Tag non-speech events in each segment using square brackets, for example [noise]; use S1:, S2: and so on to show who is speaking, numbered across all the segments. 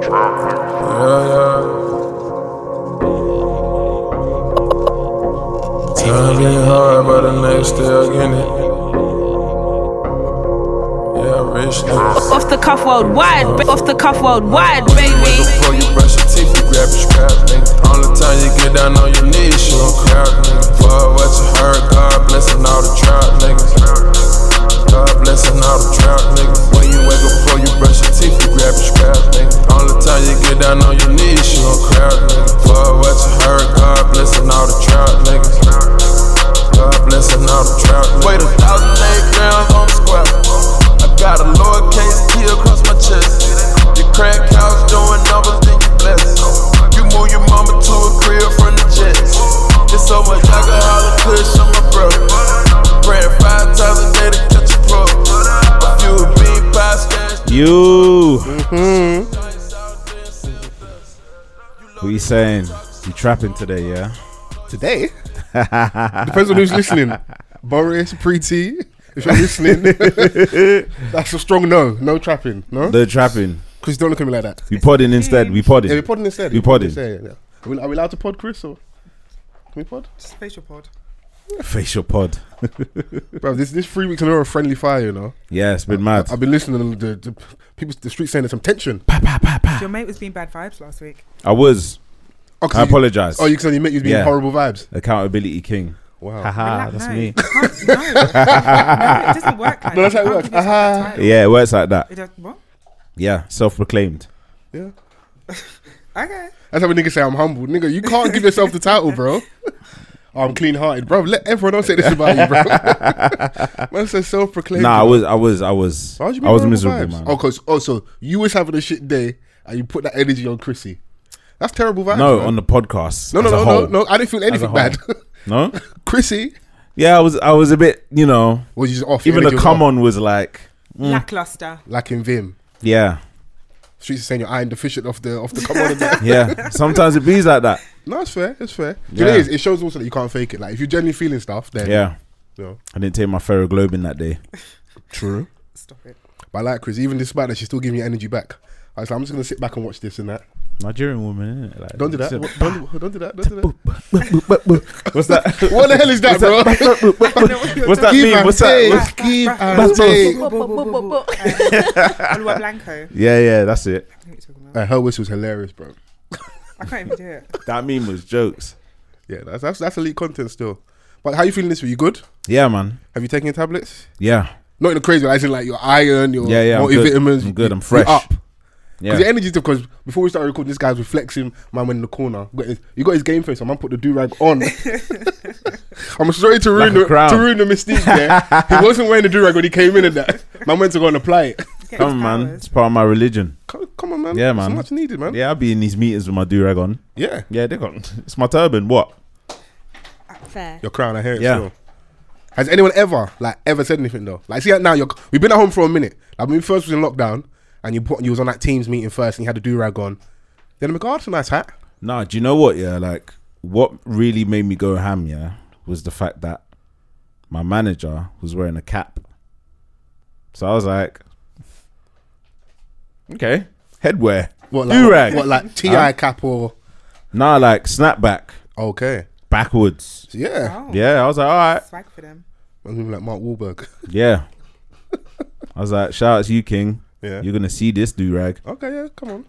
S1: Yeah, yeah. Time be hard, but the next day I get it. Yeah, rich niggas.
S2: Off the cuff worldwide, ba- off the cuff worldwide, baby.
S1: Before you brush your teeth, you grab your scrap, nigga. Only time you get down on your knees, you don't crowd, nigga. For what you heard, God blessing all the drought, niggas. God blessing all the drought, niggas. When you wake up before you brush your teeth, you grab your scrap, nigga. Only time you get down on your knees, you don't crowd, nigga. For what you heard, God blessing all the drought, niggas. God blessing all the drought, niggas. Wait a thousand eight grams on the square. I got a lowercase T across my chest. You crack house doing numbers, then you bless. You move your mama to a crib from the jets. It's so much alcohol and push on my bro. Praying five times a day to catch a pro. A few bean pies stashed
S3: You.
S4: Mm-hmm.
S3: What you saying? You trapping today, yeah?
S4: Today? Depends on who's listening. Boris, Preeti, if you're listening,
S3: [laughs]
S4: that's a strong no. No trapping, no?
S3: The trapping.
S4: Chris, don't look at me like that.
S3: We podding instead. We podding.
S4: Yeah, we podding instead.
S3: We podding.
S4: Yeah, yeah, yeah. Are, we, are we allowed to pod, Chris? Or can we pod?
S5: Spatial pod.
S3: Facial pod.
S4: Bro, this this three weeks in a row of friendly fire, you know.
S3: Yeah, it's been mad.
S4: I've been listening to the, the people, the street saying there's some tension.
S3: Pa, pa, pa, pa.
S5: Your mate was being bad vibes last week. [laughs]
S3: I was.
S4: Oh, 'cause
S3: I
S4: you-
S3: apologize.
S4: Oh, you said you meant you'd be
S3: Yeah.
S4: in horrible vibes.
S3: Accountability king.
S4: Wow.
S3: Haha,
S5: Relax,
S3: that's
S5: no.
S3: me.
S5: You can't- No. no, it doesn't work like
S4: No, that's how it
S5: that. You can't give
S4: works.
S5: yourself that
S4: Aha.
S5: title.
S3: [laughs] Yeah, it works like that.
S5: It does, what?
S3: Yeah, self proclaimed.
S4: yeah.
S5: Okay.
S4: That's how a nigga say I'm humble. Nigga, you can't give yourself the title, bro. [laughs] Oh, I'm clean hearted, bro. Let everyone else say this about you, bro. [laughs] man says self proclaimed.
S3: Nah, I was, I was, I was,
S4: Why would you be
S3: I was
S4: horrible
S3: miserable,
S4: vibes?
S3: man.
S4: Oh, cause also you was having a shit day and you put that energy on Chrissy. That's terrible vibes.
S3: No,
S4: man.
S3: on the podcast.
S4: no, no,
S3: as a
S4: no, no,
S3: whole.
S4: no. I didn't feel anything
S3: whole.
S4: bad.
S3: No.
S4: [laughs] Chrissy
S3: Yeah, I was, I was a bit, you know,
S4: was just off.
S3: even the
S4: energy was
S3: come
S4: off.
S3: on was like,
S5: Lackluster.
S4: like in Vim.
S3: yeah,
S4: Streets is saying you're iron deficient off the off the come on.
S3: [laughs]
S4: and that.
S3: yeah.
S4: [laughs]
S3: Sometimes it bees like that.
S4: No, it's fair. It's fair. Do you know what
S3: Yeah.
S4: it is? It shows also that you can't fake it. Like if you're genuinely feeling stuff, then
S3: Yeah,
S4: you know,
S3: I didn't take my ferroglobin that day.
S4: true.
S5: Stop
S4: [laughs]
S5: it.
S4: But I like Chris, even despite that, she's still giving me energy back. I was like, I'm just gonna sit back and watch this and that.
S3: Nigerian woman, innit? Like,
S4: Don't do that.
S3: sit-
S4: What- Don't, do- don't do that. Don't do
S3: [laughs]
S4: that.
S3: What's
S4: [laughs]
S3: that?
S4: What the hell is that, bro?
S3: [laughs]
S5: [laughs]
S3: What's that
S4: Give
S3: meme?
S4: and
S3: What's that?
S4: take.
S3: What's-
S4: Give
S3: That's
S4: and
S3: both.
S4: take. [laughs]
S5: Alua Um, Blanco.
S3: Yeah, yeah, that's it.
S5: I know what you're talking about.
S4: Uh, her whistle's hilarious, bro.
S5: I can't even do it.
S3: That meme was jokes.
S4: Yeah, that's that's, that's elite content still. But how you feeling this week? You good?
S3: Yeah, man.
S4: Have you taken your tablets?
S3: Yeah,
S4: Not in a crazy way. I said like your iron, your
S3: Yeah, yeah, I'm good.
S4: multivitamins.
S3: I'm good, I'm
S4: you- you
S3: fresh.
S4: up.
S3: yeah.
S4: Cause the energy because before we started recording, this guy's reflexing. Man went in the corner. Got his, he got his game face on. Man put the do rag
S3: [laughs]
S4: on. I'm sorry to ruin
S3: Like a
S4: the,
S3: crown.
S4: to ruin the mystique. There,
S3: [laughs]
S4: he wasn't wearing the do rag when he came in. And that man went to go and apply it.
S5: Get
S3: Come
S5: his
S3: on, man.
S5: powers.
S3: It's part of my religion.
S4: Come, come on, man.
S3: Yeah, man.
S4: It's much needed, man.
S3: Yeah, I'll be in these meetings with my do rag on.
S4: yeah.
S3: Yeah, they got [laughs] it's my turban. What?
S2: Fair.
S4: Your crown, I hear it.
S3: Yeah.
S4: Still. Has anyone ever like ever said anything though? Like, see, like, now you're we've been at home for a minute. Like when we first was in lockdown, and you put you was on that teams meeting first, and you had the do rag on. Then I'm like, oh, that's a nice hat.
S3: Nah, do you know what? Yeah, like what really made me go ham. Yeah, was the fact that my manager was wearing a cap. So I was like, okay, headwear,
S4: What like
S3: do rag.
S4: What like ti
S3: Huh?
S4: cap or
S3: Nah, like snapback,
S4: okay?
S3: backwards.
S4: So, yeah.
S5: Wow.
S3: Yeah, I was like, all right,
S5: Oh, Swag for them.
S4: I'm gonna be like Mark Wahlberg.
S3: yeah. I was like, shout out to you, King.
S4: Yeah.
S3: You're gonna see this do rag.
S4: Okay, yeah, come on.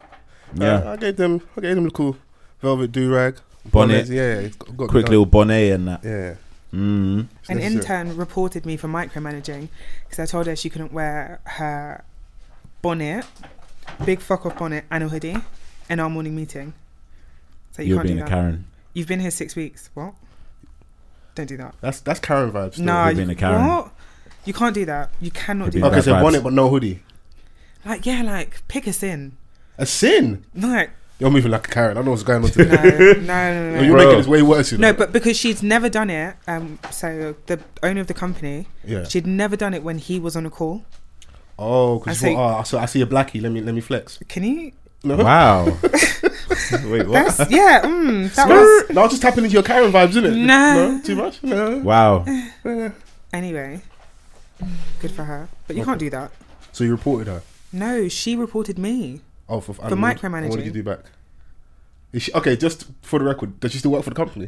S3: Yeah,
S4: Uh, I gave them. I gave them the cool velvet do rag
S3: Bonnet.
S4: Yeah, it's got, got
S3: quick
S4: done.
S3: little bonnet and that.
S4: Yeah.
S3: Mm.
S4: It's
S5: An
S4: necessary.
S5: intern reported me for micromanaging because I told her she couldn't wear her bonnet, big fuck off bonnet, and a hoodie in our morning meeting. So you
S3: You're
S5: can't
S3: being
S5: do
S3: a
S5: that.
S3: Karen.
S5: You've been here six weeks. What? Don't do that.
S4: That's that's Karen vibes. still.
S5: no,
S3: you're
S5: you,
S3: being a Karen.
S5: what? You can't do that. You cannot
S3: You're
S5: do
S3: being
S5: that.
S4: Okay,
S3: Bad
S4: so
S3: vibes.
S4: bonnet but no hoodie.
S5: Like, yeah, like pick us in. [laughs]
S4: A sin.
S3: [laughs]
S5: Like,
S4: You're moving like a Karen. I don't know what's going on today.
S5: no, no, no, no.
S4: You're
S5: no.
S3: Bro.
S4: making this way worse. You know.
S5: No, but because she'd never done it, um, so the owner of the company,
S4: yeah.
S5: she'd never done it when he was on a call.
S4: Oh,
S5: I
S4: because
S5: see.
S4: oh, so I see a blackie. Let me let me flex.
S5: Can
S3: [laughs]
S5: you?
S4: No. [laughs]
S3: Wow. Wait,
S5: [laughs]
S3: what?
S5: That's yeah. Mm, that was
S4: No, I was just tapping into your Karen vibes, isn't it?
S5: Nah.
S4: No, too much. No.
S3: Wow.
S5: Anyway, good for her. But you can't do that.
S4: So you reported her.
S5: No, she reported me.
S4: Oh, for, for
S5: micromanaging.
S4: What did you do back? Is she, okay, just for the record, does she still work for the company?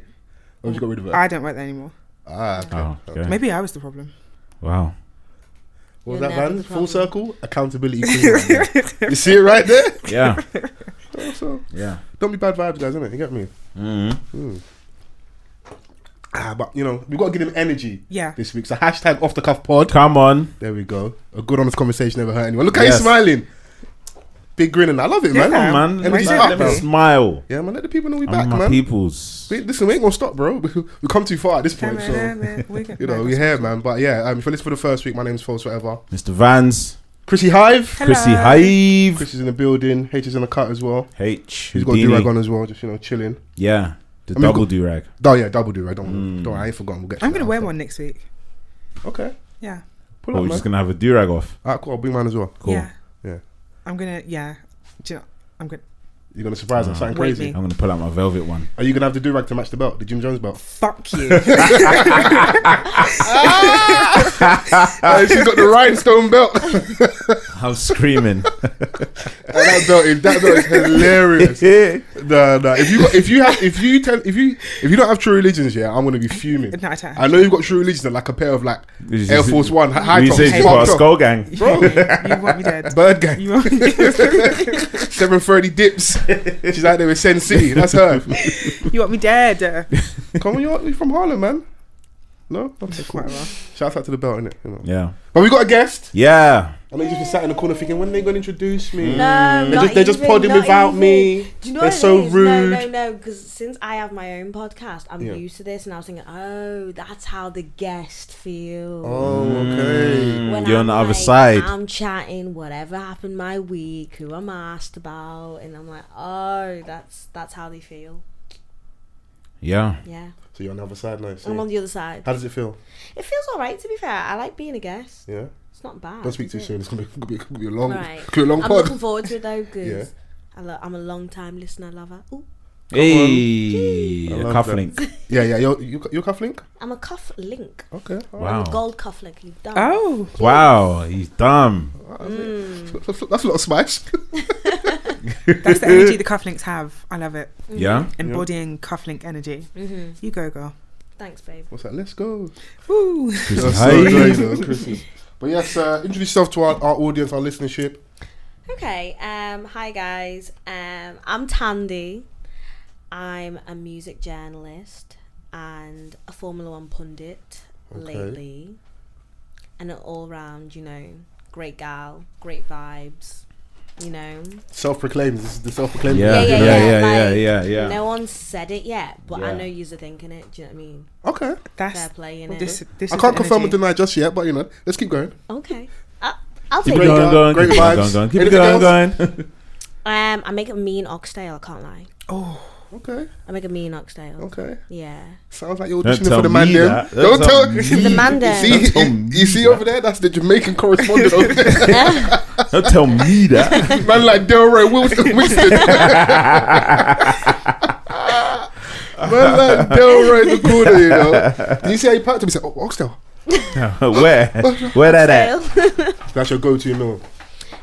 S4: Or did you got rid of her?
S5: I don't work there anymore.
S4: ah, okay.
S3: Oh, okay.
S5: Maybe I was the problem.
S3: Wow.
S4: What was
S6: You're
S4: that,
S6: never
S4: man?
S6: the
S4: Full
S6: problem.
S4: circle, accountability. queen, man. you see it right there?
S3: Yeah.
S4: So,
S3: yeah.
S4: don't be bad vibes, guys, innit? You get me?
S3: Mm-hmm.
S4: Ah, but, you know, we got to give them energy
S5: Yeah.
S4: this week. So, hashtag off the cuff pod.
S3: Come on.
S4: There we go. A good, honest conversation never hurt anyone. Look how
S3: Yes.
S4: you're smiling. Big grinning. I love it, man.
S5: Come on,
S3: Man, let me,
S4: Energy's
S5: Why
S4: up,
S3: let me
S4: bro.
S3: smile.
S4: Yeah, man, let the people know we
S3: I'm
S4: back,
S3: my
S4: man.
S3: peoples.
S4: We- Listen, we ain't gonna stop, bro. [laughs] We've come too far at this [laughs] point, so you know we here, man. But yeah, um, if you listen for the first week, my name's False Forever.
S3: Mr. Vans.
S4: Chrissy Hive,
S3: Chrissy Hive.
S4: Chris is in the building. H is in the cut as well.
S3: H.
S4: He's got a do rag
S3: Houdini.
S4: on as well, just you know, chilling.
S3: Yeah. The
S4: I mean,
S3: double
S4: got-
S3: do rag.
S4: Oh yeah, double do rag. Don't,
S3: Hmm.
S4: don't worry, I ain't forgotten. We'll get. to
S5: I'm
S4: that
S5: gonna wear
S4: after.
S5: one next week.
S4: Okay,
S5: Yeah.
S4: pull
S3: Oh,
S4: up,
S3: we're
S4: man.
S3: just going to have a do rag off.
S4: Alright, cool. I'll bring mine as well.
S3: Cool.
S5: Yeah.
S4: Yeah.
S5: I'm gonna. Yeah. Do you know, I'm gonna.
S4: You're gonna surprise us. Something
S5: Wait
S4: crazy.
S5: me.
S3: I'm going to pull out my velvet one.
S4: [laughs] Are you gonna have the do rag to match the belt, the Jim Jones belt?
S5: Fuck
S4: [laughs]
S5: you. [laughs] Ah!
S4: Oh, she's got the
S5: [laughs]
S4: rhinestone belt.
S3: I'm
S4: [laughs]
S3: screaming. [laughs]
S4: that belt is that belt is hilarious. No, no. If you got, if you have if you tell if you if you don't have true religions, yeah, I'm gonna be fuming.
S5: No, I [laughs] don't.
S4: I know you've got true religions, like a pair of like
S3: Is
S4: Air
S3: this-
S4: Force One hi- high
S3: you
S4: tops,
S3: said you
S4: smart
S3: got a
S4: top,
S3: skull gang.
S5: Bro, you want me dead?
S4: bird gang,
S5: You want me
S4: seven thirty dips. She's out there with Sen City. That's her.
S5: [laughs] You want me dead?
S4: Come on, you're, you're from Harlem, man. No, okay, cool.
S5: Whatever.
S4: Shout out to the belt, innit? You know.
S3: Yeah.
S4: But we got a guest.
S3: Yeah. Mm.
S4: I know you just been sat in the corner thinking, when are they gonna introduce me?
S6: No,
S4: They're just, they're just podding without me.
S6: Do you know
S4: They're
S6: what it
S4: so
S6: is?
S4: rude.
S6: No, no, no. Because since I have my own podcast, I'm
S4: Yeah.
S6: used to this, and I was thinking, oh, that's how the guest feels.
S4: Oh, okay.
S6: When
S3: You're on
S6: I'm
S3: the other
S6: like, um,
S3: side.
S6: I'm chatting whatever happened my week, who I'm asked about, and I'm like, oh, that's that's how they feel.
S3: Yeah.
S6: Yeah,
S4: So you're on the other side now. so-
S6: I'm on the other side.
S4: How does it feel?
S6: It feels all right, to be fair. I like being a guest.
S4: Yeah.
S6: It's not bad.
S4: Don't speak too
S6: is Ah, it?
S4: soon. It's gonna be, gonna be, gonna be a long,
S6: Right.
S4: gonna be a [laughs] long
S6: I'm
S4: pod.
S6: looking forward to it though,
S4: [laughs]
S6: because
S4: Yeah.
S6: I lo- I'm a long time listener lover. Ooh,
S3: Hey. A
S4: I love that.
S3: cufflink.
S4: Yeah, yeah. Your your, your cufflink.
S6: I'm a cuff link.
S4: Okay. all right.
S3: Wow.
S6: Gold cuff link. You've done.
S5: Oh,
S3: Wow. He's dumb.
S6: Hmm.
S4: That's, that's a lot of spice. [laughs]
S5: that's the energy the cufflinks have. I love it.
S3: Yeah.
S6: Mm.
S5: Embodying cufflink energy. You go, girl.
S6: Mm-hmm. Thanks, babe.
S4: What's that? Let's go.
S5: Woo.
S3: Chrissy
S4: That's so
S3: Hive.
S4: great, though,
S3: [laughs]
S4: Chrissy. But yes, uh, introduce yourself to our, our audience, our listenership.
S6: Okay. Um. Hi, guys. Um. I'm Tandy. I'm a music journalist and a Formula One pundit lately, and an all-round, you know, great gal, great vibes. You know.
S4: Self-proclaimed. This is the self-proclaimed.
S3: Yeah. Yeah.
S6: Yeah, yeah, yeah,
S3: Yeah. Yeah.
S6: like,
S3: Yeah. Yeah.
S6: No one said it yet, but I
S3: Yeah.
S6: know you're thinking it. Do you know what I mean?
S4: Okay.
S5: That's
S6: Fair play in it.
S5: this. This
S4: I
S5: is
S4: can't
S5: the
S4: confirm or
S5: energy.
S4: deny just yet, but you know, let's keep going.
S6: Okay. I, I'll
S3: Keep
S6: take
S3: it
S6: it.
S4: Great
S3: going, going,
S4: great
S3: keep it going,
S4: vibes.
S3: going, keep it
S4: Anything
S3: going, going.
S6: Um, I make a mean oxtail. I can't lie.
S4: Okay.
S6: I make a mean oxtail.
S4: Okay.
S6: Yeah.
S4: Sounds like you're
S3: Don't
S4: auditioning
S3: tell
S4: for the
S3: me
S4: man there.
S3: that. Don't
S4: Don't tell
S3: tell
S4: [laughs] you
S6: The man there.
S4: see,
S3: tell
S4: you,
S3: me
S4: you see over there. That's the Jamaican correspondent over there.
S3: [laughs] Don't tell me that. [laughs]
S4: Man like Delroy Wilson. [laughs] Winston. Man like Delroy in the corner, you know. Did you see how he packed him? He said, oh, Oxtail.
S3: Where? Where that at?
S6: [laughs] Oxtail.
S4: That's your go-to meal.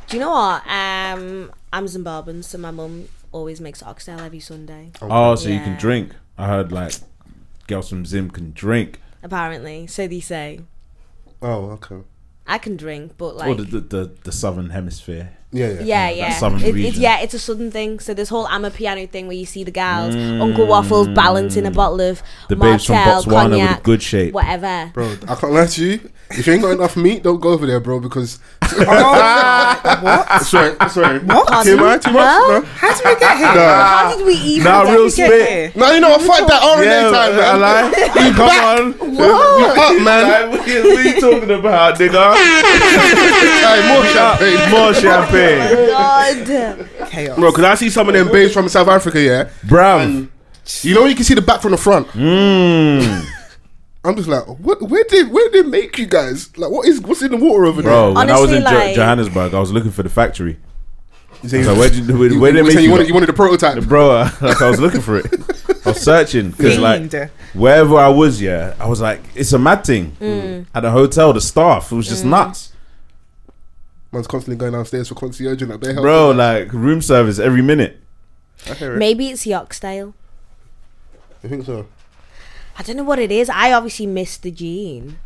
S6: Do you know what? Um, I'm Zimbabwean, so my mum always makes oxtail every Sunday,
S3: Oh, so you can
S6: Yeah.
S3: drink. I heard like girls from Zim can drink.
S6: apparently. So they say.
S4: Oh, okay.
S6: I can drink, but
S3: or
S6: like.
S3: Oh, the, the, the, the southern hemisphere.
S4: Yeah, yeah.
S6: yeah,
S3: that
S6: yeah.
S3: southern
S6: It- it's-
S3: region.
S6: yeah, it's a southern thing. So this whole I'm a piano thing where you see the gals, Uncle Waffles balancing a bottle of
S3: Mm. The babes from
S6: Martell,
S3: Botswana with a
S6: cognac,
S3: good shape.
S6: whatever.
S4: Bro, I can't lie to you. If you ain't got enough meat, don't go over there, bro, because... [laughs]
S5: Oh,
S4: what? Sorry, sorry.
S6: Pardon?
S4: Too much, too much,
S5: How did we get
S3: [laughs]
S5: here?
S6: How did we even?
S3: Nah,
S6: get
S3: real
S6: here?
S3: spit.
S5: Here.
S4: no. No, you know what? Fuck that RNA
S3: Yeah,
S4: time, man.
S3: I lie. Come on.
S4: We up, man.
S3: Like, what are you talking about, nigga?
S4: Aye, more champagne.
S3: [laughs] More champagne.
S6: God.
S5: Chaos.
S4: Bro, because I see some of them babes from South Africa, yeah?
S3: Bruv.
S4: You know you can see the back from the front.
S3: Mm.
S4: I'm just like, what? Where did where did they make you guys? Like, what is what's in the water over there?
S3: Bro, when I was
S6: Honestly,
S3: in Jo-
S6: like-
S3: Johannesburg, I was looking for the factory.
S4: You say-
S3: So where did where,
S4: you,
S3: where
S4: you
S3: did
S4: say
S3: they make
S4: you
S3: you?
S4: wanted, you wanted the prototype.
S3: Bro, I- [laughs] like, I was looking for it. I was searching because like
S5: Fiend.
S3: wherever I was, yeah, I was like, it's a mad thing. At a hotel, the staff it was just nuts.
S4: Man's constantly going downstairs for concierge and that bear help.
S3: Bro, like room service every minute.
S4: I
S3: [laughs]
S4: hear it.
S6: Maybe it's the oxtail.
S4: I think so.
S6: I don't know what it is. I obviously missed the gene.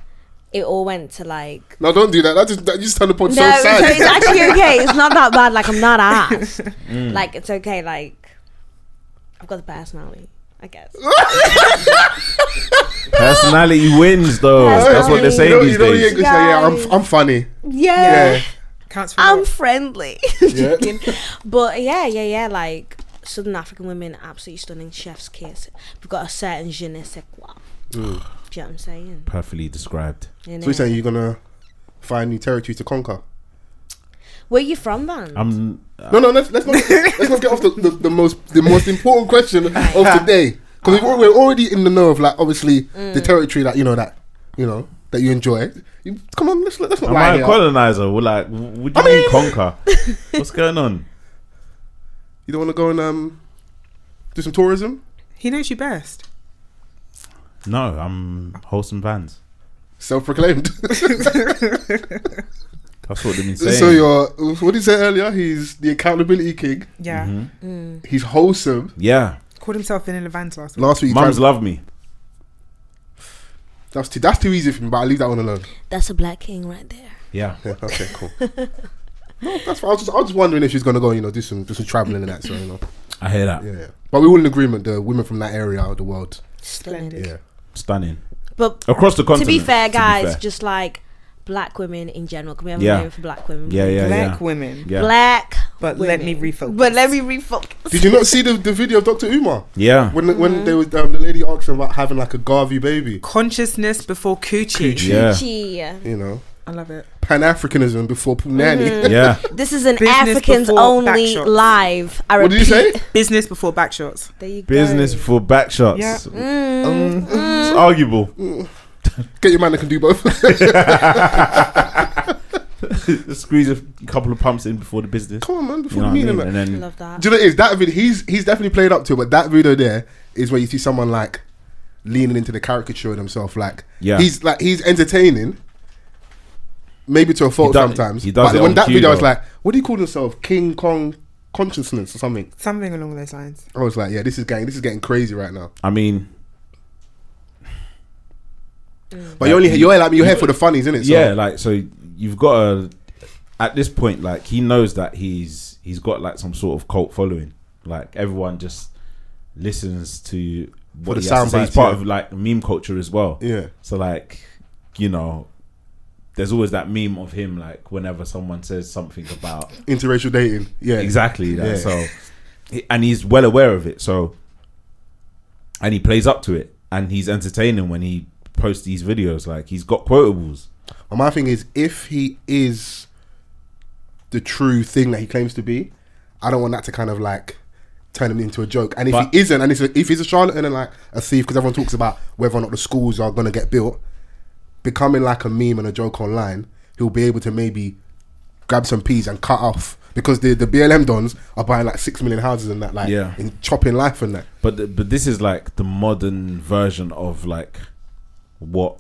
S6: It all went to like.
S4: No, don't do that. That just that, you sound the point
S6: No,
S4: so
S6: it's,
S4: [laughs]
S6: it's
S4: sad.
S6: actually [laughs] okay. It's not that bad. Like I'm not asked.
S3: Mm.
S6: Like it's okay. Like I've got the personality, I [laughs] guess.
S3: Personality wins though. That's what they're
S6: Personality.
S3: saying
S4: you know,
S3: these
S4: you know,
S3: days.
S4: You say, yeah, I'm, I'm funny.
S6: Yeah,
S4: Yeah.
S5: Counts for
S6: I'm
S5: um,
S6: friendly.
S4: Yeah.
S6: [laughs] But yeah, yeah, yeah. Like Southern African women, absolutely stunning. Chef's kiss. We've got a certain je ne sais quoi. Do you know what I'm saying?
S3: Perfectly described.
S4: So you're saying you're gonna find new territory to conquer?
S6: Where you from, Van?
S3: I'm
S4: No, no. Let's let's not, let's not get off the, the, the most the most important question of today because we're already in the know of like obviously the territory that you know that you know that you enjoy. You, come on, let's let's not
S3: Am
S4: lie
S3: I a
S4: here.
S3: colonizer? Well, like, w- would you
S4: I mean-
S3: mean
S4: [laughs]
S3: conquer? What's going on?
S4: You don't want to go and um do some tourism.
S5: He knows you best.
S3: No, I'm wholesome vans.
S4: Self-proclaimed. [laughs]
S3: That's what they've been saying.
S4: so you're what did you say earlier? He's the accountability king.
S5: Yeah.
S3: Mm-hmm.
S4: He's wholesome.
S3: yeah,
S5: Called himself Vanilla Vans last week.
S4: Last week, you
S3: mums
S4: tried-
S3: love me.
S4: that's too that's too easy for me. But I will leave that one alone.
S6: That's a black king right there.
S3: Yeah,
S4: Yeah, okay, cool. no, that's fine. I was just I was just wondering if she's gonna go, you know, do some do some traveling and that. So you know,
S3: I hear that.
S4: yeah, yeah. But we're all in agreement. The women from that area of the world,
S6: Stunning.
S5: Splendid.
S4: yeah.
S3: Stunning
S6: But
S3: across the
S6: to
S3: continent.
S6: be fair, guys,
S3: fair.
S6: just like black women in general, can we have
S3: Yeah.
S6: a name for black women?
S3: yeah, yeah,
S5: Black
S3: yeah.
S5: women.
S3: yeah,
S6: Black.
S5: But let me refocus.
S6: But let me refocus.
S4: Did you not see the, the video of Doctor Umar
S3: yeah.
S4: when the- when they was um, the lady asked him about having like a Garvey baby?
S5: Consciousness before coochie.
S3: Yeah.
S6: Gee.
S4: You know,
S5: I love it.
S4: Pan Africanism before Punani.
S3: yeah,
S6: This is an
S5: Business
S6: Africans
S5: before
S6: only
S5: backshots.
S6: live. I
S4: What did you say?
S6: repeat.
S5: Business before back shots.
S6: There you go.
S3: business for back shots.
S5: Yeah.
S3: Mm, It's arguable.
S4: [laughs]
S3: [laughs]
S4: Get your man that can do both. [laughs]
S3: Squeeze a couple of pumps in before the business.
S4: Come on, man, before
S3: You know
S4: the
S3: what I mean?
S4: meeting. innit?
S3: And then
S6: Love that.
S4: Do you know what it is that video? He's he's definitely played up to, it, but that video there is where you see someone like leaning into the caricature of himself. Like
S3: Yeah.
S4: he's like he's entertaining, maybe to a fault
S3: does-
S4: sometimes.
S3: he does
S4: but
S3: it
S4: when
S3: on
S4: that
S3: cue,
S4: video, I was
S3: though.
S4: like, what do you call himself? King Kong consciousness or something?
S5: Something along those lines.
S4: I was like, yeah, this is getting this is getting crazy right now.
S3: I mean,
S4: But you only you're like you're here for the funnies, isn't it?
S3: yeah, like so you've got a at this point like he knows that he's he's got like some sort of cult following. Like everyone just listens to what
S4: the
S3: he has to say.
S4: soundbites,
S3: He's part
S4: yeah.
S3: of like meme culture as well.
S4: Yeah.
S3: So like you know, there's always that meme of him like whenever someone says something about
S4: interracial dating. Yeah,
S3: exactly that.
S4: Yeah.
S3: So, he- and he's well aware of it. So, and he plays up to it, and he's entertaining when he posts these videos. Like he's got quotables.
S4: But my thing is, if he is the true thing that he claims to be, I don't want that to kind of like turn him into a joke. And if
S3: But-
S4: he isn't, and it's a, if he's a charlatan and like a thief, because everyone talks about whether or not the schools are going to get built, becoming like a meme and a joke online, he'll be able to maybe grab some peas and cut off because the the BLM dons are buying like six million houses and that, like,
S3: Yeah.
S4: in chopping life and that.
S3: But th- but this is like the modern version of like what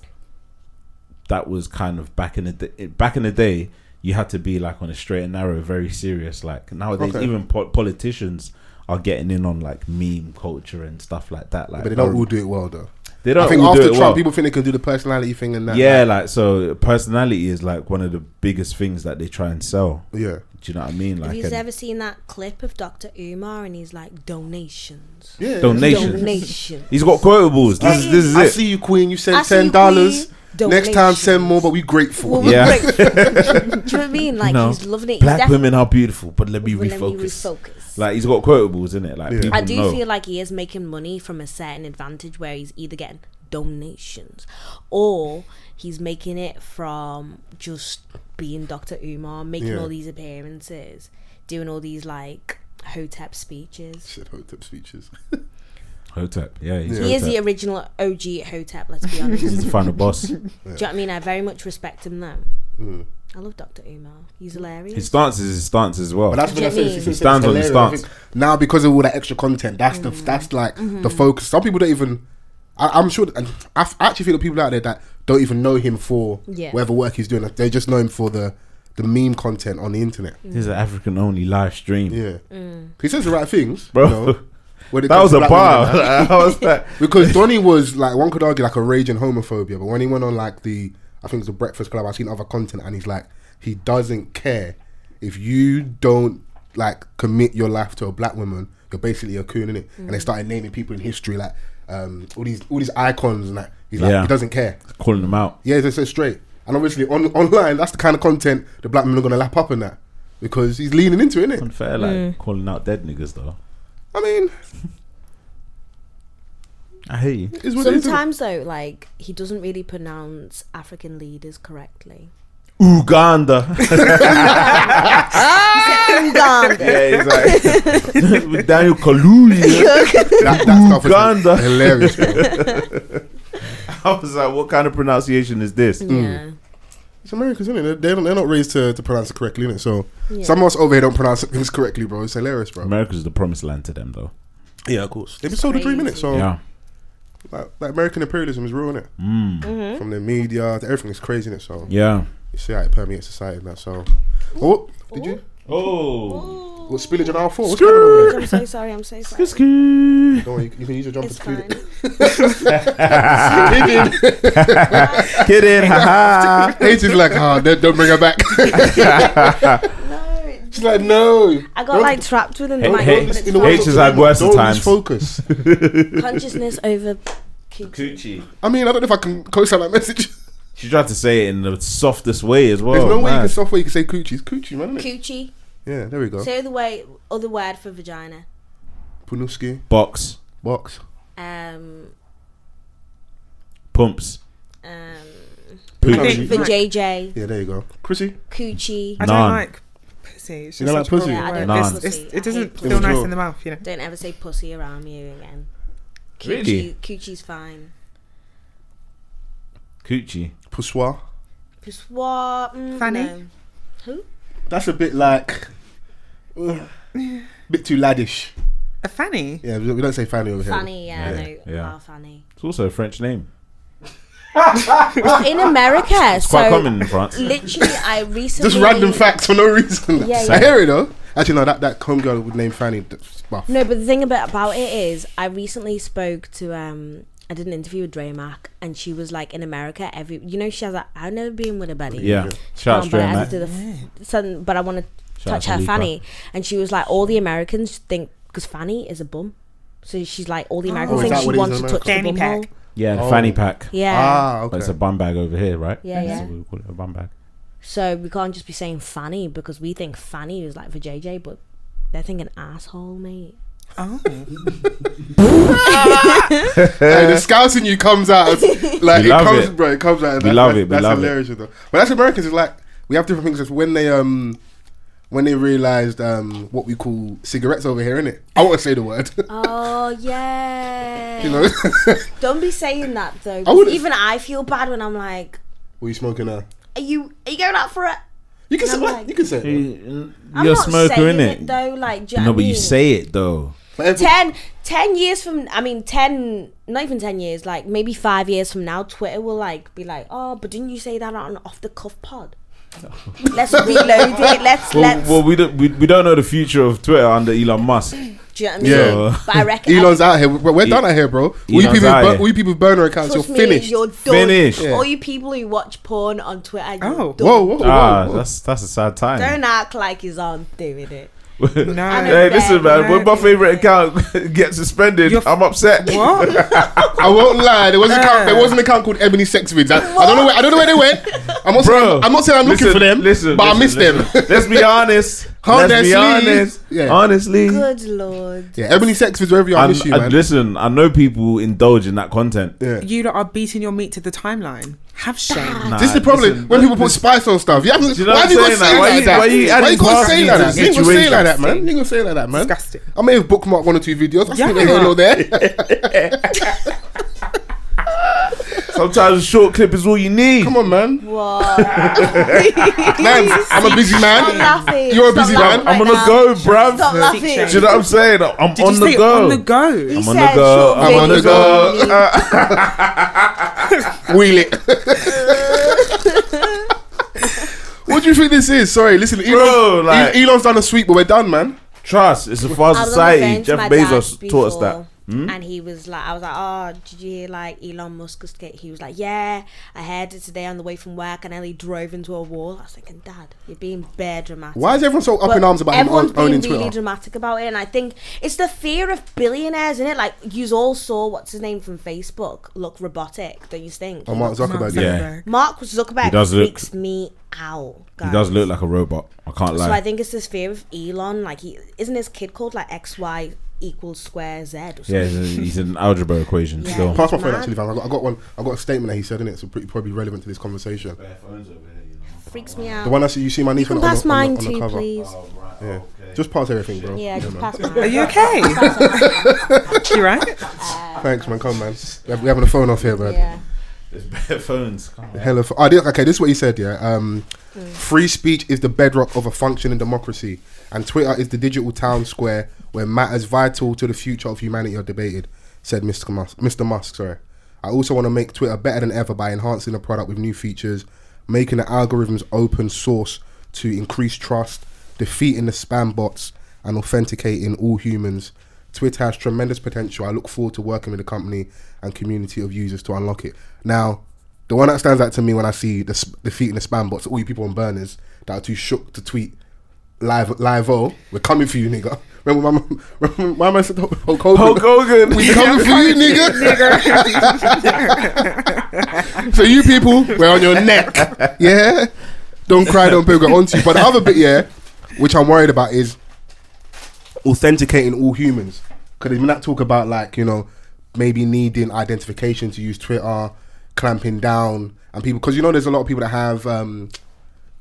S3: that was kind of back in the day. back in the day. You had to be like on a straight and narrow, very serious. Like nowadays,
S4: Okay.
S3: even po- politicians are getting in on like meme culture and stuff like that. Like,
S4: But they don't
S3: I-
S4: all do it well though.
S3: They
S4: I think
S3: all do
S4: after
S3: it
S4: Trump,
S3: well.
S4: people think they can do the personality thing and that.
S3: yeah, like so, personality is like one of the biggest things that they try and sell.
S4: like, yeah,
S3: Do you know what I mean?
S6: Have
S3: Like
S6: you
S3: and
S6: ever seen that clip of Dr. Umar and he's like donations?
S4: yeah.
S3: donations.
S6: Donations.
S3: He's got quotables. This is this is
S4: I
S3: it.
S4: see you, Queen. You sent
S6: I see
S4: ten
S6: you,
S4: dollars.
S6: Queen.
S4: Next time,
S6: Donations.
S4: send more. But we grateful. [laughs]
S6: Well,
S3: Yeah.
S6: we're grateful. Do you know what I mean? Like
S3: No.
S6: he's loving it. He's
S3: Black
S6: defi-
S3: women are beautiful, but let me
S6: Well,
S3: refocus.
S6: let me refocus.
S3: Like he's got quotables in it. Like
S4: Yeah.
S3: people
S6: I do
S3: know.
S6: feel like he is making money from a certain advantage where he's either getting donations or he's making it from just being Dr. Umar, making
S4: Yeah.
S6: all these appearances, doing all these like hotep speeches.
S4: Shit, hotep speeches.
S3: Hotep. Yeah, he's
S6: He is
S3: Hotep.
S6: the original OG hotep, let's
S3: [laughs]
S6: be honest.
S3: He's the final boss.
S6: Do you know what I mean? I very much respect him though. I love Dr. Umar. He's hilarious.
S3: His stance is his stance as well.
S4: But that's what I said.
S6: Jimmy.
S4: She
S6: He
S4: said
S3: stands
S4: it's
S3: on his
S4: hilarious.
S3: stance.
S4: I think Now, because of all that extra content, that's the
S6: Mm.
S4: that's like
S6: Mm-hmm.
S4: the focus. Some people don't even. I, I'm sure. And I f- I actually feel the people out there that don't even know him for
S6: Yeah.
S4: whatever work he's doing. Like, They just know him for the the meme content on the internet.
S6: Mm.
S3: This is an African only live stream,
S4: Yeah, he says the right things,
S3: bro.
S4: You know, when it
S3: That was
S4: comes to
S3: a
S4: black
S3: bar.
S4: women, man.
S3: [laughs] I was like,
S4: because Donny was like one could argue like a raging homophobia, but when he went on like the I think it's the Breakfast Club, I've seen other content, and he's like he doesn't care if you don't like commit your life to a black woman, you're basically a coon in it. And they started naming people in history like um, all these all these icons and that. He's like
S3: Yeah.
S4: he doesn't care.
S3: calling them out.
S4: Yeah, they said straight. And obviously on online, that's the kind of content the black men are gonna lap up in that because he's leaning into it, innit?
S3: Unfair, like
S6: Mm.
S3: calling out dead niggas though.
S4: I mean,
S3: I hear you.
S4: it's what it is.
S6: Sometimes though, like he doesn't really pronounce African leaders correctly.
S3: [laughs] Uganda.
S6: Uganda.
S3: yeah, exactly. With [laughs] Daniel Kaluuya.
S4: That, that stuff
S3: Uganda. [laughs]
S4: is hilarious. bro.
S3: I was like, what kind of pronunciation is this?
S6: Yeah.
S4: It's Americans, isn't it? They don't, they're not raised to, to pronounce it correctly, innit? So
S6: Yeah.
S4: some of us over here don't pronounce things correctly, bro. It's hilarious, bro.
S3: America's the promised land to them, though.
S4: Yeah, of course. They've been sold in three
S6: Crazy.
S4: minutes, so
S3: Yeah.
S4: like, like American imperialism is ruining it. From the media, to everything is crazy, innit? So
S3: Mm. Yeah.
S4: you see how it permeates society now. So, oh, did you?
S3: Oh.
S4: What spillage on our four? What's going on? [laughs] over
S6: I'm so sorry. I'm so sorry.
S3: Kidding.
S4: there? Don't worry, you, you can use your jumper
S6: It's
S4: to clean
S6: fine.
S4: it. He did. [laughs]
S3: [laughs] haha.
S4: H is like, ah, don't don't bring
S3: [laughs]
S4: her back.
S6: no, it-
S4: She's like, no.
S6: I got
S4: Don't-
S6: like trapped within the
S3: Hey,
S6: mic,
S3: hey,
S6: but it's
S4: in
S3: the
S4: a
S6: fine.
S4: way,
S3: H is
S4: don't-
S3: like worse
S4: don't
S3: sometimes.
S4: Focus.
S6: consciousness over.
S3: Coochie.
S4: I mean, I don't know if I can co-sign that message.
S3: She tried to say it in the softest way as well.
S4: There's no way you
S3: man.
S4: can software you can say coochie. It's coochie, man. Isn't it?
S6: Coochie.
S4: Yeah, there we go.
S6: Say the way other word for vagina.
S4: Punuski
S3: Box.
S4: box.
S6: Um,
S3: Pumps.
S6: um,
S3: Poochie.
S5: Think-
S6: vajayjay,
S4: Yeah, there you go. Chrissy.
S6: coochie.
S5: I
S3: None.
S5: don't like pussy. It's
S4: You
S5: just
S4: don't like
S5: such a
S4: pussy?
S5: horrible
S6: Yeah, I
S5: word.
S3: don't
S5: It's-
S6: like
S5: it's-
S6: pussy.
S5: It
S6: I hate
S5: doesn't
S4: pussy.
S5: feel nice in the mouth, you know.
S6: Don't ever say pussy around me again. Coochie,
S3: Really?
S6: Coochie's fine.
S3: Coochie.
S4: Poussoir.
S6: Cause what? Mm,
S5: Fanny?
S6: no.
S4: That's a bit like. ugh, bit too laddish.
S5: A fanny.
S4: Yeah, we don't- we don't say fanny over here.
S6: Fanny, yeah,
S3: Yeah,
S6: no,
S3: yeah.
S6: oh, fanny.
S3: It's also a French name.
S6: In America,
S3: It's
S6: so
S3: quite common in France.
S6: literally, I recently
S4: Just random facts for no reason.
S6: Yeah,
S4: I
S6: yeah.
S4: hear it though. Actually, no, that, that homegirl would name Fanny. that's Buff.
S6: No, but the thing about about it is, I recently spoke to um, I did an interview with Dre Mac, and she was like, in America, every you know, she has like, I've never been with a buddy.
S3: Yeah. Shout out
S6: Um,
S3: straight
S6: but I
S3: man.
S6: did a f- sudden, but I want to
S3: out
S6: touch
S3: to
S6: her
S3: Lupa.
S6: fanny, and she was like, all the Americans think because fanny is a bum, so she's like, all the Americans
S5: Oh, is
S6: think
S5: that
S6: she
S4: what it is
S6: wants
S4: in
S6: to touch the
S5: Fanny
S6: bum hole.
S5: pack.
S3: Yeah, the
S4: Oh.
S3: fanny pack.
S6: Yeah.
S4: Ah,
S3: But
S4: okay.
S3: it's a bun bag over here, right?
S6: Yeah,
S3: That's
S6: yeah.
S3: what we call it, a bun bag.
S6: So we can't just be saying fanny because we think fanny is like for JJ, but they're thinking asshole, mate.
S5: Oh.
S4: Hey, the scouts in you comes out as-
S6: [laughs]
S4: like
S3: We
S4: it
S3: love
S4: comes,
S3: it.
S4: bro. It comes out.
S3: We
S4: that-
S3: love
S4: that's,
S3: it, we
S4: That's
S3: love it.
S4: hilarious, though. But that's Americans. It's like we have different things. It's when they um when they realized um what we call cigarettes over here, innit? I want to say the word. [laughs]
S6: Oh yeah.
S4: you know, [laughs]
S6: Don't be saying that though.
S4: I would've-
S6: even I feel bad when I'm like,
S4: were you smoking a?
S6: are you are you going out for a?
S4: You can say
S6: I'm
S4: what?
S6: like-
S4: you can say. it.
S6: I'm
S3: You're a
S6: not
S3: smoker,
S6: saying
S3: innit?
S6: it though. Like, do you know
S3: No,
S6: what I
S3: but you
S6: mean?
S3: say it though.
S4: But every-
S6: ten, 10 years from I mean 10 not even 10 years like maybe 5 years from now Twitter will like be like oh but didn't you say that on off the cuff
S3: [laughs]
S6: pod let's reload it let's
S3: Well,
S6: let's
S3: well we don't we, we don't know the future of Twitter under Elon Musk.
S6: do you know what I mean
S3: Yeah.
S6: but I reckon
S4: Elon's out here. We're, we're
S3: E-
S4: done out here, bro. We
S3: Elon's
S4: people,
S3: out
S4: bur-
S3: here.
S4: we people with burner accounts.
S6: trust
S4: You're
S6: me,
S4: finished.
S6: you're done
S3: Finished.
S4: Yeah.
S6: all you people who watch porn on Twitter you're
S5: Oh.
S6: done.
S4: whoa, [laughs] whoa, whoa,
S3: Ah,
S4: whoa.
S3: that's that's a sad time. [laughs]
S6: don't act like he's on doing it
S5: No.
S3: hey, listen, man. When my
S6: American.
S3: favorite account [laughs] gets suspended,
S5: You're f-
S3: I'm upset.
S5: What?
S3: [laughs]
S4: I won't lie. There was a account,
S5: Yeah.
S4: there was an account called Ebony Sexvids. I, I don't know. Where, I don't know where they went. I'm not
S3: Bro,
S4: saying I'm, not saying I'm looking
S3: listen,
S4: for them.
S3: Listen,
S4: but I
S3: listen,
S4: missed
S3: listen.
S4: [laughs] them.
S3: Let's be honest. Let's be
S4: Honestly.
S3: honest.
S4: Yeah.
S3: Honestly,
S6: good lord
S4: yeah, Ebony Sexvids wherever you are, I
S3: I'm,
S4: miss you,
S3: I-
S4: man.
S3: listen. I know people indulge in that content.
S4: yeah.
S5: You lot are beating your meat to the timeline. Have shame. [laughs]
S3: Nah,
S4: This is the problem
S3: listen,
S4: when people put
S3: listen.
S4: spice on stuff. You haven't,
S3: Do you know
S4: why
S3: what
S4: have you
S3: I'm
S4: got to
S3: saying?
S4: say
S3: Like, why you-
S4: like
S3: why you
S4: that? Why
S3: adding
S4: you got to say
S3: parsley
S4: like
S3: to
S4: that?
S3: the
S4: You ain't got to say
S3: situation?
S4: like that, man. You ain't got to say like that, man.
S5: Disgusting.
S4: I may have bookmarked one or two videos. I
S5: Yeah.
S4: think they know [laughs] there.
S3: Sometimes a short clip is all you need.
S4: Come on, man.
S6: what
S4: Man, I'm a busy
S6: Stop
S4: man.
S6: laughing.
S4: You're a
S6: Stop
S4: busy
S6: laughing
S4: man.
S3: I'm
S6: right
S3: on the
S6: now.
S3: go, bruv.
S6: Stop laughing.
S5: Did
S3: Do you know what I'm saying? I'm
S5: Did
S3: on
S5: you
S3: the
S5: say
S3: go.
S5: on the go?
S6: He
S3: on the
S6: said
S3: go,
S6: short
S3: I'm on the go.
S6: videos
S4: [laughs]
S6: only.
S4: Wheel it. what do you think this is? Sorry, listen, Elon, E,
S3: Bro, like-
S4: Elon's done a sweep, but we're done, man.
S3: Trust. It's a far
S6: I was on the
S3: society.
S6: phone to
S3: Jeff
S6: my dad
S3: Bezos taught us that.
S6: before,
S4: Hmm?
S6: And he was like, I was like, oh, did you hear like Elon Musk's get? He was like, yeah, I heard it today on the way from work, and then he drove into a wall. I was thinking, Dad, you're being bare dramatic.
S4: Why is everyone so up
S6: But
S4: in arms about him
S6: everyone's
S4: own, owning
S6: being really
S4: Twitter?
S6: dramatic about it, and I think it's the fear of billionaires, isn't it? Like you all saw what's his name from Facebook look robotic, don't you think?
S4: Oh, Mark Zuckerberg.
S5: Mark
S4: yeah.
S5: Zuckerberg.
S6: Mark Zuckerberg
S3: He does look-
S6: freaks me out.
S3: He
S6: Guys.
S3: does look like a robot. I can't
S6: So
S3: lie.
S6: I think it's this fear of Elon. Like he isn't his kid called like X Y equals square Z. Or something?
S3: yeah, he's, a- he's an algebra equation
S6: Yeah.
S3: still.
S4: Pass my phone
S6: Mad.
S4: actually, fam. I got, I got one. I got a statement that he said in it, so pretty, probably relevant to this conversation.
S6: Freaks me out.
S4: The one that you see my niece
S6: you can
S4: on, the- on
S6: pass
S4: the, on
S6: mine
S4: the, on the
S6: too,
S4: cover.
S6: please.
S3: Oh,
S4: Yeah. Just pass everything, bro.
S6: Yeah, just
S4: man. [laughs]
S6: pass
S5: Are
S6: mine.
S5: you
S6: [laughs]
S5: okay? [laughs] you right?
S4: Thanks, man. Come, man. We're we're having a phone off here, man.
S6: Yeah.
S3: There's bare phones.
S4: Hell of oh, this- okay. This is what he said. Yeah, um, free speech is the bedrock of a functioning democracy, and Twitter is the digital town square where matters vital to the future of humanity are debated," said Mr. Musk. Mr. Musk, sorry. I also want to make Twitter better than ever by enhancing the product with new features, making the algorithms open source to increase trust, defeating the spam bots, and authenticating all humans. Twitter has tremendous potential. I look forward to working with the company and community of users to unlock it. Now, the one that stands out to me when I see the, sp- the feet in the spam box, all you people on burners that are too shook to tweet live, live, oh, we're coming for you, nigga. [laughs] Remember my mum- remember my man said, [laughs] Hulk Hogan,
S3: Hulk Hogan.
S4: we [laughs] coming for you, nigga. [laughs] so you people, we're on your neck. Yeah, don't cry, don't beg, we're onto you. But the other bit, yeah, which I'm worried about is authenticating all humans. Because when that talk about like you know maybe needing identification to use Twitter, clamping down and people because you know there's a lot of people that have um,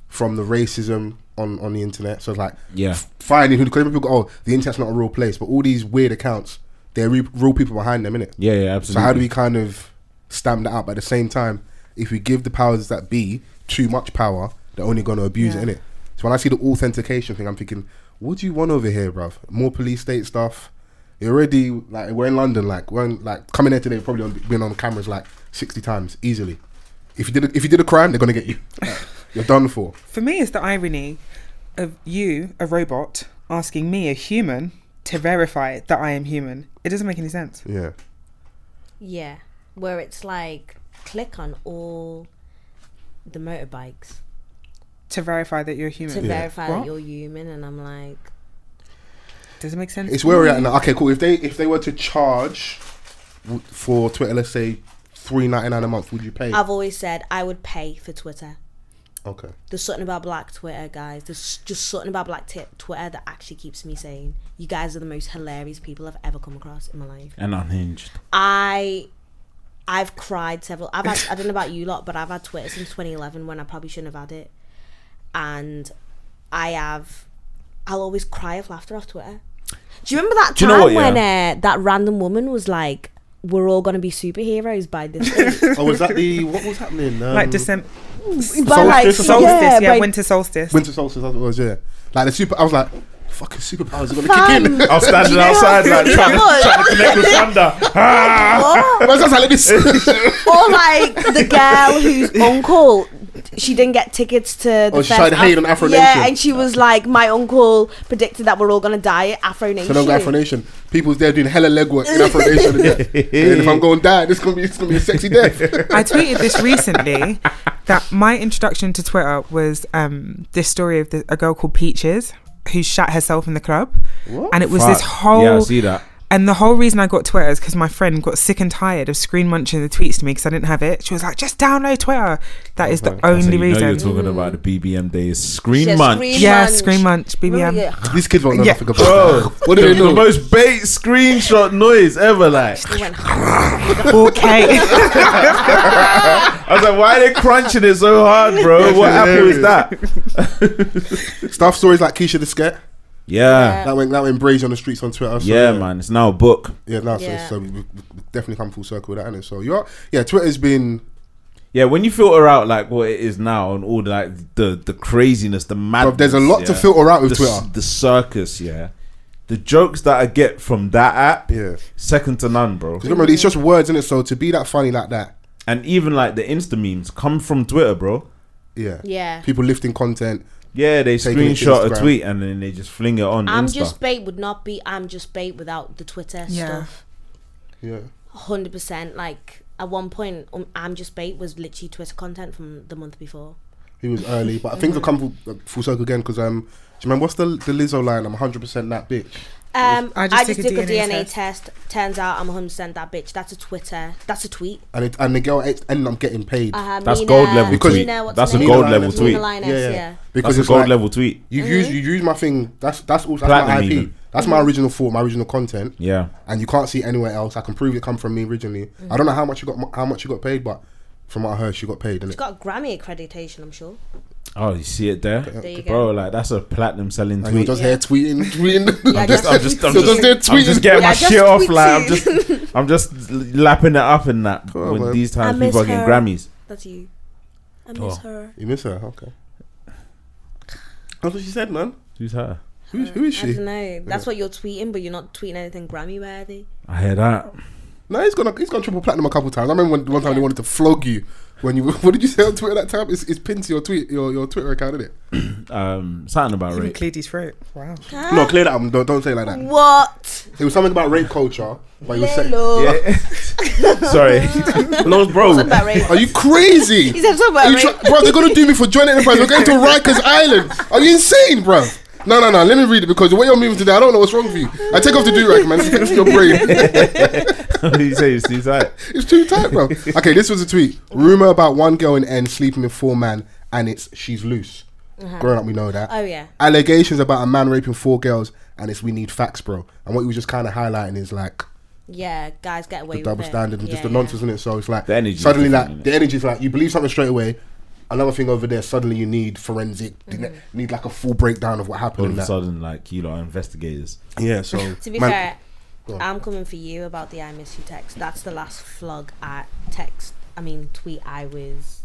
S4: from the racism on on the internet. So it's like
S3: Yeah.
S4: finding who because people go oh the internet's not a real place, but all these weird accounts they're re- real people behind them, innit?
S3: Yeah, yeah,
S4: So
S3: absolutely.
S4: how do we kind of stamp that out? But at the same time, if we give the powers that be too much power, they're only going to abuse it,
S5: Yeah.
S4: innit? So when I see the authentication thing, I'm thinking, what do you want over here, bruv? More police state stuff. You're already like we're in London, like we're in, like coming here today, probably on, been on cameras like 60 times easily. If you did a, if you did a crime, they're gonna
S3: [laughs]
S4: get you. You're done for.
S5: For me, it's the irony of you, a robot, asking me, a human, to verify that I am human. It doesn't make any sense.
S4: Yeah.
S6: Yeah. Where it's like click on all the motorbikes
S5: To verify that you're
S6: to
S5: human.
S6: verify that
S5: What?
S6: you're human, and I'm like,
S5: Does it make sense?
S4: It's where we're at now. Okay, cool. If they if they were to charge w- for Twitter, let's say three ninety nine a month, would you pay?
S6: I've always said I would pay for Twitter.
S4: okay.
S6: There's something about black Twitter, guys. There's just something about black t- Twitter that actually keeps me sane. You guys are the most hilarious people I've ever come across in my life.
S3: and unhinged.
S6: I, I've cried several. I've had, I don't know about you lot, but I've had Twitter since 2011 when I probably shouldn't have had it, and I have. I'll always cry of laughter off Twitter. Do you remember that
S3: Do
S6: time
S3: you know what,
S6: when
S3: yeah?
S6: uh, that random woman was like, "We're all gonna be superheroes by [laughs] this." age?"
S4: Oh, was that the what was happening? Um,
S5: Like December
S6: by like,
S4: Solstice or something?
S5: solstice, yeah,
S6: by
S5: winter solstice.
S4: Winter Solstice, that's what it was, yeah. Like the super, I was like, fucking superpowers are
S3: [laughs]
S4: gonna kick
S6: Fun.
S4: in. [laughs] I
S3: I was standing [laughs] outside, like
S6: [laughs] You
S3: trying,
S6: know-
S3: to, trying to connect with
S4: [laughs]
S3: Thunder.
S6: What?
S4: was just like, let me see.
S6: or like the girl whose
S4: [laughs]
S6: uncle she didn't get tickets to the
S4: Oh, she tried to hate on Afro Nation.
S6: yeah and she was like my uncle predicted that we're all gonna die at Afro
S4: [laughs]
S6: Nation
S4: So don't go Afro Nation. People's there doing hella legwork in Afro Nation. and if I'm going to die, this gonna be it's gonna be a sexy death.
S5: I tweeted this recently that my introduction to Twitter was um, this story of the, a girl called Peaches who shat herself in the club, and it was this
S3: Fuck.
S5: whole.
S3: Yeah, I see that.
S5: And the whole reason I got Twitter is because my friend got sick and tired of screen munching the tweets to me because I didn't have it. She was like, "Just download Twitter." That is the
S3: So
S5: only
S3: you know you're
S5: reason.
S3: talking about the BBM days. Scream
S6: Yeah,
S3: month.
S6: Scream
S5: yeah,
S6: Munch.
S5: screen munch, BBM.
S4: These kids won't know
S5: Yeah.
S4: nothing about
S3: Bro,
S4: that. [laughs] What do
S3: the,
S4: they know?
S3: the most bait screenshot noise ever. Like,
S6: He went,
S5: [laughs] Okay.
S3: I was like, why are they crunching it so hard, bro? What apple is that?
S4: Stuff stories like Keisha the Sket
S3: Yeah,
S4: that went that went brazy on the streets on Twitter. So
S3: yeah, man. It's now a book.
S4: Yeah, no,
S6: Yeah.
S4: so, so we, we we definitely come full circle with that, innit? So you're yeah, Twitter's been
S3: Yeah, when you filter out like what it is now and all the, like the the craziness, the madness.
S4: Bruv, there's a lot to
S3: yeah,
S4: filter out with
S3: the,
S4: Twitter.
S3: The circus, yeah. The jokes that I get from that app,
S4: yeah.
S3: second to none, bro.
S4: 'Cause remember, it's just words, innit? So to be that funny like that,
S3: And even like the Insta memes come from Twitter, bro.
S4: yeah,
S6: [laughs] Yeah.
S4: people lifting content.
S3: Yeah, they
S4: Taking it to
S3: screenshot a
S4: Instagram.
S3: tweet and then they just fling it on
S6: I'm
S3: Insta.
S6: just bait would not be I'm just bait without the Twitter
S5: Yeah.
S6: stuff.
S4: Yeah,
S6: Hundred percent. Like at one point, um, I'm just bait was literally Twitter content from the month before.
S4: he was early, but things have come full, uh, full circle again because um, do you remember what's the the Lizzo line? I'm 100 percent that bitch.
S6: Um,
S5: I
S6: I
S5: just
S6: just,
S5: took a
S6: did a
S5: DNA
S6: DNA, test. Turns out I'm 100 percent that bitch. That's a Twitter. That's a tweet.
S4: And it, and the girl ate- ended up getting paid.
S6: Uh,
S3: That's gold level
S4: Because-
S3: tweet.
S6: Mina, what's
S3: That's
S6: her
S3: a
S6: name?
S4: Nina
S3: gold
S4: Linus.
S3: level
S4: Nina
S3: tweet.
S6: Nina Linus, yeah. Mm-hmm.
S4: because
S3: That's a
S4: it's
S3: gold
S4: like,
S3: level tweet.
S4: You use you use my thing. That's that's also that's my
S3: Platinum
S4: IP.
S3: even.
S4: That's my original thought, my original content,
S3: Yeah.
S4: and you can't see it anywhere else. I can prove it come from me originally. I don't know how much you got how much you got paid, but from what I heard, she got paid.
S6: She's
S4: Innit?
S6: got Grammy accreditation. I'm sure.
S3: Oh, you see it there,
S6: There you
S3: bro?
S6: go.
S3: Like that's a platinum selling
S4: And you're
S3: tweet.
S4: just here tweeting, tweeting.
S6: Yeah,
S3: I'm just, I'm just, I'm
S4: You're
S3: just,
S4: just there
S3: I'm just
S4: tweeting.
S3: getting my
S6: Yeah, just
S3: shit off.
S6: tweeting.
S3: Like I'm
S4: [laughs]
S3: just, I'm just lapping it up in that.
S4: on,
S3: when
S4: man.
S3: these times
S6: I
S3: people are
S6: miss
S3: getting
S6: her.
S3: Grammys.
S6: That's you. I miss
S3: Oh.
S6: her.
S4: you miss her, okay? That's what she said, man.
S3: Who's her?
S4: Who, who is
S6: I don't
S4: she?
S6: know. That's what you're tweeting, but you're not tweeting anything Grammy worthy.
S3: I hear that.
S4: No, he's gonna he's gone triple platinum a couple times. I remember when, one time they wanted to flog you when you [laughs] what did you say on Twitter that time? It's, it's pinned to your tweet your, your Twitter account, isn't it?
S3: Um, something about
S5: Even
S3: rape.
S5: cleared his throat. Wow.
S4: No, clear that. up. Don't don't say it like that.
S6: What?
S4: It was something about rape culture, but you was saying,
S6: Lelo.
S3: Yeah. Sorry.
S6: [laughs]
S3: [laughs]
S4: no, bro,
S6: about rape.
S4: are you
S6: [laughs]
S4: crazy?
S6: He said something
S4: Are
S6: about
S4: you
S6: rape.
S4: try- bro, they're gonna do me for joining enterprise. We're going to Rikers Island. Are you insane, bro? No, no, no. Let me read it because the way you're moving today, I don't know what's wrong with you. I take off the do rag, man. It's finished your brain. [laughs]
S3: you say it's these like
S4: It's too tight, bro. Okay, this was a tweet. Rumor about one girl in N sleeping with four men, and it's she's loose. Growing up, we know that.
S6: Oh yeah.
S4: Allegations about a man raping four girls, and it's we need facts, bro. And what he was just kind of highlighting is like
S6: Yeah, guys get away
S4: the
S6: with
S4: double
S6: it.
S4: standard and
S6: Yeah,
S4: just the
S6: yeah.
S4: nonsense in it. So it's like
S3: The energy is
S4: suddenly
S3: different,
S4: like
S3: innit?
S4: the energy is like you believe something straight away. Another thing over there, suddenly you need forensic, you ne-
S6: Mm-hmm.
S4: need like a full breakdown of what happened.
S3: all
S4: in
S3: of a
S4: that.
S3: sudden, like you lot are investigators.
S4: Yeah, so
S6: [laughs] To be
S4: man, Go
S6: fair,
S4: on.
S6: I'm coming for you about the I miss you text. That's the last flog I text. I mean tweet I was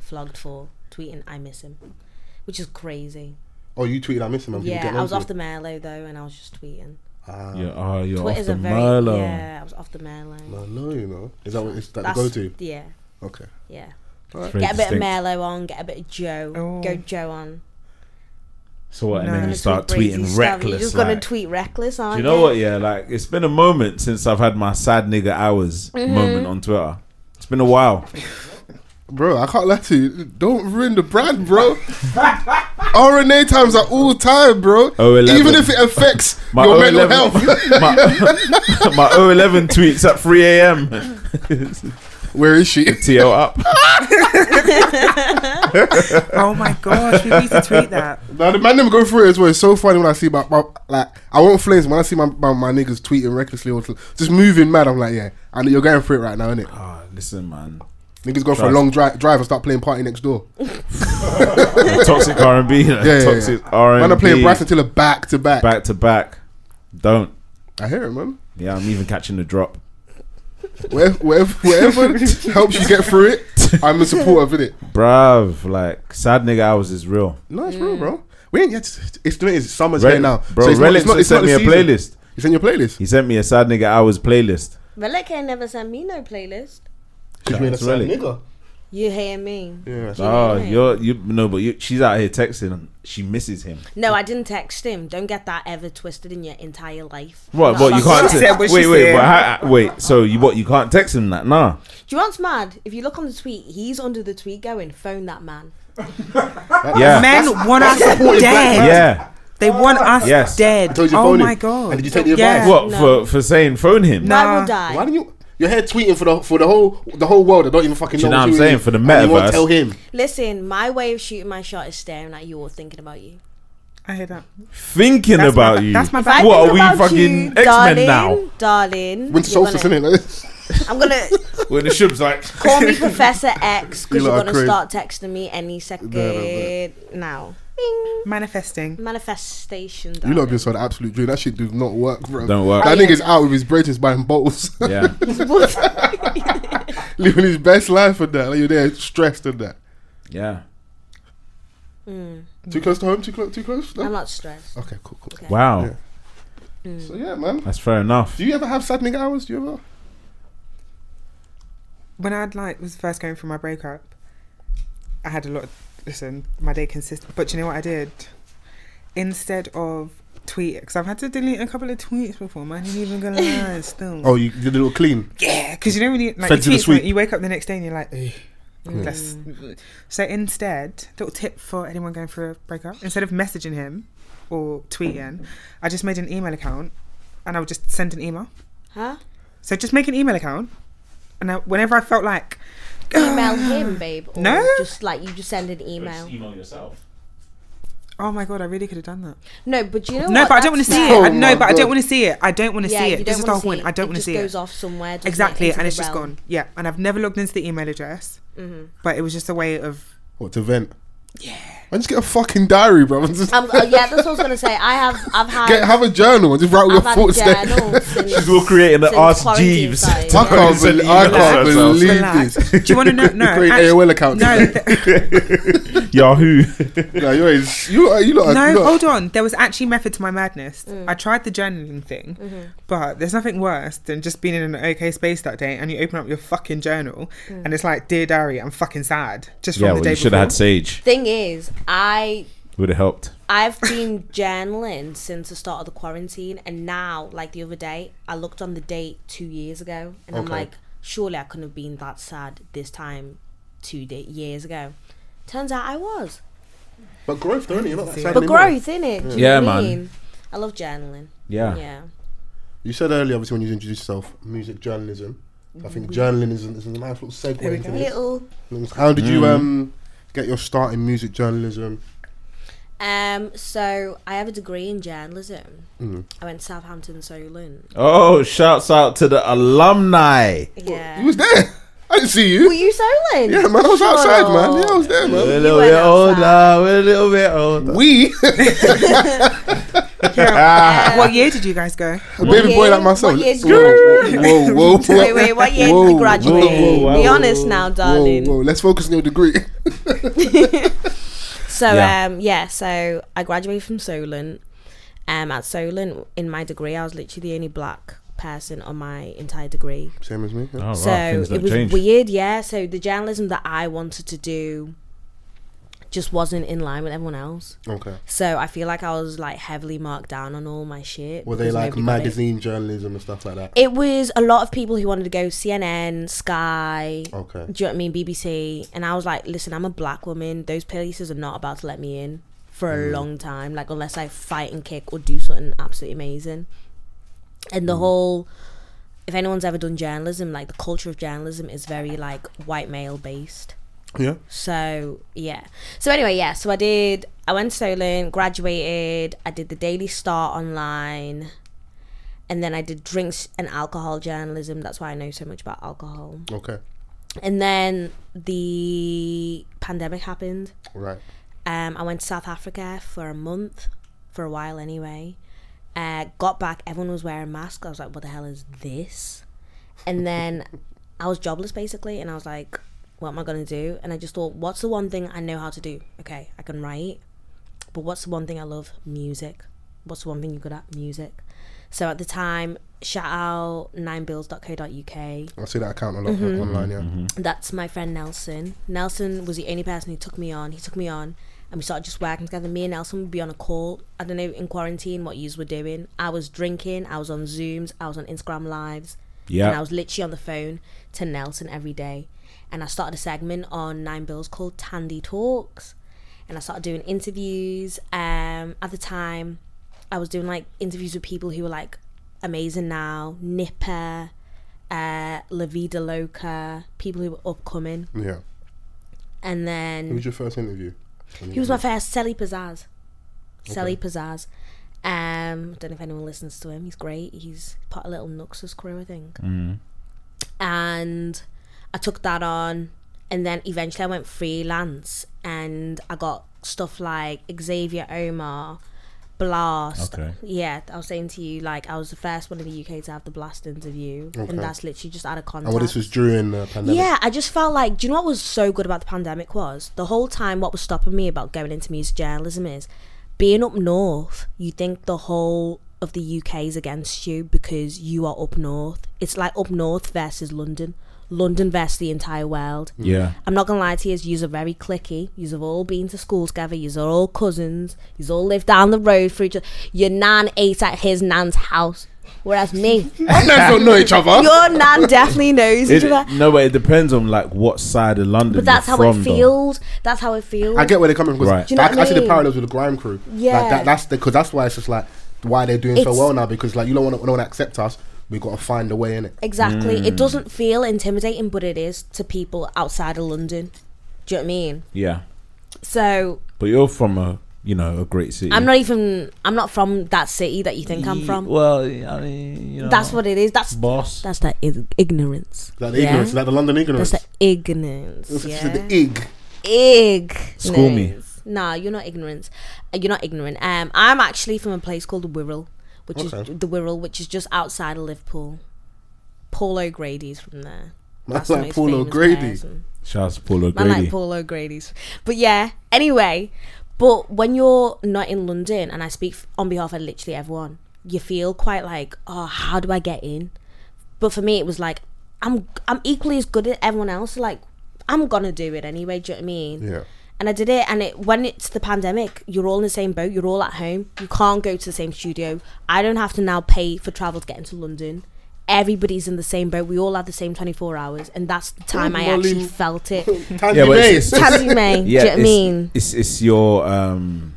S6: flogged for tweeting I miss him, which is crazy.
S4: oh, you tweeted I miss him. And people
S6: yeah,
S4: getting
S6: I was
S4: onto
S6: off the Merlot though, and I was just tweeting.
S4: Ah,
S3: Yeah, oh, you're off
S6: Twitter's
S3: the
S6: a very
S3: Merlot.
S6: yeah. I was off the Merlot.
S4: no, no, you know, is that what is that the
S6: That's-
S4: go-to?
S6: Yeah,
S4: Okay,
S6: yeah.
S3: It's very
S6: get a bit of
S3: distinct.
S6: Merlot on. Get a bit of Joe.
S5: Oh.
S6: Go Joe on.
S3: So what? And
S5: No.
S3: then you
S5: Gonna
S3: start
S6: tweet crazy
S3: tweeting
S6: stuff. You're
S3: reckless.
S6: just
S3: like,
S6: gonna tweet reckless, aren't
S3: Do you know what? Yeah, like it's been a moment since I've had my sad nigga hours
S6: Mm-hmm.
S3: moment on Twitter. It's been a while.
S4: bro, I can't lie to you. Don't ruin the brand,
S6: [laughs]
S4: bro. RNA times are all time, bro.
S3: 011.
S4: Even if it affects
S3: My
S4: your mental
S3: 011
S4: health,
S3: [laughs] my, [laughs] my 011 tweets at 3 a.m.
S4: [laughs]
S3: [laughs]
S4: where is she?
S3: TL up.
S5: Oh my gosh, we need to tweet that.
S4: Now the man them go through it as well. It's so funny when I see my, my like I won't flinch when I see my, my, my niggas tweeting recklessly or just moving mad. I'm like, yeah, I know you're going through it right now, innit?
S3: Ah, listen, man.
S4: Niggas go for a
S3: Trust.
S4: long dri- drive and start playing party
S3: [laughs]
S4: next door.
S3: Toxic R&B. like,
S4: yeah, yeah.
S3: toxic R&B.
S4: Man, I'm playing Brass until a back to back.
S3: back to back. Don't.
S4: I hear it, man.
S3: Yeah, I'm even catching the drop.
S4: Wherever, wherever,
S3: [laughs]
S4: wherever helps you get through it, I'm a supporter of [laughs] it.
S3: Bruv, like sad nigga hours is real.
S4: No, it's real, bro. We ain't yet. It's doing it's summer's
S3: Re-
S4: here now,
S3: Bro,
S4: So it's
S3: Relics sent
S4: the
S3: me a
S4: season.
S3: playlist.
S4: It's in your playlist.
S3: He sent me a sad nigga hours playlist.
S6: Relic ain't never sent me no playlist.
S4: She's being a
S3: It's
S4: sad
S3: Relic.
S4: nigga.
S6: You hear me?
S4: Yeah.
S6: Do you know what
S3: Oh,
S6: I mean?
S3: you're you no, but you, she's out here texting. and She misses him.
S6: No, I didn't text him. Don't get that ever twisted in your entire life.
S3: What?
S6: Not
S3: What? You
S6: like-
S3: can't.
S5: She
S3: Te-
S5: said what
S3: wait,
S5: she
S3: wait,
S5: said.
S3: but how- wait. So you what? You can't text him that? Nah.
S6: Do you know what's mad? If you look on the tweet, he's under the tweet going, phone that man.
S3: Yeah.
S5: Men want us dead.
S3: Yeah.
S5: They want us
S3: Yes.
S5: dead.
S4: told you
S5: Oh
S4: phone him.
S5: my god.
S4: And did you take the advice?
S3: What
S6: No.
S3: for? For saying phone him?
S5: No. Nah.
S6: Why would I?
S4: Why didn't you? You're here tweeting for the for the whole the whole world. I don't even fucking
S3: Do you know what
S4: who
S3: I'm
S4: he
S3: saying?
S4: is.
S3: For the
S4: And you won't
S3: metaverse.
S4: tell him.
S6: Listen, my way of shooting my shot is staring at you or thinking about you.
S5: I hear that.
S3: Thinking
S5: That's my
S3: about
S5: ba-
S3: you.
S5: that's my
S3: [laughs]
S5: If I
S6: I
S3: What
S6: think
S3: are we
S6: about
S3: fucking
S6: you,
S3: X Men
S6: darling,
S3: now?
S6: Darling.
S4: Winter
S6: you're
S4: solstice,
S6: gonna-
S4: isn't it?
S3: [laughs]
S6: [laughs] I'm going to
S3: Where the ship's like.
S4: [laughs]
S6: call me Professor X because
S4: You
S6: you are
S4: lot are
S6: going to
S4: crazy.
S6: start texting me any second
S4: no,
S6: now. Bing.
S5: Manifesting.
S6: Manifestation.
S4: You
S6: Darling.
S4: lot been so the absolute dream. That shit does not work, bro.
S3: Don't work.
S4: That nigga's out with his braces buying bottles,
S3: [laughs]
S4: [laughs]
S3: Yeah.
S4: living his best life and that. Like you're there stressed and that.
S3: Yeah.
S4: Too close to home. Too close. Too close. No?
S6: Hmm, I'm not stressed.
S4: okay, cool, cool.
S3: Wow.
S4: Yeah.
S6: Mm.
S4: So yeah, man.
S3: That's fair enough.
S4: Do you ever have sad nigga hours? Do you ever?
S5: When I'd like was first going through my breakup, I had a lot of listen, my day consistent. But you know what I did? Instead of tweet, because I've had to delete a couple of tweets before. Man, I'm even
S4: [laughs]
S5: gonna lie, still.
S4: Oh, you did a little clean.
S5: Yeah, because you know when you like
S4: Fed to the Mm.
S5: you, tweet, like,
S4: sweep.
S5: you wake up the next day and you're like, "Ugh, that's- so instead, little tip for anyone going through a breakup: instead of messaging him or tweeting, I just made an email account and I would just send an email.
S6: Huh?
S5: So just make an email account, and I, whenever I felt like
S6: Email him, babe. Or
S5: No.
S6: Just like you just send an email.
S3: email yourself.
S5: Oh my god! I really could have done that.
S6: No, but you know
S5: No,
S6: what?
S5: but I don't want
S6: That's
S5: to see
S6: fair.
S5: it. I,
S4: Oh
S5: no,
S4: my
S5: but I
S4: God.
S5: don't want to see it. I don't want to
S6: Yeah,
S5: see
S6: you
S5: it.
S6: don't
S5: This is the
S6: wanna
S5: whole point.
S6: see
S5: I don't want to see
S6: It
S5: it.
S6: just goes off somewhere. doesn't it,
S5: exactly,
S6: into
S5: and
S6: the
S5: it's just
S6: realm. Mm-hmm.
S5: gone. Yeah, and I've never logged into the email address, but it was just a way of.
S4: What to vent? Yeah. I just get a fucking diary, bro. [laughs] and Just
S6: Um, oh, yeah, that's what I was gonna say. I have, I've had,
S4: get have a journal and just write all your
S6: I've had
S4: thoughts
S6: a
S4: there. [laughs]
S6: journal since.
S3: She's all creating an
S6: Since
S3: ask
S6: quarantine
S3: Jeeves.
S6: started.
S4: I can't,
S3: Send
S4: believe, I
S3: emails
S4: can't
S3: to
S4: believe
S5: Relax.
S4: this.
S5: Do you want to know? No,
S4: [laughs] Create
S5: actually-
S4: AOL account.
S5: No, th-
S3: Yahoo.
S4: [laughs]
S3: [laughs]
S4: Nah, you're, a- you are, you
S3: Uh,
S4: lot are, you
S5: no.
S4: lot-
S5: Hold on. There was actually method to my madness.
S6: Mm.
S5: I tried the journaling thing,
S6: Mm-hmm.
S5: but there's nothing worse than just being in an okay space that day, and you open up your fucking journal,
S6: Mm.
S5: and it's like, dear diary, I'm fucking sad. Just from
S3: yeah,
S5: the
S3: well,
S5: day
S3: you should
S5: before.
S3: have had Sage.
S6: Thing is, I
S3: Would have helped.
S6: I've been journaling since the start of the quarantine, and now, like the other day, I looked on the date two years ago, and I'm
S4: Okay.
S6: like, surely I couldn't have been that sad this time two da years ago. Turns out I was.
S4: But growth, don't you? You're not that sad
S6: But
S4: anymore.
S6: growth, innit? Do you
S3: Yeah,
S6: know what I
S3: man.
S6: mean? I love journaling.
S4: Ah.
S3: Yeah.
S6: Yeah.
S4: You said earlier, obviously, when you introduced yourself, music journalism. I think journalism is, is a nice little segue
S5: Mm-hmm. we
S4: into
S5: go.
S4: this.
S6: Little.
S4: How did you um get your start in music journalism?
S6: Um, so I have a degree in journalism.
S4: Mm.
S6: I went to Southampton Solent.
S3: Oh, shouts out to the alumni.
S6: Yeah.
S4: You was there. I didn't see
S6: Were
S4: you.
S6: you Oh. Solent?
S4: Yeah, man, I was
S6: Shut
S4: outside,
S6: up.
S4: man. Yeah, I was there,
S3: We're
S4: man.
S3: a little
S6: went
S3: bit
S6: outside.
S3: older. We're a little bit older. [laughs]
S4: We,
S3: Oh,
S5: Yeah. what year did you guys go?
S4: a baby
S6: year-
S4: boy like myself.
S6: what year did
S4: whoa, whoa,
S5: [laughs]
S4: whoa, whoa.
S6: [laughs]
S4: [laughs]
S6: Wait, wait, what year
S4: Whoa,
S6: did
S4: whoa,
S6: you graduate?
S3: whoa,
S6: Be
S3: whoa,
S6: honest now, darling.
S4: Whoa, whoa, let's focus on your degree.
S6: [laughs] So
S3: Yeah.
S6: um yeah, so I graduated from Solent. Um at Solent in my degree I was literally the only black person on my entire degree.
S4: Same as me. yeah.
S3: Oh, wow,
S6: so
S3: things
S6: it
S3: don't
S6: was
S3: change.
S6: weird, yeah. So the journalism that I wanted to do just wasn't in line with everyone else.
S4: Okay.
S6: So I feel like I was like heavily marked down on all my shit.
S4: Were they
S6: because
S4: like
S6: nobody got it.
S4: magazine journalism and stuff like that?
S6: It was a lot of people who wanted to go CNN, Sky,
S4: Okay.
S6: do you know what I mean? BBC. And I was like, listen, I'm a black woman. Those places are not about to let me in for a long time. Like, unless I fight and kick or do something absolutely amazing. And the whole, if anyone's ever done journalism, like the culture of journalism is very like white male based.
S4: Yeah.
S6: So yeah. So anyway, yeah. So I did. I went to Solon, graduated. I did the Daily Star online, and then I did drinks and alcohol journalism. That's why I know so much about alcohol.
S4: Okay.
S6: And then the pandemic happened.
S4: Right.
S6: Um, I went to South Africa for a month, for a while anyway. Uh, got back, everyone was wearing masks. I was like, what the hell is this? And then I was jobless basically, and I was like, what am I going to do? And I just thought, what's the one thing I know how to do? Okay, I can write, but what's the one thing I love? Music. What's the one thing you're good at? Music. So at the time, shout out ninebills.co.uk.
S4: I see that account a lot
S6: Mm-hmm.
S4: on- online. Yeah. Mm-hmm.
S6: That's my friend Nelson. Nelson was the only person who took me on. He took me on, and we started just working together. Me and Nelson would be on a call. I don't know in quarantine what yous were doing. I was drinking. I was on Zooms. I was on Instagram Lives. And I
S3: Yeah.
S6: was literally on the phone to Nelson every day. And I started a segment on Nine Bills called Tandy Talks. And I started doing interviews. Um, at the time, I was doing like interviews with people who were like amazing now, Nipper, uh, La Vida Loca, people who were upcoming.
S4: Yeah.
S6: And
S4: Who
S6: then
S4: was your first interview?
S6: he was my first Selly Pizzazz. Selly Pizzazz. Um, don't know if anyone listens to him. He's great. He's part of Little Nux's crew, I think.
S4: Mm.
S6: And I took that on, and then eventually I went freelance, and I got stuff like Xavier Omar, Blast.
S3: Okay.
S6: Yeah, I was saying to you, like I was the first one in the UK to have the Blast interview,
S4: Okay.
S6: and that's literally just out of context.
S4: And well, this was during the pandemic.
S6: Yeah, I just felt like, do you know what was so good about the pandemic was the whole time what was stopping me about going into music journalism is being up north, you think the whole of the UK is against you because you are up north. It's like up north versus London. London vs the entire world.
S3: [laughs] Yeah.
S6: I'm not gonna lie to you, yous are very clicky. Yous have all been to school together. Yous are all cousins. Yous all live down the road for each other. Your nan ate at his nan's house, whereas me,
S4: I don't know each
S6: [laughs]
S4: other.
S6: your nan definitely knows each
S3: It,
S6: other.
S3: no, but it depends on like what side of London.
S6: But that's
S3: you're
S6: how it
S3: from, though.
S6: feels. That's how it feels.
S4: I get where they're coming from. 'cause
S3: Right.
S6: Do you know
S4: I,
S6: what
S4: I
S6: I
S4: see the
S6: mean?
S4: parallels with the grime crew.
S6: Yeah.
S4: like that, that's because that's why it's just like why they're doing so
S6: It's-
S4: well now because like you don't want to, don't want to accept us. We got to find a way in it.
S6: Exactly.
S3: Hmm.
S6: It doesn't feel intimidating, but it is to people outside of London. Do you know what I mean?
S3: Yeah,
S6: So
S3: but you're from a you know a great city.
S6: I'm not even. I'm not from that city that you think I'm
S3: Ye-
S6: from.
S3: Well, I mean, you know,
S6: that's what it is. That's
S3: boss.
S6: that's the ig- ignorance.
S4: Like the ignorance, like the London ignorance.
S6: That's the
S4: [laughs]
S6: ignorance.
S4: It's just
S6: Yeah.
S4: the ig.
S6: Ig.
S3: School me.
S6: Nah, you're not ignorant. Uh, You're not ignorant. Um, I'm actually from a place called the Wirral, which
S4: Okay.
S6: is the Wirral, which is just outside of Liverpool. Paul O'Grady's from there.
S4: That's
S6: the
S4: like
S6: most
S4: Paul
S6: famous
S4: O'Grady.
S6: person.
S3: Shout out to Paul
S6: I like
S3: O'Grady.
S6: Paul O'Grady's. But yeah, anyway, but when you're not in London, and I speak f- on behalf of literally everyone, you feel quite like, oh, how do I get in? But for me, it was like, I'm I'm equally as good as everyone else. Like, I'm gonna do it anyway. Do you know what I mean?
S4: Yeah.
S6: And I did it. And it when it's the pandemic, you're all in the same boat. You're all at home. You can't go to the same studio. I don't have to now pay for travel to get into London. Everybody's in the same boat. We all had the same 24 hours, and that's the time I
S4: Molly.
S6: actually felt it.
S4: [laughs] Tandy
S3: Yeah, but it's-
S4: Bass.
S3: it's-
S6: Tandy May. do you know
S3: it's,
S6: what I mean?
S3: it's it's your um,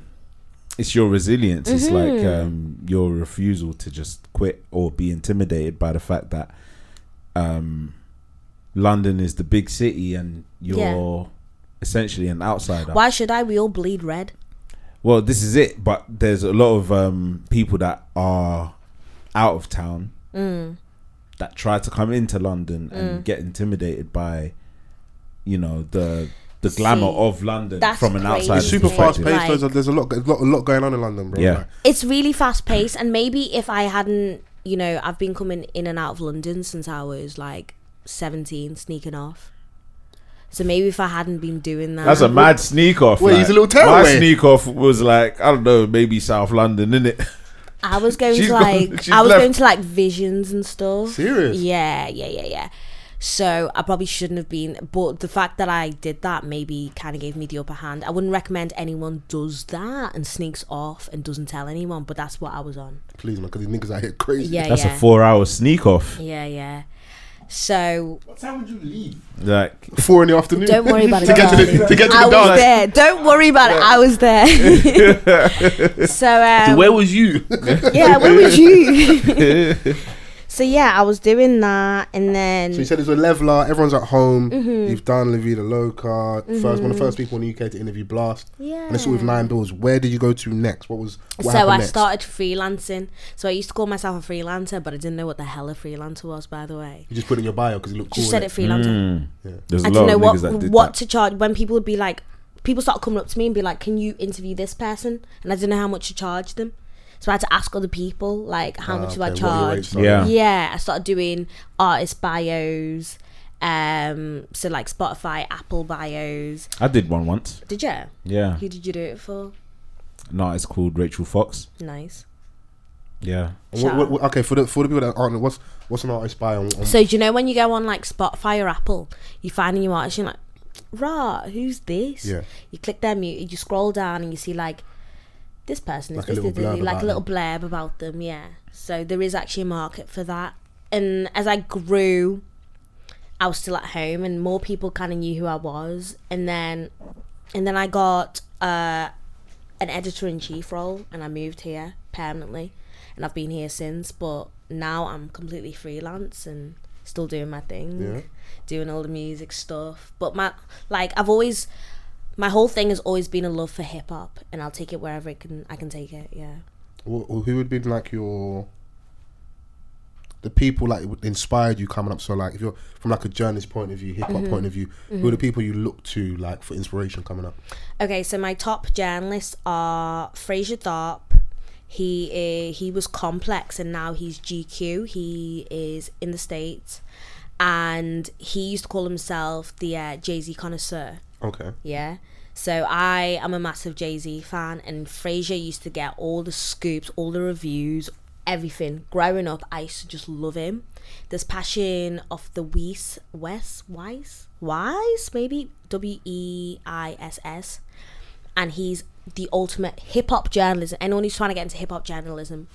S3: it's your resilience.
S6: Mm-hmm.
S3: It's like um, your refusal to just quit or be intimidated by the fact that um, London is the big city and you're essentially an outsider.
S6: Why should I? We all bleed red.
S3: Well, this is it. But there's a lot of um, people that are out of town
S6: Mm.
S3: that try to come into London and get intimidated by, you know, the the glamour
S6: See,
S3: of London
S6: that's
S3: from an
S6: crazy.
S3: outsider
S4: It's super fast
S3: perspective.
S4: paced.
S6: Like-
S4: There's, a, there's a lot, a lot, a lot going on in London, bro.
S3: Yeah.
S4: Like,
S6: It's really fast paced, and maybe if I hadn't, you know, I've been coming in and out of London since I was like 17, sneaking off. So maybe if I hadn't been doing that,
S3: That's a mad sneak off.
S4: Wait,
S3: like,
S4: he's a little
S3: My
S4: tearaway.
S3: sneak off was like I don't know, maybe South London, innit? [laughs]
S6: I was going
S3: She's
S6: to
S3: gone-
S6: like,
S3: she's
S6: I was
S3: left.
S6: going to like visions and stuff.
S4: Serious?
S6: Yeah, yeah, yeah, yeah. So I probably shouldn't have been, but the fact that I did that maybe kind of gave me the upper hand. I wouldn't recommend anyone does that and sneaks off and doesn't tell anyone, but that's what I was on.
S4: please, man, because these niggas out here crazy.
S6: Yeah,
S3: That's
S6: yeah.
S3: a four-hour sneak off.
S6: Yeah, yeah. So
S4: What time would you leave?
S3: Like
S4: [laughs] Four in the afternoon.
S6: don't worry about it.
S4: to get to
S6: darling.
S4: the to get to
S6: I
S4: the
S6: was
S4: dance.
S6: there. Don't worry about it. I
S4: [laughs]
S6: was there. so um,
S3: where was you?
S6: yeah, where was you?
S4: [laughs]
S6: [laughs] so yeah, I was doing that, and
S4: [laughs]
S6: then
S4: So you said it's a leveler. Everyone's at home.
S6: Mm-hmm.
S4: You've done La Vida Loca. First, one of the first people in the UK to interview Blast.
S6: yeah.
S4: And it's all with nine bills. Where did you go to next? What was what
S6: so
S4: happened
S6: I
S4: next?
S6: started freelancing. So I used to call myself a freelancer, but I didn't know what the hell a freelancer was, by the way.
S4: You just put it in your bio because it Mm, looked cool.
S6: Just said
S4: innit?
S6: it freelancer.
S3: There's a
S6: I
S3: lot
S6: didn't know
S3: of
S6: what
S3: niggas that did
S6: what
S3: that.
S6: to charge when people would be like, people start coming up to me and be like, "Can you interview this person?" And I didn't know how much to charge them, so I had to ask other people like, "How
S4: Ah,
S6: much do I
S4: okay, what your
S6: charge?"
S4: rates are.
S3: Yeah.
S6: yeah, I started doing artist bios, um, so like Spotify, Apple bios.
S3: I did one once.
S6: Did you?
S3: Yeah,
S6: Who did you do it for?
S3: no, it's called Rachel Fox.
S6: Nice.
S3: Yeah,
S4: And what- what- what- okay, for the for the people that aren't, what's what's an artist bio? Um, On, on,
S6: So do you know when you go on like Spotify or Apple, you find a new artist, you're like, rah, who's this?
S4: Yeah.
S6: You click their music, you scroll down, and you see like this person
S4: Like a
S6: is
S4: little
S6: this, this, this,
S4: blurb
S6: like
S4: about
S6: a little blurb about them. Yeah. So there is actually a market for that. And as I grew, I was still at home, and more people kind of knew who I was. And then, and then I got uh, an editor in chief role, and I moved here permanently, and I've been here since. But now I'm completely freelance and still doing my thing,
S4: Yeah.
S6: doing all the music stuff. But my like I've always my whole thing has always been a love for hip hop, and I'll take it wherever it can. I can take it. Yeah.
S4: wh- who would be like your the people like would- inspired you coming up? So like, if you're from like a journalist point of view, hip
S6: Mm-hmm.
S4: hop point of view, who are the people you look to like for inspiration coming up?
S6: Okay, so my top journalists are Fraser Tharp. He i- he was complex, and now he's GQ. He is in the states, and he used to call himself the uh, Jay Z connoisseur.
S4: Okay,
S6: Yeah. So I am a massive Jay Z fan, and Frasier used to get all the scoops, all the reviews, everything. Growing up, I used to just love him. This passion of the Weiss, Wes, Wise, Wise, maybe W E I S S, and he's the ultimate hip hop journalism. Anyone who's trying to get into hip hop journalism,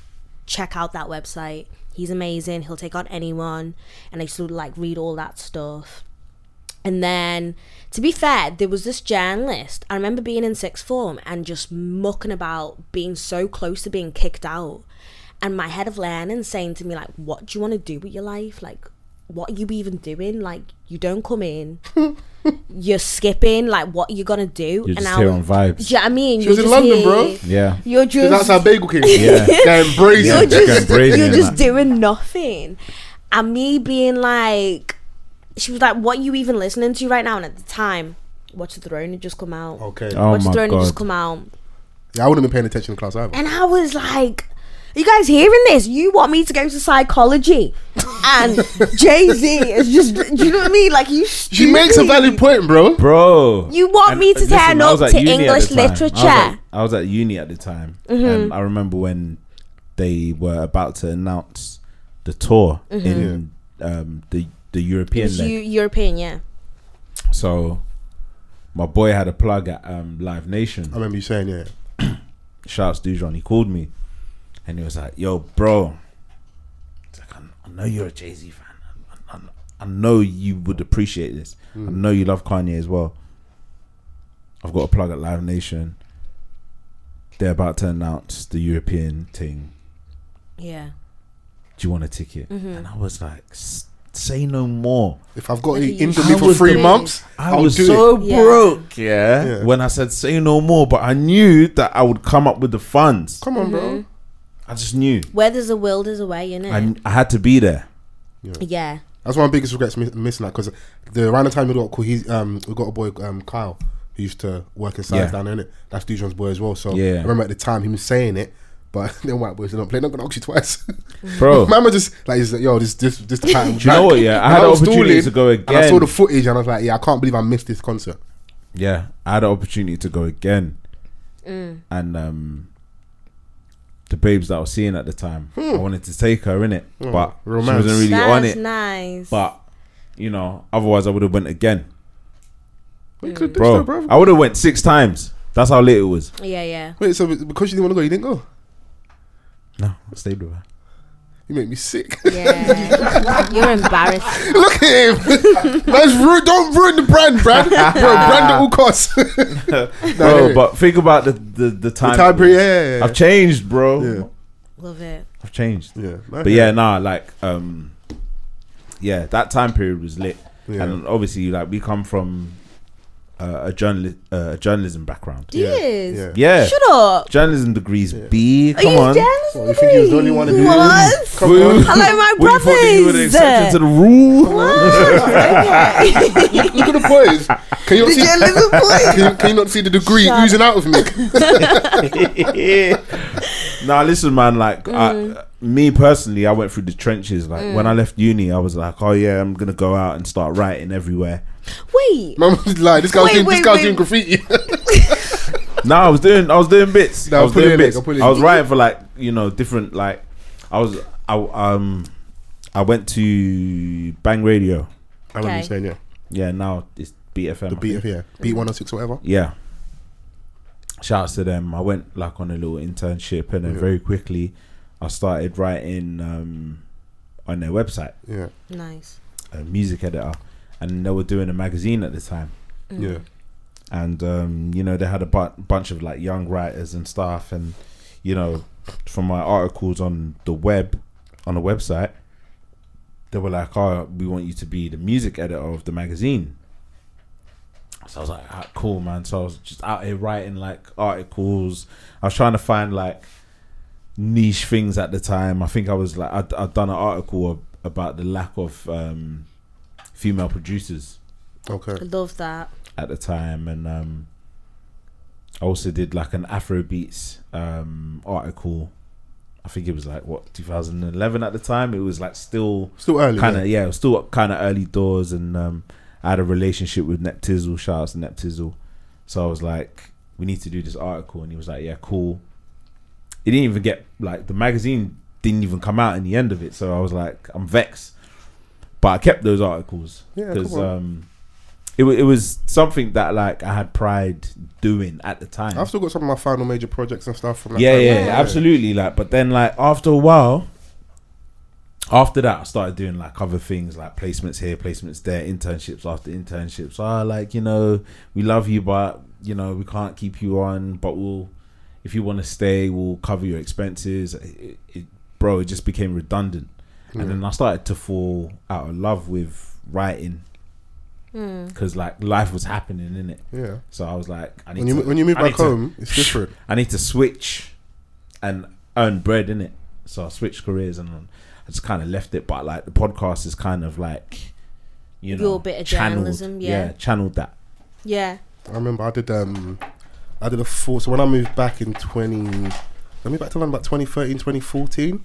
S6: check out that website. He's amazing. He'll take on anyone, and I used to like read all that stuff. And then, to be fair, there was this journalist. I remember being in sixth form and just mucking about, being so close to being kicked out. And my head of learning saying to me, like, what do you want to do with your life? Like, what are you even doing? Like, you don't come in.
S4: [laughs]
S6: you're skipping. Like, what are you going to do?
S3: You're just
S6: I
S3: here
S6: was-
S3: on vibes.
S6: Do you know what I mean? She
S4: was in London, bro.
S3: Yeah.
S6: You're just.
S4: That's how [laughs] Bagel King.
S3: Yeah.
S4: Getting brazen.
S3: Yeah.
S6: [laughs] you're
S3: just
S6: just,
S3: going brazen
S6: you're
S3: in
S6: just
S3: that.
S6: doing nothing. And me being like, she was like, "What you even listening to right now?" And at the time, Watch the Throne had just come out.
S4: Okay.
S3: Oh
S6: Watch the
S3: my
S6: Throne had just
S3: god.
S6: come out,
S4: Yeah, I wouldn't have been paying attention in class either.
S6: and I was like, "Are you guys hearing this? You want me to go
S4: [laughs]
S6: to psychology?" And Jay Z is just, do you know what I mean? Like you.
S4: She makes a
S6: stupid.
S4: valid point, bro.
S3: Bro,
S6: You want me to turn
S3: I
S6: up
S3: was at
S6: to
S3: uni at the
S6: English
S3: time. I was
S6: literature? Mm-hmm.
S3: at- I was, at, uni at the time, and I remember when they were about to announce the tour in um, the the European
S6: It's
S3: leg.
S6: Mm-hmm. you European, yeah.
S3: So my boy had a plug at um, Live Nation.
S4: I remember you saying, yeah.
S3: Shouts Dujon. He called me, and he was like, "Yo, bro, it's like, I I know you're a Jay Z fan. I, I, I know you would appreciate this. I
S4: Hmm.
S3: know you love Kanye as well. I've got a plug at Live Nation. They're about to announce the European thing.
S6: Yeah.
S3: Do you want a ticket?" And I was like, S- "Say no more."
S4: If I've got to eat
S6: you
S4: Indomie for
S3: was
S4: three
S6: the-
S4: months,
S3: I
S4: I'll
S3: was
S4: do it.
S3: so
S6: Yeah.
S3: broke, yeah,
S4: Yeah.
S3: When I said say no more, but I knew that I would come up with the funds.
S4: Come on, bro.
S3: I just knew.
S6: Where there's a will, there's a way, innit?
S3: I, I had to be there.
S6: yeah.
S4: That's one of my biggest regrets mi- missing that because the around the time we got cool, he's um we got a boy um Kyle who used to work in science
S3: Yeah.
S4: down there, innit? That's Dijon's boy as well. So
S3: Yeah.
S4: I remember at the time him saying it, but [laughs] then white boys did not play. Not gonna ask you twice. [laughs]
S3: Bro,
S4: Remember just like he's like, yo, this this this
S3: [laughs]
S4: the pattern.
S3: Do you know what? Yeah, I
S4: And
S3: had an
S4: was
S3: opportunity
S4: stalling,
S3: to go
S4: And I
S3: again.
S4: saw the footage and I was like, yeah, I can't believe I missed this concert.
S3: yeah, I had an opportunity to go again,
S6: Mm.
S3: and um, the babes that I was seeing at the time, I wanted to take her in it, but she
S4: Hmm. romance.
S3: wasn't really on
S6: That's
S3: it.
S6: nice.
S3: But you know, otherwise I would have went again,
S4: We could do
S3: bro.
S4: that, bro.
S3: I would have went six times. That's how late it was.
S6: yeah, yeah.
S4: Wait, so because you didn't want to go, you didn't go.
S3: No, I stayed with her.
S4: You make me sick. [laughs]
S6: Yeah. You're embarrassed.
S4: Look at
S3: [laughs]
S4: him. That's rude. Don't ruin the brand, Brad. Bro, brand at all costs. [laughs]
S3: Bro,
S4: yeah.
S3: but think about the the, the time.
S4: time
S3: it
S4: period,
S3: was.
S4: yeah, yeah, yeah.
S3: I've changed, bro.
S4: Yeah.
S6: Love it.
S3: I've changed.
S4: yeah,
S3: But yeah, nah, like um yeah, that time period was lit.
S4: Yeah.
S3: And obviously like we come from uh, a journal uh, a journalism background.
S4: Yeah,
S6: Yes.
S4: yeah.
S3: Yeah.
S6: Shut up.
S3: Journalism degrees B, come
S6: Are
S3: on.
S6: you jealous
S4: What,
S6: of
S4: you think you was the only one in the
S6: me?
S4: room?
S6: What?
S4: Come on.
S6: Hello, my
S3: What, you thought that you were the exception to
S6: brothers.
S3: the rule?
S6: What? Okay.
S4: Look, look at the
S6: [laughs]
S4: boys. Can you not
S6: The
S4: see? [laughs]
S6: jealous boy.
S4: Can you, can you not see the degree
S6: Shut
S4: oozing out of [laughs] me?
S6: [laughs]
S3: [laughs] nah, listen, man. Like,
S6: Mm.
S3: I, me personally, I went through the trenches. Like, when I left uni, I was like, "Oh yeah, I'm gonna go out and start writing everywhere."
S6: Wait.
S4: Mum was like, this guy's
S6: Wait,
S4: doing, this
S6: wait,
S4: guy's
S6: wait.
S4: doing graffiti. [laughs]
S3: No, I was doing I was doing bits.
S4: No,
S3: I was
S4: put it
S3: doing
S4: in,
S3: bits.
S4: Nick, put it in.
S3: I was writing for like you know different like I was I um I went to Bang Radio.
S4: I remember you
S6: Okay.
S4: saying, yeah.
S3: Yeah, now it's BFM.
S4: The beat of, yeah. Beat 106 or whatever.
S3: Yeah. Shouts to them. I went like on a little internship and then
S4: Yeah.
S3: very quickly I started writing um on their website,
S4: Yeah.
S6: Nice.
S3: a music editor, and they were doing a magazine at the time.
S6: Mm.
S4: Yeah.
S3: and um, you know they had a bu- bunch of like young writers and stuff and you know from my articles on the web on the website they were like oh we want you to be the music editor of the magazine so i was like ah, cool man so i was just out here writing like articles i was trying to find like niche things at the time i think i was like i'd, I'd done an article ab- about the lack of um, female producers
S4: Okay.
S6: I love that.
S3: at the time and um I also did like an Afrobeats um article. I think it was like what 2011 at the time. It was like still
S4: Still early.
S3: kind
S4: yeah.
S3: of yeah, it was still kind of early doors and um I had a relationship with Neptizzle, shout out to Neptizzle. So I was like we need to do this article and he was like yeah, cool. It didn't even get like the magazine didn't even come out in the end of it. So I was like, I'm vexed. But I kept those articles
S4: Yeah,
S3: because
S4: come on.
S3: um, it, wa- it was something that like I had pride doing at the time.
S4: I've still got some of my final major projects and stuff from that.
S3: yeah,
S4: time.
S3: yeah, absolutely. Like, but then like after a while, after that, I started doing like other things like placements here, placements there, internships after internships. Ah, like you know, we love you, but you know we can't keep you on. But we'll, if you want to stay, we'll cover your expenses. It, it, bro, it just became redundant,
S4: Yeah.
S3: and then I started to fall out of love with writing
S6: Mm.
S3: because like life was happening in it.
S4: Hmm. Yeah.
S3: So I was like, I need
S4: When you
S3: to,
S4: when you move
S3: I
S4: back
S3: need to-
S4: home, it's different.
S3: I need to switch and earn bread in it. So I switched careers and I just kind of left it. But like the podcast is kind of like you know
S6: Your bit of
S3: channeled-
S6: journalism, yeah.
S3: channeled that.
S6: Yeah.
S4: I remember I did um I did a full so when I moved back in twenty let me back to London about 2013, 2014.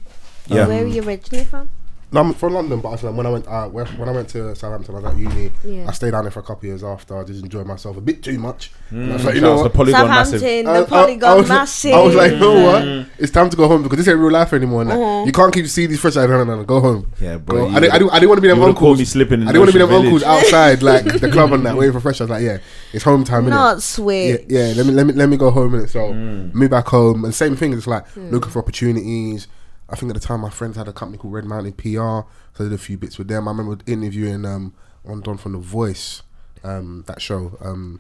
S3: Yeah.
S6: Oh, Where were you originally from?
S4: No, I'm from London, but I said when I went uh, where- when I went to Southampton, I was at uni.
S6: Yeah.
S4: I stayed down there for a couple of years after. I just enjoyed myself a bit too much. And I was
S3: Mm,
S4: like, you
S3: shout
S4: know
S3: out to
S4: what?
S3: the Polygon Massive.
S6: Southampton,
S4: I- I-
S6: the Polygon
S4: I was,
S6: Massive. Mm.
S4: I was like, you know
S3: Mm.
S4: what? It's time to go home because this ain't real life anymore. Like,
S6: Uh-huh.
S4: You can't keep seeing these fresh. No, no, no, no, go home.
S3: Yeah,
S4: Go.
S3: bro.
S4: I, didn't, I, didn't, I didn't want to be them
S3: you would've caught
S4: uncles.
S3: me slipping in
S4: I didn't want to be them
S3: Ocean
S4: uncles
S3: Village.
S4: outside, like the club and that, waiting for fresh. I was like, yeah, it's home time. innit?
S6: not
S4: yeah,
S6: sweet.
S4: yeah. Let me let me let me go home and so
S3: Mm.
S4: move back home and same thing. It's like looking for opportunities. I think at the time my friends had a company called Red Mountain PR, so I did a few bits with them. I remember interviewing um one Don from The Voice, um that show um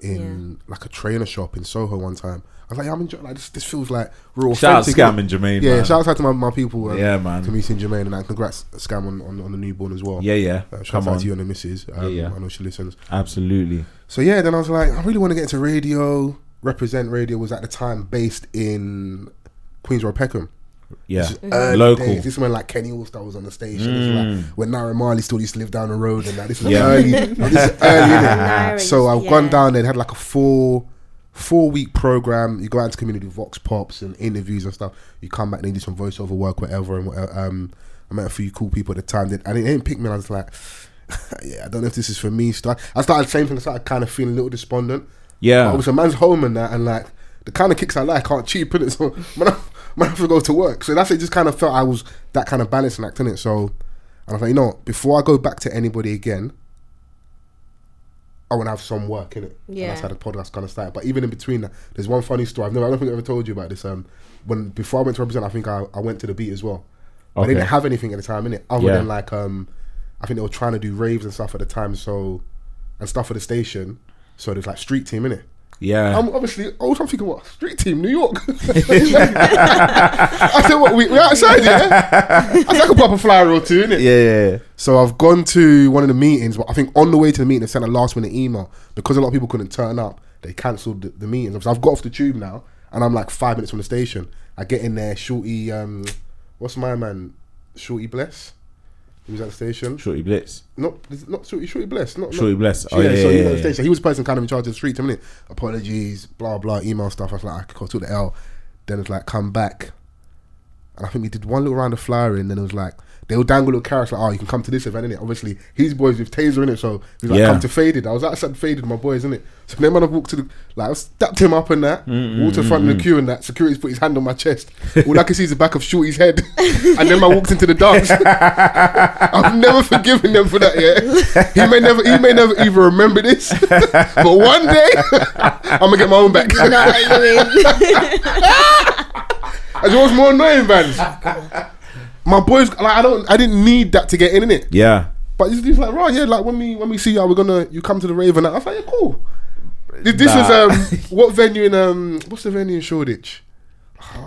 S4: in like a trainer shop in Soho one time. I was like, yeah, I'm enjoying like this. This feels like real.
S3: Shout out
S4: authentic.
S3: Scam in Jermaine.
S4: Yeah,
S3: man.
S4: shout out to my, my people. Um,
S3: Yeah, man.
S4: Kamis and Jermaine, and like, congrats Scam on, on, on the newborn as well.
S3: Yeah, yeah.
S4: Uh, shout
S3: Come
S4: out
S3: on.
S4: to you and the missus. Um,
S3: Yeah, yeah.
S4: I know she listens.
S3: Absolutely.
S4: So yeah, then I was like, I really want to get into radio. Represent Radio was at the time based in Queens Road, Peckham.
S3: Yeah.
S6: Mm-hmm.
S4: This is early
S3: Local.
S4: days. This is when like Kenny Allstar was on the station. This is
S3: Mm.
S4: like when Nara Marley still used to live down the road, and that this is
S3: Yeah.
S4: early. this is early.
S3: [laughs]
S4: innit?
S6: Nara
S4: So I've
S6: used-
S4: gone
S6: yeah.
S4: down there. They had like a four four week program. You go out into community vox pops and interviews and stuff. You come back and you do some voiceover work, whatever. And whatever. Um, I met a few cool people at the time. That, and it didn't pick me. And I was like. [laughs] Yeah, I don't know if this is for me. So I- I started same thing. I started kind of feeling a little despondent. But
S3: Yeah.
S4: obviously, man's home and that, and like the kind of kicks I like aren't cheap, [laughs] innit? So man, I, man, I have to go to work. So that's it. Just kind of felt I was that kind of balancing act, innit? So and I was like, you know, what? before I go back to anybody again, I want to have some work in it.
S6: Yeah.
S4: And that's how the podcast kind of started. But even in between that, there's one funny story. I've never, I don't think I ever told you about this. Um, when before I went to represent, I think I, I went to the beat as well. But I
S3: Okay.
S4: didn't have anything at the time in it, other
S3: Yeah.
S4: than like um, I think they were trying to do raves and stuff at the time. So and stuff for the station. So there's like street team in it.
S3: Yeah.
S4: I'm obviously, oh, I'm thinking, what? Street team,
S3: [laughs]
S4: New York. [laughs] I said, what? We, we outside,
S3: [laughs]
S4: yeah? I said, I could pop a flyer or two, innit?
S3: Yeah.
S4: So I've gone to one of the meetings, but I think on the way to the meeting, they sent a last minute email because a lot of people couldn't turn up. They cancelled the, the meetings. So I've got off the tube now and I'm like five minutes from the station. I get in there, Shorty, um, what's my man? Shorty Bless? He was at the station.
S3: Shorty Blitz.
S4: Not, not Shorty, Shorty Bless. Not,
S3: Shorty
S4: not,
S3: Blitz.
S4: yeah,
S3: Oh, yeah.
S4: so, he was
S3: yeah,
S4: on
S3: yeah,
S4: stage. so he was the person kind of in charge of the street. I mean, apologies, blah blah, email stuff. I was like, I cool, took the L. Then it's like, come back, and I think we did one little round of flyering. Then it was like they'll dangle little carrots like, oh, you can come to this event, innit? Obviously, his boys with taser in it, so he's like,
S3: Yeah.
S4: come to faded. I was outside faded, my boys, innit? So then when I walked to the, like, I stabbed him up and that, walked in front of the queue and that. Security's put his hand on my chest. All I could see is the back of Shorty's head, [laughs] and then I walked into the dance. [laughs] I've never forgiven them for that. Yeah, he may never, he may never even remember this, [laughs] but one day [laughs] I'm gonna get my own back.
S6: Not like you in.
S4: As what's more annoying, man. My boys, like I don't, I didn't need that to get in it.
S3: Yeah.
S4: But he's, he's like, right, yeah, like when we when we see you, we're gonna you come to the rave and that. I was like, yeah, cool. This this
S3: Nah.
S4: was um what venue in um what's the venue in Shoreditch?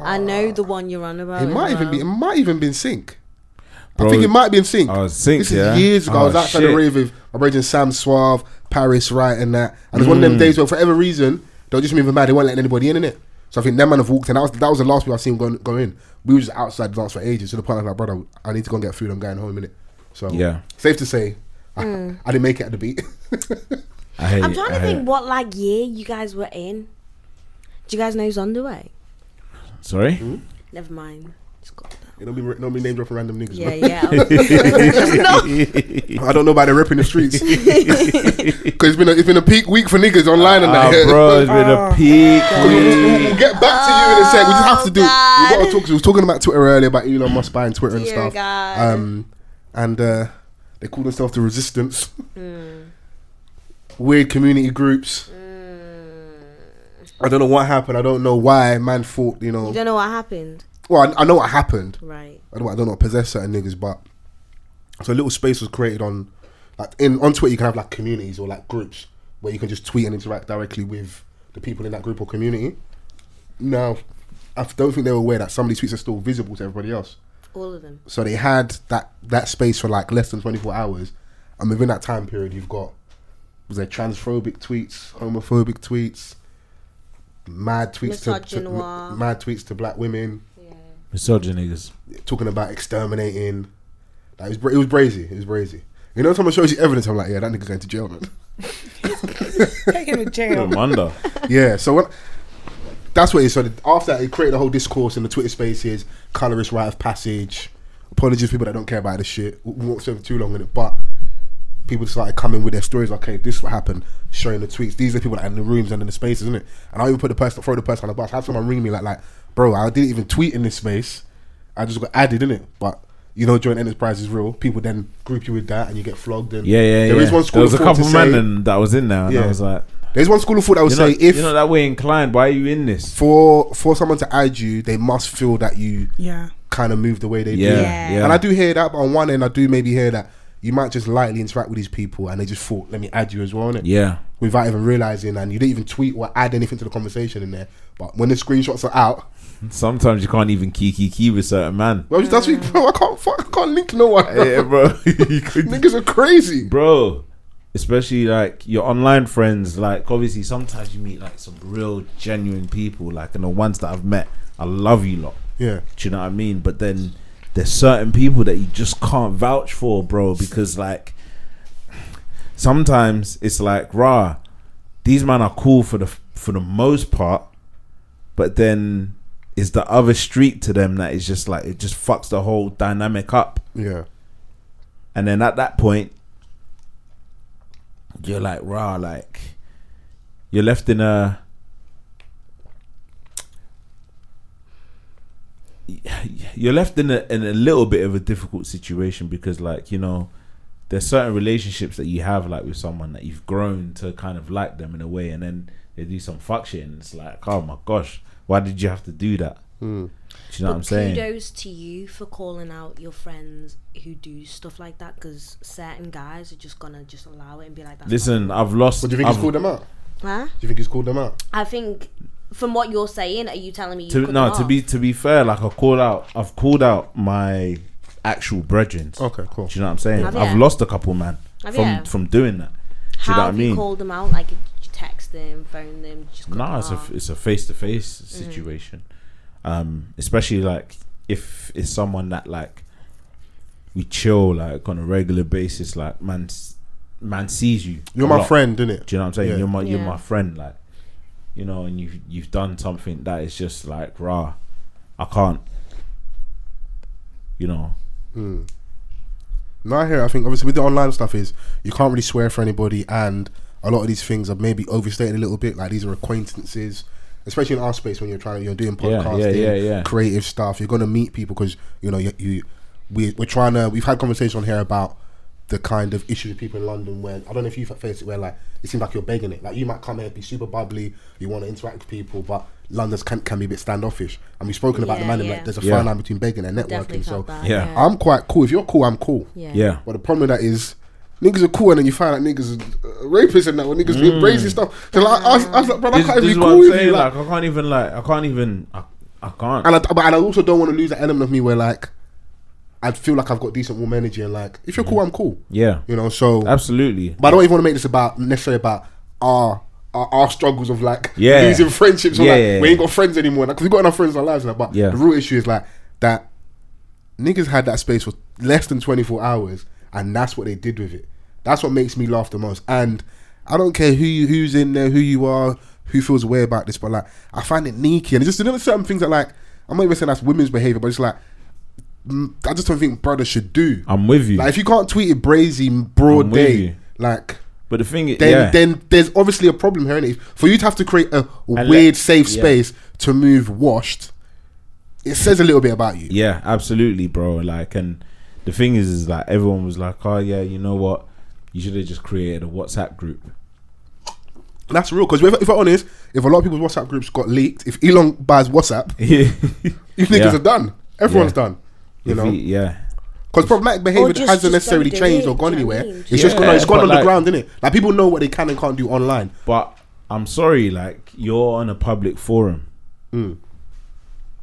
S6: I know the one you're on about. Um,
S4: It
S6: as
S4: might even
S6: well.
S4: be. It might even be in sync. I
S3: Bro,
S4: think it might be in sync.
S3: oh, Sync,
S4: This is
S3: yeah?
S4: years ago. I was
S3: Oh,
S4: outside the
S3: shit.
S4: rave with my brethren Sam Suave, Paris Wright, and that. And it's one of
S3: Mm.
S4: them days where, for whatever reason, they were just moving mad. They weren't letting anybody in, innit? So I think them man have walked in. That was, that was the last people I seen go, go in. We were just outside the dance for ages to the point I was like, brother, I need to go and get food. I'm going home, innit? So
S3: Yeah.
S4: safe to say, I, I didn't make it at the beat. [laughs]
S3: I hate
S6: I'm
S3: it,
S6: trying
S3: I
S6: to
S3: hate
S6: think
S3: it.
S6: what like year you guys were in. Do you guys know who's on the way?
S3: Sorry.
S6: Never mind. Just got that.
S4: It don't be re- don't be name dropping random niggas.
S6: Yeah,
S3: [laughs]
S4: man. [laughs]
S6: yeah.
S4: I don't know why they're ripping the streets. [laughs] Cause it's been a, it's been a peak week for niggas online and
S3: Ah,
S4: that.
S3: bro, it's been a
S5: Oh.
S4: We'll, we'll-
S3: peak
S4: we'll
S3: week.
S4: get back to you in a sec. We just have to do. We
S6: Oh,
S4: gotta
S6: God.
S4: talk. We were talking about Twitter earlier about Elon Musk buying Twitter and
S6: Dear
S4: stuff.
S6: God.
S4: Um, and uh, they call themselves the Resistance.
S6: Hmm.
S4: Weird community groups.
S6: Hmm.
S4: I don't know what happened. I don't know why man thought you know.
S6: you don't know what happened,
S4: Well, I, I know what happened.
S6: right?
S4: I don't, I don't know, possess certain niggas, but so a little space was created on, like in on Twitter, you can have like communities or like groups where you can just tweet and interact directly with the people in that group or community. Now, I don't think they were aware that some of these tweets are still visible to everybody else.
S6: All of them.
S4: So they had that that space for like less than 24 hours, and within that time period, you've got was there transphobic tweets, homophobic tweets, mad tweets to, to
S6: Misogynoir.
S4: mad tweets to black women
S6: Yeah.
S3: Misogyny niggas.
S4: talking about exterminating. Like, it was bra- it was brazy. It was brazy. You know, when someone shows you evidence, I'm like, yeah, that nigga going to jail, man.
S5: Take him to
S3: Oh
S5: jail.
S4: [laughs]
S3: Amanda.
S4: yeah. So when, that's what it is. So the- after that, it created a whole discourse in the Twitter spaces, colorist rite of passage. Apologies, for people that don't care about this shit. We we won't spend too long in it, but people started coming with their stories. Okay, this is what happened. Showing the tweets. These are the people that are in the rooms and in the spaces, isn't it? And I even put the person, throw the person on the bus. Have someone ring me like, like, bro, I didn't even tweet in this space. I just got added in it, but. You know, joint enterprise is real. People then group you with that, and you get flogged. And
S3: Yeah, yeah, yeah.
S4: There is one
S3: there
S4: school.
S3: was a
S4: of thought to
S3: couple men
S4: say-
S3: and that was in there, and
S4: Yeah.
S3: I was like,
S4: There's one school of thought that would
S3: you know,
S4: say if
S3: you know that way inclined. Why are you in this?
S4: for for someone to add you, they must feel that you
S5: Yeah.
S4: kind of move the way they
S3: Yeah,
S4: do.
S6: Yeah.
S3: yeah.
S4: And I do hear that, but on one end, I do maybe hear that you might just lightly interact with these people, and they just thought, "Let me add you as well," innit?
S3: Yeah,
S4: without even realizing, and you didn't even tweet or add anything to the conversation in there. But when the screenshots are out,
S3: sometimes you can't even key key key with certain man.
S4: well, that's what you- bro, I can't, fuck, I can't link no one.
S3: yeah, bro. [laughs] You couldn't-
S4: [laughs] Niggas are crazy.
S3: bro. Especially like your online friends, like obviously sometimes you meet like some real genuine people, like and the ones that I've met, I love you lot.
S4: Yeah,
S3: Do you know what I mean? But then there's certain people that you just can't vouch for, bro, because like sometimes it's like, rah, these men are cool for the for the most part, but then it's the other street to them that is just like it just fucks the whole dynamic up.
S4: yeah,
S3: And then at that point, you're like, rah, like you're left in a. You're left in a in a little bit of a difficult situation because, like, you know, there's certain relationships that you have, like, with someone that you've grown to kind of like them in a way, and then they do some fuck shit, and it's like, oh my gosh, why did you have to do that?
S4: Hmm.
S3: Do you know what I'm saying?
S6: Kudos to you for calling out your friends who do stuff like that because certain guys are just gonna just allow it and be like that.
S3: Listen, I've lost.
S4: but do you think
S3: I've,
S4: he's called them out?
S6: huh?
S4: Do you think he's called them out?
S6: I think from what you're saying, are you telling me you
S3: to
S6: cut
S3: no
S6: them
S3: to
S6: off?
S3: be to be fair like i call out i've called out my actual brethren do
S4: Okay, cool.
S3: you know what i'm saying
S6: Have
S3: i've
S6: ya?
S3: lost a couple man
S6: Have
S3: from
S6: ya?
S3: from doing that do
S6: How
S3: you know what i
S6: have you
S3: mean
S6: called them out? Like, did you text them, phone them, just cut
S3: nah
S6: them Mm.
S3: it's a
S6: off?
S3: it's a face-to-face situation um especially like if it's someone that like we chill like on a regular basis like man s- man sees you
S4: You're
S3: a
S4: my
S3: lot.
S4: friend, innit?
S3: Do you know what I'm saying?
S4: Yeah.
S3: You're my you're
S6: Yeah.
S3: my friend, like you know, and you've you've done something that is just like rah, I can't. You know,
S4: No, I hear. it. I think obviously with the online stuff is you can't really swear for anybody, and a lot of these things are maybe overstated a little bit. Like these are acquaintances, especially in our space when you're trying to you're doing
S3: Yeah, yeah,
S4: podcasting,
S3: yeah, yeah.
S4: creative stuff. You're gonna meet people because you know you, you we we're trying to. We've had conversations on here about the kind of issues with people in London where I don't know if you've faced it where like it seems like you're begging it. Like you might come here be super bubbly, you want to interact with people, but London's can can be a bit standoffish. And we've spoken about the
S6: Yeah,
S4: man
S6: yeah.
S4: like there's a
S3: Yeah.
S4: fine line between begging and
S6: Definitely
S4: networking. So
S6: felt that.
S3: Yeah.
S4: I'm quite cool. If you're cool, I'm cool.
S6: yeah.
S3: yeah,
S4: But the problem with that is niggas are cool, and then you find out niggas are uh, rapists and that, or niggas doing crazy stuff. So like, I, was- I was like, bro, I
S3: Mm. this,
S4: can't
S3: this
S4: even be
S3: is
S4: cool
S3: what I'm
S4: with you.
S3: saying.
S4: Like,
S3: Like, I can't even like I can't even I, I can't.
S4: and I, but and I also don't want to lose that element of me where like I feel like I've got decent warm energy, and like if you're cool, I'm cool.
S3: yeah,
S4: You know, so
S3: absolutely.
S4: but I don't even want to make this about necessarily about our. Our, our struggles of like
S3: Yeah.
S4: losing friendships or
S3: Yeah,
S4: like
S3: yeah,
S4: we ain't
S3: yeah.
S4: got friends anymore like, 'cause we got enough friends in our lives now but
S3: Yeah.
S4: the real issue is like that niggas had that space for less than 24 hours and that's what they did with it that's what makes me laugh the most and i don't care who you, who's in there who you are who feels way about this but like i find it neaky and it's just another certain things that like i'm not even saying that's women's behavior but it's like mm, I just don't think brothers should do.
S3: I'm with you.
S4: Like if you can't tweet it brazy broad
S3: I'm with
S4: day,
S3: you.
S4: like
S3: but the thing is,
S4: then
S3: yeah,
S4: then there's obviously a problem here, innit? For you to have to create a
S3: let-
S4: weird safe
S3: yeah.
S4: space to move washed, it says a little bit about you.
S3: yeah, absolutely, bro. Like, and the thing is, is like everyone was like, oh yeah, you know what? You should have just created a WhatsApp group. [laughs]
S4: And that's real because if, if we're honest, if a lot of people's WhatsApp groups got leaked, if Elon buys WhatsApp,
S3: yeah,
S4: you niggas
S3: Yeah.
S4: are done. Everyone's
S3: Yeah.
S4: done. You
S3: If
S4: know,
S3: he- yeah,
S4: Because problematic behavior
S6: just-
S4: hasn't
S6: just
S4: necessarily
S6: don't do
S4: changed
S6: it,
S4: or gone
S6: do you know what
S4: anywhere.
S6: I mean?
S4: It's just gone, it's
S3: Yeah,
S4: gone
S3: but
S4: on the
S3: like-
S4: ground, innit? Like people know what they can and can't do online.
S3: but I'm sorry, like you're on a public forum,
S4: Hmm.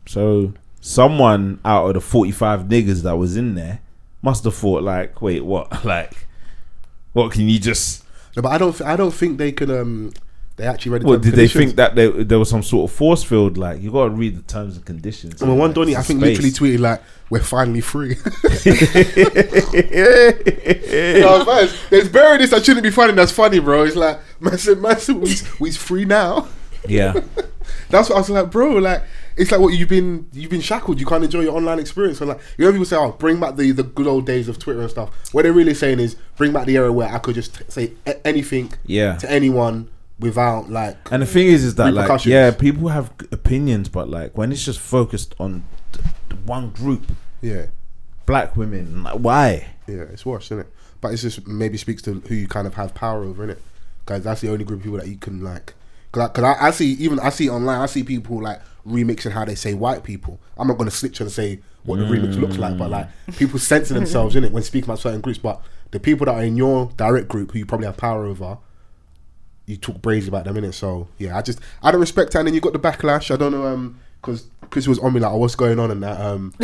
S3: so someone out of the 45 niggas that was in there must have thought, like, wait, what? [laughs] Like, what can you just?
S4: No, but I don't. Th- I don't think they can. Um, they actually read. the
S3: What
S4: terms
S3: did
S4: and
S3: they
S4: conditions.
S3: think that there, there was some sort of force field? Like, you gotta read the terms and conditions.
S4: I mean, one
S3: Like,
S4: Donny,
S3: it's
S4: I
S3: a
S4: think,
S3: space.
S4: literally tweeted like, "We're
S3: [laughs]
S4: finally free." You know, man, there's burying this that shouldn't be funny. That's funny, bro. It's like, man, said, man, said, we, we's free now.
S3: yeah.
S4: That's what I was like, bro. Like, it's like what you've been you've been shackled. You can't enjoy your online experience. And like, you know, people say, "Oh, bring back the the good old days of Twitter and stuff." What they're really saying is, bring back the era where I could just t- say a- anything [laughs]
S3: Yeah.
S4: to anyone without like.
S3: And the thing is, is that like,
S4: Repercussions.
S3: yeah, people have g- opinions, but like when it's just focused on th- th- one group,
S4: Yeah,
S3: black women, like, why?
S4: yeah, it's washed, isn't it? But it's just maybe speaks to who you kind of have power over, innit? Because that's the only group of people that you can like. Because I, 'cause I, I see even I see online, I see people like remixing how they say white people. I'm not gonna snitch and say what the remix looks like, but like people censor themselves in it when speaking about certain groups. But the people that are in your direct group who you probably have power over, you talk brazy about them, innit? So yeah, I just I don't respect that. And then you got the backlash. I don't know, um, because Chris was on me like, oh, what's going on and that, um,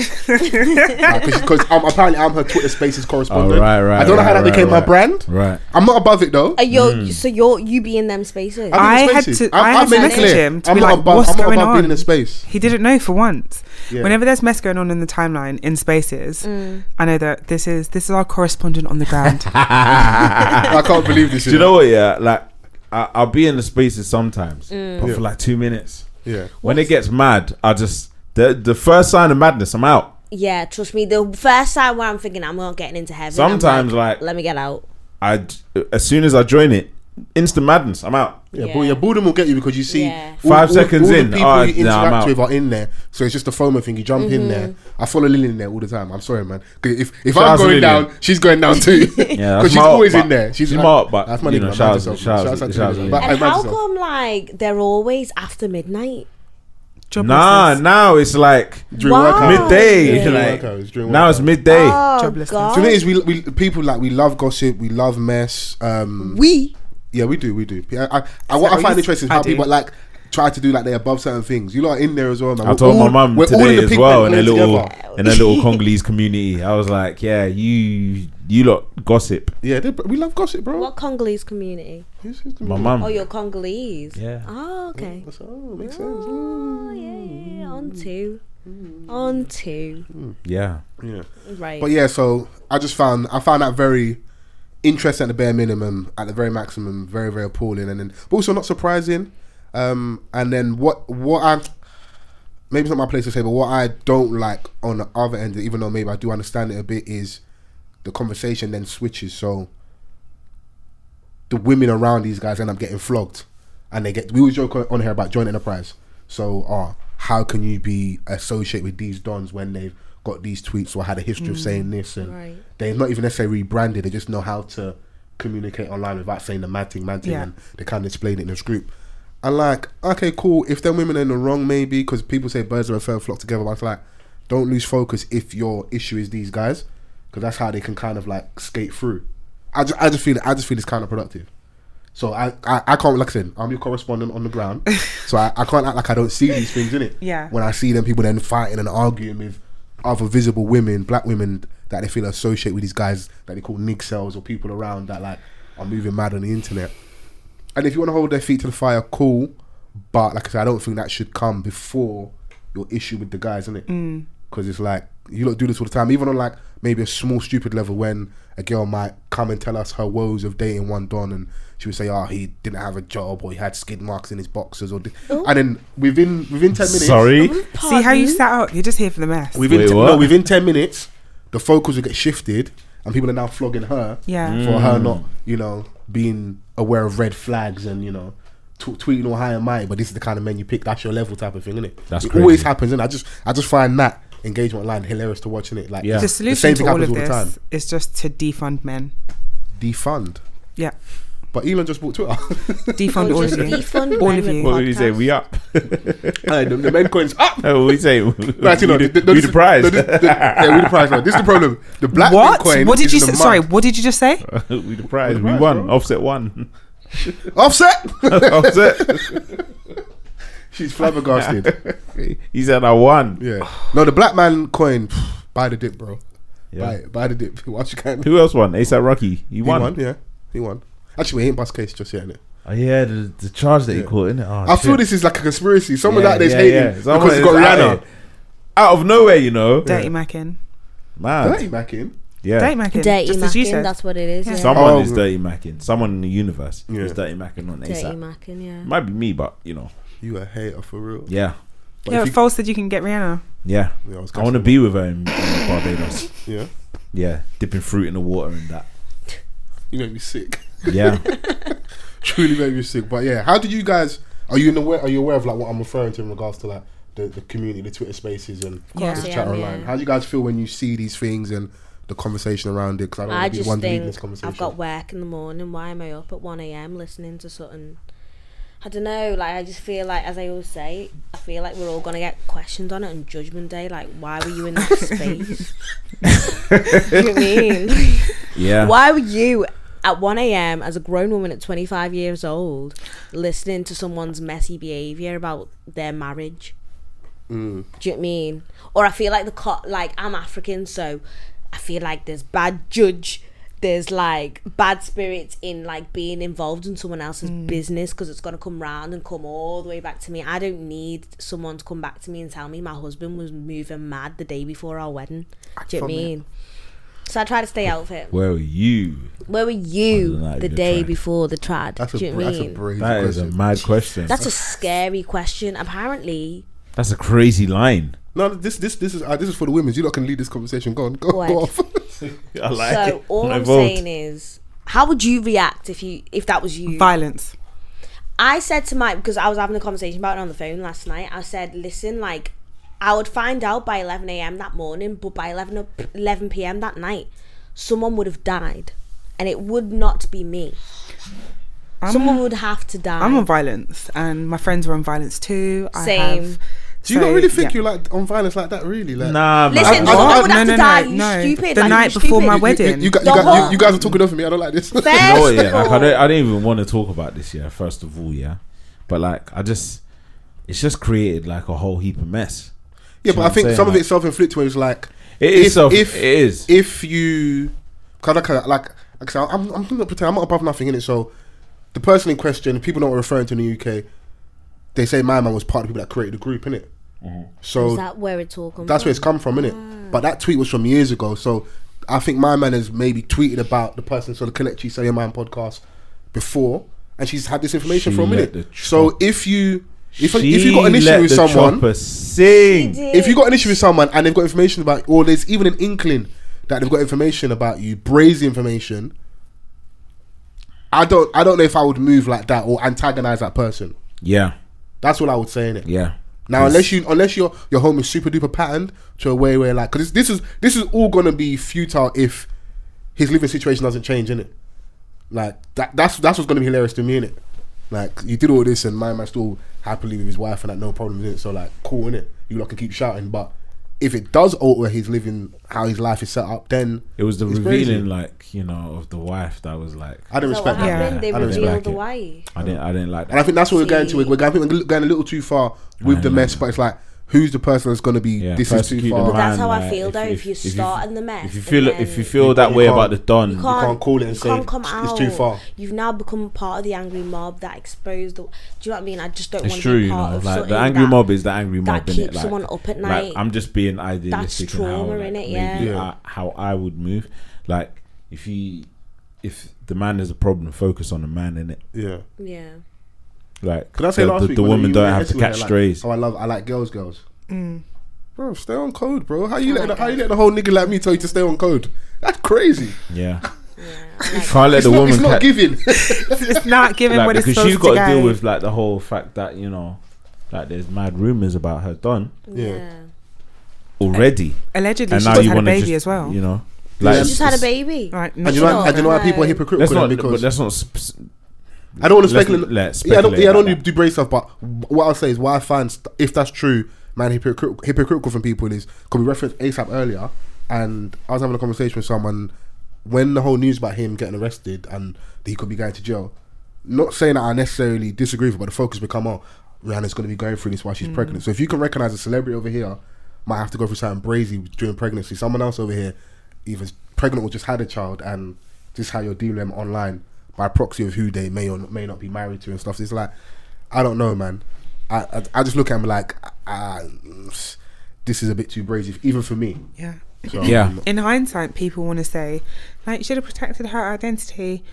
S4: because um, apparently I'm her Twitter Spaces correspondent.
S3: Oh, right, right,
S4: I don't know how
S3: right,
S4: that became
S3: right,
S4: my
S3: right.
S4: brand.
S3: Right.
S4: I'm not above it though.
S6: Are you
S3: Hmm.
S6: so you're you be in them spaces?
S3: Ah.
S4: I'm in
S5: I
S4: the
S5: had
S4: spaces.
S5: to-
S4: I'm-
S5: I
S4: I'm
S5: had to
S4: making
S5: message
S4: clear.
S5: him to
S4: I'm
S5: be
S4: not
S5: like,
S4: above,
S5: "What's
S4: I'm not
S5: going
S4: above being
S5: on?"
S4: in a space.
S5: He didn't know for once.
S4: Yeah.
S5: Whenever there's mess going on in the timeline in spaces,
S6: Mm.
S5: I know that this is this is our correspondent on the
S4: [laughs]
S5: ground.
S4: I can't believe
S3: [laughs]
S4: this.
S3: Do you know what? Yeah, like I, I'll be in the spaces sometimes, but
S4: Mm. Yeah.
S3: for like two minutes.
S4: Yeah.
S3: When it gets mad, I just the the first sign of madness, I'm out.
S6: yeah, trust me. The first time where I'm thinking I'm not getting into heaven. I'm
S3: Sometimes, like-
S6: let me get out.
S3: I d- as soon as I join it, instant madness, I'm out.
S4: Yeah,
S6: Yeah.
S4: But your boredom will get you because you see
S6: Yeah.
S3: Five seconds
S4: all
S3: in,
S4: The people
S3: oh,
S4: you
S3: nah, I'm
S4: interact
S3: out.
S4: with are in there, so it's just a FOMO thing. You jump in there.
S6: Mm-hmm.
S4: I follow Lillian in there all the time. I'm sorry, man. 'Cause If if
S3: Shout out
S4: I'm
S3: to
S4: going
S3: Lillian.
S4: down, she's going down
S6: [laughs]
S4: too. [laughs]
S3: Yeah,
S4: because she's
S3: my
S4: always
S3: up,
S4: in
S3: but-
S4: there. She's
S3: she's
S4: like-
S3: my up, but,
S4: That's my
S3: you
S4: nigga,
S3: know,
S4: man.
S3: shout out
S4: Mind
S3: to-
S4: yourself,
S3: shout out
S4: man.
S3: to-
S4: Shout out to
S3: shout out to Lillian.
S4: Lillian. But
S6: And
S4: I mind
S6: how
S4: yourself.
S6: come like they're always after midnight?
S5: Job
S3: Nah,
S5: losses.
S3: now it's like
S4: During work
S6: Wow.
S4: hours.
S3: midday.
S4: Yeah.
S3: Like,
S4: During work hours, during work
S3: now it's
S4: hours.
S3: midday.
S4: Ah.
S6: Oh
S5: Jobless.
S6: God!
S4: Do you know what it is? We, we people like we love gossip, we love mess. Um,
S6: we
S4: yeah, we do, we do. I, I, I, what
S5: that
S4: I
S5: what
S4: find
S5: you-
S4: interesting is
S5: I
S4: how
S5: do.
S4: people like try to do like they're above certain things. You lot are in there as well, man.
S3: I
S4: We're
S3: told
S4: all-
S3: my mum
S4: we're all in
S3: today
S4: the
S3: as
S4: pig
S3: well
S4: pen
S3: in a
S4: playing
S3: little
S4: together.
S3: in a little
S4: [laughs]
S3: Congolese community. I was like, yeah, you you lot gossip.
S4: Yeah, they, we love gossip, bro.
S6: what Congolese community?
S4: It's just-
S3: My mum.
S6: Oh, you're Congolese.
S3: Yeah.
S4: Ah.
S6: Oh, okay.
S4: That's- oh, makes sense.
S6: Oh, yeah, yeah, yeah. On two. On two.
S3: Yeah.
S4: Yeah.
S6: Right.
S4: But yeah, so I just found I found that very interesting at the bare minimum, at the very maximum, very very appalling, and then but also not surprising. Um, and then what what I maybe it's not my place to say, but what I don't like on the other end, even though maybe I do understand it a bit, is the conversation then switches. So the women around these guys end up getting flogged, and they get. We always joke on- on here about joint enterprise. So, uh, how can you be associated with these dons when they've got these tweets or had a history of saying this, and
S6: Right.
S4: they're not even necessarily rebranded. They just know how to communicate online without saying the mad thing, mad thing,
S5: Yeah.
S4: and they can't explain it in this group. And like, okay, cool. If them women are in the wrong, maybe because people say birds of a feather flock together. But it's like, don't lose focus if your issue is these guys, because that's how they can kind of like skate through. I just, I just feel, I just feel it's kind of productive. So I, I, I can't like I said, I'm your correspondent on the ground, so I, I can't act like I don't see these things in it.
S5: Yeah.
S4: When I see them people then fighting and arguing with other visible women, black women that they feel associate with these guys that they call nig cells or people around that like are moving mad on the internet. And if you want to hold their feet to the fire, cool. But like I said, I don't think that should come before your issue with the guys, innit? because it's like you lot do this all the time, even on like maybe a small stupid level when a girl might come and tell us her woes of dating one don, and she would say, "Oh, he didn't have a job, or he had skid marks in his boxers," or di-. and then within within ten minutes,
S3: Sorry,
S5: See how you
S6: Pardon?
S5: sat up? You're just here for the mess.
S4: within
S3: Wait,
S4: te-
S3: what?
S4: no, within ten minutes, the focus will get shifted, and people are now flogging her
S5: Yeah.
S4: for her
S3: Mm.
S4: not, you know, being aware of red flags and you know. T- tweeting all high and mighty, but this is the kind of men you pick. That's your level type of thing, isn't it?
S3: That's
S4: it always
S3: crazy.
S4: happens, and I just, I just find that engagement line hilarious to watch, innit? Like,
S3: Yeah.
S5: The
S3: The
S5: solution to all of this
S4: time.
S5: is just to defund men.
S4: Defund,
S6: [laughs]
S5: Yeah,
S4: but Elon just bought Twitter. [laughs]
S5: defund all of you.
S6: defund
S5: All
S6: men
S5: of
S6: with
S5: you.
S3: what did we say?
S6: podcasts.
S3: We up?
S4: Aye, the, the men coins
S3: [laughs]
S4: up.
S3: Oh, we
S4: [laughs]
S3: say we,
S4: Right, you know,
S3: the,
S4: the- the-
S3: we
S4: this-
S3: the prize.
S4: the- the- the- yeah, we the prize. Right. This is the problem. The black
S5: what?
S4: Bitcoin.
S5: what did
S4: is
S5: you
S4: in
S5: say?
S4: the
S5: Sorry,
S4: mud.
S5: what did you just
S4: [laughs]
S5: say?
S3: [laughs] we the prize.
S4: the
S3: We
S4: prize,
S3: won.
S4: bro.
S3: Offset
S4: [laughs]
S3: won. [laughs]
S4: Offset. [laughs]
S3: Offset. [laughs]
S4: She's flabbergasted.
S3: he said I won. [sighs]
S4: yeah. No, the black man coin. Buy the dip, bro.
S3: Yeah.
S4: Buy it. Buy the dip. [laughs] Watch you can.
S3: Who else won? ASAP Rocky. He
S4: He won.
S3: won.
S4: Yeah. He won. Actually, we ain't bus case just yet, innit?
S3: Oh, yeah, the, the charge that
S4: Yeah.
S3: he caught Oh, in it.
S4: I feel this is like a conspiracy. Someone
S3: Yeah,
S4: out there's
S3: yeah,
S4: hating
S3: yeah. Someone
S4: because it's got
S3: is out
S4: Rihanna.
S3: here. out of nowhere, you know.
S5: Dirty Mackin.
S4: Dirty
S3: Man,
S4: Mackin.
S3: yeah.
S5: Dirty Mackin.
S6: Dirty
S5: just as you
S6: Mackin,
S5: said.
S6: that's what it is.
S5: Yeah.
S6: Yeah.
S3: Someone
S4: Oh.
S3: is dirty macking. Someone in the universe
S4: Yeah.
S3: is dirty macking on
S6: Dirty
S3: ASAP.
S6: Mackin, yeah.
S3: Might be me, but you know,
S4: You a hater for real?
S3: yeah,
S4: But
S5: yeah,
S4: if you-
S5: False said you can get Rihanna.
S3: yeah.
S4: Yeah, was
S3: I want to
S4: guessing.
S3: be with her in, in Barbados.
S4: Yeah.
S3: Yeah, dipping fruit in the water and that.
S4: You make me sick. [laughs]
S6: [laughs]
S3: Yeah,
S4: truly made me sick. But yeah, how do you guys? Are you in aware? Are you aware of like what I'm referring to in regards to like the, the community, the Twitter Spaces, and
S6: course
S4: this
S6: I
S4: chat
S6: am,
S4: online?
S6: yeah.
S4: How do you guys feel when you see these things and the conversation around it? Because I don't
S6: I
S4: want to be
S6: just
S4: one leading this
S6: think
S4: conversation.
S6: I've got work in the morning. Why am I up at 1 a.m. listening to something? I don't know. Like, I just feel like, as I always say, I feel like we're all going to get questioned on it on Judgment Day. Like, why were you
S4: [laughs]
S6: in that space? Do you know what I mean?
S3: yeah.
S6: Why were you at 1 a.m. as a grown woman at 25 years old listening to someone's messy behavior about their marriage? Do you know what I mean? Or I feel like the co- like I'm African, so I feel like there's bad judge. There's like bad spirits in like being involved in someone else's business because it's gonna come round and come all the way back to me. I don't need someone to come back to me and tell me my husband was moving mad the day before our wedding. Do you know what I
S5: vomit.
S6: mean? So I try to stay out of it.
S3: Where were you?
S6: Where were you
S3: Other than that,
S6: the
S3: you're
S6: day
S3: trying.
S6: before the trad?
S4: That's a,
S6: Do you know
S4: bra-
S6: what I
S4: that's a
S6: mean?
S4: brave
S3: That is a
S4: question.
S3: mad question.
S6: That's a scary question. Apparently,
S3: That's a crazy line.
S4: no, this this this is uh, this is for the women. You lot can lead this conversation. Go on, go,
S6: Word.
S4: go
S3: [laughs]
S4: off.
S3: I like [laughs]
S6: so
S4: [laughs]
S6: all I'm saying is, how would you react if you if that was you?
S5: Violence.
S6: I said to Mike because I was having a conversation about it on the phone last night. I said, listen, like I would find out by 11 a.m. that morning, but by 11 o- 11 p.m. that night, someone would have died, and it would not be me. someone would have to die.
S5: I'm on violence, and my friends were on violence too. I
S6: Same.
S5: have,
S4: Do you
S5: so,
S4: not really think
S5: yeah.
S4: you're like on violence like that? Really? Like,
S3: Nah, man.
S4: I-
S6: Listen, someone
S4: I-
S6: would
S5: no,
S6: have
S5: no,
S6: to
S5: no,
S6: die. you
S5: no.
S6: stupid.
S5: The
S6: like,
S5: night before
S6: you stupid.
S5: my
S4: You- you,
S5: wedding.
S4: you, got- you,
S6: The
S4: got- you-
S6: whole-
S4: you guys are talking over me. I don't like this. [laughs]
S6: First
S3: you know what, yeah,
S6: of
S3: like, I
S6: all-
S3: don't, I don't even want to talk about this, yeah. First of all, yeah, but like, I just, it's just created like a whole heap of mess.
S4: yeah,
S3: You know
S4: but I
S3: what I'm
S4: think
S3: saying?
S4: some of
S3: Like-
S4: it's self-inflicted. Where it's like
S3: It is.
S4: If-
S3: self,
S4: if-
S3: it is.
S4: if you kind of like like I said, I'm I'm not pretend I'm not above nothing in it. So the person in question, people know what we're referring to in the UK. They say my man was part of the people that created the group in it.
S3: Mm-hmm.
S4: So
S6: Is that where it's all comes
S4: that's
S6: from?
S4: where it's come from in it. But that tweet was from years ago. So I think my man has maybe tweeted about the person. So the Kalechi Say Your Man podcast before, and she's had this information
S3: She
S4: for a
S3: let the
S4: minute.
S3: chop-
S4: So if you if,
S3: She
S4: if you got an issue
S3: let
S4: with
S3: the
S4: someone,
S3: chopper sing.
S6: She
S4: if you got an issue with someone and they've got information about, or there's even an inkling that they've got information about you, brazy information, I don't, I don't know if I would move like that or antagonize that person.
S3: Yeah,
S4: That's what I would say in it.
S3: yeah.
S4: Now, unless you, unless your your home is super duper patterned to a way where like, because this is this is all gonna be futile if his living situation doesn't change in it. Like that, that's that's what's gonna be hilarious to me in it. Like you did all this and my man still happily with his wife and that no problems in it. So like cool in it. You lot can keep shouting, but if it does alter his living, how his life is set up, then
S3: It was the
S4: It's
S3: revealing,
S4: crazy.
S3: like you know, of the wife that was like,
S4: I don't
S6: Is that what
S4: respect that.
S5: Yeah.
S6: happened? They
S4: I don't
S6: revealed
S3: respect
S6: the
S3: it.
S6: wife.
S3: I didn't, I didn't like
S4: And I
S3: that.
S4: think that's what we're going to.
S6: See.
S4: We're going, I think we're going a little too far with the mess, but it's like, who's the person that's going to be
S3: Yeah,
S4: this is too
S3: persecute the
S4: far?
S3: man,
S6: That's how I
S3: like,
S6: feel
S3: if-
S6: though. If,
S3: if-
S6: you
S3: if you-
S6: start in the mess,
S3: If you
S6: and
S3: feel
S6: then
S3: if you feel that
S4: you
S3: way
S4: can't-
S3: about the
S6: you
S3: Don,
S4: Um, You can't call it and
S6: you
S4: say
S6: can't come
S4: it's
S6: out.
S4: too far.
S6: You've now become part of the angry mob that exposed. The, do you know what I mean? I just don't
S3: it's
S6: want
S3: true.
S6: to be
S3: You
S6: part
S3: know,
S6: of
S3: like
S6: something
S3: the angry
S6: that-
S3: mob is the angry mob.
S6: that
S3: innit?
S6: keeps
S3: like,
S6: someone up
S3: like,
S6: at night.
S3: I'm just being idealistic.
S6: That's
S3: in how,
S6: trauma,
S3: like,
S6: innit?
S3: maybe
S6: Yeah.
S4: Yeah.
S3: I- how I would move, like if you, if the man is a problem, focus on the man in it.
S4: Yeah.
S6: yeah.
S3: Like,
S4: Can I say
S3: the,
S4: last
S3: the,
S4: week
S3: the
S4: when
S3: woman
S4: you
S3: don't
S4: were
S3: have to
S4: messing with
S3: catch
S4: it, like,
S3: strays.
S4: Oh, I love. I like girls, girls. Bro, Mm. stay on code, bro. How you
S6: I
S4: let
S6: like
S4: the, how you
S6: that.
S4: let the whole nigga like me tell you to stay on code? That's crazy.
S3: Yeah,
S6: Yeah. Like,
S3: can't let
S4: it's
S3: the
S4: not,
S3: woman
S4: it's not
S3: catch.
S4: giving.
S5: it's not giving
S3: like,
S5: what it's
S3: because
S5: supposed
S3: she's
S5: to
S3: got to
S5: get.
S3: deal with like the whole fact that you know, like there's mad rumors about her Don
S4: [laughs] Yeah.
S6: yeah.
S3: already,
S5: Allegedly,
S3: and
S5: she
S3: now
S5: just
S3: you
S5: had a
S3: want to
S5: baby
S3: just
S5: as well.
S3: you know,
S4: Yeah,
S6: She just had a baby.
S5: Right,
S4: and you know,
S6: Sure.
S4: and you know why people are
S6: No.
S3: Let's
S4: hypocritical
S3: not.
S4: because
S3: But let's not. sp- sp-
S4: I don't want to
S3: let's-
S4: speculate.
S3: let's
S4: yeah, I don't,
S3: speculate
S4: yeah, I don't
S3: about
S4: do
S3: that.
S4: do brace stuff. But what I'll say is, what I find st- if that's true, man, hypocritical, hypocritical from people is because we referenced ASAP earlier, and I was having a conversation with someone when the whole news about him getting arrested and that he could be going to jail. Not saying that I necessarily disagree with, it, but the focus become oh, Rihanna's going to be going through this while she's pregnant. So if you can recognize a celebrity over here might have to go through something brazy during pregnancy, someone else over here either is pregnant or just had a child, and just how you're dealing with them online by proxy of who they may or may not be married to and stuff. It's like I don't know, man. I I, I just look at him like, ah, this is a bit too brazy, even for me.
S5: Yeah.
S4: So, um,
S3: Yeah.
S5: In hindsight, people want to say, like, you should have protected her identity.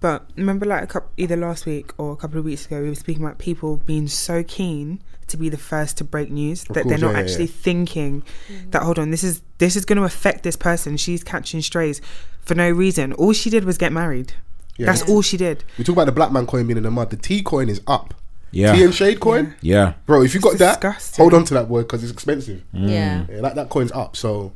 S5: But remember, like, a couple, either last week or a couple of weeks ago, we were speaking about people being so keen to be the first to break news that
S4: course,
S5: they're not
S4: yeah, yeah,
S5: actually
S4: yeah.
S5: thinking that hold on, this is this is going to affect this person. She's catching strays for no reason. All she did was get married.
S4: Yeah.
S5: That's all she did.
S4: We talk about the black man coin being in the mud. The T coin is up.
S3: Yeah.
S4: T and shade coin,
S3: Yeah.
S4: bro. If you got
S5: It's
S4: that,
S5: disgusting.
S4: hold on to that word because it's expensive.
S3: Mm.
S6: Yeah.
S4: Yeah, that that coin's up. So.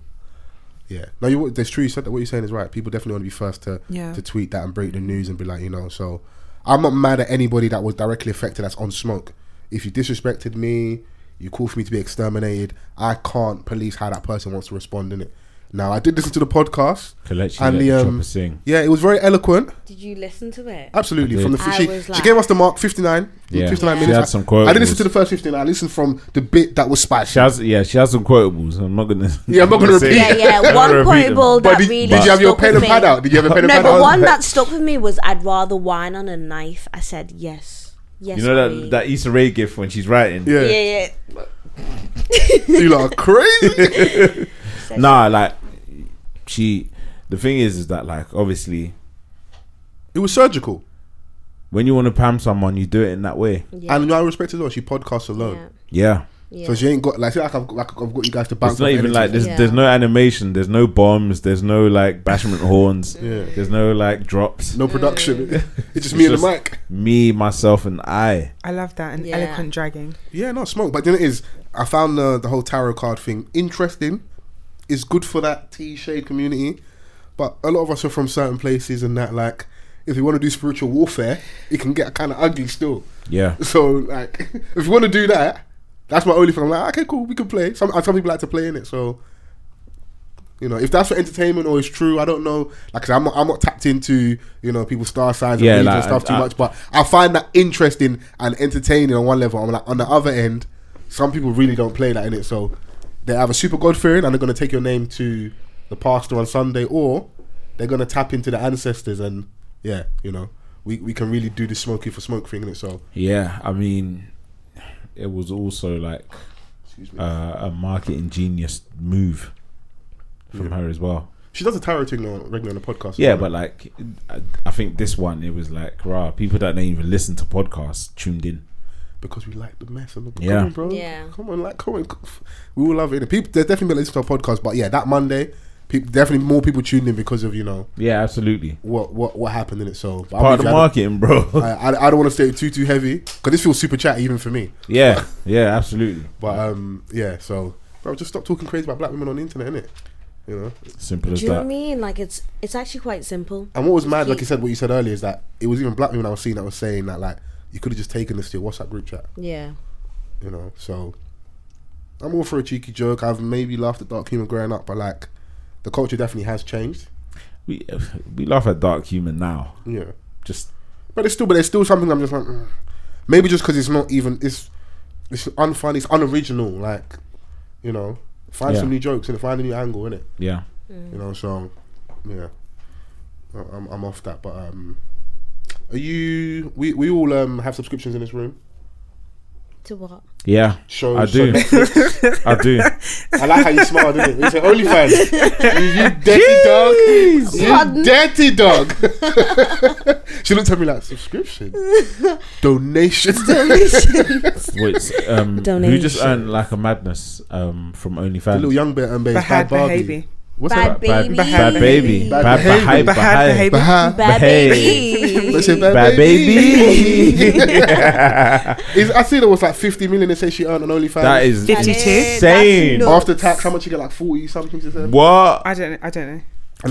S4: Yeah, no, you, that's true. You said that. What you're saying is right. People definitely want to be first to
S5: Yeah.
S4: to tweet that and break the news and be like, you know. So, I'm not mad at anybody that was directly affected. That's on smoke. If you disrespected me, you called for me to be exterminated. I can't police how that person wants to respond in it. Now, I did listen to the podcast.
S3: Kelechi
S4: And
S3: let
S4: the,
S3: the
S4: um,
S3: chopper sing.
S4: Yeah, it was very eloquent.
S6: Did you listen to it?
S4: Absolutely.
S3: I
S4: From the
S3: did.
S6: I
S4: she,
S6: was
S4: she
S6: like-
S4: gave us the mark 59,
S3: Yeah.
S4: 59
S6: She
S4: minutes.
S3: had some quotables.
S4: I didn't listen to the first 15. I listened from the bit that was spicy.
S3: She has, yeah, she has some quotables. I'm not gonna.
S4: [laughs] Yeah, [laughs] I'm
S3: [laughs]
S4: not gonna
S3: say
S4: repeat.
S6: Yeah,
S3: it. I'm
S6: yeah.
S3: not gonna
S6: One
S3: repeat them.
S6: quotable
S4: but
S6: that
S4: did,
S6: really
S4: did you have your
S6: stuck
S4: pen and
S6: with me.
S4: pad out? Did you have a pen and
S6: No,
S4: pad
S6: but
S4: out?
S6: one that stuck with me was I'd rather wine on a knife. I said yes. Yes.
S3: You know that
S6: queen.
S3: that Issa Rae gift when she's writing.
S4: [laughs] Yeah.
S6: Yeah, yeah.
S4: [laughs] You lot are
S6: [laughs]
S4: crazy.
S3: Nah, like she. The thing is, is that like obviously
S4: it was surgical.
S3: when you want to pam someone, you do it in that way.
S6: Yeah.
S4: And you know, I respect it as well. She podcasts alone.
S3: Yeah.
S6: yeah. yeah.
S4: So she ain't got, like, see, like I've, got- like I've got you guys to bounce
S3: It's not
S4: off
S3: even
S4: energy.
S3: like there's
S6: Yeah.
S3: there's no animation, there's no bombs, there's no like
S4: [laughs]
S3: bashment horns,
S4: Yeah.
S3: there's no like drops.
S4: No production. [laughs] it's just me and
S3: It's
S4: the mic.
S3: Me, myself, and I.
S5: I love that and
S6: Yeah.
S5: eloquent dragging.
S4: Yeah, no, smoke. But then it is, I found the, the whole tarot card thing interesting. It's good for that tea shade community. But a lot of us are from certain places and that, like, if you want to do spiritual warfare, it can get kind of ugly still.
S3: Yeah.
S4: So, like, [laughs] if you want to do that, that's my only thing. I'm like, okay, cool, we can play. Some, uh, some people like to play in it, so. You know, if that's for entertainment or it's true, I don't know. Like, i I'm not, I'm not tapped into you know people's star signs and
S3: Yeah,
S4: regions
S3: like,
S4: and stuff too
S3: I-
S4: much, but I find that interesting and entertaining on one level. I'm like, on the other end, some people really don't play that in it, so they have a super god fearing and they're going to take your name to the pastor on Sunday, or they're going to tap into the ancestors and yeah, you know, we, we can really do the smoky for smoke thing in it. So
S3: Yeah. I mean, it was also like uh, a marketing genius move from her as well.
S4: She does a tarot thing on regular on the podcast.
S3: Yeah, but like, I, I think this one it was like, rah, people that don't even listen to podcasts tuned in.
S4: because we like the mess. I'm like, come
S3: Yeah.
S4: on, bro.
S6: Yeah.
S4: Come on, like, come on. We all love it. People, there's definitely been listening to our podcast, but yeah, that Monday, people definitely more people tuned in because of you know
S3: Yeah, absolutely.
S4: what what what happened in it. So but
S3: Part of
S4: I,
S3: the
S4: mean,
S3: marketing, bro.
S4: I, I, I don't want to stay too too heavy because this feels super chatty even for me.
S3: [laughs] yeah, yeah, absolutely.
S4: But um, yeah. So, bro, just stop talking crazy about black women on the internet, innit? You know.
S3: Simple
S6: Do
S3: as
S6: you know what I
S3: that.
S6: mean? Like it's it's actually quite simple.
S4: And what was mad, like
S6: Keep-
S4: you said, what you said earlier is that it was even black women I was seeing that was saying that like you could have just taken this to your WhatsApp group chat.
S6: Yeah.
S4: you know. So I'm all for a cheeky joke. I've maybe laughed at dark humor growing up, but like the culture definitely has changed.
S3: We we laugh at dark humor now.
S4: Yeah,
S3: Just
S4: but it's still, but there's still something I'm just like, mm. maybe just because it's not even it's it's unfunny, it's unoriginal. Like You know, find
S3: Yeah.
S4: some new jokes and find a new angle in it.
S3: Yeah.
S4: You know, so yeah, I- I'm, I'm off that. But um, are you? We we all um have subscriptions in this room. [laughs]
S6: To what? [laughs]
S3: Yeah.
S4: Show,
S3: I do.
S4: show
S3: [laughs] I do.
S4: I like how you smile, didn't it? You say OnlyFans. you, you dirty dog. You
S6: Pardon?
S4: dirty dog. [laughs] she looked at me like subscription,
S6: [laughs]
S4: donation.
S3: Wait, s- um, who just
S6: Donation.
S3: earned like a madness um, from
S4: the little
S3: OnlyFans?
S4: young bear and babe,
S5: Bahad
S4: bad
S5: Bahabi.
S4: baby. What's that?
S6: Bad baby.
S3: Bad baby.
S4: Bad
S3: Bad
S4: behavior.
S3: behavior.
S5: Bahad
S3: Bad
S5: behavior.
S4: Baha.
S6: Bad
S3: Hey.
S6: baby.
S4: Let's say bad,
S3: baby.
S4: [laughs] Is, I see there was like 50 million they say she earned on OnlyFans.
S3: That is
S5: 52.
S3: insane.
S6: That's nuts.
S4: After tax, how much you get? Like 40 something, she said.
S3: What?
S5: I don't. I don't know.
S4: And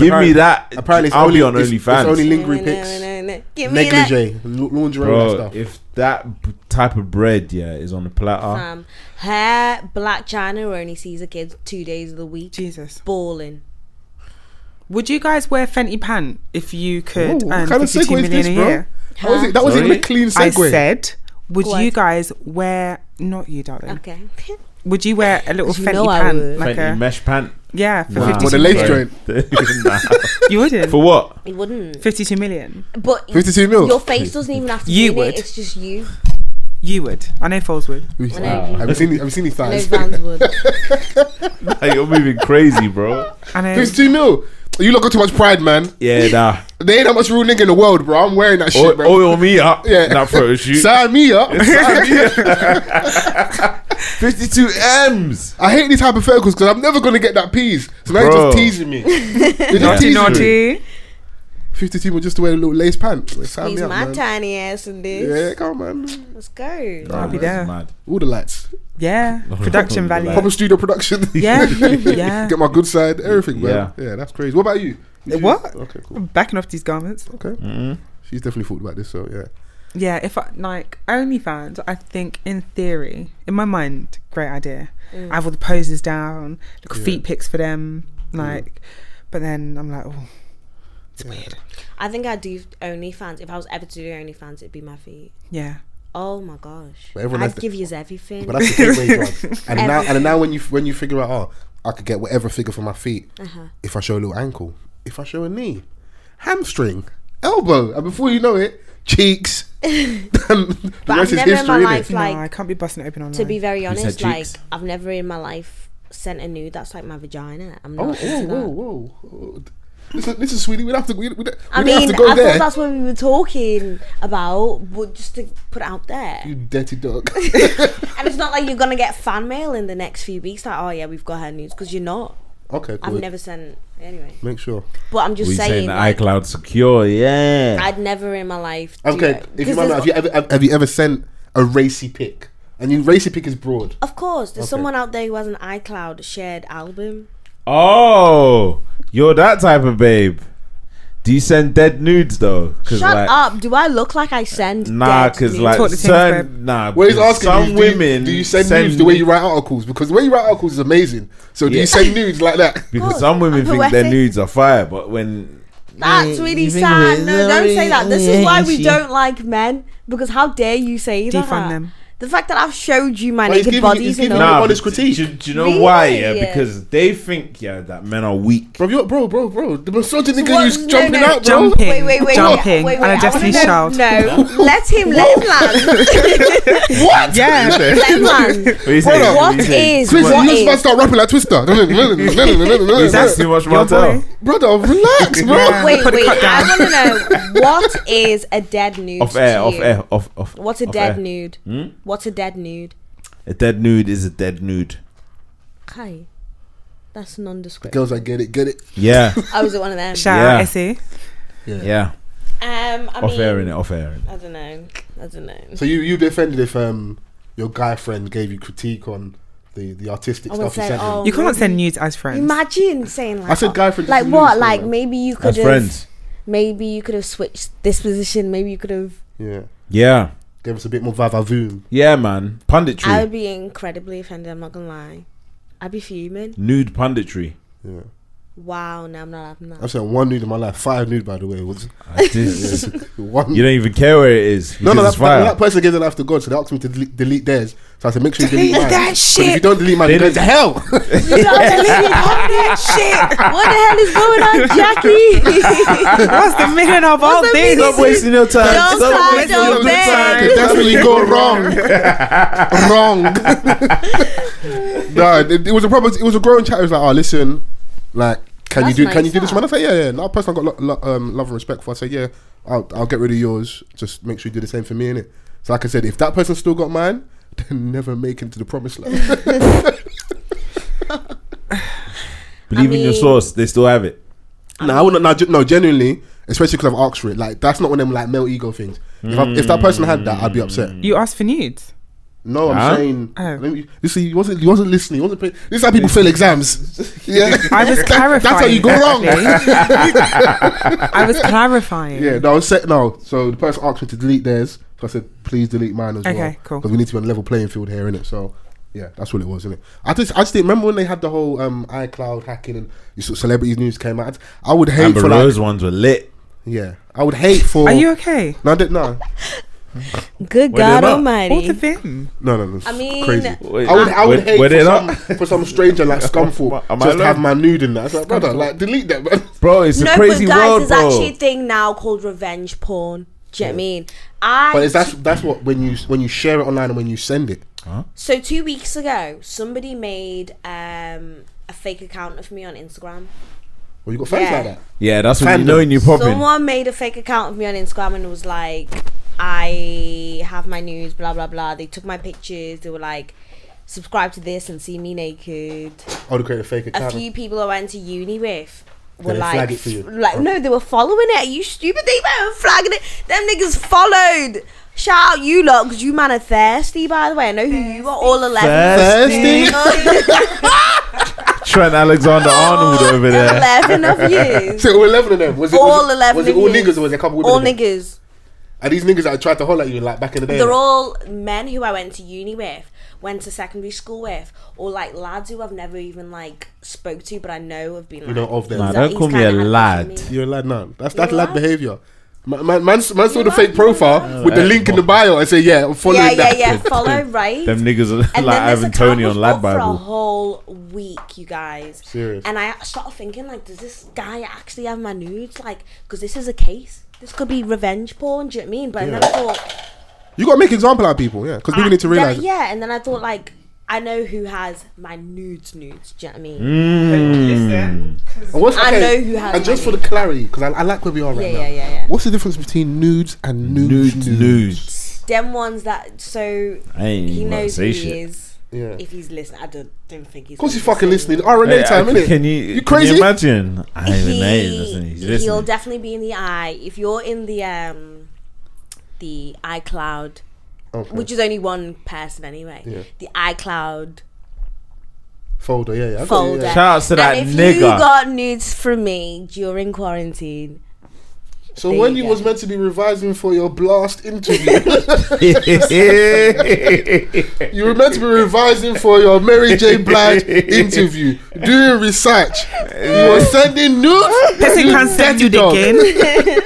S3: Give me
S4: apparently-
S3: that.
S4: Apparently, it's
S3: I'll
S4: only,
S3: be on
S4: it's, it's
S3: OnlyFans.
S4: only
S6: No,
S4: lingerie
S6: no,
S4: pics,
S6: no, no. Give me that.
S4: negligee, l- laundry, all that
S3: Bro,
S4: stuff.
S3: if that b- type of bread, yeah, is on the platter,
S6: Um, her black China only sees her kids two days of the week.
S5: Jesus.
S6: Balling.
S5: Would you guys wear Fenty pant if you could
S4: Ooh,
S5: earn
S4: what kind of
S5: 52
S4: segue is
S5: million
S4: this,
S5: a
S4: bro?
S5: year?
S4: That was, it, that was
S3: Sorry?
S4: even a clean segue.
S5: I said, would
S6: Go
S5: you
S6: on.
S5: guys wear not you, darling?
S6: Okay.
S5: Would you wear a little
S6: You
S5: Fenty
S6: know I
S5: pant,
S6: would.
S5: like
S3: Fenty
S5: a
S3: mesh pant. [laughs]
S5: yeah, for
S3: Wow.
S4: For
S5: 52
S4: the lace
S5: million?
S4: joint.
S3: Nah.
S5: You wouldn't.
S3: For what? [laughs]
S6: It wouldn't.
S5: 52 million.
S6: But
S4: 52 mil?
S6: Your face doesn't even have to
S5: You
S6: be in
S5: would.
S6: it. It's just you.
S5: You would. I know Foles would.
S3: Wow.
S4: Have you seen? Have you seen his
S6: No
S4: thighs?
S6: fans
S4: [laughs]
S6: would.
S3: Like, you're moving crazy, bro.
S5: I know.
S4: Fifty-two mil. You look got too much pride, man.
S3: Yeah, nah.
S4: They ain't that much real nigga in the world, bro. I'm wearing that [laughs] shit,
S3: Oil,
S4: bro.
S3: oil me up.
S4: Yeah.
S3: Yeah. That photo shoot.
S4: Sign me up.
S3: 52 M's.
S4: I hate these hypotheticals because I'm never gonna get that piece. So now you're
S3: Bro.
S4: just
S5: [laughs]
S4: teasing me. You're
S3: Yeah.
S4: just
S5: Naughty,
S4: teasing me.
S5: naughty.
S4: Fifty-two mil just to wear a little lace pants. Like, Sign
S6: He's
S4: me up,
S6: my
S4: man.
S6: tiny ass in this.
S4: Yeah, come on, man.
S6: Let's go.
S3: Nah,
S5: be
S3: that's
S5: there.
S3: mad.
S4: All the lights.
S3: [laughs]
S5: Yeah. Production value.
S4: Proper
S5: [laughs]
S4: studio production.
S5: Yeah. Yeah.
S4: [laughs] Get my good side. Everything, man. Yeah. that's crazy. What about you? Did you-
S5: What?
S4: Okay, cool.
S5: I'm backing off these garments.
S4: Okay.
S3: Mm-hmm.
S4: She's definitely thought about this, so yeah.
S5: Yeah, if I like OnlyFans, I think in theory, in my mind, great idea.
S6: Mm.
S5: I have all the poses down, little feet pics for them,
S4: Mm.
S5: like. But then I'm like, oh, it's weird.
S6: I think I'd do OnlyFans. If I was ever to do OnlyFans, it'd be my feet.
S5: Yeah.
S6: Oh my gosh.
S4: But everyone has
S6: I'd
S4: the-
S6: give you everything.
S4: But that's the gateway
S6: [laughs]
S4: drug. And now, and now, when you when you figure out, oh, I could get whatever figure for my feet
S6: Uh-huh.
S4: if I show a little ankle, if I show a knee, hamstring, elbow, and before you know it,
S6: [laughs]
S4: cheeks. [laughs] um, the
S6: But I've
S4: rest is
S6: never in my
S4: history,
S6: life,
S4: innit?
S5: no, I
S6: like,
S5: can't be busting it open online.
S6: to be very
S3: said
S6: honest, like,
S3: cheeks?
S6: I've never in my life sent a nude. That's like my vagina. I'm
S4: Oh,
S6: not.
S4: whoa,
S6: into
S4: whoa,
S6: that.
S4: whoa, whoa. Listen, listen, sweetie, we don't have to. We, we, don't- we
S6: I
S4: don't have
S6: mean,
S4: to
S6: I
S4: go there.
S6: thought that's what we were talking about, but just to put it out there.
S4: you dirty
S6: [laughs]
S4: dog. [laughs]
S6: And it's not like you're gonna get fan mail in the next few weeks, like, oh yeah, we've got her nudes, because you're not.
S4: okay,
S6: I've
S4: cool.
S6: never sent anyway.
S4: Make sure.
S6: But I'm just
S3: We
S6: saying,
S3: saying
S6: like,
S3: iCloud secure, yeah.
S6: I'd never in my life. do
S4: Okay,
S6: it.
S4: if
S6: 'Cause
S4: you mind,
S6: there's-
S4: have you ever have, have you ever sent a racy pic? And you racy pic is broad.
S6: Of course, there's
S4: Okay.
S6: someone out there who has an iCloud shared album.
S3: Oh, you're that type of babe. Do you send dead nudes though? 'Cause,
S6: Shut
S3: like,
S6: up! Do I look like I send?
S3: Nah,
S6: dead
S3: because
S6: nudes?
S3: like
S5: Talk to Taylor
S3: certain, nah,
S4: Well, he's
S3: 'cause
S4: asking
S3: some
S4: you, do you-
S3: women
S4: Do you, send, nudes the way you write articles? Because the way you write articles is amazing. So do
S3: Yeah.
S4: you send nudes like that?
S3: because
S6: God,
S3: some women
S6: I'm
S3: think their
S6: poetic.
S3: nudes are fire, but when
S6: that's really sad. No, don't say that. This is why we don't like men because how dare you say that?
S5: Defund them.
S6: The fact that I've showed you my
S4: Well, he's
S6: naked
S4: giving you- he's
S6: bodies, you
S4: giving
S6: know.
S4: you
S3: nah,
S4: honest
S3: but
S4: critique.
S3: Do, do you know why?
S6: Really?
S3: Yeah, because they think yeah that men are weak.
S4: Bro, you're, bro, bro, bro. The misogyny nigga
S6: What?
S4: you's
S6: No,
S4: jumping
S6: no,
S4: out, bro.
S5: jumping.
S6: Wait, wait, wait,
S5: Jumping,
S6: wait, wait,
S5: and I
S6: wanna
S5: definitely
S6: know-
S5: shout.
S6: No, let him, let him
S5: [laughs]
S6: land,
S4: [laughs] What? [laughs]
S5: Yeah.
S6: let him land.
S3: What is
S4: Brother,
S6: What is?
S4: Chris,
S6: what
S4: you just
S6: is-
S4: about to start rapping like Twister. [laughs]
S3: That's too much
S5: Your
S3: Martel.
S5: boy.
S4: Brother, relax, bro.
S5: Yeah.
S6: Wait,
S5: Put the
S6: wait,
S5: cut down.
S6: I want to know what is a dead nude?
S3: Off
S6: to
S3: air, off
S6: you?
S3: air, off off.
S6: What's a
S3: off
S6: dead
S3: air. Hmm?
S6: nude? What's a dead nude?
S3: A dead nude is a dead nude.
S6: Okay, that's nondescript.
S4: Girls, I get it, get it.
S6: [laughs]
S3: Yeah,
S6: I was at one of them.
S5: Shout
S3: Yeah.
S5: out Essie.
S3: yeah.
S6: Um, I
S3: Off
S6: mean,
S3: airing it, off airing.
S6: I don't know. I don't know.
S4: So you you defended if um your guy friend gave you critique on the the artistic
S6: I would
S4: stuff you
S6: say,
S4: sent him.
S6: oh,
S5: You can't
S6: maybe-
S5: send nudes as friends. [laughs]
S6: Imagine saying like,
S4: I said guy friend
S6: like
S4: doesn't
S6: what?
S4: lose,
S6: Like
S4: though.
S6: maybe you could
S3: As
S6: have,
S3: friends,
S6: maybe you could have switched this position. Maybe you could have.
S4: Yeah,
S3: yeah,
S4: gave us a bit more vavavoom.
S3: yeah, man. Punditry,
S6: I would be incredibly offended. I'm not gonna lie. I'd be fuming.
S3: nude punditry.
S4: Yeah.
S6: Wow, no, I'm not having that.
S4: I've seen one nude in my life. Five nude, by the way. Was [laughs]
S3: I did.
S4: one.
S3: you don't even care where it is.
S4: no, no,
S3: because
S4: that,
S3: it's
S4: that,
S3: fire.
S4: that person gave their life to God, so they asked me to delete, delete theirs. So I said, make sure you delete,
S5: Delete
S4: mine.
S5: that
S4: 'Cause If you
S5: shit.
S4: don't delete mine,
S3: They
S4: you're going to
S3: didn't- [laughs]
S4: hell. [laughs]
S6: What the hell is going on,
S5: [laughs]
S6: Jackie?
S5: What's the meaning of all
S6: the
S5: this?
S6: meaning?
S3: Stop
S4: [laughs]
S3: wasting your time.
S6: Don't
S3: Stop
S6: cry,
S3: wasting
S6: don't
S3: your
S6: beg.
S3: time.
S4: Could definitely go
S3: [laughs]
S4: wrong. wrong. no, it, it was a proper. It was a growing chat. It was like, oh, listen, like, can
S6: That's
S4: you do? Can
S6: nice,
S4: you do this,
S6: huh?
S4: man? I said, yeah, yeah. Now, person I got lo- lo- um, love and respect for. I said, yeah, I'll, I'll get rid of yours. Just make sure you do the same for me, innit? So, like I said, if that person still got mine, [laughs] then never make it to the promised land. [laughs]
S3: Believe in your
S6: mean-
S3: source. They still have it.
S4: no, I wouldn't. No, ge- no genuinely, especially because I've asked for it. Like, that's not one of them like male ego things. If, I, if that person had that, I'd be upset.
S5: You asked for nudes.
S4: No, I'm
S3: Mm. Huh?
S4: saying.
S5: Oh.
S4: Let me- you see, he wasn't. He wasn't listening. He wasn't paying. This is how people
S3: [laughs]
S4: fail exams. [laughs] Yeah,
S5: I was clarifying.
S4: That's how you go wrong.
S5: exactly. I was clarifying.
S4: yeah, no, I was set. No, so the person asked me to delete theirs. So I said, please delete mine as well.
S5: Okay, cool.
S4: Because we need to be on a level playing field here, innit? So. Yeah, that's what it was, innit? I just, I just didn't remember when they had the whole um, iCloud hacking and you saw celebrities news came out. I would hate
S3: Amber
S4: for like,
S3: Rose ones were lit.
S4: yeah, I would hate for.
S5: Are you okay?
S4: No, I didn't- no,
S6: Good
S3: Were they
S6: God
S3: not?
S5: All the
S6: Almighty.
S5: vim.
S4: no, no, no.
S6: I
S4: it's
S6: mean, uh,
S4: crazy.
S3: Wait,
S4: I would, I would
S3: were-
S4: hate
S3: were they
S4: for
S3: not?
S4: some, for some stranger like Scumful
S3: Am I
S4: just to have
S3: alone?
S4: my nude in that. It's like, brother, like delete that, man.
S3: Bro, it's
S6: No,
S3: a
S6: but
S3: crazy
S6: guys,
S3: world,
S6: there's
S3: bro.
S6: actually a thing now called revenge porn. Do you know what I mean? I
S4: But it's, that's that's what when you when you share it online and when you send it.
S6: So two weeks ago, somebody made um, a fake account of me on Instagram.
S4: Well, you got fans
S6: Yeah.
S4: like that.
S3: yeah, that's when you
S4: Fandom.
S3: know when you popping.
S6: Someone made a fake account of me on Instagram and was like, "I have my news, blah blah blah." They took my pictures. They were like, "Subscribe to this and see me naked."
S4: Oh, to create a fake
S6: A
S4: account. [laughs]
S6: few people I went to uni with. Were
S4: Did they
S6: like,
S4: flag it for you? Oh.
S6: like no, they were following it. Are you stupid? They weren't flagging it. Them niggas followed. Shout out you lot, cause you man are thirsty. By the way, I know who you are. All eleven. [laughs]
S3: Thirsty. Trent Alexander Arnold over there.
S6: Eleven
S3: [laughs]
S6: of
S4: [laughs]
S6: you.
S4: So all eleven of them was it was
S6: all
S4: it-
S6: eleven.
S4: Was it
S6: of
S4: all
S6: you.
S4: niggas or was it a couple women?
S6: All
S4: in there?
S6: niggas.
S4: Are these niggas that tried to holler at you like back in the day?
S6: They're all men who I went to uni with, went to secondary school with, or like lads who I've never even like spoke to, but I know have been. Like,
S4: You know, of them.
S3: Nah,
S6: he's-
S3: don't
S6: he's
S3: call me
S6: kinda
S3: a
S6: had
S3: lad.
S6: crush on me.
S4: You're a lad now. That's that's
S6: You're a
S4: lad
S6: lad.
S4: behavior. Man, man, man saw the
S6: a
S4: fake
S6: lad.
S4: profile with the
S3: Yeah.
S4: link in the bio and say, "Yeah, I'm following
S6: Yeah, yeah,
S4: that."
S6: yeah.
S4: [laughs]
S6: Follow right.
S3: Them niggas are
S6: and
S3: like
S6: then this
S3: Ivan Tony
S6: account
S3: on
S6: was
S3: Lad
S6: up for a
S3: Bible.
S6: whole week, you guys.
S4: Serious.
S6: And I started thinking, like, does this guy actually have my nudes? Like, because this is a case. This could be revenge porn. Do you know what I mean? But I never thought.
S4: You gotta make example out of people, yeah, because people need to
S6: I-
S4: realize.
S6: then- Ah, yeah, and then I thought like I know who has my nudes nudes. Do you know what I mean?
S3: Mm.
S4: And what's,
S6: I
S4: okay,
S6: know who has
S4: And just for
S6: money.
S4: the clarity, because I, I like where we are right
S6: Yeah,
S4: now.
S6: yeah, yeah, yeah.
S4: What's the difference between nudes and nudes?
S3: Nude, Mm. nudes.
S6: Them ones that so
S3: I ain't
S6: he
S3: even gonna
S6: knows who
S3: say
S6: he
S3: shit.
S6: is.
S4: Yeah.
S6: If he's listening, I don't, don't think he's.
S4: Of course,
S6: gonna
S4: he's fucking listening. RNA
S3: Hey,
S4: time,
S3: I-
S4: innit?
S3: Can you,
S4: You
S3: Can
S4: crazy?
S3: you imagine? I ain't even know he's listening.
S6: He,
S3: He's
S6: he'll
S3: listening.
S6: definitely be in the eye. If you're in the um, the iCloud,
S4: Okay.
S6: which is only one person anyway,
S4: Yeah.
S6: the iCloud
S4: folder, yeah, yeah. I got it,
S6: folder.
S4: yeah.
S3: Shout outs to
S6: and
S3: that
S6: if
S3: nigga.
S6: you got nudes from me during quarantine,
S4: So
S6: There
S4: when
S6: you
S4: you
S6: go.
S4: was meant to be revising for your blast interview,
S3: [laughs]
S4: you were meant to be revising for your Mary J.
S3: [laughs]
S4: Blige interview, doing research. You were sending nudes.
S5: Person
S4: you
S5: can't send
S4: dirty
S5: you the
S4: dog.
S5: game.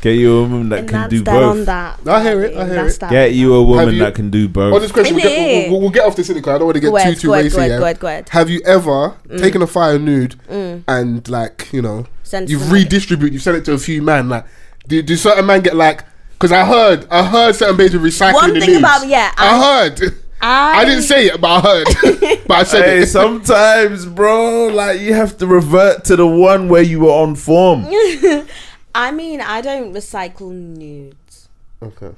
S3: Get you a woman that
S6: and
S3: can
S6: that's
S3: do
S6: that on
S3: both.
S6: that.
S4: I hear it, I hear
S6: That's
S4: it.
S6: that on
S3: Get you a woman
S4: you-
S3: that can do
S4: On
S3: both.
S4: this question, we'll get,
S6: Innit?
S4: we'll, we'll get off this in I don't want to get
S6: Go ahead,
S4: too too
S6: go ahead,
S4: racy.
S6: go ahead,
S4: yeah.
S6: go ahead, go ahead.
S4: Have you ever
S6: Mm.
S4: taken a fire nude and like you know
S6: Sent to
S4: you've
S6: somebody.
S4: redistributed, you've sent it to a few man? Like, do, do certain man get like? Because I heard, I heard certain babes were recycling
S6: One
S4: the
S6: thing
S4: nudes.
S6: about- yeah,
S4: I, heard.
S6: I-
S4: I, didn't say it, but I heard.
S6: [laughs]
S4: [laughs] but I said
S3: Hey,
S4: it.
S3: sometimes, bro, like you have to revert to the one where you were on
S6: [laughs]
S3: form.
S6: I mean, I don't recycle nudes.
S4: Okay.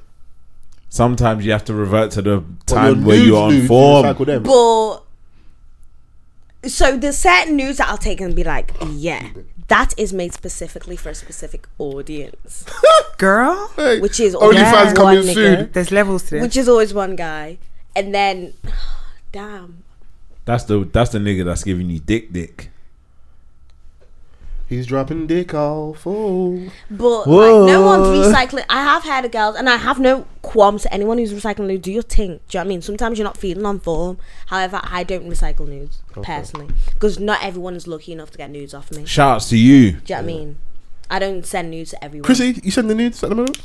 S3: Sometimes you have to revert to the
S4: Well,
S3: time where you
S4: nudes,
S3: were on
S4: nudes, you
S3: form.
S4: recycle them.
S6: But so the certain nudes that I'll take and be like, yeah, that is made specifically for a specific audience,
S5: Girl,
S4: Hey,
S6: which
S4: [laughs]
S6: is
S4: OnlyFans
S6: always one
S4: coming
S6: nigga,
S4: soon.
S5: there's levels to this.
S6: which is always one guy, and then [sighs] damn,
S3: That's the that's the nigga that's giving you dick dick.
S4: He's dropping dick off. Oh,
S6: But
S3: Whoa.
S6: like, no one's recycling. I have heard of girls, and I have no qualms to anyone who's recycling nudes. Do your thing. Do you know what I mean? Sometimes you're not feeling on form. However, I don't recycle nudes personally because not everyone is lucky enough to get nudes off me. Do
S3: Shouts to you.
S6: you know what I mean? I don't send nudes to everyone.
S4: Chrissy, you send the nudes at the moment?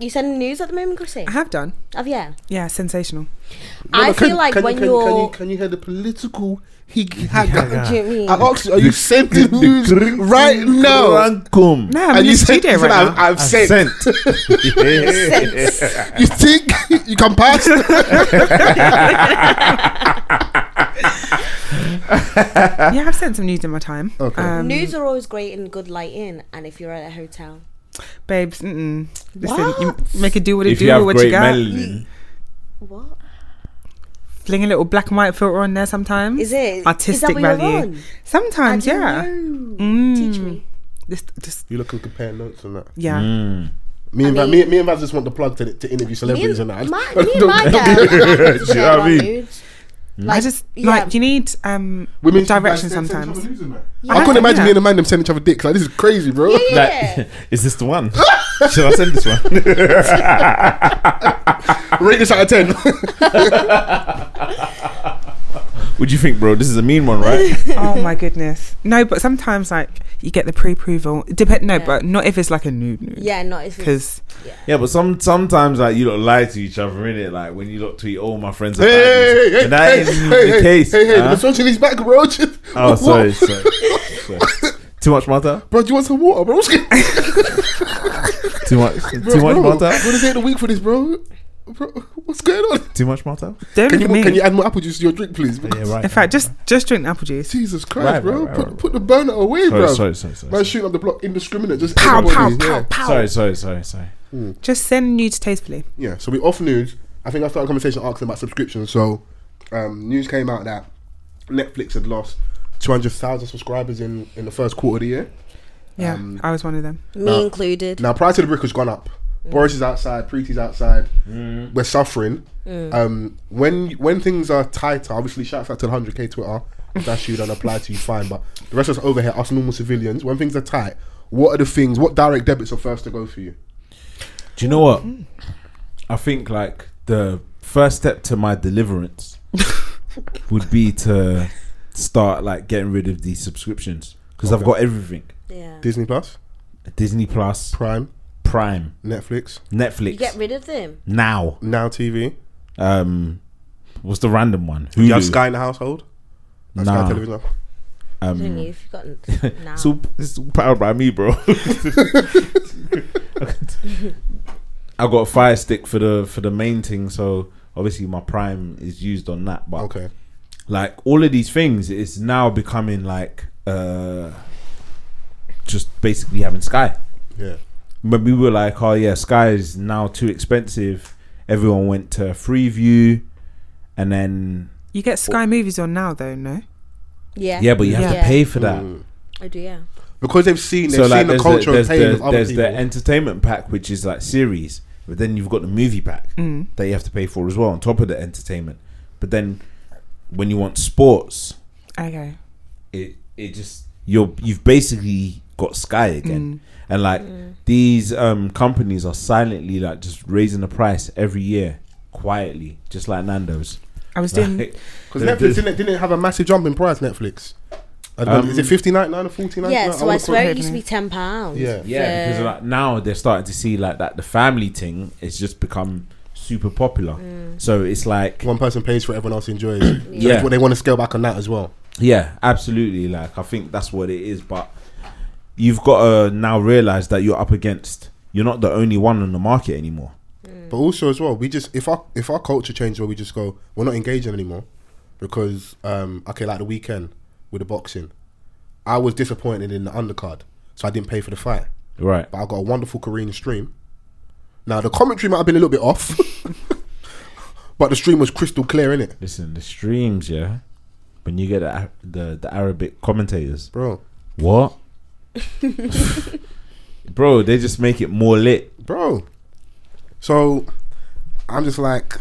S6: you sending nudes at the moment, Chrissy?
S5: I have done.
S6: Have yeah.
S5: Yeah, sensational.
S4: Uh-huh. No,
S6: I
S4: no,
S6: feel like
S4: can,
S6: when
S4: can,
S6: you're.
S4: can you, can you hear the political higgy hagga?
S6: do you know what I mean?
S4: I asked you, are [laughs] you sending [laughs]
S3: [laughs]
S4: nudes right now?
S3: Rankum.
S5: No, I'm in
S4: you
S5: the
S4: said-
S5: studio
S4: you said,
S5: right
S4: I've,
S5: now.
S4: I've sent. [laughs]
S3: [laughs]
S4: You think [laughs] you can pass?
S5: yeah, I've sent some nudes in my time.
S4: Okay.
S5: Um,
S6: Nudes are always great in good lighting, and if you're at a hotel.
S5: babes. Mm-mm. Listen, you
S6: What?
S5: make it do what it
S3: if
S5: do.
S3: you have
S5: what
S3: great
S5: you got?
S3: melanin,
S6: What?
S5: Fling a little black and white filter on there sometimes.
S6: Is it? Is that
S5: artistic
S6: what you're
S5: value?
S6: on? I
S5: Sometimes,
S6: didn't
S5: yeah.
S6: know.
S5: Mm.
S6: Teach me.
S5: Just, just
S4: You look and compare notes on that.
S5: yeah.
S3: mm.
S4: Me and
S6: I
S4: Vaz, me, me and Vaz just want the plug to, to interview celebrities and,
S6: me
S4: that.
S3: [laughs]
S4: [laughs]
S6: and my, me and my girl, like, like to
S3: Do you
S6: share
S3: know what I
S6: our
S3: mean?
S6: nudes. Like,
S5: I just
S6: yeah.
S5: like you need um direction sometimes.
S4: I
S5: Yeah.
S4: couldn't imagine
S5: Yeah.
S4: me and a man them sending each other dicks. Like this is crazy, bro.
S6: yeah, yeah.
S3: Like, [laughs] is this the one? Should I send this one?
S4: [laughs]
S3: [laughs]
S4: Rate this out of
S6: [laughs]
S4: ten.
S3: Would you think, bro? This is a mean one, right?
S5: [laughs] oh my goodness. No, but sometimes like you get the pre-approval. Depend. No,
S6: Yeah.
S5: but not if it's like a nude nude.
S6: yeah, not if it's
S5: Because
S3: yeah, but some sometimes like you lot lie to each other, innit? Like when you lot tweet, "All my friends are
S4: hey, hey,
S3: bad,"
S4: hey,
S3: and that
S4: hey,
S3: isn't
S4: hey,
S3: the
S4: hey,
S3: case.
S4: Hey, hey,
S3: huh?
S4: the misogyny's back, bro. [laughs] Just-
S3: Oh,
S4: what?
S3: sorry, sorry. sorry. Too much butter.
S4: Bro, do you want some water, bro? [laughs] What's good?
S3: Too much.
S4: Bro,
S3: Too much
S4: bro,
S3: butter.
S4: What is it in a week for this, bro? Bro, what's going on?
S3: Too much butter.
S5: don't
S4: Can you
S5: look at me.
S4: can you add more apple juice to your drink, please?
S3: Yeah, right.
S5: in fact, just just drink apple juice.
S4: Jesus Christ,
S3: Right,
S4: bro.
S3: right, right,
S4: put,
S3: right.
S4: put the burner away,
S3: sorry,
S4: bro.
S3: sorry, sorry, sorry,
S4: Man,
S3: sorry,
S4: shooting up the block indiscriminate. Just
S5: Pow pow
S4: everybody,
S5: pow
S4: yeah.
S5: pow.
S3: sorry, sorry, sorry, sorry.
S5: Just send nudes tastefully.
S4: yeah, so we off news. I think I started a conversation asking about subscriptions. So um, news came out that Netflix had lost 200,000 subscribers in, in the first quarter of the year.
S5: Yeah, I was one of them.
S6: me
S4: no.
S6: included.
S4: Now, price to the brick has gone up. Boris is outside, Preeti's outside. We're suffering. Um, when when things are tighter, obviously, shout out to the 100k Twitter. If That's you, don't apply to you, fine. But the rest of us over here, us normal civilians, when things are tight, what are the things, what direct debits are first to go for you?
S3: Do you know what? I think like the first step to my
S6: [laughs]
S3: deliverance would be to start like getting rid of these subscriptions because I've
S4: Okay.
S3: got everything:
S6: yeah.
S4: Disney Plus,
S3: Disney Plus,
S4: Prime,
S3: Prime,
S4: Netflix,
S3: Netflix.
S6: You get rid of them.
S3: now,
S4: Now TV.
S3: um, what's the random one?
S4: You have
S3: Hulu.
S4: Sky in the household? That's Sky
S3: Nah.
S4: Television.
S6: Don't
S3: Um,
S6: you? If you got now.
S3: [laughs] It's all, it's all powered by me,
S6: [laughs]
S3: bro. [laughs] I got a fire stick for the for the main thing, so obviously my prime is used on that. But
S4: Okay.
S3: like all of these things, it's now becoming like uh just basically having Sky.
S4: Yeah.
S3: But we were like, oh yeah, Sky is now too expensive. Everyone went to Freeview, and then
S5: You get Sky Movies on now though, no?
S6: yeah.
S3: yeah, but you have to
S6: Yeah.
S3: pay for that.
S4: Mm.
S6: I do. Yeah.
S4: Because they've seen they've
S3: so like
S4: seen the
S3: there's
S4: culture
S3: the,
S4: of
S3: there's,
S4: pain
S3: the,
S4: of other
S3: there's
S4: people.
S3: the entertainment pack which is like series but then you've got the movie pack
S5: Mm.
S3: that you have to pay for as well on top of the entertainment but then when you want sports
S5: Okay.
S3: it it just you're you've basically got sky again
S5: Mm.
S3: and like these um companies are silently like just raising the price every year quietly just like nando's
S5: I was doing.
S3: Like,
S4: Because
S3: the-
S4: Netflix
S3: the-
S4: didn't, didn't have a massive jump in price. Netflix, I don't know, is it
S3: Um,
S4: fifty nine nine or forty nine?
S6: Yeah. So I swear
S5: quote
S6: it used to be ten pounds.
S4: Yeah.
S3: yeah because like now they're starting to see like that the family thing it's just become super popular so it's like
S4: one person pays for it, everyone else enjoys.
S6: [clears throat]
S4: yeah,
S3: Yeah.
S4: they want to scale back on that as well.
S3: Yeah, absolutely. Like I think that's what it is, but you've got to now realize that you're up against. You're not the only one on the market anymore.
S6: Mm.
S4: But also as well, we just if our if our culture changes, where we just go, we're not engaging anymore, because um okay, like the weekend with the boxing, I was disappointed in the undercard, so I didn't pay for the fight.
S3: Right.
S4: But I got a wonderful Korean stream. Now the commentary might have been a little bit off, [laughs] but the stream was crystal clear in it,
S3: Listen, the streams, yeah. When you get the Ar- the, the Arabic commentators,
S4: bro.
S5: [laughs]
S3: what? Bro, they just make it more lit.
S4: bro. So I'm just like,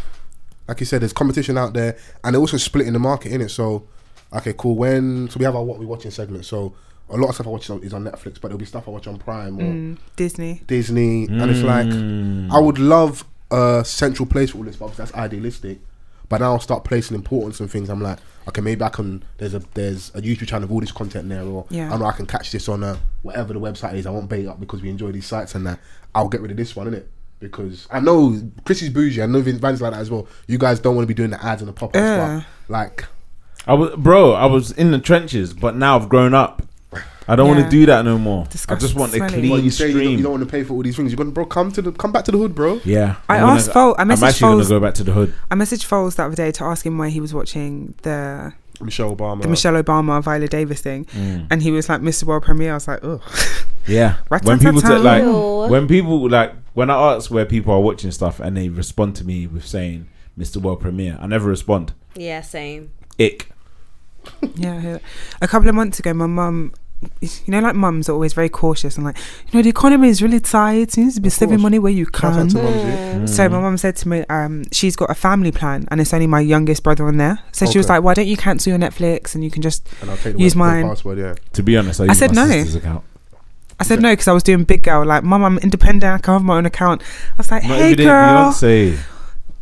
S4: like you said, there's competition out there, and they're also splitting the market in it. So okay, cool. When so we have our what we watching segment. So a lot of stuff I watch is on, is on Netflix, but there'll be stuff I watch on Prime or
S5: Mm. Disney.
S4: Disney, and
S3: Mm.
S4: it's like I would love a central place for all this, but obviously that's idealistic. But now I'll start placing importance and things. I'm like, okay, maybe I can. There's a there's a YouTube channel with all this content there, or
S5: Yeah.
S4: I know I can catch this on a, whatever the website is. I won't bait up because we enjoy these sites and that. I'll get rid of this one, innit? Because I know Chris is bougie. I know Vin- Van's like that as well. You guys don't want to be doing the ads and the pop ups,
S5: Yeah.
S4: but like,
S3: I was, bro. I was in the trenches, but now I've grown up. I don't want
S5: Yeah.
S3: to do that no more. I just
S5: Disgusting
S3: want a
S5: smelly.
S3: clean
S4: what, you say you don't,
S3: stream.
S4: you don't want to pay for all these things. You're gonna bro, come to the come back to the hood, bro.
S3: yeah,
S5: I
S3: I'm gonna-
S5: asked Fol- I
S3: I'm
S5: messaged
S3: actually
S5: Fol's-
S3: gonna go back to the hood.
S5: I messaged Foles the other day to ask him where he was watching the
S4: Michelle Obama.
S5: the Michelle Obama Viola Davis thing, and he was like Mr. World Premiere. I was like, ugh. [laughs]
S3: Yeah,
S5: Right,
S3: when
S5: right,
S3: people
S5: right,
S3: take like
S6: right.
S3: when people like when I ask where people are watching stuff and they respond to me with saying Mr. World Premiere, I never respond.
S6: Yeah, same.
S3: Ick.
S5: Yeah, I hear that. a couple of months ago, my mum, you know, like mums are always very cautious and like, you know, the economy is really tight. You need to be saving
S4: course.
S5: money where you
S4: Shout
S5: can.
S4: out to Mumsy.
S5: So my mum said to me, um, she's got a family plan and it's only my youngest brother on there. So she was
S4: Okay.
S5: like, why don't you cancel your Netflix and you can just?
S4: And I'll take the
S5: Use
S4: web- the
S5: mine.
S4: password, yeah.
S3: To be honest, I, use
S5: said
S3: my
S5: no.
S3: sister's account.
S5: I said no because I was doing big girl. Like, mum, I'm independent. I can have my own account. I was like,
S3: Not
S5: hey
S3: even if- you don't
S5: girl,
S3: say.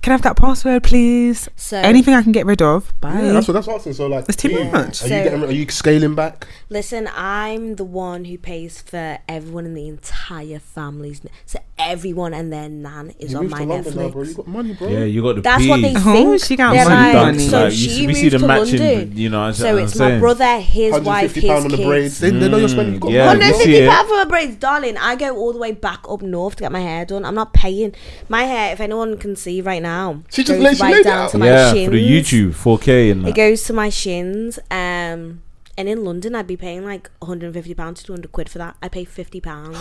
S5: can I have that password, please?
S6: So
S5: Anything I can get rid of, bye.
S4: Yeah, that's what that's asking. So like,
S5: It's too
S4: are you-
S5: much.
S4: Are you,
S6: So-
S4: getting, are you scaling back?
S6: Listen, I'm the one who pays for everyone in the entire family's. Ne- so everyone and their nan is
S4: You
S6: on
S4: moved
S6: my
S4: to London
S6: Netflix.
S4: now, bro. You got money, bro.
S3: Yeah, you got the
S6: That's what
S3: peas.
S6: they
S5: Oh,
S6: think.
S5: she got
S6: They're
S5: money.
S6: like,
S5: Dunks,
S6: so
S3: like, you
S6: she
S3: see- we
S6: moved
S3: see the
S6: to
S3: matching,
S6: London.
S3: you know, I-
S6: so
S3: I'm
S6: it's my
S3: saying.
S6: brother, his wife,
S4: 150
S6: his
S4: pound
S6: kids.
S4: on the braids. They, they know you're spending. you got
S3: yeah,
S4: money,
S3: you
S4: bro.
S3: see it.
S6: 150 pound for my braids, darling. I go all the way back up north to get my hair done. I'm not paying my hair. If anyone can see right now,
S4: She just
S6: goes
S4: laid- she
S6: right
S4: laid
S6: down
S4: out.
S6: to my
S3: yeah,
S6: shins.
S3: for the YouTube 4K and
S6: It
S3: that.
S6: goes to my shins. Um, and in London, I'd be paying like 150 pounds to 200 quid for that. I pay
S4: [gasps]
S6: 50 pounds.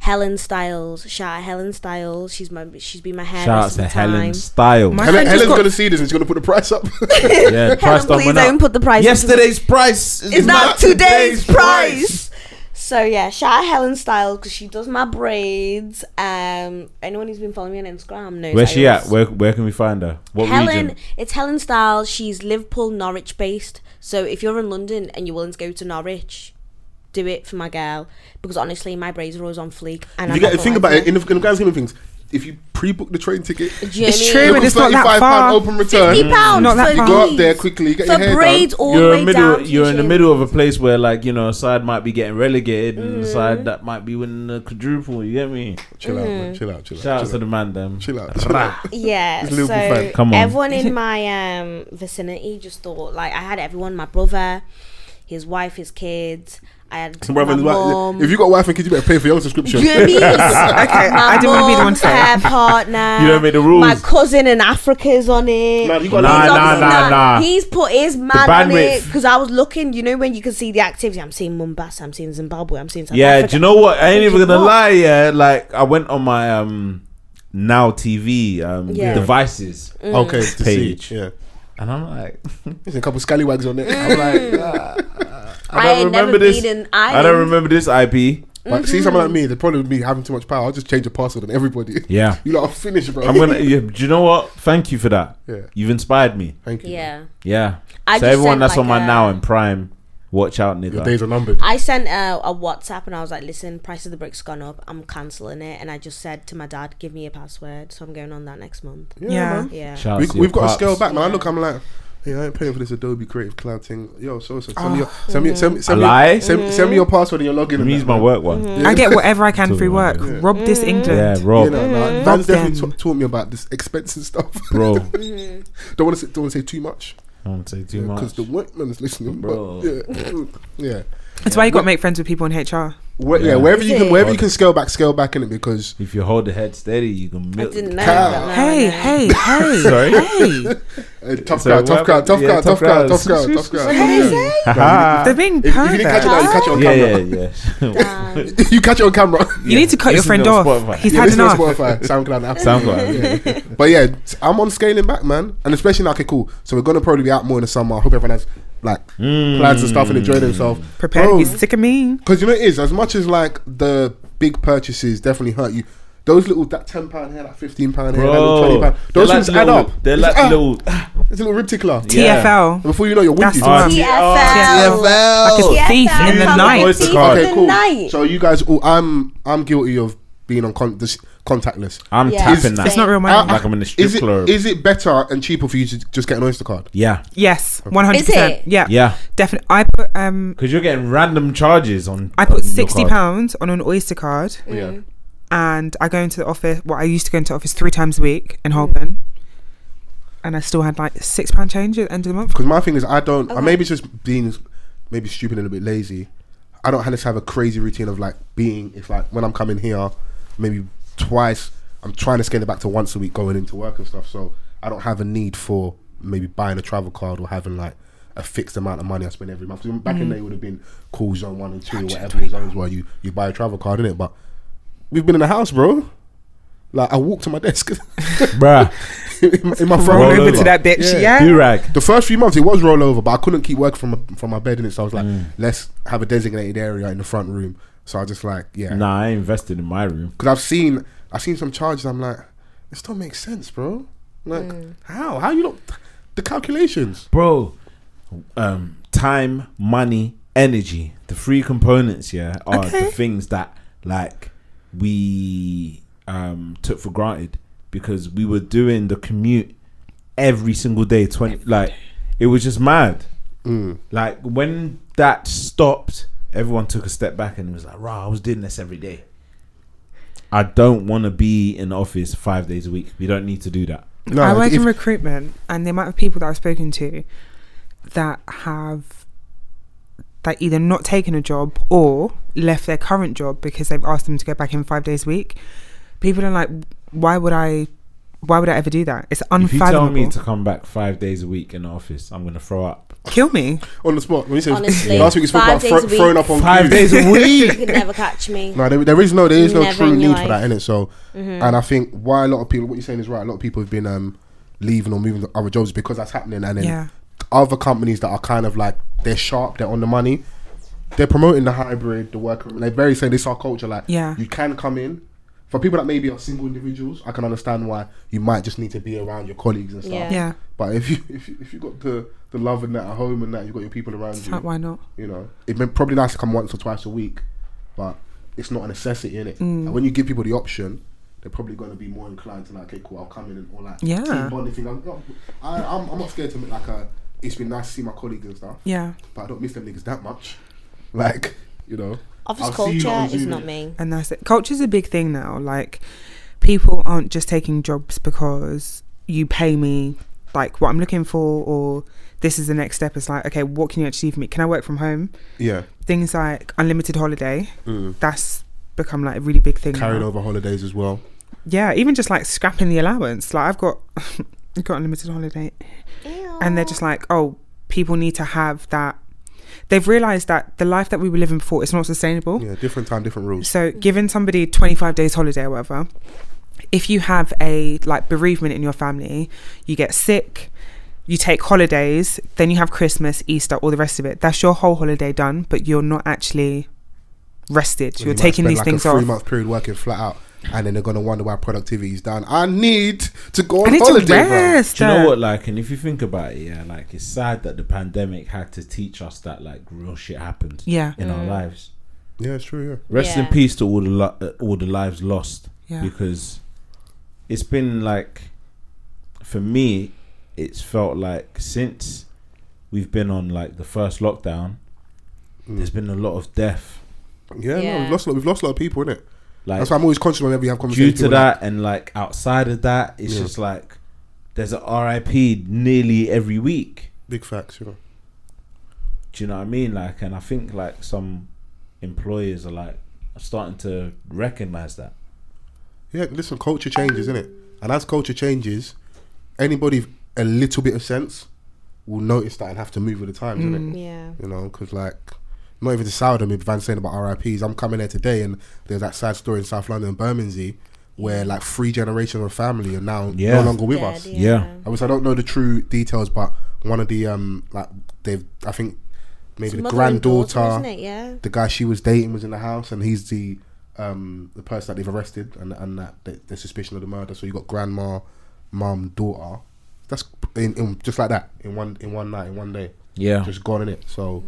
S6: Helen Styles, shout out Helen Styles. She's my she's been my hair.
S3: Shout out to
S6: time.
S3: Helen Style.
S5: My-
S4: Helen,
S5: friend just
S4: Helen's
S5: got-
S4: gonna see this and she's gonna put the price up.
S6: [laughs]
S3: yeah, price done
S6: Helen, please
S3: went
S6: don't
S3: up.
S6: put the price. up to the-
S3: Yesterday's price is
S6: It's
S3: not
S6: not
S3: today's
S6: today's
S3: price.
S6: price. So yeah, shout out Helen Styles because she does my braids. Um, anyone who's been following me on Instagram knows.
S3: Where's
S6: I
S3: she at?
S6: always-
S3: Where where can we find her? What
S6: Helen,
S3: region?
S6: it's Helen Styles. She's Liverpool, Norwich based. So if you're in London and you're willing to go to Norwich, do it for my girl. Because honestly, my braids are always on fleek.
S4: you get
S6: And I'm not
S4: to
S6: gonna
S4: think
S6: lie
S4: about
S6: to
S4: it in the, in the grand scheme of things. If you pre-book the train ticket,
S6: you. Do you know
S5: It's
S6: what I
S5: true,
S6: mean?
S5: and it's not that
S4: pound
S5: far.
S4: open return.
S6: Fifty pounds.
S5: Not that
S6: for
S5: far.
S4: Go up
S6: these.
S4: there quickly, get
S6: for
S4: your hair
S6: braids
S4: done.
S6: all the
S3: Mm. You're
S6: way
S3: in
S6: down.
S3: middle.
S6: to
S3: You're in the
S6: your
S3: middle of a place where, like, you know, a side might be getting relegated, and a
S6: Mm-hmm.
S3: side that might be winning the quadruple. You get me?
S4: Chill out, man. Chill out. Chill out.
S3: Shout out
S4: chill
S3: to the
S4: out.
S3: man, them.
S4: Chill out. Chill out.
S6: Yeah,
S4: It's Liverpool
S6: so
S4: fan.
S3: Come on. [laughs]
S6: everyone in my um, vicinity just thought like I had everyone: my brother, his wife, his kids. I had
S4: Brother,
S6: my
S4: it's like,
S6: mum.
S4: if you got wife and kids, you better pay for your own subscription.
S6: Do you know what I
S3: [laughs]
S6: mean?
S5: I didn't wanna be the one to say
S6: Hair partner.
S3: You don't make the rules.
S6: My cousin in Africa's on it.
S4: Nah, you got
S3: Nah,
S6: He's
S3: nah,
S6: obviously
S3: nah,
S6: not-
S3: nah.
S6: He's put his man on it
S3: bandwidth.
S6: because I was looking. You know when you can see the activity. I'm seeing Mombasa. I'm seeing Zimbabwe. I'm seeing South
S3: Yeah,
S6: Africa.
S3: do you know what? I ain't even gonna
S6: What?
S3: lie. Yeah, like I went on my um now TV um
S6: Yeah. Mm.
S3: devices,
S4: Okay, to
S3: Page.
S4: see. Yeah,
S3: and I'm like, [laughs]
S4: there's a couple scallywags on it.
S6: [laughs]
S3: I'm like, ah, I
S6: I
S3: don't
S6: ain't never
S3: remember this.
S6: been in
S3: I don't
S6: Ireland.
S3: remember this IP.
S4: But see, someone like me, the problem with me having too much power, I'll just change a password on everybody.
S3: Yeah.
S4: you lot are finished, bro.
S3: I'm gonna. [laughs] Yeah, do you know what? Thank you for that.
S4: Yeah.
S3: You've inspired me.
S4: Thank you.
S6: Yeah,
S3: Yeah.
S6: I
S3: so
S6: just
S3: everyone
S6: sent,
S3: that's on
S6: like,
S3: my
S6: a-
S3: now and Prime, watch out,
S4: Your
S3: nigga.
S4: days are numbered.
S6: I sent a, a WhatsApp and I was like, "Listen, price of the brick's gone up. I'm cancelling it." And I just said to my dad, "Give me a password." So I'm going on that next month.
S5: yeah.
S4: man.
S6: Yeah.
S3: Shout out
S4: we,
S3: to your
S4: we've got to
S3: pops.
S4: scale back, man. I look, I'm like, hey, I ain't paying for this Adobe Creative Cloud thing. Yo, so so send me your
S5: Oh.
S4: send me send me send
S3: A
S4: me,
S3: lie?
S4: send, send me your password and your login.
S3: Let
S4: and
S3: me use
S4: that,
S3: my
S4: man.
S3: work one.
S6: Mm-hmm.
S5: I
S4: [laughs]
S5: get whatever I can
S3: Totally
S5: through work.
S3: right.
S5: Rob
S6: Mm.
S5: this
S3: Yeah,
S5: England.
S3: Rob,
S4: You know, nah,
S5: Rob
S4: Dan's definitely
S5: them.
S4: ta- taught me about this expensive stuff. [laughs]
S3: bro.
S4: don't want to don't want to say too much
S3: I don't say too
S4: because
S3: much.
S4: the workman's listening,
S3: Bro.
S4: bro. Yeah, [laughs] yeah.
S5: That's why you got to make friends with people in HR.
S4: Where, yeah.
S3: Yeah.
S4: Wherever you
S6: Is
S4: can,
S6: it?
S4: wherever you can scale back, scale back in it because
S3: if you hold the head steady, you can
S6: I
S3: milk. [laughs]
S6: didn't know.
S4: Cow.
S6: that, no,
S5: Hey,
S6: I know.
S5: hey,
S6: [laughs]
S5: hey.
S3: Sorry?
S5: Hey.
S4: uh, tough
S3: So
S4: crowd, tough
S3: what-
S4: crowd, tough
S3: yeah,
S4: crowd,
S3: tough
S4: tough crowd,
S3: crowd.
S4: tough crowd, tough crowd.
S6: What did
S4: tough
S6: he
S4: crowd.
S6: say?
S5: They're
S3: Haha.
S5: being
S4: If, if you didn't catch
S5: perfect.
S4: it now, you catch it on
S3: yeah, yeah,
S4: camera.
S3: yeah.
S4: [laughs] Oh.
S6: Um,
S4: you catch it on camera.
S5: You need to cut your
S3: Listen
S5: friend
S3: to
S5: off.
S3: Spotify.
S5: He's
S4: Yeah,
S5: had
S4: listen on
S5: enough.
S4: Spotify, SoundCloud, and Apple.
S3: SoundCloud.
S4: but [laughs] yeah, t- I'm on scaling back, man, and especially now, okay, cool. So we're gonna probably be out more in the summer. I hope everyone has like
S3: Mm.
S4: plans and stuff and enjoy themselves.
S5: Prepare to be sick of me.
S4: because you know it is as much as like the big purchases definitely hurt you. Those little that ten pound here, that fifteen pound here, that little twenty
S3: Bro,
S4: pound. Those
S3: they're
S4: things
S3: like
S4: add
S3: little-
S4: up.
S3: They're
S4: It's
S3: like
S4: ah,
S3: little.
S4: It's a little rib tickler.
S3: Yeah.
S4: And
S5: TFL.
S4: Before you know, you're
S5: That's
S4: wimpy.
S5: the one.
S3: TFL.
S6: TFL.
S5: Like a thief in the
S6: come
S5: night.
S3: Okay,
S6: thief in the
S4: Okay, cool.
S6: night.
S4: So you guys, all, I'm I'm guilty of being on con- this, contactless.
S3: I'm
S6: Yeah.
S3: tapping that.
S5: It's not real money.
S4: Ah,
S3: Like I'm in the strip
S4: Is it
S3: club.
S4: is it better and cheaper for you to just get an Oyster card?
S3: yeah,
S5: yes, one hundred
S6: Is
S5: percent.
S6: it?
S5: Yeah,
S3: yeah.
S5: definitely. I put um,
S3: Because you're getting random charges on.
S5: I
S3: on
S5: put
S3: your
S5: sixty
S3: card.
S5: pounds on an Oyster card,
S6: Mm.
S4: Yeah.
S5: and I go into the office. Well, I used to go into the office three times a week in Holborn, and I still had like six pound change at the end of the month.
S4: Because my thing is, I don't. I
S6: Okay.
S4: maybe it's just being, maybe stupid and a little bit lazy. I don't have to have a crazy routine of like being. If like when I'm coming here, maybe twice. I'm trying to scale it back to once a week going into work and stuff. So I don't have a need for maybe buying a travel card or having like a fixed amount of money I spend every month. 'Cause Back in the day, it would have been cool zone one and two or whatever the zones were. You you buy a travel card in it, but we've been in the house, bro. Like I walk to my desk [laughs]
S3: Bruh.
S4: in my, in my
S5: Roll
S4: front
S3: Roll
S5: over,
S4: room.
S3: over.
S5: to that bitch.
S4: Yeah.
S5: [laughs] Yeah,
S3: Do rag.
S4: The first few months it was rollover, but I couldn't keep working from from my bed, and it so I was like,
S3: Mm.
S4: let's have a designated area in the front room. So I just like, yeah, because
S3: Nah, I invested in my room.
S4: I've seen I've seen some charges. I'm like, this don't make sense, bro. Like,
S6: Mm.
S4: how how you not the calculations?
S3: bro um time money energy the three components yeah are the things that like we um took for granted because we were doing the commute every single day 20 like it was just mad like when that stopped everyone took a step back and was like rah i was doing this every day i don't want to be in the office five days a week we don't need to do that
S4: No,
S5: I work
S4: if-
S5: in recruitment, and the amount of people that I've spoken to that have that either not taken a job or left their current job because they've asked them to go back in five days a week. People are like, why would I? Why would I ever do that? It's
S3: if you tell
S5: unfathomable.
S3: me to come back five days a week in the office i'm gonna throw up
S5: Kill me.
S4: on the spot. When you say
S6: Honestly,
S4: last week, you spoke about
S6: five days
S4: thro-
S6: a week.
S4: throwing up on
S3: five
S4: cue.
S3: days a [laughs]
S6: You
S3: week.
S6: could never catch
S4: [laughs]
S6: me.
S4: No, there, there is no there is no
S6: Never
S4: true
S6: in
S4: need
S6: your
S4: for
S6: life. Mm-hmm.
S4: that in it. So, and I think why a lot of people, what you're saying is right. A lot of people have been um, leaving or moving to other jobs because that's happening, and then
S5: Yeah.
S4: other companies that are kind of like they're sharp, they're on the money, they're promoting the hybrid, the work. They're very saying this is our culture. Like,
S5: Yeah.
S4: you can come in. For people that maybe are single individuals, I can understand why you might just need to be around your colleagues and stuff.
S6: Yeah.
S5: Yeah.
S4: But if you if you, if you got the the love and that at home and that you got your people around
S5: It's
S4: you,
S5: like, why not?
S4: you know, it'd been probably nice to come once or twice a week, but it's not a necessity in it.
S5: Mm.
S4: And when you give people the option, they're probably going to be more inclined to like, okay, cool, I'll come in and all that.
S5: Yeah.
S4: Team bonding thing. I'm not, I, I'm, I'm not scared to make like a. It's been nice to see my colleagues and stuff,
S5: Yeah.
S4: but I don't miss them niggas that much. [laughs] Like, you know,
S6: Office
S4: I'll see you
S6: culture
S4: on
S6: is
S4: Zoom.
S6: not me.
S5: And that's it. Culture's a big thing now. Like, people aren't just taking jobs because you pay me like what I'm looking for, or this is the next step. It's like, okay, what can you achieve for me? Can I work from home?
S4: yeah,
S5: Things like unlimited holiday. That's become like a really big thing.
S4: carried
S5: now.
S4: over holidays as well.
S5: Yeah, even just like scrapping the allowance. Like I've got, [laughs] I've got unlimited holiday, and they're just like, oh, people need to have that. They've realised that the life that we were living before is not sustainable.
S4: Yeah, different time, different rules.
S5: So giving somebody 25 days holiday or whatever, if you have a like bereavement in your family, you get sick, you take holidays, then you have Christmas, Easter, all the rest of it. That's your whole holiday done, but you're not actually rested.
S4: So
S5: you're
S4: you might
S5: taking
S4: spend,
S5: these
S4: like
S5: things
S4: a three
S5: off.
S4: month period working flat out, and then they're gonna wonder why productivity is down. I need to go on
S5: I need
S4: holiday.
S5: to
S4: bro.
S5: rest.
S3: Do you
S5: uh,
S3: know what? Like, and if you think about it, yeah, like it's sad that the pandemic had to teach us that like real shit happened
S5: Yeah. Mm.
S3: in our lives.
S4: Yeah, it's true. Yeah.
S3: Rest in
S6: Yeah.
S3: peace to all the lo- uh, all the lives lost
S5: Yeah.
S3: because it's been like for me, it's felt like since we've been on like the first lockdown,
S4: Mm.
S3: there's been a lot of death.
S4: Yeah, No,
S6: Yeah.
S4: we've lost a lot, we've lost a lot of people in it.
S3: Like
S4: That's why I'm always conscious whenever you have
S3: due
S4: conversations.
S3: to
S4: with people,
S3: that and like outside of that, it's
S4: Yeah.
S3: just like there's a RIP nearly every week.
S4: like, big facts, you know.
S3: Do you know what I mean? Like, and I think like some employers are like starting to recognize that.
S4: Yeah, listen, culture changes, isn't it? And as culture changes, anybody with a little bit of sense will notice that and have to move with the times, isn't it?
S6: Yeah.
S4: You know, because like. Not even to sound them, if Van saying about RIPs, I'm coming here today, and there's that sad story in South London, Bermondsey, where like three generations of family are now
S3: Yeah.
S4: no longer with
S6: Dead,
S4: us.
S3: Yeah.
S4: I wish I don't know the true details, but one of the um, like they've, I think maybe
S6: It's
S4: the
S6: mother and
S4: granddaughter,
S6: isn't it? Yeah.
S4: the guy she was dating was in the house, and he's the um, the person that they've arrested and and that they, they're suspicion of the murder. So you got grandma, mum, daughter. That's in, in just like that in one in one night in one day.
S3: Yeah.
S4: Just gone in it. So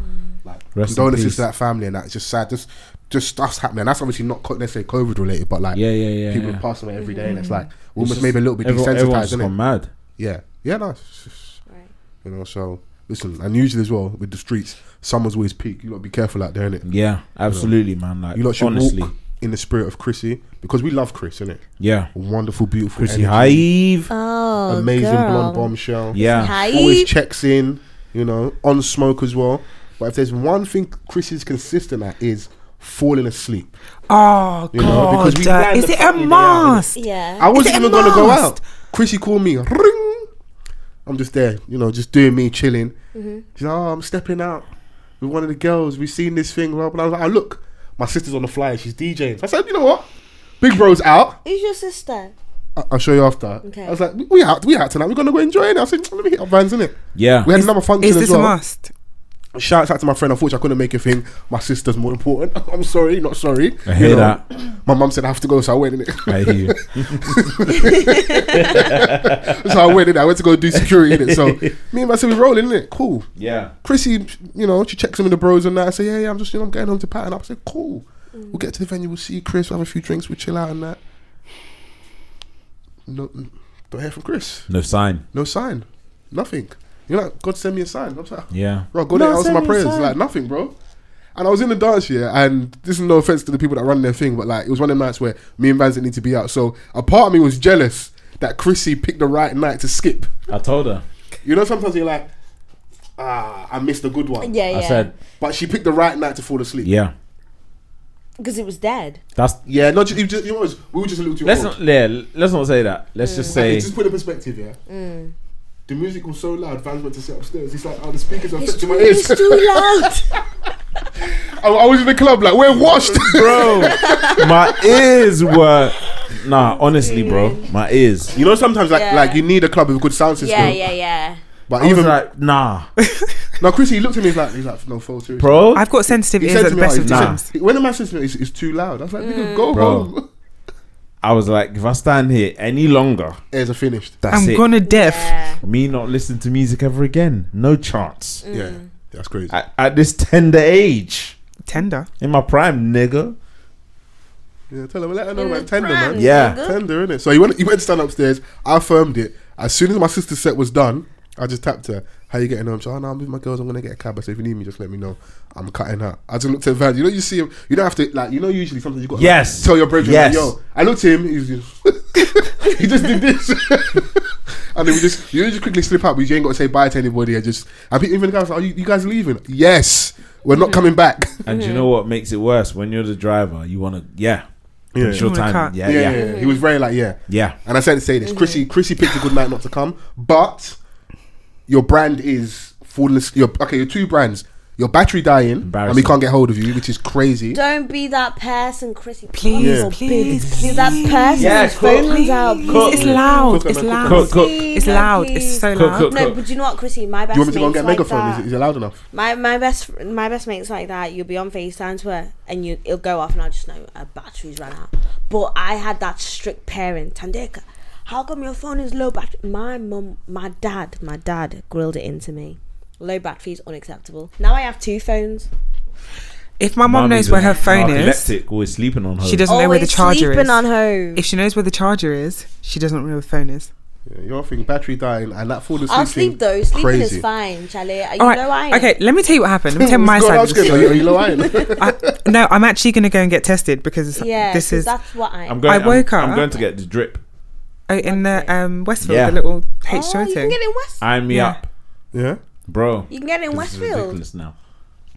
S4: like
S3: Rest in
S4: condolences
S3: peace.
S4: to that family and that. It's just sad. Just just stuff's happening. That's obviously not co- necessarily COVID related, but like
S3: Yeah, yeah, yeah.
S4: people
S3: yeah.
S4: passing away every day, and it's like we're
S3: It's
S4: almost
S3: just-
S4: maybe a little bit
S3: everyone- everyone's
S4: desensitized,
S3: just
S4: isn't
S3: gone mad.
S4: Yeah, yeah, no, it's just-
S6: Right.
S4: you know. So listen, and usually as well with the streets, someone's always peak. You gotta be careful out there, innit?
S3: Yeah, absolutely, man. Like,
S4: You lot should
S3: honestly,
S4: walk in the spirit of Chrissy because we love Chris, innit?
S3: yeah.
S4: Wonderful, beautiful,
S3: Chrissy
S4: energy,
S3: Hive.
S6: Oh,
S4: amazing
S6: girl.
S4: blonde bombshell.
S3: Yeah,
S6: Hi.
S4: always checks in. You know, on smoke as well. But if there's one thing Chris is consistent at is falling asleep.
S5: Oh
S4: You know, because we
S5: God!
S4: ran
S5: Is
S4: the
S5: it a
S4: fucking day out, innit?
S5: mask?
S6: Yeah.
S4: I wasn't
S5: it
S4: even gonna go
S5: masked?
S4: out. Chrissy called me. Ring. I'm just there, you know, just doing me, chilling.
S6: Mm-hmm.
S4: She's like, oh, I'm stepping out with one of the girls. We've seen this thing, blah blah. I was like, oh, look, my sister's on the flyer. She's DJing. So I said, you know what? Big bro's out.
S6: Who's your sister?
S4: I- I'll show you after.
S6: Okay.
S4: I was like, we, we out, we out tonight. We're gonna go enjoy it. I said, let me hit up Vans, innit?
S3: yeah.
S4: We had another function
S5: Is
S4: as
S5: this
S4: well.
S5: a must?
S4: Shouts out to my friend. Unfortunately, I couldn't make a thing. My sister's more important. [laughs] I'm sorry, not sorry.
S3: I hear
S4: [laughs] You know,
S3: that.
S4: My mum said I have to go, so I went in it. [laughs]
S3: I hear you.
S4: so I went in. I went to go do security in it.
S5: [laughs]
S4: So me and my sister we rolling in it. Cool. [laughs]
S3: Yeah,
S4: Chrissy, you know, she checks some of the bros and that. I say, yeah, yeah, I'm just, you know, I'm getting home to pattern up. I said, cool. We'll get to the venue. We'll see Chris. We'll have a few drinks. We'll chill out and that. No, mm, don't hear from Chris.
S3: no sign.
S4: No sign. Nothing. You're like, God, send me a sign. I'm like,
S3: Yeah,
S4: bro, go there and answer my prayers. Like, nothing, bro. And I was in the dance here, and this is no offense to the people that run their thing, but like, it was one of them nights where me and Vans didn't need to be out. So a part of me was jealous that Chrissy picked the right night to skip.
S3: I told her.
S4: You know, sometimes you're like, ah, I missed a good one.
S6: Yeah, yeah.
S3: I said,
S4: But she picked the right night to fall asleep.
S3: yeah.
S6: because it was dead.
S3: That's
S4: Yeah, no, ju- you, ju- you know, what it was? we were just a little too
S3: let's
S4: old.
S3: not. Yeah, let's not say that. Let's just
S4: Like,
S3: say.
S4: just put it in perspective, yeah?
S6: Mm.
S4: The music was so loud, Vans went to sit upstairs. He's like, oh, the speakers are
S6: It's
S4: affecting
S6: too,
S4: my
S6: it's
S4: ears. [laughs]
S6: too loud.
S4: I, I was in the club, like, we're washed.
S3: bro. my ears were nah. Honestly, bro, my ears.
S4: [laughs] you know, sometimes, like,
S6: Yeah.
S4: like you need a club with a good sound system.
S6: yeah, yeah, yeah.
S4: But
S3: I
S4: even
S3: was like, nah,
S4: No, Chrissy, he looked at me. He's like, he's like, no, full serious.
S5: [laughs]
S3: bro.
S5: I've got sensitive
S4: he
S5: ears
S4: said
S5: at
S4: to
S5: the
S4: me,
S5: best
S4: oh,
S5: of
S4: he said-
S5: times.
S4: when the man says to me, it's, it's too loud. I was like, nigga, go
S3: Bro.
S4: home. [laughs]
S3: I was like, if I stand here any longer,
S4: Airs are finished.
S3: that's
S5: I'm
S3: it.
S5: gonna deaf.
S6: Yeah.
S3: Me not listen to music ever again. No chance.
S6: Mm.
S4: Yeah, that's crazy.
S3: At, at this tender age,
S5: Tender.
S3: in my prime, nigga.
S4: yeah, tell him, let her know,
S6: In
S4: man.
S6: the
S4: Tender, man.
S6: prime,
S3: Yeah.
S6: nigga.
S4: Tender, innit? So he went, he went to stand upstairs. I affirmed it. As soon as my sister's set was done, I just tapped her. How you getting home? She, oh, no, I'm with my girls. I'm gonna get a cab. I said, if you need me, just let me know. I'm cutting her. I just looked at Van. You know, you see him. You don't have to like. You know, usually sometimes you got to, like,
S3: Yes.
S4: tell your brethren,
S3: Yes.
S4: like, yo. I looked at him. He was just, [laughs] he just did this, and then we just you just quickly slip out because you ain't got to say bye to anybody. I just I think even the guys, like, are you, you guys leaving? Yes, we're not coming back. [laughs]
S3: And you
S4: Mhm.
S3: know what makes it worse? When you're the driver, you wanna yeah.
S4: Yeah.
S3: It's your
S5: You wanna
S3: time.
S5: cut.
S3: Yeah, yeah, yeah.
S4: He was very like, yeah. And I said to say this, Chrissy,
S6: Mm-hmm.
S4: Chrissy picked a good night not to come, but your brand is falling. as- Your okay, your two brands, your battery dying, and we
S3: Embarrassing.
S4: can't get hold of you, which is crazy.
S6: Don't be that person, Chrissy.
S5: Please,
S4: Yeah.
S5: please,
S6: You're that person
S3: Yeah,
S6: whose
S3: cook.
S6: phone rings out.
S3: Cook.
S5: It's loud. It's
S4: Cook,
S5: loud.
S3: cook, cook.
S5: It's loud. It's so
S3: Cook,
S5: loud.
S3: cook.
S6: No, but you know what, Chrissy? My best
S4: you want me to go and
S6: mate's
S4: get a
S6: like
S4: megaphone? Is
S6: that.
S4: it, is it loud enough?
S6: My my best my best mates like that. You'll be on Facetime to her, and you it'll go off, and I just know her battery's run out. But I had that strict parent, Tandeka. How come your phone is low battery? My mum, my dad, my dad grilled it into me. Low battery is unacceptable. Now I have two phones.
S5: If my mom knows where her phone is,
S3: Epileptic, oh, always sleeping on her.
S5: she doesn't know where the charger
S6: sleeping
S5: is.
S6: on home.
S5: If she knows where the charger is, she doesn't know where the phone is.
S4: Yeah, your thing, battery dying, and that falling asleep.
S6: I'll sleep
S4: thing,
S6: though. Sleeping
S4: crazy.
S6: is fine, Charlie. You
S5: All right.
S6: know I ain't.
S5: okay, let me tell you what happened. Let me tell
S4: [laughs] What's
S5: my
S4: going
S5: side.
S4: on,
S5: of the
S4: Skip? Are you- are you lying?
S6: [laughs]
S5: story. I- no, I'm actually going to go and get tested because it's,
S6: Yeah,
S5: this
S6: 'cause
S5: is
S6: that's what I.
S3: I'm going.
S5: I woke
S3: I'm, I'm
S5: up.
S3: going to get the drip.
S5: oh, in the um, Westfield,
S3: Yeah.
S5: the little H
S6: oh, you
S5: thing.
S6: can get in West.
S3: Iron me
S5: Yeah.
S3: up,
S4: yeah.
S3: bro.
S6: You can get
S3: This
S6: in
S3: is
S6: Westfield.
S3: ridiculous now.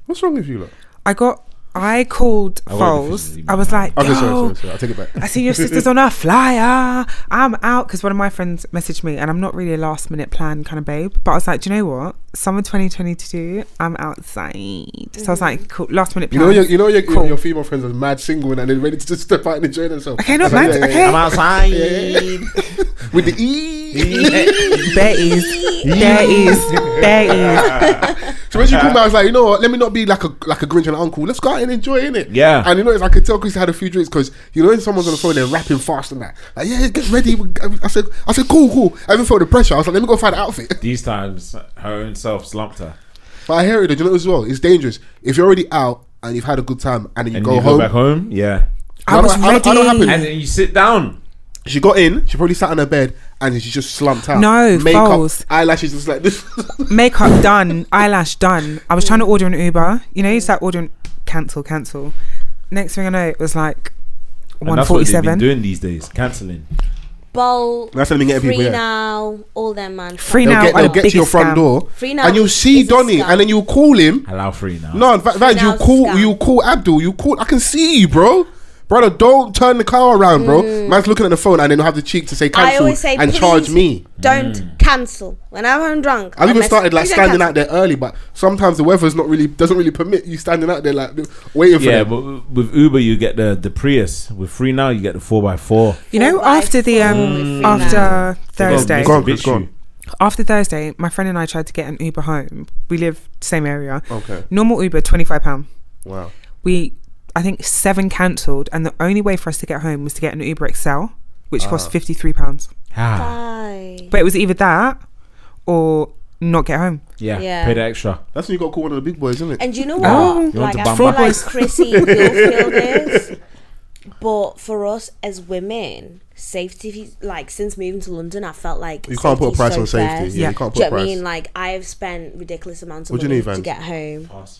S4: What's wrong with you, lot?
S5: I got. I called
S3: I wanted to
S5: Foles.
S3: physically
S5: I was like, "Oh,
S4: Okay,
S5: yo,
S4: sorry, sorry, sorry. I'll take it back.
S5: I see your sister's on a flyer. I'm out because one of my friends messaged me, and I'm not really a last minute plan kind of babe. But I was like, do you know what? Summer 2022, I'm outside. So I was like, cool, last minute
S4: You
S5: plan.
S4: know, your, you know your,
S5: Cool.
S4: your female friends are mad single and [laughs] they're ready to just step out and enjoy themselves.
S5: Okay, no, [laughs]
S4: It's like,
S5: man,
S4: yeah, yeah,
S5: okay.
S4: yeah. With the E.
S5: There is. There is.
S4: [laughs]
S5: There is.
S4: So when she called me, I was like, you know what? Let me not be like a like a Grinch and an uncle. Let's go out and enjoy it.
S3: Yeah.
S4: And you know, if I could tell Chris had a few drinks because you know when someone's on the phone, they're rapping fast and that. Like, yeah, get ready. I said, I said, cool, cool. I even felt the pressure. I was like, let me go find an outfit. [laughs]
S3: These times, her own self slumped her.
S4: But I hear it. Do you know as well? It's dangerous if you're already out and you've had a good time and then you
S3: And
S4: go
S3: you
S4: home.
S3: go back home, yeah.
S5: I
S4: No,
S5: was
S4: no, I don't- I don't
S5: ready.
S4: happen.
S3: And then you sit down.
S4: She got in. She probably sat on her bed and she just slumped out.
S5: No,
S4: makeup,
S5: false.
S4: eyelashes, just like this.
S5: Makeup
S4: [laughs]
S5: done. Eyelash done. I was trying to order an Uber. You know, you start ordering. Cancel. Cancel. Next thing I know, it was like
S3: And that's what they've
S5: 147.
S3: been doing these days, cancelling.
S6: Bowl,
S4: That's what I mean, get
S6: free
S4: people, yeah.
S6: now, all them man.
S5: Free
S4: They'll
S5: now
S4: get,
S5: are
S4: they'll
S5: the
S4: get to your
S5: biggest
S4: front
S5: scam.
S4: door
S6: Free now
S4: and you'll see
S6: is a
S4: Donny
S6: scam.
S4: and then you'll call him.
S3: Allow free now.
S4: No, in fact, in fact, you
S6: Now
S4: call
S6: scam.
S4: you call Abdul. You call. I can see you, bro. Brother, don't turn the car around, bro. Man's looking at the phone and then have the cheek to say
S6: Mm. I
S4: cancel
S6: always say,
S4: and
S6: please
S4: charge me.
S6: Don't
S5: Mm.
S6: cancel. Whenever I'm drunk,
S4: I've
S6: I
S4: even
S6: mess-
S4: started like
S6: please don't
S4: standing
S6: cancel.
S4: out there early, but sometimes the weather's not really doesn't really permit you standing out there like waiting for
S3: Yeah,
S4: them.
S3: but w- with Uber you get the the Prius. With free now you get the four x four.
S5: You know,
S6: Right,
S5: after the
S6: free
S5: um,
S6: now.
S5: after Thursday,
S4: Go on, Chris, go on.
S5: after Thursday, my friend and I tried to get an Uber home. We live same area.
S4: Okay.
S5: Normal Uber, twenty five pound.
S4: Wow.
S5: We, I think seven cancelled, and the only way for us to get home was to get an Uber XL, which cost fifty three pounds.
S6: Uh,
S3: Ah,
S6: Bye.
S5: But it was either that or not get home.
S3: yeah,
S6: Yeah.
S3: pay the extra.
S4: That's when you got to call one of the big boys, isn't it?
S6: And do you know what?
S3: Oh. You want
S6: like
S3: to
S6: I
S3: bump
S6: feel
S3: up?
S6: like Chrissy, you'll feel this. But for us as women, safety like since moving to London, I felt like
S4: You can't put a
S6: safety's
S4: price
S6: so
S4: on safety.
S6: first.
S4: Yeah,
S5: Yeah.
S4: you can't
S6: Do you
S4: put a
S6: know what I
S4: price.
S6: mean? Like I have spent ridiculous amounts of
S4: What do you
S6: money
S4: need,
S6: to
S4: Vans?
S6: get home,
S4: I was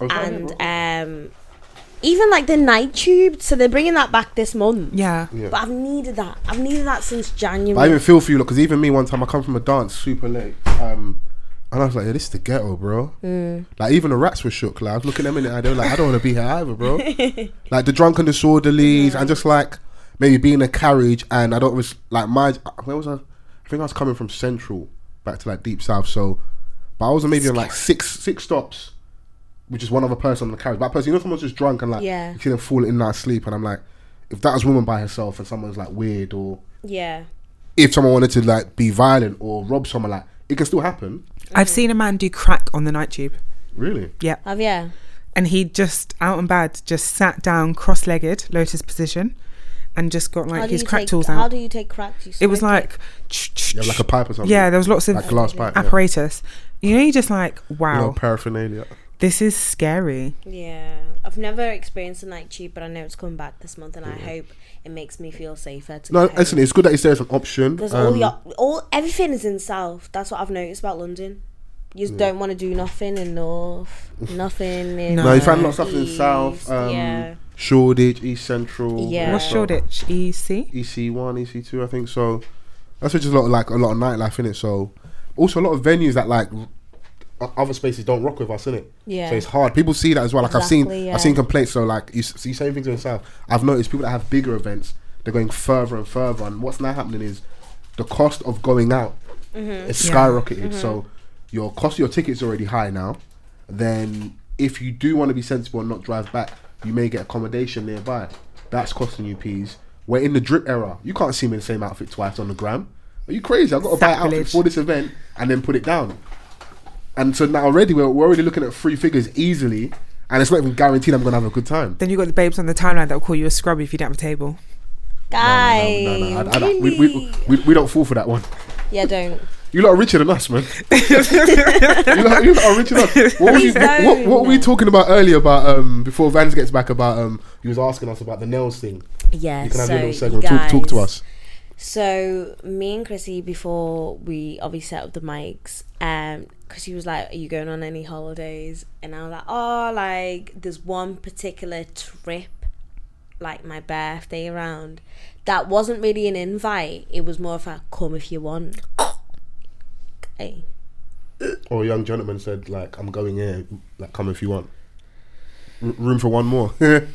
S4: like,
S6: and um, even like the night tube. So they're bringing that back this month.
S5: Yeah.
S4: Yeah.
S6: But I've needed that. I've needed that since
S4: But I
S6: January.
S4: even feel for you, because even me, one time I come from a dance super late, um, and I was like, "Yeah, this is the ghetto, bro." Like even the rats were shook. Like I was looking at them and I they were like, "I don't want to be here either, bro." like the drunken disorderlies and just like maybe being in a carriage and I don't was like my where was I? I think I was coming from Central back to like deep south, so but I was maybe on like six six stops with just one other person on the carriage. That person, you know, someone's just drunk and like
S6: Yeah.
S4: you see them fall in that sleep, and I'm like, if that was woman by herself and someone's like weird or
S6: yeah.
S4: if someone wanted to like be violent or rob someone, like it can still happen.
S5: I've seen a man do crack on the night tube.
S4: Really?
S5: Yeah.
S6: Have yeah.
S5: and he just out and bad just sat down cross-legged lotus position and just got
S6: How
S5: like
S6: do you
S5: his crack
S6: take-
S5: tools
S6: How
S5: out
S6: do you take crack? Do you
S5: it was
S6: smoke
S5: like ch- ch-
S4: Yeah, like a pipe or something.
S5: yeah there was lots of
S4: like glass pipe. yeah.
S5: apparatus you know you're just like
S4: You
S5: wow
S4: know, paraphernalia.
S5: this is scary
S6: Yeah, I've never experienced a night tube, but I know it's coming back this month, and I hope it makes me feel safer. To
S4: No,
S6: go
S4: listen,
S6: home.
S4: it's good that it's there as an option.
S6: There's
S4: Um,
S6: all your all everything is in south. That's what I've noticed about London. You just don't want to do nothing in north, nothing in.
S4: no, you
S5: uh,
S4: find lots of stuff in
S6: east,
S4: South, um,
S6: yeah,
S4: Shoreditch, East Central.
S6: Yeah.
S5: what's
S6: Well-
S5: shoreditch E ec
S4: EC one, EC two, I think. So that's just a lot of like a lot of nightlife in it. So also a lot of venues that like o- other spaces don't rock with us in it.
S6: Yeah.
S4: So it's hard. People see that as well. Like I've seen
S6: Exactly, yeah.
S4: I've seen complaints. So like you see same things in the south. I've noticed people that have bigger events they're going further and further. And what's now happening is the cost of going out is
S5: Yeah.
S4: skyrocketed. So your cost of your tickets already high now. Then if you do want to be sensible and not drive back, you may get accommodation nearby. That's costing you peas. We're in the drip era. You can't see me in the same outfit twice on the gram. Are you crazy? I've got to buy an outfit
S5: Sacrilege.
S4: for this event and then put it down. And so now already we're, we're already looking at three figures easily, and it's not even guaranteed I'm gonna have a good time.
S5: then you got the babes on the timeline that will call you a scrub if you don't have a table
S6: guy.
S4: No, no, I- I- I- we, we, we, we don't fall for that one.
S6: yeah, don't.
S4: You lot are richer
S5: [laughs]
S4: than us, man. you, lot, you lot are richer than us. What, was you,
S6: Please
S4: what, what were we
S6: don't.
S4: talking about earlier about um, before Vans gets back about um, you was asking us about the nails thing.
S6: Yeah,
S4: You can have
S6: so
S4: your little
S6: you
S4: segment. Talk,
S6: guys,
S4: talk to us.
S6: So me and Chrissy before we obviously set up the mics, um, Chrissy was like, "Are you going on any holidays?" And I was like, "Oh, like there's one particular trip, like my birthday around, that wasn't really an invite. It was more of a come if you want." Hey,
S4: Or a young gentleman said like, "I'm going here. Like, come if you want. R- room for one more." [laughs]
S6: and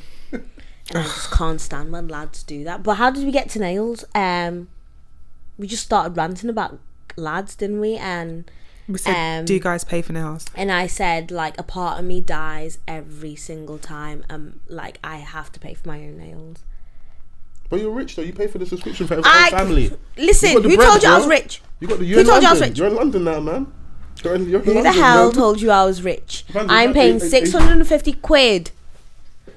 S6: I just can't stand when lads do that. But how did we get to nails? Um, we just started ranting about lads, didn't we? And
S5: we said
S6: Um,
S5: do you guys pay for nails
S6: and I said like a part of me dies every single time um like I have to pay for my own nails.
S4: But you're rich though. You pay for the subscription for every
S6: I-
S4: family.
S6: Listen,
S4: You got the
S6: who
S4: bread,
S6: told you I
S4: bro.
S6: was rich?
S4: You got the. You're
S6: Who
S4: in
S6: told you I was
S4: London.
S6: rich?
S4: You're in London now, man. You're in, you're in
S6: Who the
S4: London,
S6: hell
S4: man.
S6: told you I was rich?
S4: Brandon,
S6: I'm
S4: that-
S6: paying
S4: it- it-
S6: 650 quid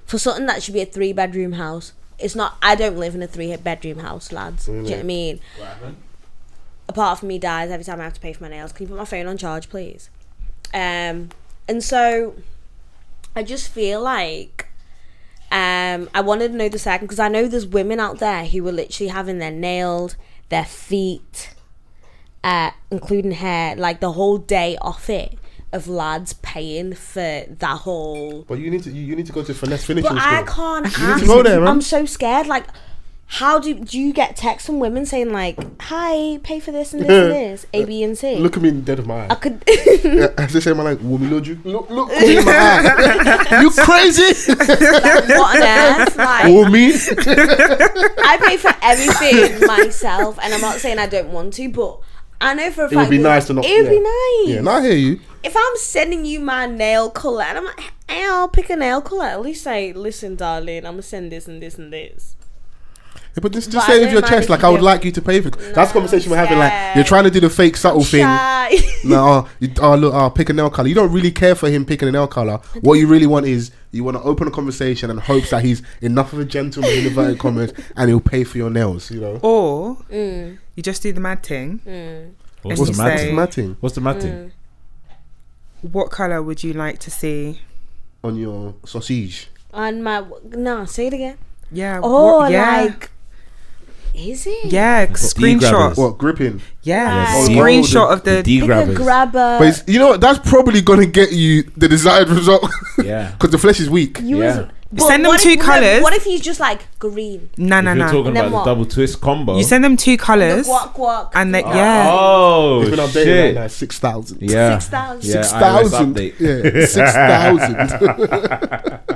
S6: for something that should be a three bedroom house. It's not, I don't live in a three bedroom house, lads. Do you know what I mean? Apart from me dies every time I have to pay for my nails. Can you put my phone on charge, please? Um, and so I just feel like um, I wanted to know the second because I know there's women out there who are literally having their nailed, their feet, uh, including hair, like the whole day off it of lads paying for that whole.
S4: But you need to. You, you need to go to finesse finishing
S6: But I
S4: school.
S6: can't.
S4: You need
S6: ask-
S4: to go there, man.
S6: I'm so scared. Like, how do do you get texts from women saying like, "Hi, pay for this and this
S4: [laughs]
S6: and this, A, B, and C."
S4: Look at me in the dead of my eye. [laughs]
S6: I could. [laughs]
S4: Yeah, I just say my like, woman, Lord, you look, look, look in my eye. you [laughs] crazy?
S6: what on earth? Like,
S4: Or me?
S6: I pay for everything myself, and I'm not saying I don't want to, but I know for a
S4: It
S6: fact
S4: would be
S6: that
S4: nice to not.
S6: It would be
S4: yeah.
S6: nice.
S4: Yeah, now I hear you.
S6: If I'm sending you my nail color, and I'm like, "Hey, I'll pick a nail color. At least say, listen, darling, I'm gonna send this and this and this.
S4: Yeah, but just,
S6: But
S4: just
S6: I
S4: say it with
S6: don't
S4: your
S6: mind
S4: chest,
S6: if
S4: like
S6: you
S4: I would
S6: do.
S4: like you to pay for. That's the conversation we're having. Like
S6: sad.
S4: you're trying to do the fake subtle thing.
S6: Shy. [laughs]
S4: No, oh, you, oh look, oh, pick a nail color. You don't really care for him picking a nail color. What you really want is you want to open a conversation and hopes that he's enough of a gentleman in inverted commas and he'll pay for your nails. You know,
S5: Or
S6: mm.
S5: you just do the mad thing.
S3: What's
S5: As
S3: the
S5: you
S3: mad
S5: say-
S3: thing?
S4: matting
S3: What's the mad
S6: Mm.
S3: thing?
S5: What color would you like to see?
S4: on your sausage?
S6: On my no, say it again.
S5: Yeah.
S6: Oh,
S5: what- yeah,
S6: like, is it?
S5: yeah. Screenshot.
S3: e-grabbers.
S4: What gripping?
S5: Yeah.
S4: Oh,
S6: Right.
S5: Yeah. Screenshot of
S3: The
S5: the.
S3: D
S6: Pick a
S3: grabbers.
S6: grabber.
S4: But it's, you know what? That's probably gonna get you the desired result. [laughs]
S3: Yeah.
S4: because the flesh is weak.
S6: you
S3: Yeah.
S6: as- but
S5: Send them
S6: what if-
S5: two
S6: no,
S5: colours.
S6: What if he's just like green?
S5: No, no,
S3: if you're
S5: no.
S3: talking
S6: Then
S3: about
S6: what?
S3: the double twist combo.
S5: You send them two
S6: The
S5: colors,
S6: guac guac.
S5: and they
S4: Oh,
S6: guac.
S5: yeah.
S3: Oh
S4: It's been updated right now,
S3: shit!
S4: six thousand.
S3: Yeah,
S6: 6,000.
S3: Yeah,
S4: Six
S3: iOS
S4: thousand.
S3: update.
S4: Yeah, six thousand. [laughs]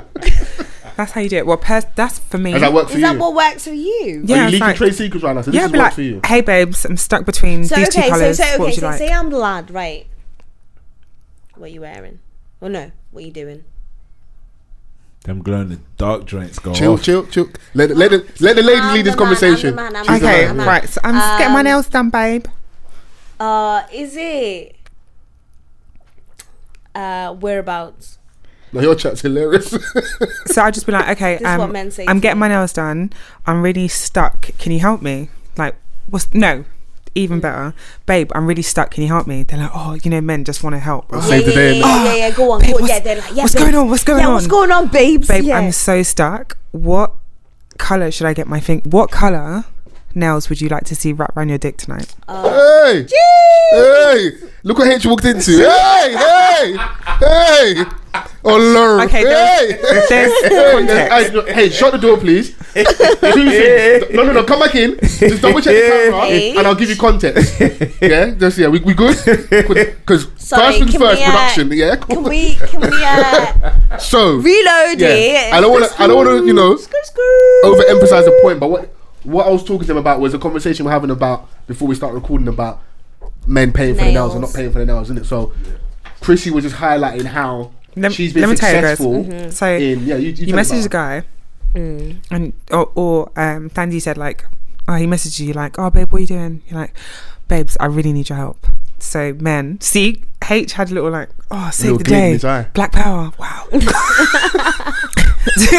S5: That's how you do it. Well, pers- that's for me.
S4: Does that work for
S6: Is
S4: you?
S6: that what works for you?
S5: Yeah,
S4: Are you
S5: it's
S4: leaking
S5: like-
S4: trade secrets right now? So this
S5: yeah,
S4: is
S5: be
S4: what
S5: like,
S4: for you.
S5: hey babes, I'm stuck between
S6: So
S5: these two
S6: okay, so
S5: colors.
S6: so
S5: what
S6: okay,
S5: would you
S6: so
S5: like?
S6: say I'm lad, right? What are you wearing? Well, no, what are you doing?
S3: them glow in the dark joints go [laughs]
S4: Chill,
S3: off.
S4: chill, chill. Let the, let the, let the ladies
S6: I'm
S4: lead this
S6: the man, I'm the
S4: conversation.
S6: man, I'm
S4: She's
S6: the
S4: the
S5: okay,
S4: man.
S6: I'm not-
S5: right. So I'm just getting my
S6: Um,
S5: nails done, babe.
S6: Uh, is it? Uh, whereabouts?
S4: No, your chat's
S6: [laughs]
S4: hilarious.
S5: So I'd just be like, okay,
S6: This is what
S5: um,
S6: men say
S5: I'm
S6: to
S5: getting my
S6: me.
S5: nails done. I'm really stuck. Can you help me? Like, what's no? Even
S6: Mm.
S5: better, babe. I'm really stuck. Can you help me? They're like, oh, you know, men just want to help. Oh,
S4: Save the
S6: yeah,
S4: day,
S6: yeah, yeah, yeah, yeah, go on,
S5: babe,
S6: go on.
S5: what's-
S6: Yeah, they're like, yeah,
S5: what's
S6: babe.
S5: going on? What's going
S6: yeah,
S5: on?
S6: what's going on, babes?
S5: babe,
S6: yeah.
S5: I'm so stuck. What color should I get my thing? What color nails would you like to see wrapped around your dick
S6: [laughs]
S5: tonight?
S4: hey, hey, look what H walked
S6: [laughs]
S4: into. hey, hey, hey. Oh Lord.
S5: Okay,
S4: hey.
S5: there's- There's [laughs] context.
S4: Hey, no, hey, shut the door, please.
S5: [laughs]
S4: Two things. No, no, no. Come back in. Just double check the camera,
S6: Hey.
S4: and I'll give you context. Yeah, just yeah. We, we good?
S6: [laughs]
S4: Because
S6: Sorry,
S4: first things
S6: can
S4: first,
S6: we, uh,
S4: production. Yeah. cool.
S6: Can we can we
S4: [laughs]
S6: uh,
S4: So
S6: reload
S4: yeah,
S6: it?
S4: I don't want to. I don't want to. You know,
S6: Screw, screw.
S4: overemphasize the point. But what what I was talking to them about was a conversation we're having about before we start recording about men paying for the nails and
S6: Nails.
S4: not paying for the nails, isn't it? So Chrissy was just highlighting how
S5: Lem-
S4: she's been
S5: let me tell you guys. Mm-hmm.
S4: successful.
S5: So
S4: In yeah, you, you,
S5: you
S4: tell them
S5: message a guy,
S4: about
S5: and or, or um, Dandy said like, oh, he messaged you like, oh, babe, what are you doing? You're like, babes, I really need your help. So men, see, H had a little like, oh, save
S4: Little
S5: the
S4: glint in
S5: day,
S4: his eye.
S5: Black Power, wow. [laughs]
S3: These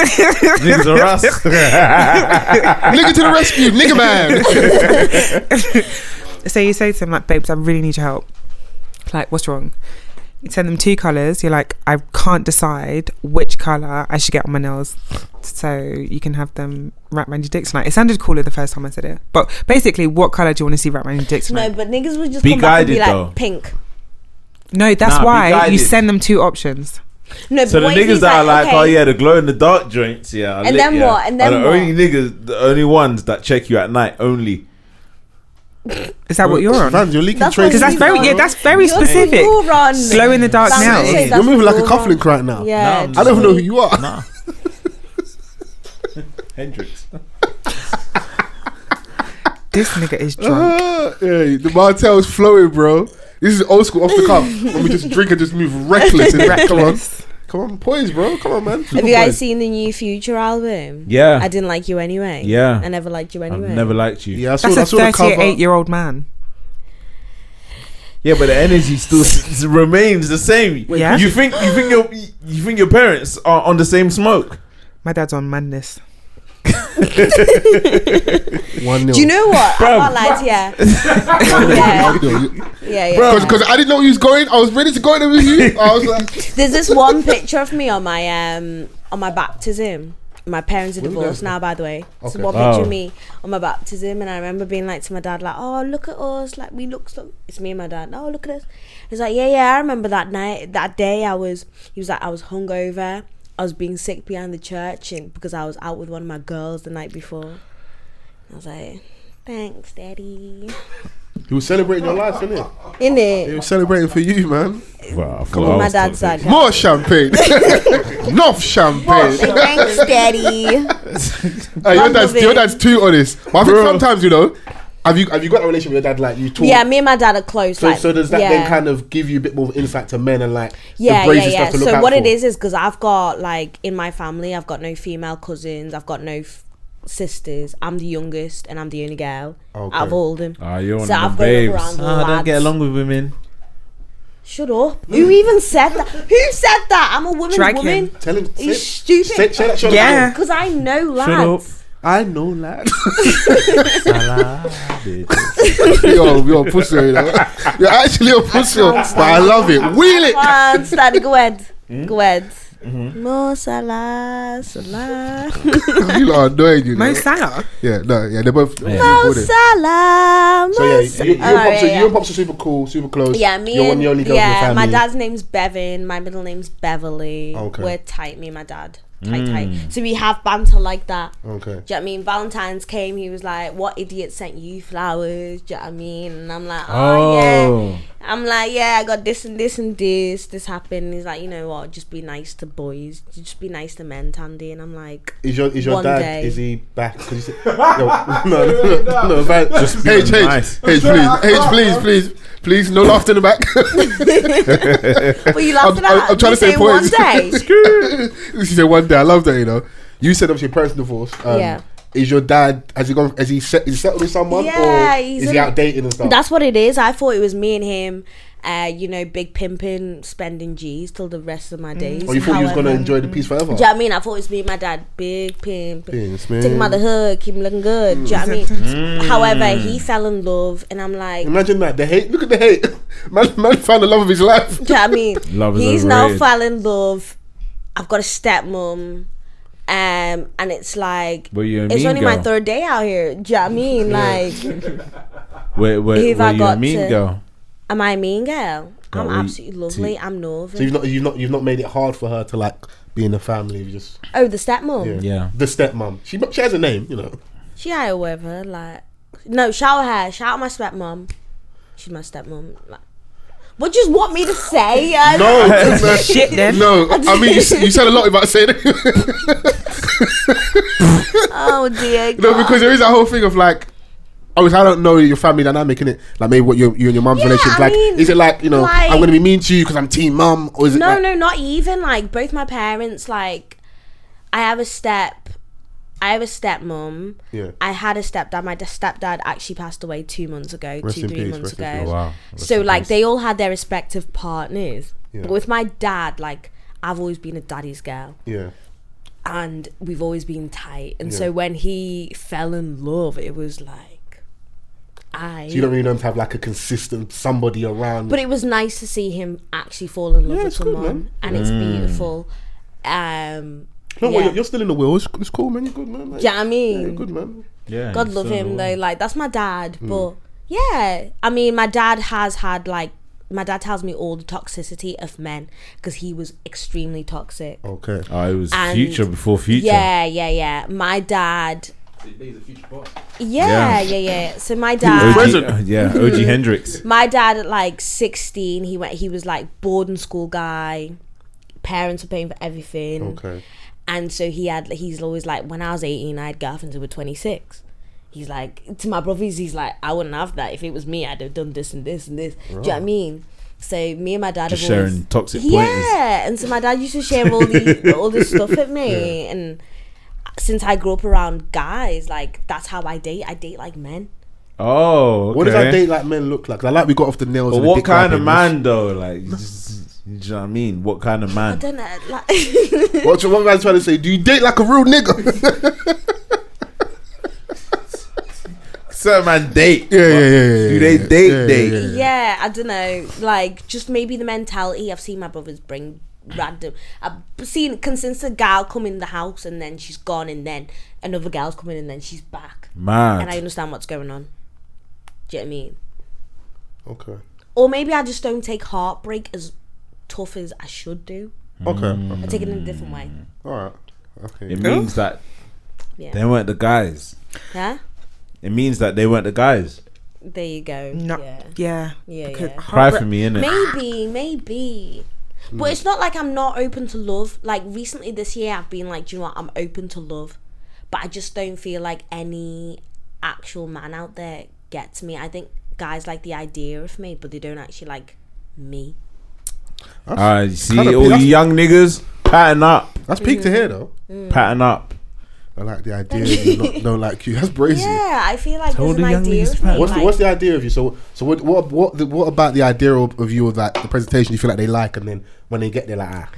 S3: are us.
S4: it. Nigga to the
S5: [laughs]
S4: rescue, nigga man.
S5: so you say to them like, babes, I really need your help. Like, what's wrong? You send them two colours, you're like, I can't decide which colour I should get on my nails. So you can have them wrapped around your dick tonight. It sounded cooler the first time I said it. But basically, what colour do you want to see wrapped around your dick
S6: No,
S5: tonight?
S6: but niggas would just
S3: Be
S6: come back and be
S3: guided,
S6: like
S3: though.
S6: pink.
S5: No, that's
S3: Nah, be
S5: why you
S3: guided.
S5: send them two options.
S6: No,
S3: So the
S6: but what if
S3: niggas
S6: he's
S3: that are like,
S6: okay,
S3: oh yeah, the glow in the dark joints, yeah. I
S6: And
S3: lit,
S6: then
S3: yeah,
S6: what? And then
S3: are the
S6: what?
S3: only niggas, the only ones that check you at night only.
S5: Is that what you're
S3: [laughs]
S5: on?
S4: Fans, you're leaking
S6: That's
S4: trade.
S5: Because that's very yeah, that's very
S6: You're
S5: specific.
S6: a moron.
S5: Glow in the dark
S6: That's what
S5: nails.
S6: you say,
S4: You're
S6: that's
S4: moving like a
S6: moron.
S4: cufflink right now.
S6: Yeah,
S3: Nah,
S4: I don't even know who you are.
S3: [laughs] Nah. Hendrix.
S5: This nigga is
S3: [laughs]
S5: drunk.
S4: Ah, [laughs] hey, the Martel's [laughs] flowing, bro. This is old school off the cuff. when we just drink and just move reckless. and Come on,
S5: Reckless.
S4: Come on, poise, bro. Come on, man.
S6: Have you guys seen the new Future album?
S3: Yeah.
S6: I didn't like you anyway.
S3: Ah. Yeah.
S6: I never liked you
S3: I've
S6: anyway.
S3: never liked you. Yeah.
S4: Yeah, I saw, I
S5: That's
S4: saw
S5: a
S4: the cover.
S5: thirty-eight-year-old man.
S3: but the energy still
S4: [laughs]
S3: s- remains the same.
S5: Yeah?
S3: You think you think your you think your parents are on the same
S6: [laughs]
S3: smoke?
S5: My dad's on madness.
S4: One nil.
S6: Do you know what?
S3: Bro.
S6: I'm not lying
S3: [laughs]
S6: to you. yeah. Yeah, yeah. yeah.
S4: Because I didn't know he was going. I was ready to go in with you. I was [laughs] like,
S6: There's this one picture of me on my um on my baptism. My parents are
S4: Where we
S6: divorced
S4: going?
S6: now, by the way. So
S4: Okay.
S6: one picture
S3: Oh.
S6: of me on my baptism, and I remember being like to my dad, like, "Oh, look at us! Like we look so." It's me and my dad. Oh, look at us! He's like, "Yeah, yeah." I remember that night, that day. I was. He was like, I was hungover. I was being sick behind the church, and because I was out with one of my girls the night before. I was like, "Thanks, daddy."
S4: he was celebrating your life, innit?
S6: In
S4: He
S6: it,
S4: was celebrating for you, man.
S3: Well,
S6: my dad's like,
S4: More champagne.
S6: [laughs]
S4: Enough champagne.
S6: "Thanks, daddy."
S4: Hey, your
S6: Love
S4: dad's
S6: it.
S4: your dad's too honest. But I think
S3: Bro.
S4: sometimes you know, have you have you got a relationship with your dad like you talk?
S6: Yeah, me and my dad are close.
S4: So,
S6: like,
S4: so does that
S6: yeah.
S4: then kind of give you a bit more insight to men and like
S6: yeah,
S4: the
S6: yeah,
S4: brazy
S6: yeah.
S4: stuff to look
S6: so
S4: out
S6: what it
S4: for?
S6: is is because I've got like in my family, I've got no female cousins, I've got no f- sisters. I'm the youngest, and I'm the only girl
S4: Okay.
S6: out of all them.
S3: [laughs] Ah, you're one
S6: So
S3: of
S6: I've
S3: them babes.
S6: grown up around Ah, I don't lads. get along
S3: with women.
S6: Shut up! Who even said that? Who said that? I'm a woman's
S5: Drag him.
S6: woman.
S4: Tell him.
S6: He's
S4: Say,
S6: stupid.
S4: say, say that. shut up.
S5: Yeah.
S6: Because I know lads.
S4: I know,
S3: [laughs]
S4: lad. [laughs] yo, yo, pussy. You know? You're actually a pussy, but I love it. Wheel
S6: [laughs]
S4: it. [laughs]
S6: One study. Go ahead.
S4: Hmm?
S6: Go ahead.
S4: Mm-hmm.
S6: Mo Salah, Salah, [laughs]
S4: you lot are annoying, you know.
S5: Mo
S3: [laughs]
S5: Salah.
S4: yeah, no, yeah, they're both.
S3: Yeah.
S6: Mo
S4: recorded.
S6: Salah,
S4: So
S6: Mo
S4: yeah,
S6: Salah.
S4: you, you, and pops,
S6: Alright,
S4: are-
S6: yeah.
S4: you and pops are super cool, super close.
S6: Yeah, me
S4: You're
S6: and
S4: one of the only girls in
S6: yeah,
S4: the
S6: my
S4: family.
S6: dad's name's Bevan. My middle name's Beverly.
S4: Okay.
S6: We're tight, me and my dad, tight, tight. So we have banter like that.
S4: Okay.
S6: Do you know what I mean? Valentine's came. He was like, "What idiot sent you flowers?" Do you know what I mean? And I'm like, "Oh,
S3: Oh,
S6: yeah." I'm like, "Yeah, I got this and this and this. This happened." He's like, "You know what? Just be nice to boys. Just be nice to men, Tandy." And
S4: [laughs]
S6: I'm like,
S4: Is your is your
S6: One
S4: dad?
S6: day.
S4: Is he back? Cause
S3: [laughs]
S4: he said, no, no, no, no, no, man. Just
S3: be
S4: H, H,
S3: nice.
S4: H, please, H, please, please, please, no laughter in the back.
S6: "But you
S4: [laughs]
S6: laughed
S4: I'm,
S6: at
S4: I'm,
S6: that."
S4: I'm trying to
S6: You
S4: say
S6: one
S4: points.
S6: day.
S4: [laughs] she said one day. I love that. You know, you said obviously parents divorce. Um,
S6: Yeah.
S4: Is your dad? Has he gone? Has he, set, is he settled with someone?
S6: Yeah,
S4: or
S6: he's
S4: is he
S6: in-
S4: out dating and stuff?
S6: That's what it is. I thought it was me and him. Uh, you know, big pimping, spending G's till the rest of my days.
S4: or Mm. Oh, you thought you was gonna
S6: However-
S4: enjoy the peace forever?
S6: Do you know what I mean? I thought it was me and my dad. Big pimp.
S4: Yes,
S6: Take him out the
S4: man.
S6: hood, keep him looking good. Do you know what I mean?
S3: Mm.
S6: However, he fell in love, and I'm like, do
S4: Imagine that. The hate. Look at the hate. [laughs] Man, man found the love of his life.
S6: you know what I mean?
S3: [laughs] Love is
S6: He's now
S3: overrated.
S6: fell in love. I've got a stepmom. Um, and it's like,
S3: were you a
S6: it's
S3: mean
S6: only
S3: girl?
S6: my third day out here. Do you know what
S3: [laughs]
S6: I mean? Like,
S3: were, were,
S6: Who've
S3: were
S6: I
S3: you a
S6: got
S3: mean
S6: to-
S3: girl?
S6: am I a mean girl?
S3: Got
S6: I'm
S3: we-
S6: absolutely lovely. I'm northern.
S4: So you've not you've not you've not made it hard for her to like be in the family. You just
S6: oh, the stepmom.
S3: Yeah.
S4: the stepmom. She she has a name, you know.
S6: She out here with her, like no, shout her, shout out my stepmom. She's my stepmom. Like, what do you want me to say? I
S4: [laughs] No,
S5: Shit, then.
S4: no. I mean, you, s- you said a lot about saying it.
S6: [laughs]
S4: [laughs]
S6: Oh
S4: [laughs]
S6: dear.
S4: no,
S6: God.
S4: because there is that whole thing of like. Oh, I don't know your family dynamic in it. Like maybe what you, you and your mum's
S6: Yeah,
S4: relationship.
S6: I
S4: Like,
S6: mean,
S4: is it like you know
S6: like-
S4: I'm gonna be mean to you because I'm team mum, or is it
S6: no,
S4: like,
S6: no, not even like both my parents. Like, I have a step, I have a stepmom.
S4: Yeah.
S6: I had a stepdad. My d- stepdad actually passed away two months ago,
S4: Rest
S6: two
S4: in
S6: three
S4: peace,
S6: months
S4: rest in
S6: ago.
S4: peace.
S3: Oh, wow.
S6: So like they all had their respective partners.
S4: Yeah.
S6: But with my dad, like I've always been a daddy's girl.
S4: Yeah,
S6: and we've always been tight. And
S4: Yeah.
S6: so when he fell in love, it was like I.
S4: so you don't really know them to have like a consistent somebody around.
S6: but it was nice to see him actually fall in love
S4: Yeah,
S6: with
S4: it's good,
S6: someone,
S4: man.
S6: and it's beautiful. Um,
S4: no, well,
S6: yeah.
S4: you're, you're still in the will. It's, it's cool, man. You're good, man. Like,
S6: Do you know what I
S4: yeah, you're
S6: mean?
S4: good, man. Mm.
S3: Yeah.
S6: God love him though. Like that's my dad, but yeah, I mean, my dad has had like. My dad tells me all the toxicity of men because he was extremely toxic.
S4: Okay.
S3: Oh, it was
S6: And-
S3: future before future.
S6: Yeah, yeah, yeah. My dad.
S3: Yeah.
S6: Yeah, yeah, yeah. So my dad.
S3: OG, uh, yeah, OG [laughs] Hendrix.
S6: My dad at like 16, he went he was like boarding school guy. Parents were paying for everything.
S4: Okay.
S6: And so he had he's always like when I was 18, I had girlfriends who were 26. He's like to my brothers, he's like I wouldn't have that if it was me, I'd have done this and this and this. Do you know what I mean? So me and my dad
S3: Just
S6: have always-
S3: sharing toxic pointers.
S6: yeah, and so my dad used to share
S3: [laughs]
S6: all the all this stuff at me, and since I grew up around guys, like that's how I date. I date like men.
S3: Oh, okay.
S4: What does that date like men look like? 'Cause I like we got off the nails.
S3: But
S4: and the
S3: what
S4: dick
S3: kind of
S4: grabbing.
S3: man though? Like, you just, you know what I mean? What kind of
S6: I
S3: man?
S6: don't know. Like,
S4: [laughs]
S6: [laughs]
S4: What what man's trying to say? Do you date like a real nigga?
S3: Certain man date.
S4: [laughs] yeah, yeah, yeah, yeah.
S3: Do they
S4: yeah,
S3: date
S4: yeah,
S3: date?
S4: yeah, yeah.
S6: yeah, I don't know. Like just maybe the mentality. I've seen my brothers bring random. I've seen consistent gal come in the house and then she's gone, and then another gal's coming and then she's back, and I
S3: Mad.
S6: understand what's going on. Do you know what I mean?
S4: Okay.
S6: Or maybe I just don't take heartbreak as tough as I should do.
S4: Okay.
S6: I take it in a different way.
S4: All right. Okay.
S3: It means that
S6: Yeah.
S3: they weren't the guys.
S6: Yeah.
S3: It means that they weren't the guys.
S6: There you go.
S5: No,
S6: Yeah.
S5: yeah, yeah.
S6: Yeah,
S5: because
S6: yeah.
S3: Cry
S5: heartbreak-
S3: for me, innit?
S6: Maybe, maybe. But it's not like I'm not open to love. Like recently this year, I've been like, do you know what? I'm open to love, but I just don't feel like any actual man out there gets me. I think guys like the idea of me, but they don't actually like me.
S3: Ah, you see,
S4: kinda
S3: all
S4: peak.
S3: you young niggas, pattern up,
S4: That's peak to
S6: Mm-hmm.
S4: hear though.
S3: pattern up.
S4: I like the idea of you not don't like you. That's brazy.
S6: Yeah, I feel like
S3: Tell
S6: there's an
S3: the young
S6: idea
S3: ladies
S6: of
S3: about
S6: me.
S3: it.
S4: What's the,
S6: like-
S4: what's the idea of you? So so what what what, the, what about the idea of, of you of like the presentation? You feel like they like, and then when they get there, like ah,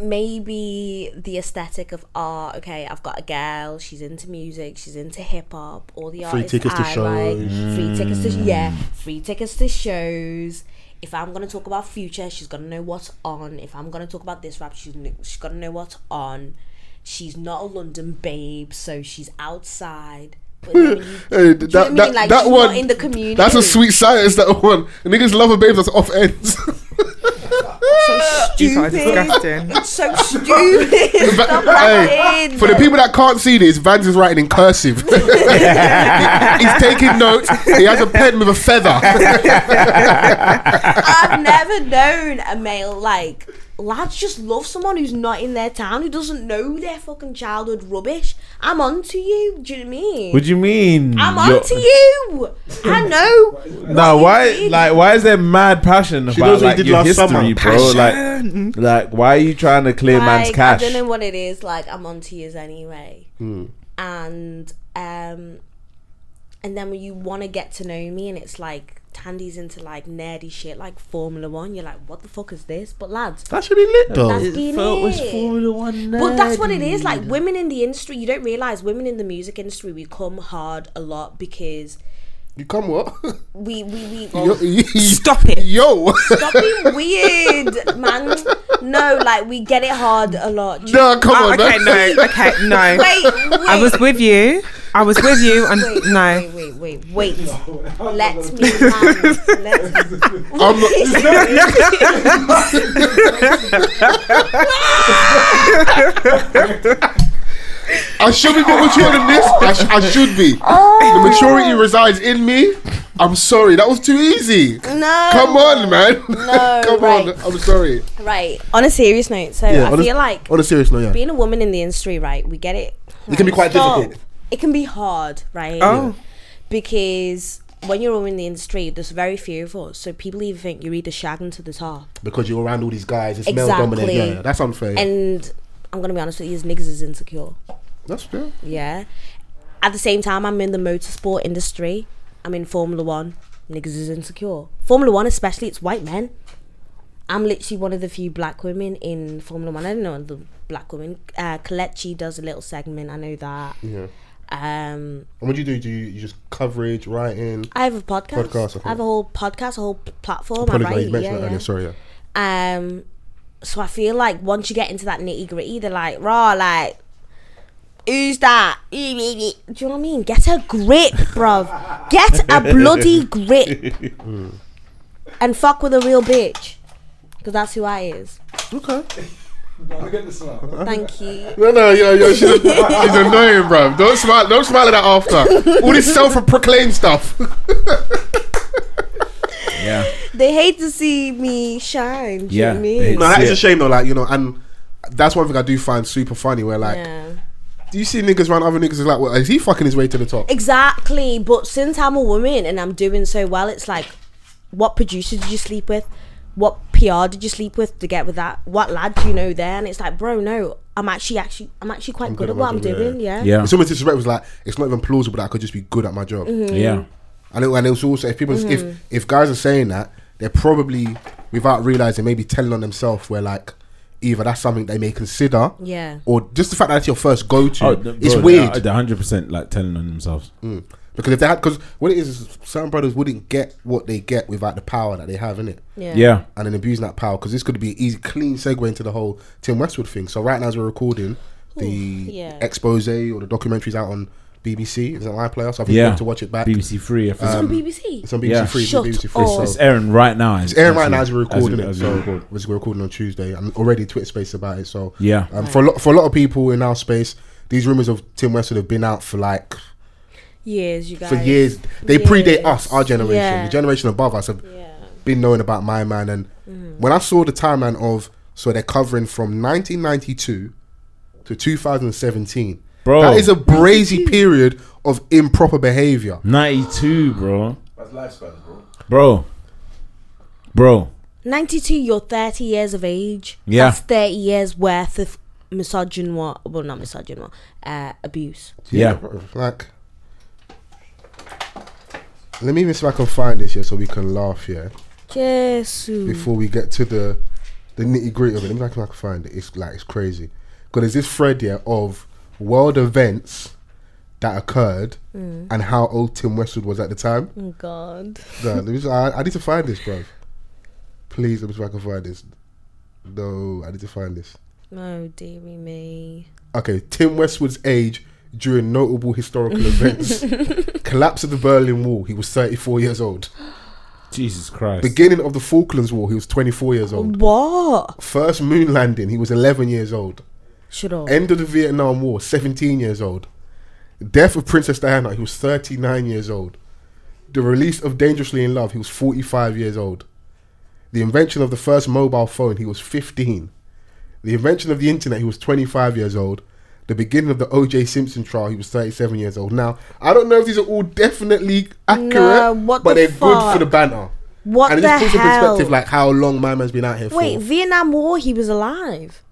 S6: maybe the aesthetic of art. Okay, I've got a girl. She's into music. She's into hip hop. All the artists
S4: tickets to Mm.
S6: I like. Free tickets to yeah. Free tickets to shows. If I'm gonna talk about future, she's gonna know what's on. If I'm gonna talk about this rap, she's kn- she's gonna know what's on. She's not a London babe, so she's outside. But then when you-
S4: [laughs] Hey,
S6: do you
S4: that,
S6: know what I mean?
S4: that,
S6: Like,
S4: that
S6: she's
S4: one
S6: not in the community.
S4: That's a sweet science. That one. Niggas love a babe that's off ends. [laughs]
S6: so
S5: You guys are
S6: stupid.
S5: disgusting.
S6: It's [laughs] so
S4: [laughs]
S6: stupid. [laughs] Stop
S4: Hey,
S6: laughing.
S4: for the people that can't see this, Vans is writing in cursive. [laughs] He's taking notes. He has a pen with a
S6: [laughs]
S4: feather. [laughs]
S6: I've never known a male like lads just love someone who's not in their town who doesn't know their fucking childhood rubbish. I'm on to you. Do you know what I mean?
S3: What do you mean?
S6: I'm
S3: You're-
S6: on to you.
S3: [laughs]
S6: I know.
S3: Nah, why?
S6: did.
S3: Like, why is there mad passion about
S4: knows what you
S3: like
S4: did
S3: your
S4: last
S3: history,
S4: summer.
S3: bro? Like, like, why are you trying to clear man's
S6: Like,
S3: cash? Hmm.
S6: I don't know what it is. Like I'm on to you anyway. And um, and then when you want to get to know me, and it's like Tandy's into like nerdy shit, like Formula One. You're like, what the fuck is this? But lads,
S4: That should be lit though.
S6: That's been it. But that's what it is. Like women in the industry, you don't realize women in the music industry, we come hard a lot because
S4: You come what?
S6: we we
S4: [laughs]
S6: we
S4: Yo,
S5: Stop it.
S4: Yo. [laughs]
S6: stop being weird, man. No, like we get it hard a lot. Do you-
S4: nah, come
S5: Oh,
S4: on.
S5: okay,
S4: man.
S5: no, okay, no.
S6: [laughs] Wait, wait.
S5: I was with you. I was with you, and
S6: Wait,
S5: no,
S6: wait, wait, wait, wait. Let
S4: [laughs]
S6: me land. Let me.
S4: [laughs] I'm not,
S5: [laughs]
S4: I should be more mature than this. I, sh- I should be. The
S6: Oh.
S4: maturity resides in me. I'm sorry. That was too easy.
S6: No.
S4: Come on, man.
S6: No,
S4: [laughs] come
S6: right.
S4: on. I'm sorry.
S6: Right. On a serious note, so I
S4: on a-
S6: feel like
S4: on a serious note, yeah.
S6: being a woman in the industry, right? We get it.
S4: It can be quite
S6: Stop.
S4: difficult.
S6: It can be hard, right?
S5: Oh.
S6: Because when you're all in the industry, there's very few of us. So people either think you're either shagging to the top,
S4: Because you're around all these guys, it's male
S6: Exactly.
S4: dominated. Yeah, yeah, that's unfair.
S6: and I'm gonna be honest with you, these niggas is insecure.
S4: that's fair.
S6: Yeah. At the same time, I'm in the motorsport industry. I'm in Formula One. Niggas is insecure. Formula One, especially, it's white men. I'm literally one of the few black women in Formula One. I don't know the black women. Uh, Kalechi does a little segment. I know that.
S4: Yeah.
S6: Um,
S4: And what do you do? Do you, you just coverage, writing?
S6: I have a podcast.
S4: Podcast, okay.
S6: I have a whole podcast, a whole p- platform. I
S4: Apologies,
S6: write.
S4: you mentioned
S6: yeah,
S4: that
S6: yeah.
S4: earlier. Sorry, yeah.
S6: Um, so I feel like once you get into that nitty gritty, they're like, raw, like, who's that? Do you know what I mean? Get a grip, bruv. Get
S3: [laughs]
S6: a bloody grip. And fuck with a real bitch. Because that's who I is.
S4: Okay.
S6: Thank you.
S4: No, no, yo, yo, she's, she's annoying, bruv. Don't smile. Don't smile at that
S6: [laughs]
S4: after all this self-proclaimed stuff.
S3: yeah,
S6: They hate to see me shine. Do
S3: Yeah,
S6: you know what I
S3: they
S6: mean?
S4: No, that
S3: Yeah.
S4: is a shame though. Like you know, and that's one thing I do find super funny. Where like,
S6: Yeah.
S4: do you see niggas around other niggas? Is like, well, is he fucking his way to the top?
S6: Exactly, but since I'm a woman and I'm doing so well, it's like, what producer did you sleep with? what PR did you sleep with to get with that? What lad do you know there? And it's like, bro, no, I'm actually actually I'm actually quite good, at what I'm doing. Yeah.
S3: Yeah.
S4: It's almost disrespect was like it's not even plausible that I could just be good at my job.
S6: Mm-hmm.
S3: Yeah.
S4: And it, and it was also if people if if guys are saying that they're probably without realizing maybe telling on themselves where like either that's something they may consider
S6: Yeah.
S4: or just the fact that it's your first go to
S3: Oh, th-
S4: it's
S3: bro,
S4: weird
S3: They're hundred percent like telling on themselves.
S4: Mm. because if they had because what it is is certain brothers wouldn't get what they get without the power that they have in it
S6: Yeah.
S3: Yeah.
S4: and then abusing that power because this could be an easy clean segue into the whole Tim Westwood thing so right now as we're recording the
S6: yeah.
S4: expose or the documentary's out on BBC is it iPlayer so I think you
S3: Yeah.
S4: have to watch it back Um,
S3: BBC Three. I think.
S6: It's on BBC.
S4: it's on BBC
S3: Yeah.
S4: Three it's
S6: Shut
S4: on BBC Three
S6: up.
S4: so-
S3: it's airing right now.
S4: It's airing right now as we're
S3: we-
S4: recording
S3: as
S4: it.
S3: we
S4: So
S3: record.
S4: as we're recording on Tuesday, I'm already Twitter space about it. So
S3: Yeah.
S4: um, for a lot for a lot of people in our space, these rumors of Tim Westwood have been out for like
S6: Years, you guys.
S4: for years. They predate
S6: Years.
S4: us, our generation,
S6: Yeah.
S4: the generation above us have
S6: Yeah.
S4: been knowing about my man. And when I saw the timeline of so they're covering from 1992 to 2017,
S3: Bro.
S4: that is a brazy period of improper behavior.
S3: Ninety-two, bro.
S7: That's lifespan, bro.
S3: Bro. Bro.
S6: 92, you're 30 years of age.
S3: Yeah.
S6: That's 30 years worth of misogyny, well, not misogyny, uh, abuse.
S3: Yeah.
S4: bro, like. Let me even see if I can find this here so we can laugh here.
S6: Jesus.
S4: before we get to the the nitty gritty of it. Let me see if I can find it. It's like it's crazy. Because there's this thread here of world events that occurred and how old Tim Westwood was at the time.
S6: Oh, God.
S4: No, let me just- I, I need to find this, bro. Please let me see if I can find this. No, I need to find this.
S6: Oh, dearie me.
S4: Okay, Tim Westwood's age during notable historical events. Collapse of the Berlin Wall, he was 34 years old.
S3: Jesus Christ.
S4: Beginning of the Falklands War, he was 24 years old.
S6: What?
S4: First moon landing, he was 11 years old.
S6: Shut up.
S4: End of the Vietnam War, 17 years old. Death of Princess Diana, he was 39 years old. The release of Dangerously in Love, he was 45 years old. The invention of the first mobile phone, he was 15. The invention of the internet, he was 25 years old. The beginning of the O.J. Simpson trial, he was 37 years old. Now, I don't know if these are all definitely accurate,
S6: No, what
S4: but
S6: the
S4: they're good for
S6: fuck?
S4: the banter.
S6: what
S4: and it
S6: the
S4: just puts in
S6: hell?
S4: perspective like how long my man's been out here for.
S6: Wait, Vietnam War, he was alive.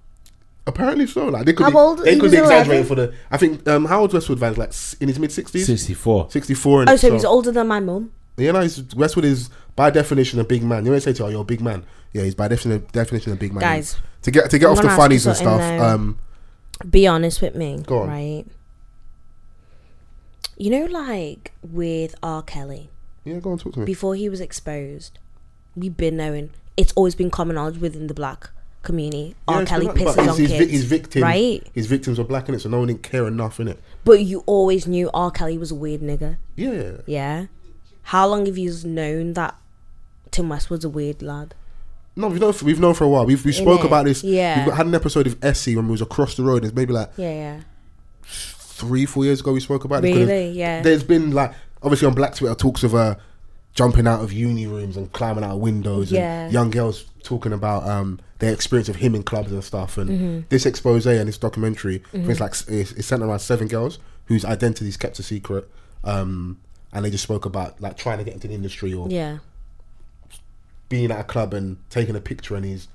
S4: Apparently so. Like they could
S6: How
S4: be,
S6: old-
S4: they
S6: he
S4: could
S6: was
S4: be exaggerating
S6: 11?
S4: for the. I think um, how old Westwood Van's like s- in his mid sixties,
S3: Sixty-four.
S4: sixty four.
S6: Oh, so he's older than my mum.
S4: You know, he's, Westwood is by definition a big man. You always say to her, "You're a big man." Yeah, he's by definition definition a big man.
S6: Guys,
S4: to get to get
S6: I'm
S4: off the
S6: gonna ask
S4: funnies
S6: you
S4: and
S6: something
S4: stuff.
S6: now.
S4: Um,
S6: be honest with me,
S4: Go on.
S6: right? You know, like with R. Kelly,
S4: yeah, go on talk to me.
S6: before he was exposed, we've been knowing it's always been common knowledge within the black community.
S4: Yeah,
S6: R.
S4: it's
S6: Kelly
S4: been like- but
S6: pisses
S4: his,
S6: on
S4: his, vi-
S6: kids,
S4: his victims,
S6: right?
S4: His victims were black in it, so no one didn't care enough in it.
S6: But you always knew R. Kelly was a weird nigger,
S4: Yeah,
S6: yeah. How long have you known that Tim Westwood's a weird lad?
S4: no, we've known for, we've known for a while. We've we spoke
S6: Innit?
S4: about this.
S6: Yeah.
S4: we've had an episode of Essie when we was across the road. It's maybe like
S6: Yeah, yeah,
S4: three, four years ago we spoke about it. 'cause
S6: Really? Yeah.
S4: There's been like obviously on Black Twitter talks of uh jumping out of uni rooms and climbing out of windows
S6: Yeah.
S4: and young girls talking about um their experience of him in clubs and stuff and
S6: Mm-hmm.
S4: this expose and this documentary it's like it's, it's centered around seven girls whose identities kept a secret um and they just spoke about like trying to get into the industry or
S6: yeah.
S4: being at a club and taking a picture and he's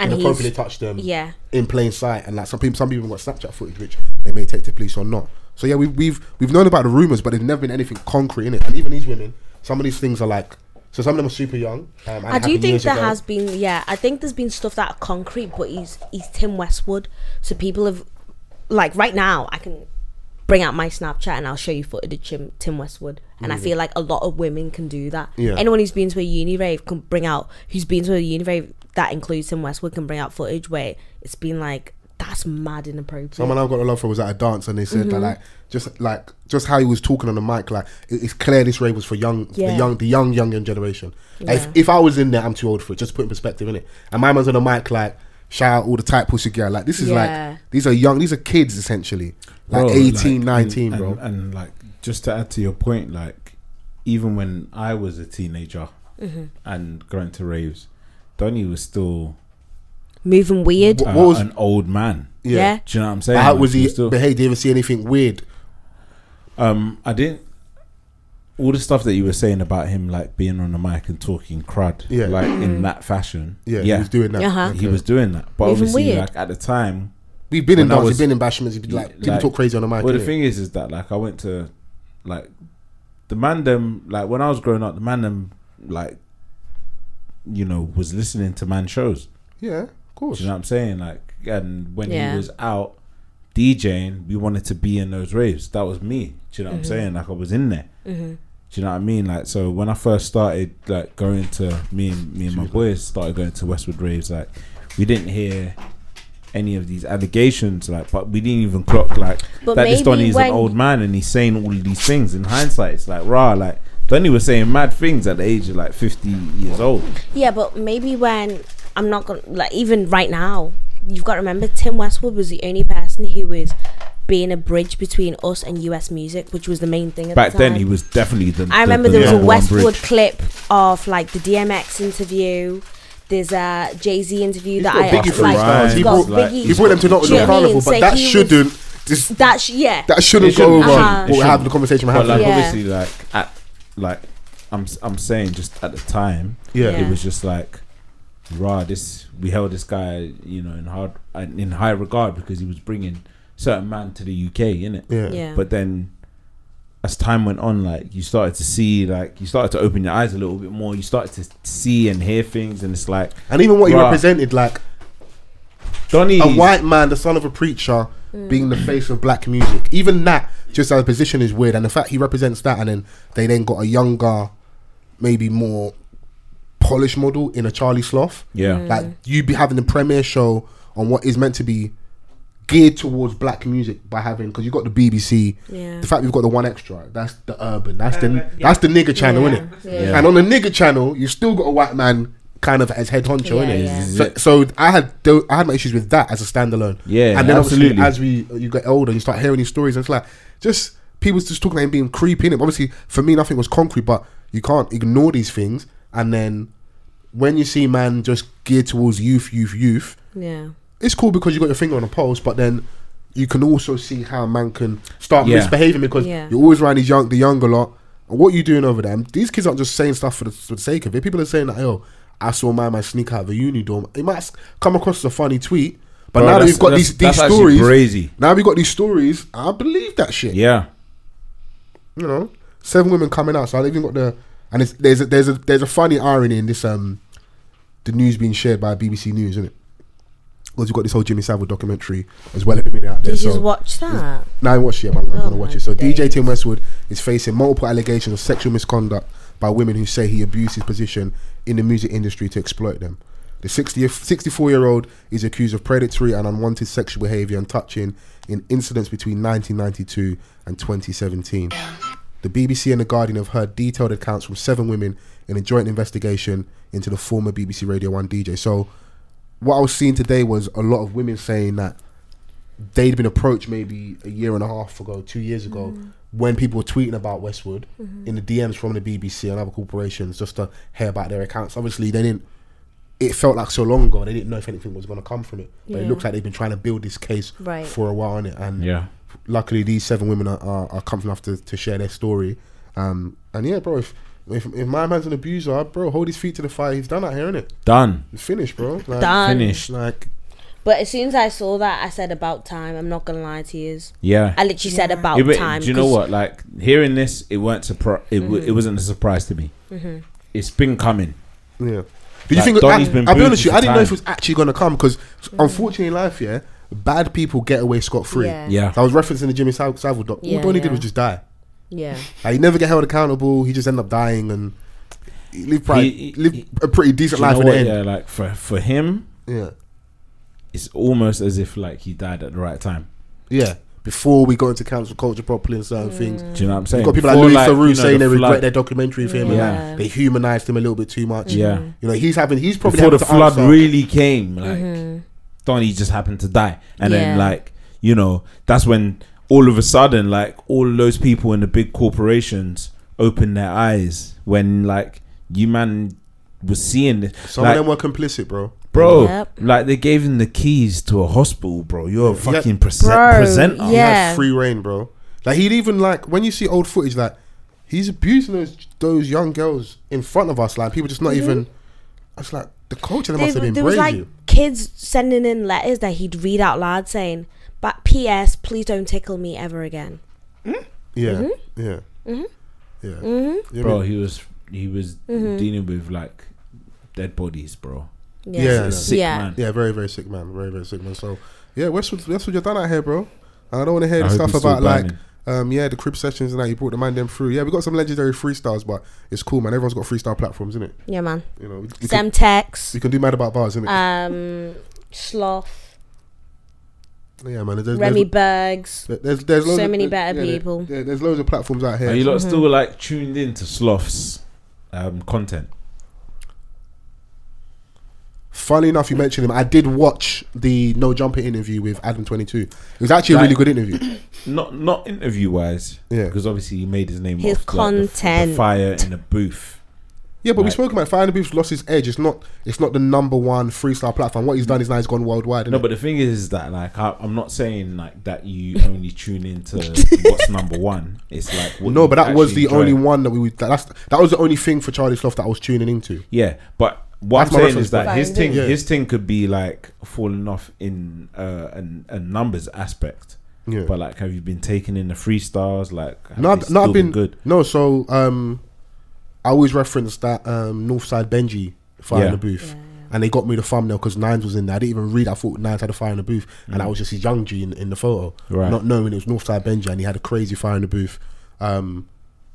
S6: And
S4: inappropriately
S6: he's
S4: touched them
S6: yeah.
S4: in plain sight, and like some people, some people have got Snapchat footage, which they may take to police or not. So yeah, we've we've we've known about the rumors, but there's never been anything concrete in it. And even these women, some of these things are like, so some of them are super young. Um, and
S6: I do
S4: happened
S6: think
S4: years
S6: there
S4: ago.
S6: has been, yeah, I think there's been stuff that are concrete, but he's he's Tim Westwood, so people have, like right now, I can bring out my Snapchat and I'll show you footage of Tim, Tim Westwood, and I feel like a lot of women can do that.
S4: Mm. Yeah.
S6: Anyone who's been to a uni rave can bring out who's been to a uni rave that includes Tim Westwood can bring out footage where it's been like that's mad inappropriate.
S4: Someone I've got a love for was at a dance, and they said that
S6: Mm-hmm.
S4: like just like just how he was talking on the mic, like it, it's clear this rave was for young, the
S6: Yeah.
S4: young, the young, young, young generation. Like,
S6: Yeah.
S4: if, if I was in there, I'm too old for it. Just put in perspective in it. And my man's on the mic, like shout out all the tight pussy girl. Like this is
S6: Yeah.
S4: like these are young, these are kids essentially, like
S3: Bro,
S4: 18,
S3: like,
S4: 19,
S3: and,
S4: bro.
S3: And, and, like, just to add to your point, like, even when I was a teenager and going to raves, Donny was still
S6: Moving weird.
S4: What-
S3: uh,
S4: was-
S3: an old man.
S6: yeah.
S4: yeah.
S3: Do you know what I'm saying?
S4: How
S3: Like,
S4: was he
S3: still-
S4: behaved? Did you ever see anything weird?
S3: Um, I didn't. all the stuff that you were saying about him like being on the mic and talking crud,
S4: Yeah.
S3: like in that fashion,
S4: Yeah, he was
S3: doing,
S4: doing that.
S6: Uh-huh.
S3: he was doing that. But
S6: Even
S3: obviously,
S6: weird.
S3: like at the time,
S4: We've been in
S3: When I
S4: dance, we've
S3: was-
S4: been in bashments. You'd be like, people
S3: like-
S4: talk crazy on the mic.
S3: well, the
S4: innit?
S3: thing is, is that like I went to, like, the man them like when I was growing up, the man them like, you know, was listening to man shows.
S4: yeah, of
S3: Do
S4: course.
S3: you know what I'm saying? Like, and when
S6: Yeah.
S3: he was out DJing, we wanted to be in those raves. That was me. Do you know what I'm
S6: Mm-hmm.
S3: saying? Like, I was in there. Do you know what I mean? Like, so when I first started, like, going to me and me and my boys started going to Westwood raves. Like, we didn't hear any of these allegations. Like, but we didn't even clock like
S6: But
S3: that. This
S6: maybe
S3: Donny's
S6: when-
S3: an old man and he's saying all of these things. In hindsight, it's like rah. Like Donny was saying mad things at the age of like 50 years old.
S6: Yeah, but maybe when I'm not gonna like even right now, you've got to remember Tim Westwood was the only person who was being a bridge between us and US music, which was the main thing at
S3: Back
S6: the
S3: then,
S6: time.
S3: he was definitely the.
S6: I
S3: the-
S6: remember
S3: the
S6: there was a
S3: number one bridge.
S6: Westwood clip of like the DMX interview. There's a Jay Z interview that
S4: got
S6: I
S4: Biggie
S6: like.
S3: freestyles.
S6: he's
S3: He
S6: got
S3: brought-
S6: Biggie.
S4: He brought them to
S6: Do you know
S4: Nottingham
S6: what I mean?
S4: Carnival,
S6: So
S4: but that
S6: he was-
S4: shouldn't. This,
S6: That's yeah.
S4: that shouldn't
S3: It
S4: go
S3: shouldn't.
S4: over.
S6: Uh-huh.
S4: What
S6: It
S4: we have
S3: shouldn't.
S4: the conversation we're
S3: But like
S4: having.
S6: Yeah.
S3: obviously, like at like I'm s- I'm saying just at the time,
S4: Yeah.
S6: Yeah.
S3: it was just like, rah, this we held this guy, you know, in hard in high regard because he was bringing certain man to the UK, innit?
S4: Yeah.
S6: Yeah.
S3: But then, as time went on, like you started to see, like you started to open your eyes a little bit more. You started to see and hear things, and it's like
S4: And even what he
S3: Bruh.
S4: represented, like
S3: Donny,
S4: a white man, the son of a preacher,
S6: Mm.
S4: being the face of black music. Even that, just as a position, is weird. And the fact he represents that, and then they then got a younger, maybe more polished model in a Charlie Sloth.
S3: yeah,
S6: Mm.
S4: Like you be having the premiere show on what is meant to be geared towards black music by having because you got the BBC.
S6: Yeah.
S4: The fact we've got the one extra, that's the urban, that's the
S5: Urban, yeah.
S4: that's the nigger channel,
S6: Yeah.
S4: innit?
S6: Yeah.
S4: And on the nigger channel, you still got a white man kind of as head honcho,
S6: Yeah,
S4: innit?
S6: yeah.
S4: So, so I had tho- I had my issues with that as a standalone.
S3: Yeah,
S4: and then
S3: absolutely.
S4: obviously as we you get older, you start hearing these stories, and it's like just people's just talking about him being creepy. innit? Obviously, for me, nothing was concrete, but you can't ignore these things. And then when you see man just geared towards youth, youth, youth,
S6: Yeah.
S4: it's cool because you got your finger on the pulse, but then you can also see how man can start
S3: Yeah.
S4: misbehaving because
S6: Yeah.
S4: you're always around these young, the younger lot. And what you doing over there? And these kids aren't just saying stuff for the, for the sake of it. People are saying that, yo, I saw my man sneak out of a uni dorm. It might s- come across as a funny tweet, but
S3: Bro,
S4: now that
S3: that's-
S4: we've got
S3: that's-
S4: these, these
S3: that's actually
S4: stories,
S3: crazy.
S4: now we've got these stories, I believe that shit.
S3: yeah,
S4: You know, seven women coming out. So I even got the and it's, there's a, there's a there's a funny irony in this um the news being shared by BBC News, isn't it? Because you've got this whole Jimmy Savile documentary as well at the minute out there.
S6: Did
S4: so
S6: you just watch that?
S4: now I watch it. but I'm, I'm
S6: Oh
S4: gonna watch
S6: my
S4: it. So DJ
S6: days.
S4: Tim Westwood is facing multiple allegations of sexual misconduct by women who say he abused his position in the music industry to exploit them. The 60 64 year old is accused of predatory and unwanted sexual behavior and touching in incidents between 1992 and 2017. The BBC and The Guardian have heard detailed accounts from seven women in a joint investigation into the former BBC Radio 1 DJ. So, what I was seeing today was a lot of women saying that they'd been approached maybe a year and a half ago, two years ago,
S6: Mm-hmm.
S4: when people were tweeting about Westwood in the DMs from the BBC and other corporations just to hear about their accounts. Obviously, they didn't. It felt like so long ago. They didn't know if anything was going to come from it, but it
S6: Yeah.
S4: looks like they've been trying to build this case
S6: Right.
S4: for a while, innit? And
S3: yeah.
S4: luckily these seven women are, are, are comfortable enough to, to share their story. Um, and yeah, bro, if, if if my man's an abuser, bro, hold his feet to the fire. He's done out here, innit?
S3: Done,
S4: He's finished, bro. Like,
S6: Done.
S3: finished,
S4: Like,
S6: But as soon as I saw that, I said about time. I'm not gonna lie to you.
S3: yeah.
S6: I literally said about
S3: Yeah, but
S6: time.
S3: Do you know
S6: 'cause- Mm-hmm.
S3: what? Like hearing this, it weren't surpri- it, w- it wasn't a surprise to me. It's been coming.
S4: yeah. Did you
S3: Like,
S4: think? I,
S3: Donny's been
S4: I'll be
S3: booted
S4: honest with you.
S3: for
S4: I didn't know if it
S3: time.
S4: was actually going to come because, unfortunately, in life, yeah, bad people get away scot free.
S6: Yeah.
S3: Yeah.
S4: I was referencing the Jimmy Sav- Savile doc.
S6: Yeah,
S4: All Donny did
S6: yeah.
S4: was just die.
S6: Yeah.
S4: Like, he never get held accountable. He just ended up dying and he lived, probably,
S3: He- he-
S4: lived a pretty
S3: Do
S4: decent
S3: you know
S4: life in
S3: what?
S4: the end.
S3: Yeah, like for for him,
S4: Yeah.
S3: it's almost as if like he died at the right time.
S4: Yeah. Before we got into cancel culture properly and certain
S6: Mm.
S4: things.
S3: Do you know what I'm saying?
S4: You've got people like
S3: Before,
S4: Louis
S3: you
S4: Theroux
S3: know, the
S4: saying they regret
S3: flood-
S4: their documentary of him
S3: Yeah.
S4: and they humanized him a little bit too much.
S3: Yeah.
S4: You know, he's having, he's probably
S3: Before the
S4: having to
S3: flood
S4: answer-
S3: really came, like Donny just happened to die, and then
S6: Mm-hmm. Yeah.
S3: like you know that's when all of a sudden like all those people in the big corporations opened their eyes when like you man was seeing this.
S4: Some
S3: like,
S4: of them were complicit, bro.
S3: Bro,
S6: Yep.
S3: like they gave him the keys to a hospital, bro. You're a
S4: Yeah.
S3: fucking prese-
S6: Bro,
S3: presenter.
S4: He
S6: yeah.
S4: had free reign, bro. Like, he'd even, like, when you see old footage, like, He's abusing those those young girls in front of us. Like people just not
S6: Mm-hmm.
S4: even. It's like the culture that
S6: There,
S4: must have been
S6: there was
S4: brave.
S6: like
S4: you.
S6: kids sending in letters that he'd read out loud saying, "But P.S. Please don't tickle me ever again."
S4: Yeah,
S6: Mm-hmm.
S4: yeah, yeah. You know what I
S3: bro.
S4: mean?
S3: He was he was
S6: Mm-hmm.
S3: dealing with like dead bodies, bro.
S6: Yeah.
S4: Yeah.
S3: A sick
S6: Yeah.
S3: man.
S4: Yeah, very very sick man. Very very sick man. So yeah, Westwood, Westwood, you're done out here, bro. And I don't want to hear
S3: I
S4: the
S3: hope
S4: stuff
S3: he's still
S4: about like.
S3: burning.
S4: Um, yeah, the crib sessions and that you brought the man them through. Yeah, we got some legendary freestyles, but it's cool, man. Everyone's got freestyle platforms, innit?
S6: Yeah, man.
S4: You know, we, we, can,
S6: Semtex,
S4: we can do mad about bars, innit?
S6: um, Sloth,
S4: yeah, man. There's,
S6: Remy Bergs.
S4: there's, there's, there's loads
S6: so
S4: of,
S6: many
S4: there-
S6: better
S4: yeah, there-
S6: people.
S4: there- there's loads of platforms out here.
S3: Are you lot
S6: Mm-hmm.
S3: still like tuned in to Sloth's um, content?
S4: Funny enough, you mentioned him. I did watch the No Jumper interview with Adam Twenty Two. It was actually a
S3: That-
S4: really good interview.
S3: Not not interview wise,
S4: Yeah.
S3: because obviously he made his name
S6: His
S3: off like, the f- the
S6: content.
S3: fire in a booth.
S4: Yeah, but we
S3: Right.
S4: spoke about Fire and Booth's lost his edge. It's not. It's not the number one freestyle platform. What he's done is now he's gone worldwide.
S3: No,
S4: innit?
S3: but the thing is, is that like I, I'm not saying like that
S6: [laughs]
S3: you only tune in to what's number one. It's like what
S4: No,
S3: you
S4: but that was
S3: actually
S4: the
S3: enjoy.
S4: only one that we would. That, that's that was the only thing for Charlie Sloth that I was tuning into.
S3: Yeah, but what
S4: That's my
S3: I'm saying
S4: reference
S3: is that
S6: point.
S3: his thing,
S4: Yeah.
S3: his thing could be like falling off in uh, an, a numbers aspect.
S4: Yeah.
S3: But like, have you been taking in the freestyles? Like, have
S4: No,
S3: they
S4: I've, no,
S3: still
S4: I've been
S3: good.
S4: No, so um, I always reference that um, Northside Benji fire in
S3: Yeah.
S4: the booth, and they got me the thumbnail because Nines was in there. I didn't even read. I thought Nines had a fire in the booth, and I was just his young G in, in the photo,
S3: Mm. Right.
S4: not knowing it was Northside Benji, and he had a crazy fire in the booth. Um,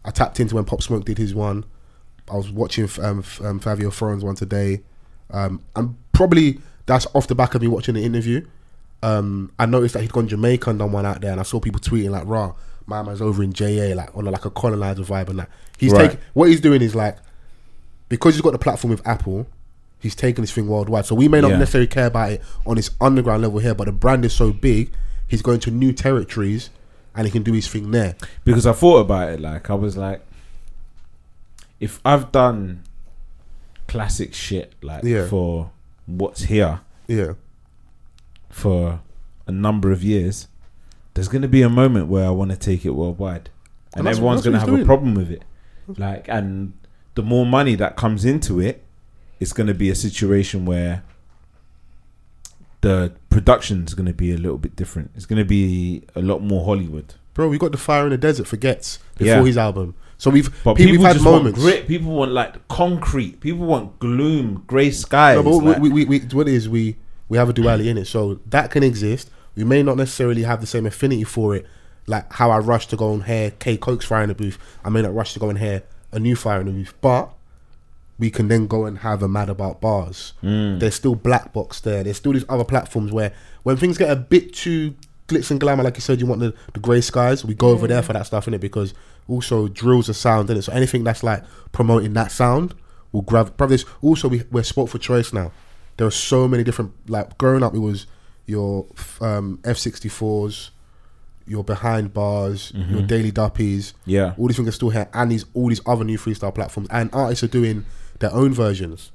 S4: I tapped into when Pop Smoke did his one. I was watching um, f- um, Fabio Foreign's one today. Um, and probably that's off the back of me watching the interview. Um, I noticed that he'd gone Jamaica and done one out there, and I saw people tweeting like, "Raw, my man's over in JA, like on a, like a colonizer vibe and that." He's
S3: Right.
S4: taking what he's doing is like because he's got the platform with Apple, he's taking this thing worldwide. So we may not
S3: Yeah.
S4: necessarily care about it on his underground level here, but the brand is so big, he's going to new territories, and he can do his thing there.
S3: because I thought about it. Like, I was like, if I've done classic shit, like
S4: Yeah.
S3: for what's here
S4: Yeah,
S3: for a number of years, there's gonna be a moment where I want to take it worldwide, and,
S4: And that's-
S3: everyone's
S4: that's what
S3: gonna
S4: he's
S3: have
S4: doing. Mm.
S3: a problem with it. Like, and the more money that comes into it, it's gonna be a situation where the production's gonna be a little bit different. It's gonna be a lot more Hollywood.
S4: bro, we got the fire in the desert for Gets before
S3: Yeah.
S4: his album. So we've
S3: But
S4: pe-
S3: people,
S4: we've had
S3: just
S4: moments.
S3: want grit. People want like concrete. People want gloom, grey skies.
S4: No, but what
S3: like-
S4: we, we, we, what it is we we have a duality in it, so that can exist. We may not necessarily have the same affinity for it, like how I rush to go and hear K Coke's fire in the booth. I may not rush to go and hear a new fire in the booth, but we can then go and have a mad about bars. There's still black box there. There's still these other platforms where when things get a bit too glitz and glamour, like you said, you want the, the grey skies. We go over there for that stuff in it because also drills a sound in it. So anything that's like promoting that sound will grab. Brother, this also we, we're spot for choice now. There are so many different like growing up. It was your um, F64s, your behind bars, your daily duppies
S3: yeah,
S4: all these things are still here, and these all these other new freestyle platforms, and artists are doing their own versions.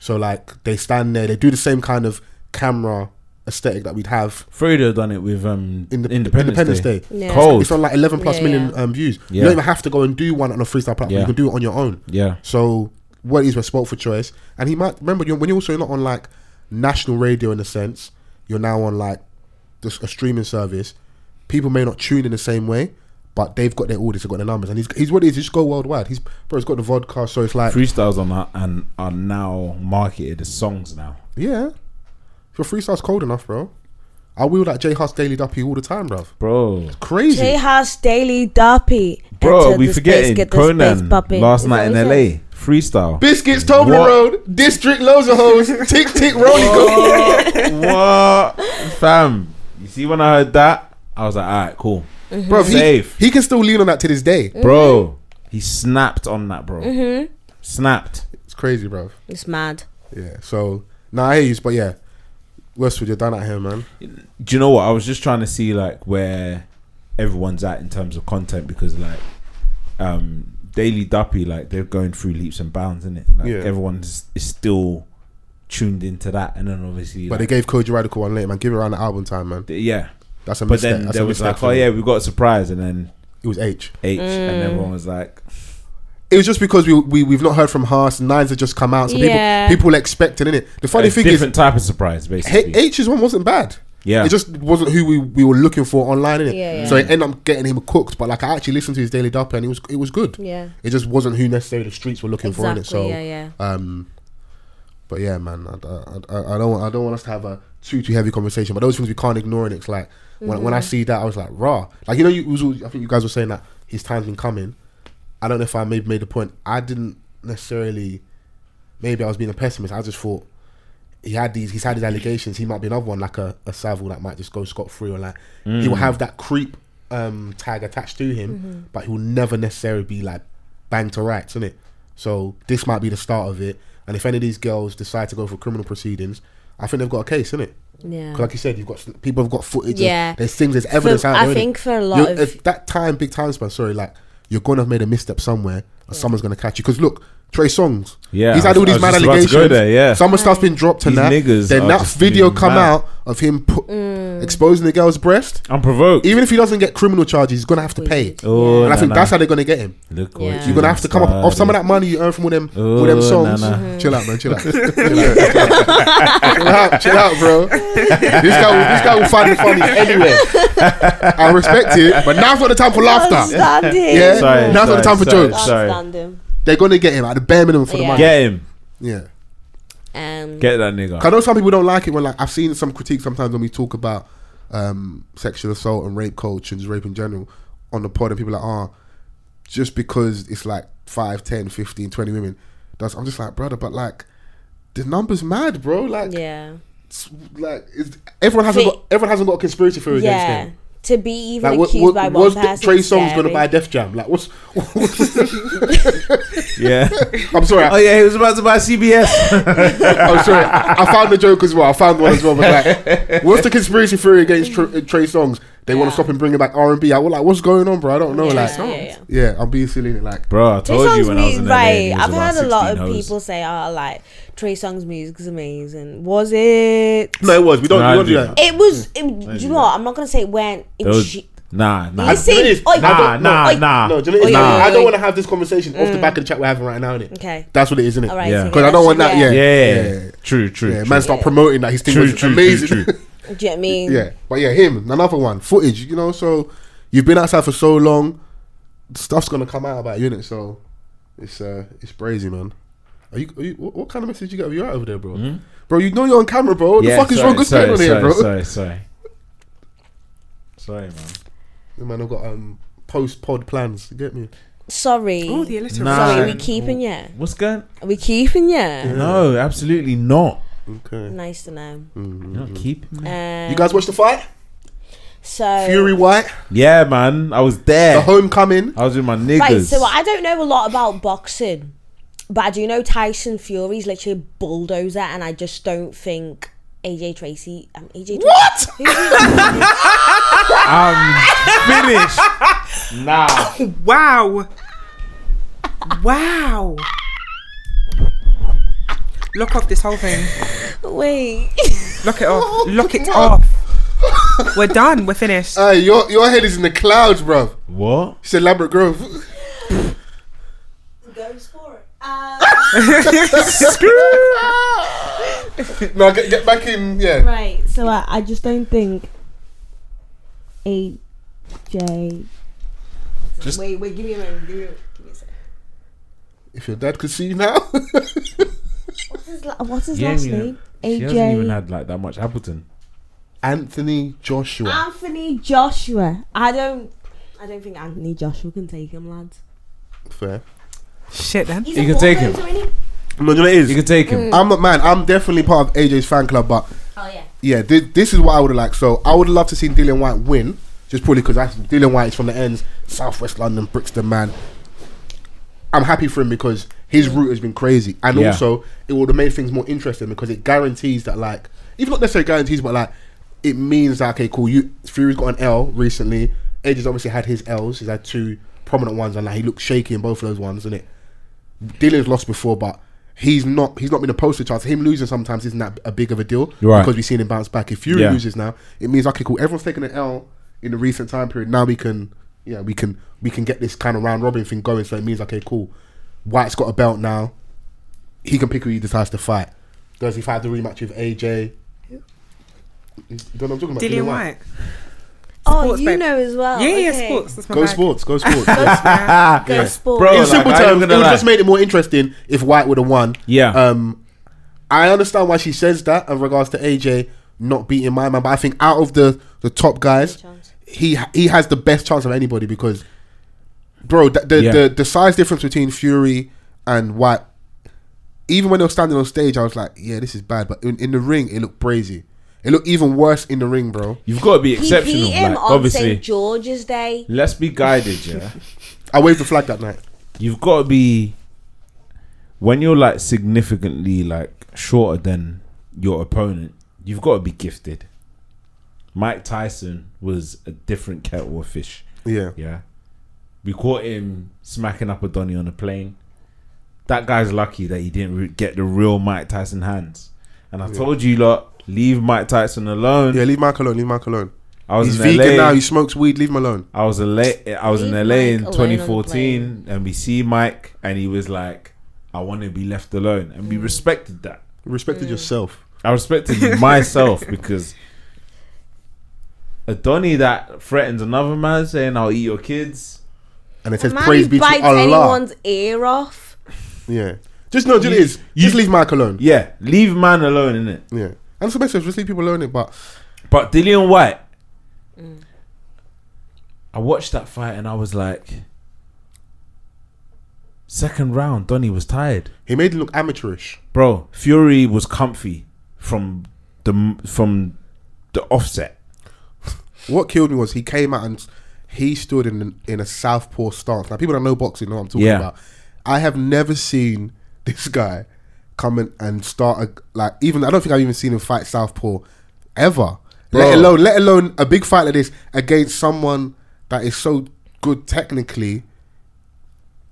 S4: So like they stand there, they do the same kind of camera aesthetic that we'd have.
S3: Fredo done it with um
S4: Inde-
S3: Independence,
S4: Independence
S3: Day.
S4: Day.
S6: Yeah.
S3: Cold.
S4: It's on like eleven plus
S6: Yeah,
S4: million
S6: yeah.
S4: Um, views. You
S3: Yeah.
S4: don't even have to go and do one on a freestyle platform. You
S3: Yeah.
S4: can do it on your own.
S3: yeah,
S4: So what is responsible for choice? And he might remember you when you're also not on like national radio in a sense. You're now on like just a streaming service. People may not tune in the same way, but they've got their audience, they've got their numbers, and he's he's what it is. He's go worldwide. He's bro, he's got the vodka, so it's like
S3: freestyles on that and are now marketed as songs now.
S4: yeah. If your freestyle's cold enough, bro, I wheel that J Huss Daily Duppy all the time, bro.
S3: Bro,
S4: Crazy.
S6: J House Daily Darpy.
S3: bro,
S6: Enter
S3: we
S6: the space,
S3: forgetting
S6: get the space
S3: Conan
S6: popping.
S3: last
S6: Is
S3: night in
S6: that what
S3: LA freestyle.
S4: Biscuits, Toblerone, District Lozerhose, Tick Tick Rolly [laughs] Go.
S3: [laughs] what, fam? You see, when I heard that, I was like, all right, cool,
S4: Bro, he,
S3: Safe.
S4: he can still lean on that to this day.
S6: Mm-hmm.
S3: bro. He snapped on that, bro. Snapped.
S4: It's crazy, bro.
S6: it- It's mad.
S4: Yeah. So nah, I hear you, but yeah, Westwood, you're done out here, man.
S3: do you know what? I was just trying to see like where everyone's at in terms of content because like um Daily Duppy, like they're going through leaps and bounds, isn't it? Like
S4: Yeah.
S3: everyone's is still tuned into that, and then obviously,
S4: But they
S3: like,
S4: gave Koji Radical one late, man. Give it around the album time, man.
S3: th- yeah.
S4: That's a
S3: But
S4: mistake.
S3: then
S4: That's
S3: there
S4: a
S3: was
S4: mistake
S3: like,
S4: for
S3: oh
S4: them.
S3: yeah, we got a surprise, and then
S4: It was H.
S3: H, and everyone was like,
S4: It was just because we, we we've not heard from Haas. Nines have just come out, so
S6: Yeah.
S4: people people expecting it. The funny
S3: a
S4: thing is,
S3: different type of surprise, basically.
S4: H- H's one wasn't bad.
S3: Yeah.
S4: It just wasn't who we, we were looking for online, innit?
S6: Yeah, yeah.
S4: So it ended up getting him cooked. But like I actually listened to his daily dapper and it was it was good.
S6: Yeah.
S4: It just wasn't who necessarily the streets were looking for,
S6: Exactly.
S4: innit? So
S6: yeah, yeah.
S4: um, but yeah, man, I, I, I, I don't want- I don't want us to have a too too heavy conversation. But those things we can't ignore, and it's like when, when I see that, I was like, raw. Like you know, you, it was, all- I think you guys were saying that his time's been coming. I don't know if I maybe made the point. I didn't necessarily. Maybe I was being a pessimist. I just thought he had these. He's had his allegations. He might be another one like a, a Savile that might just go scot free, or like he will have that creep um, tag attached to him, but he will never necessarily be like banged to rights, innit? So this might be the start of it. And if any of these girls decide to go for criminal proceedings, I think they've got a case, innit?
S6: Yeah.
S4: 'Cause Like you said, you've got s- people have got footage.
S6: Yeah.
S4: Yeah, there's things, there's evidence out
S6: I
S4: there. innit?
S6: think for a lot
S4: You're-
S6: of-
S4: if that time, big time span. Sorry, like you're gonna have made a misstep somewhere, and someone's gonna catch you. Because look, Trey Songs.
S3: Yeah,
S4: he's
S3: I
S4: had all
S3: was- I
S4: these
S3: was
S4: mad
S3: just about to
S4: allegations.
S3: go there, yeah.
S4: some of stuff's been dropped and
S3: These
S4: that.
S3: niggas
S4: Then
S3: are
S4: that
S3: just
S4: video
S3: being
S4: come
S3: mad.
S4: out of him pu-
S6: Mm.
S4: exposing the girl's breast.
S3: I'm provoked.
S4: Even if he doesn't get criminal charges, he's gonna have to pay.
S3: oh,
S4: and I
S3: nah,
S4: think
S3: nah.
S4: that's how they're gonna get him.
S3: Look
S6: Yeah.
S3: what
S6: You're
S4: You're gonna have to come up off some of that money you earn from all them, all them
S3: Oh,
S4: songs.
S3: nah, nah.
S4: Chill out,
S3: [laughs]
S4: man. Chill out. chill out. Chill out. Chill out, bro. This guy, will, this guy will find the funny anywhere. I respect it, but now's not the time for laughter.
S3: [laughs]
S6: Outstanding.
S4: Yeah,
S3: Sorry,
S4: now's not the
S3: sorry,
S4: time for
S3: sorry.
S4: jokes.
S3: Sorry.
S6: Outstanding.
S4: They're gonna get him at the bare minimum for the
S6: Yeah.
S4: money.
S3: Get him.
S4: Yeah.
S6: Um,
S3: Get that nigga.
S4: 'Cause I know some people don't like it when like I've seen some critique sometimes when we talk about um, sexual assault and rape culture and just rape in general on the pod and people are like, ah, just because it's like 5, 10, 15, 20 women, that's I'm just like, brother, but like the numbers mad, bro. Like,
S6: yeah.
S4: it's- like it's, everyone hasn't
S6: Fit.
S4: got everyone hasn't got a conspiracy theory against
S6: Yeah.
S4: him.
S6: To be even
S4: Like, what,
S6: accused
S4: what,
S6: by one
S4: was
S6: person.
S4: Trey
S6: is
S4: Songz going to
S6: scary.
S4: buy Def Jam? Like, what's? [laughs]
S3: Yeah.
S4: I'm
S3: [laughs]
S4: sorry,
S3: oh
S4: I,
S3: yeah, he was about to buy CBS.
S4: I'm Oh, sorry. I found the joke as well. I found one as well. But like, what's the conspiracy theory against Tr- uh, Trey Songs? They want
S6: Yeah.
S4: to stop him bringing back R and B. I was like, what's going on, bro? I don't know.
S6: Yeah,
S4: like,
S6: yeah, yeah.
S4: yeah, I'm being silly.
S3: [laughs]
S4: Like,
S3: Bro, I told you when I was in
S6: mu-
S3: LA,
S6: right.
S3: he was
S6: I've
S3: about
S6: heard a lot
S3: 16
S6: of
S3: hoes.
S6: people say, "Oh, like Trey Song's music's amazing." Was it?
S4: no, it was. We don't.
S3: Nah,
S4: we don't do
S3: dude.
S4: that.
S6: It was. It, do you know? what? I'm not gonna say when. It
S3: Those-
S6: was. She,
S3: Nah, nah.
S6: Listen,
S4: Do you know what it is?
S6: Oi,
S4: I
S3: Nah,
S4: don't-
S3: nah,
S6: oi,
S3: nah.
S4: No, do you know what it is?
S6: Oi, oi,
S4: I
S6: oi.
S4: don't want to have this conversation off the back of the chat we're having right now. Innit?
S6: Oh, Mm. okay.
S4: That's what it is, innit?
S6: All right.
S3: Yeah.
S6: so
S4: Because I don't want that. Yeah.
S3: Yeah,
S4: Yeah.
S3: yeah, yeah. True, true.
S4: Yeah,
S3: true.
S4: man, start promoting that his thing
S3: True,
S4: was
S3: true,
S4: amazing.
S3: true, true.
S6: Do you know what I mean?
S4: yeah, but yeah, him another one. Footage, you know. So you've been outside for so long, stuff's gonna come out about you, innit? So it's uh, it's brazy, man. Are you, are you what, what kind of message you got? You out over there, bro? Bro, you know you're on camera, bro. What
S3: Hmm? Yeah,
S4: the fuck is
S3: sorry,
S4: wrong with
S3: sorry,
S4: going on
S3: sorry,
S4: here, bro?
S3: Sorry, sorry. Sorry, man.
S4: The man, I've got um post pod plans. You get me?
S6: Sorry.
S5: Oh, the illiteration.
S3: Nah.
S6: Sorry, we
S3: Um,
S6: keeping yeah.
S3: What's going?
S6: Are we keeping yeah.
S3: No, absolutely not.
S4: Okay.
S6: Nice to know.
S3: You're not keeping.
S6: Um,
S4: Mm. You guys watch the fight?
S6: So
S4: Fury White,
S3: Yeah, man. I was
S4: the
S3: there.
S4: [laughs] homecoming.
S3: I was with my
S6: Right,
S3: niggas.
S6: so I don't know a lot about boxing, but I do know Tyson Fury's literally a bulldozer, and I just don't think AJ Tracy. Um, AJ what? [laughs]
S3: I'm finished. Nah.
S5: Wow. Wow. Lock off this whole thing.
S6: Wait.
S5: Lock it
S6: [laughs]
S5: off. Lock it off. We're done. We're finished.
S4: Hey, your your head is in the clouds, bro.
S3: What?
S4: It's elaborate [laughs] growth.
S6: Goes for it. Um,
S4: no, get, get back in. Yeah.
S6: right, so I, I just don't think AJ.
S3: Just-
S6: wait, wait, give me a moment. Give me a, give me a second.
S4: If your dad could see you now. [laughs]
S6: What's his, la- what's his
S3: Yeah,
S6: last
S3: yeah.
S6: name?
S3: She hasn't even
S6: AJ.
S3: had like that much Appleton.
S4: Anthony Joshua.
S6: Anthony Joshua. I don't. I don't think Anthony Joshua can take him, lads.
S4: Fair.
S5: Shit, then.
S6: He's
S3: You
S6: a
S3: can take him.
S6: bulldozer, isn't he?
S4: No, you know what it is?
S3: You could take him.
S4: I'm a man. I'm definitely part of AJ's fan club, but
S6: Oh yeah.
S4: yeah, thi- this is what I would have liked. So I would love to see Dylan White win, just purely because Dylan White is from the ends, Southwest London, Brixton man. I'm happy for him because his route has been crazy, and
S3: Yeah.
S4: also it would have made things more interesting because it guarantees that, like, even not necessarily guarantees, but like, it means that okay, cool. You Fury's got an L recently. AJ's obviously had his L's. He's had two prominent ones, and like he looked shaky in both of those ones, and it. Dylan's lost before, but he's not he's not been a poster child. So him losing sometimes isn't that a big of a deal
S3: You're right.
S4: because we've seen him bounce back. If Fury
S3: Yeah.
S4: loses now, it means okay, cool. Everyone's taking an L in the recent time period. Now we can yeah, we can we can get this kind of round robin thing going. So it means okay, cool. White's got a belt now. He can pick who he decides to fight. Does he fight the rematch with AJ? You know what I'm talking about?
S5: Dillian White.
S6: Oh,
S5: Sports,
S6: you
S5: babe.
S6: know as well.
S5: yeah, yeah,
S6: okay.
S5: sports. That's my
S4: Go
S5: bag. [laughs]
S4: sports, go sports.
S3: [laughs]
S6: Ah,
S4: Yeah.
S6: go sport.
S3: Bro,
S4: In
S3: like,
S4: simple
S3: I ain't
S4: terms, it
S3: gonna
S4: would
S3: lie.
S4: just made it more interesting if White would have won.
S3: Yeah.
S4: Um, I understand why she says that in regards to AJ not beating my man, but I think out of the the top guys,
S6: chance.
S4: he he has the best chance of anybody because, bro, the the,
S3: Yeah.
S4: the the size difference between Fury and White. Even when they were standing on stage, I was like, "Yeah, this is bad." But in, in the ring, it looked brazy. It looked even worse in the ring, bro.
S3: You've got to be
S6: he
S3: exceptional.
S6: beat him
S3: Like,
S6: on
S3: obviously,
S6: St. George's Day.
S3: let's be guided. Yeah,
S4: I waved the flag that night.
S3: you've got to be when you're like significantly like shorter than your opponent. You've got to be gifted. Mike Tyson was a different kettle of fish.
S4: Yeah,
S3: Yeah. We caught him smacking up a Donny on a plane. That guy's lucky that he didn't re- get the real Mike Tyson hands. And I told you lot, leave Mike Tyson alone.
S4: yeah. Leave Mike alone. Leave Mike alone.
S3: I was
S4: He's
S3: in LA.
S4: vegan now. He smokes weed. Leave him alone.
S3: I was in LA. I was in
S6: Leave
S3: LA in
S6: Mike alone on the
S3: 2014, and we see Mike, and he was like, "I want to be left alone," and we
S6: Mm.
S3: respected that.
S4: Respected yourself.
S3: I
S6: [laughs]
S3: respected myself because a Donny that threatens another man saying, "I'll eat your kids."
S4: And it says,
S6: Man who
S4: "Praise be to
S6: bites
S4: Allah."
S6: anyone's ear off.
S4: Yeah. Just no, just, is,
S3: you-
S4: just leave Mike alone. Yeah.
S3: Yeah, leave man alone, innit?
S4: And it's the best way, just leave people alone. It, but
S3: But Dillian White,
S6: Mm.
S3: I watched that fight and I was like, second round, Donny was tired,
S4: he made it look amateurish.
S3: bro. Fury was comfy from the from the offset.
S4: What killed me was he came out and s- he stood in in a southpaw stance. Now people that know boxing know what I'm talking
S3: Yeah.
S4: about. I have never seen [laughs] this guy come in and start a, like even I don't think I've even seen him fight southpaw ever. Let
S3: Bro.
S4: alone let alone a big fight like this against someone that is so good technically.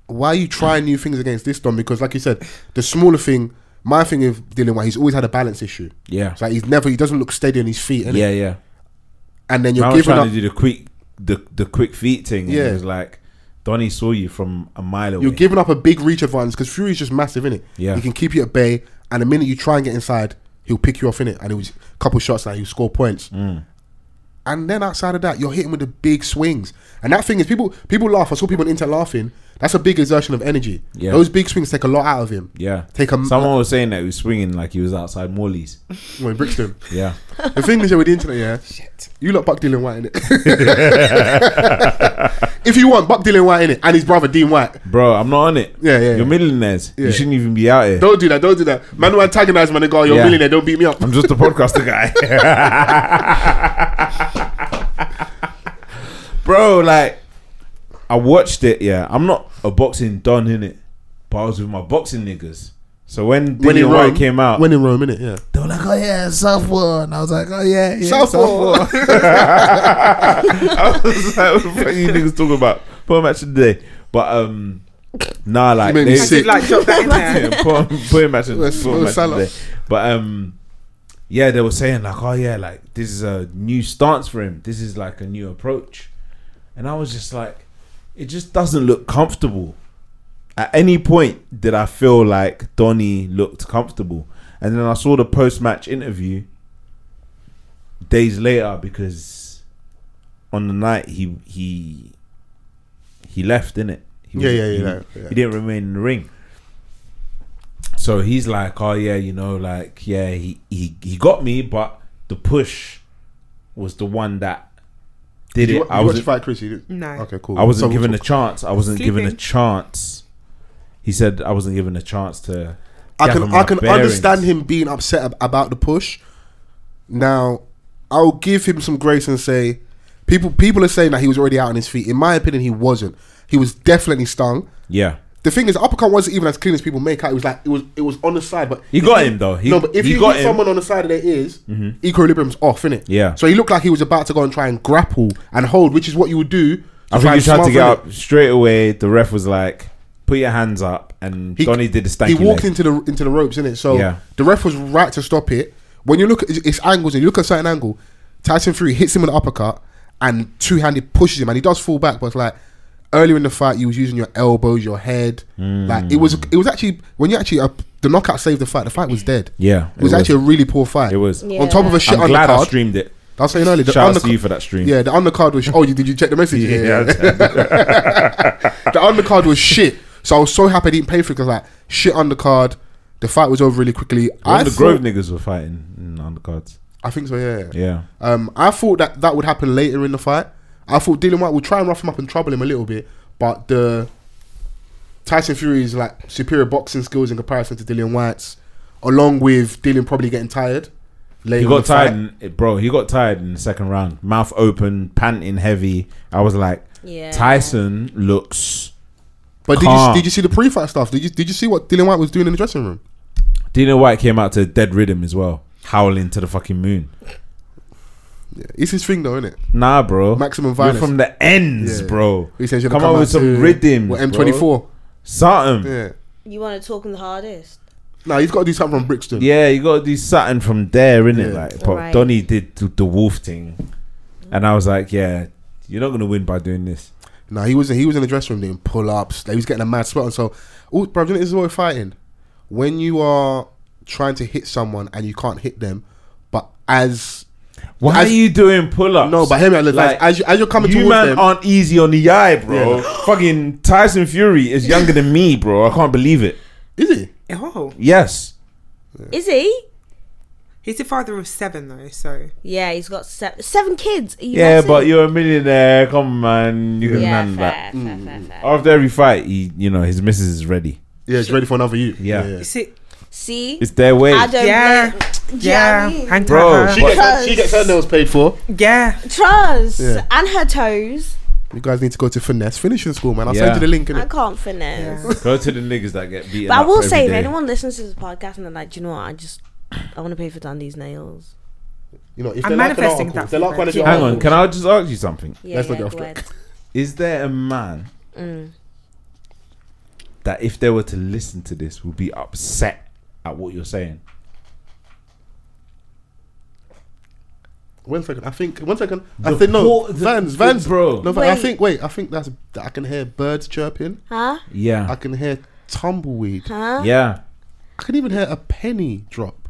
S4: Why are you
S3: [clears throat]
S4: trying new things against this Don? Because like you said, the smaller thing, my thing with Dylan White, he's always had a balance issue.
S3: Yeah,
S4: It's like he's never he doesn't look steady on his feet. innit?
S3: yeah, yeah.
S4: And then you're
S3: I was
S4: giving
S3: trying
S4: up
S3: to do the quick the the quick feet thing. Yeah,
S4: Yeah.
S3: it was like Donny saw you from a mile away.
S4: You're giving up a big reach advantage because Fury's just massive, innit?
S3: Yeah.
S4: He can keep you at bay, and the minute you try and get inside, he'll pick you off, innit? And it was a couple shots now, he'll score points.
S3: Mm.
S4: And then outside of that, you're hitting with the big swings. And that thing is, people people laugh. I saw people on Inter laughing. That's a big exertion of energy.
S3: Yeah.
S4: Those big swings take a lot out of him.
S3: yeah,
S4: Take a-
S3: Someone was saying that he was swinging like he was outside Morley's.
S4: Well, in Brixton.
S3: Yeah,
S4: the thing is, yeah, with the internet, yeah. Shit. You look Buck
S3: [laughs]
S4: Dylan White, innit? if you want Buck Dylan White, innit? And his brother, Dean White.
S3: bro, I'm not on it.
S4: Yeah, yeah,
S3: You're
S4: yeah.
S3: millionaires.
S4: Yeah.
S3: You shouldn't even be out here.
S4: Don't do that. Don't do that. Man who antagonize man and go, you're
S3: Yeah.
S4: a millionaire. Don't beat me up.
S3: I'm just a podcaster guy. Bro, like I watched it, yeah. I'm not a boxing don in it, but I was with my boxing niggas. So when
S4: when
S3: Dillian
S4: in Rome
S3: White came out,
S4: When in Rome, innit? Yeah.
S3: they were like, "Oh yeah, Southpaw," and I was like, "Oh yeah, yeah
S4: Southpaw."
S3: [laughs] I was like, "What the fuck you niggas talking about?" Poor match of the day, but um, nah, like
S4: made me
S3: they-
S5: I did like drop that in
S4: [laughs]
S5: there.
S3: yeah, put, put him matching,
S4: Let's-
S3: put him
S4: let's
S3: matching
S4: sell
S3: there.
S4: off.
S3: But um, yeah, they were saying like, oh yeah, like this is a new stance for him. This is like a new approach, and I was just like, it just doesn't look comfortable. At any point did I feel like Donny looked comfortable, and then I saw the post-match interview days later because on the night he he he left in it.
S4: Yeah, yeah, yeah, yeah, yeah.
S3: He didn't remain in the ring. So he's like, oh yeah, you know, like yeah, he he he got me, but the push was the one that [laughs] did
S4: Did you,
S3: it.
S4: wa-
S3: I
S4: you
S3: was
S4: watch fight Chris? You didn't?
S5: No.
S4: Okay, cool.
S3: I wasn't
S4: So-
S3: given a chance. I wasn't given a
S5: Sleeping.
S3: chance. He said I wasn't given a chance to.
S4: I
S3: gather
S4: can
S3: my
S4: I can
S3: bearings.
S4: understand him being upset ab- about the push. Now, I'll give him some grace and say, people people are saying that he was already out on his feet. In my opinion, he wasn't. He was definitely stung.
S3: Yeah,
S4: The thing is, uppercut wasn't even as clean as people make out. It was like it was it was on the side, but
S3: He
S4: if
S3: got
S4: you-
S3: him, though. He-
S4: no, but if
S3: he
S4: you
S3: got
S4: hit
S3: him. Mm-hmm.
S4: someone on the side of their ears, equilibrium's off, innit?
S3: Yeah.
S4: So he looked like he was about to go and try and grapple and hold, which is what you would do. to
S3: I
S4: try
S3: think he
S4: and
S3: tried to
S4: smother,
S3: get
S4: innit?
S3: up straight away. The ref was like, "Put your hands up," and Donny did a stanky.
S4: He walked
S3: leg.
S4: into the into the ropes, innit? So
S3: Yeah.
S4: the ref was right to stop it. When you look at it's it's angles and you look at a certain angle, Tyson Fury hits him with an uppercut and two handed pushes him, and he does fall back. But it's like earlier in the fight, you was using your elbows, your head. Like it was, it was actually when you actually uh, the knockout saved the fight. The fight was dead.
S3: Yeah,
S4: it was, actually a really poor fight.
S3: It was.
S6: Yeah.
S4: on top of a shit
S3: I'm glad I
S4: undercard.
S3: streamed it.
S4: I was saying earlier, the
S3: Shout out
S4: underc-
S3: to you for that stream.
S4: yeah, the undercard was. Oh, you did you check the message? Yeah, [laughs] yeah, yeah.
S3: [laughs] yeah.
S4: the undercard was shit. So I was so happy I didn't pay for it because like shit undercard. The fight was over really quickly. I
S3: When the
S4: thought-
S3: Grove niggas were fighting mm, in undercards.
S4: I think so. Yeah.
S3: Yeah.
S4: Um, I thought that that would happen later in the fight. I thought Dylan White would try and rough him up and trouble him a little bit, but the Tyson Fury's like superior boxing skills in comparison to Dylan White's, along with Dylan probably getting tired. Later
S3: He
S4: in
S3: got
S4: the fight.
S3: tired, and, eh, bro. He got tired in the second round, mouth open, panting heavy. I was like,
S6: Yeah.
S3: Tyson looks.
S4: But did you,
S3: calm.
S4: did you see the pre-fight stuff? Did you did you see what Dylan White was doing in the dressing room?
S3: Dino White came out to dead rhythm as well, howling to the fucking moon.
S4: It's his thing though, isn't it?
S3: Nah, bro.
S4: Maximum
S3: You're
S4: violence.
S3: from the ends,
S4: Yeah.
S3: bro.
S4: He says you're
S3: Come
S4: gonna
S3: on with
S4: out
S3: some
S4: to-
S3: rhythms,
S4: What
S3: bro.
S4: M twenty four?
S3: Something. Yeah.
S4: Yeah.
S6: You want to talk him the hardest?
S4: No, he's got to do something from Brixton.
S3: you gotta do something from there, innit?
S4: Yeah.
S3: Like, but
S6: Right.
S3: Donny did th- the wolf thing, and I was like, yeah, you're not gonna win by doing this.
S4: No, he was he was in the dressing room doing pull ups. Like, he was getting a mad sweat on. So, oh, bro, this is what we're fighting. When you are trying to hit someone and you can't hit them, but as
S3: Why
S4: As-
S3: are you doing pull-ups?
S4: no, but hear me out. Like,
S3: Like,
S4: as you as you're coming
S3: you
S4: towards
S3: man
S4: them,
S3: aren't easy on the eye, bro. [laughs] Fucking Tyson Fury is younger than me, bro. I can't believe it.
S4: is he?
S5: Oh,
S3: Yes.
S6: Is he?
S5: he's the father of seven though, so
S6: Yeah, he's got seven, seven kids. Are you
S3: yeah,
S6: nuts?
S3: but you're a millionaire. Come on, man. You can
S6: yeah,
S3: handle that.
S6: fair, fair, fair, fair.
S3: After every fight, he, you know, his missus is ready.
S4: Yeah, he's ready for another you.
S3: Yeah.
S5: you see,
S6: See,
S3: It's their way.
S6: I don't.
S5: Yeah.
S6: blame- Do you know what I
S5: yeah,
S6: mean?
S5: hang
S3: Bro,
S5: tight,
S4: She
S5: huh?
S4: gets, her, she gets her nails paid for.
S5: yeah,
S6: Trust
S4: Yeah.
S6: and her toes.
S4: You guys need to go to finesse finishing school, man. I'll
S3: Yeah.
S4: send you the link.
S6: I
S4: Innit?
S6: can't finish.
S5: yeah.
S3: Go to the niggas that get beaten.
S6: But I
S3: up
S6: will
S3: every
S6: say, if
S3: day.
S6: anyone listens to this podcast and they're like, do you know what? I just, I want to pay for Dandy's nails.
S4: You know, if
S5: I'm
S4: they like an
S5: manifesting
S4: article,
S5: that
S4: if they like
S5: for
S4: one of
S6: you.
S4: your
S3: Hang on,
S4: articles-
S3: can I just ask you something?
S6: Yeah,
S4: Let's
S6: yeah,
S4: not get off
S6: go ahead.
S3: Is there a man
S6: Mm.
S3: that, if they were to listen to this, would be upset at what you're saying?
S4: One second, I think. One second, I
S3: The
S4: think no.
S3: poor- the-
S4: Vans,
S3: the-
S4: Vans,
S3: bro.
S4: No, but I
S6: Wait.
S4: think. Wait, I think that's. I can hear birds chirping.
S6: Huh?
S4: I
S3: Yeah.
S4: can hear tumbleweed.
S6: Huh?
S3: Yeah.
S4: I could even hear a penny drop.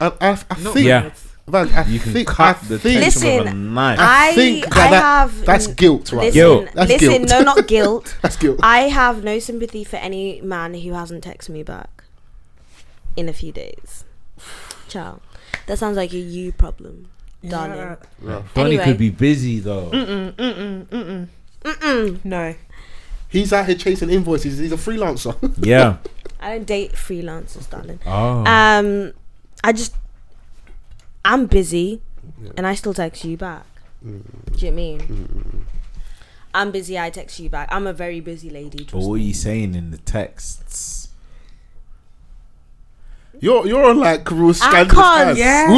S4: And I, I think,
S3: Yeah.
S4: Van, I
S3: You can
S4: think,
S3: cut
S4: I
S3: the
S4: think,
S3: tension with a
S6: Listen,
S3: knife.
S4: I,
S6: I-
S4: think that,
S6: I
S4: that-
S6: have-
S4: that's guilt, right?
S6: Listen,
S3: Guilt.
S4: That's
S6: listen,
S4: guilt.
S6: no, not guilt.
S4: [laughs] That's guilt.
S6: I have no sympathy for any man who hasn't texted me back in a few days. Ciao. That sounds like a you problem, darling.
S3: Donny
S6: anyway.
S3: could be busy though.
S5: no,
S4: He's out here chasing invoices. He's a freelancer. [laughs]
S6: [laughs]
S3: Yeah.
S6: I don't date freelancers, darling.
S3: Oh.
S6: Um, I just, I'm busy, and I still text you back.
S3: Mm.
S6: Do you know what I mean? I'm busy. I text you back. I'm a very busy lady.
S3: but
S6: trust
S3: what are
S6: me.
S3: you saying in the texts?
S4: you're you're on like real
S6: I
S4: scandalous
S6: can't
S4: times.
S5: Yeah.
S4: We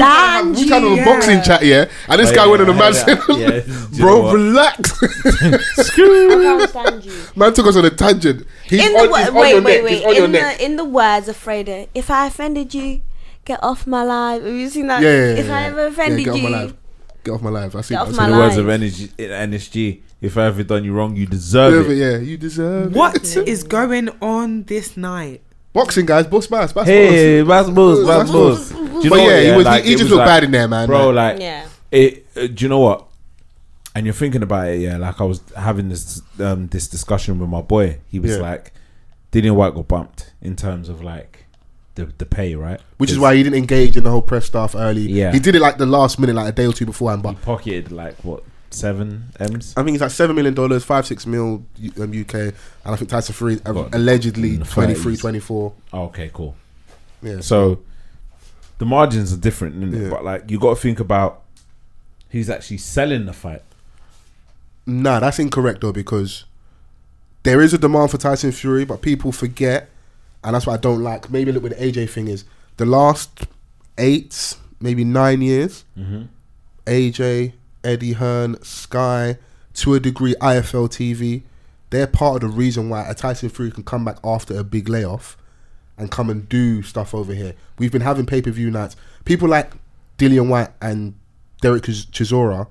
S4: had-
S6: stand
S4: we had a
S6: you.
S4: boxing chat, yeah, and this
S3: Oh,
S4: guy
S3: yeah,
S4: went in
S3: I
S4: a man [laughs]
S3: heard
S4: said,
S3: that. Yeah, do you know
S4: "Bro,
S3: what?
S4: relax." [laughs]
S6: I can't stand you.
S4: man took us on a tangent. He's
S6: in
S4: on,
S6: the wo-
S4: he's on
S6: wait,
S4: your
S6: wait,
S4: neck.
S6: wait,
S4: He's on your
S6: in
S4: neck.
S6: the in the words of Freda, if I offended you, get off my life. Have you seen that?
S4: Yeah, yeah, yeah,
S6: if I
S4: yeah.
S6: ever offended
S4: yeah, get
S6: you,
S4: off my life. Get off my life. I see.
S6: Get
S4: I
S6: off
S4: see
S6: my
S3: In
S4: the-
S3: the words of
S6: life.
S3: energy, NSG, if I ever done you wrong, you deserve it.
S4: Yeah, you deserve it.
S5: what is going on this night?
S4: boxing, guys. Boss, boss, boss.
S3: Hey, Baz Bulls, Baz
S4: Baz
S3: Bulls.
S4: Bulls.
S3: Do you
S4: but
S3: know what,
S4: yeah, he, was,
S3: like,
S4: he, he
S3: it
S4: just
S3: was
S4: looked
S3: like-
S4: bad in there, man.
S3: bro.
S4: man.
S3: Like,
S6: Yeah.
S3: it. Uh, do you know what? And you're thinking about it, yeah. Like I was having this um, this discussion with my boy. He was
S4: Yeah.
S3: like, "Didn't White got bumped in terms of like the the pay, right?
S4: which is
S3: 'Cause
S4: why he didn't engage in the whole press stuff early.
S3: Yeah.
S4: he did it like the last minute, like a day or two beforehand.
S3: he
S4: But
S3: pocketed like what seven m's
S4: I think it's like seven million dollars, five six mil U- um, UK, and I think Tyson Fury uh,
S3: Got
S4: allegedly
S3: in the
S4: 23,
S3: 30s.
S4: 24.
S3: Oh, okay, cool.
S4: Yeah.
S3: Mm, So the margins are different, innit?
S4: Yeah.
S3: but like you got to think about who's actually selling the fight.
S4: Nah, that's incorrect though because there is a demand for Tyson Fury, but people forget, and that's what I don't like. Maybe a little bit of AJ thing is the last eight, maybe nine years,
S3: Mm-hmm.
S4: AJ, Eddie Hearn, Sky, to a degree IFL TV, they're part of the reason why a Tyson Fury can come back after a big layoff and come and do stuff over here. We've been having pay per view nights. People like Dillian White and Derek Chis- Chisora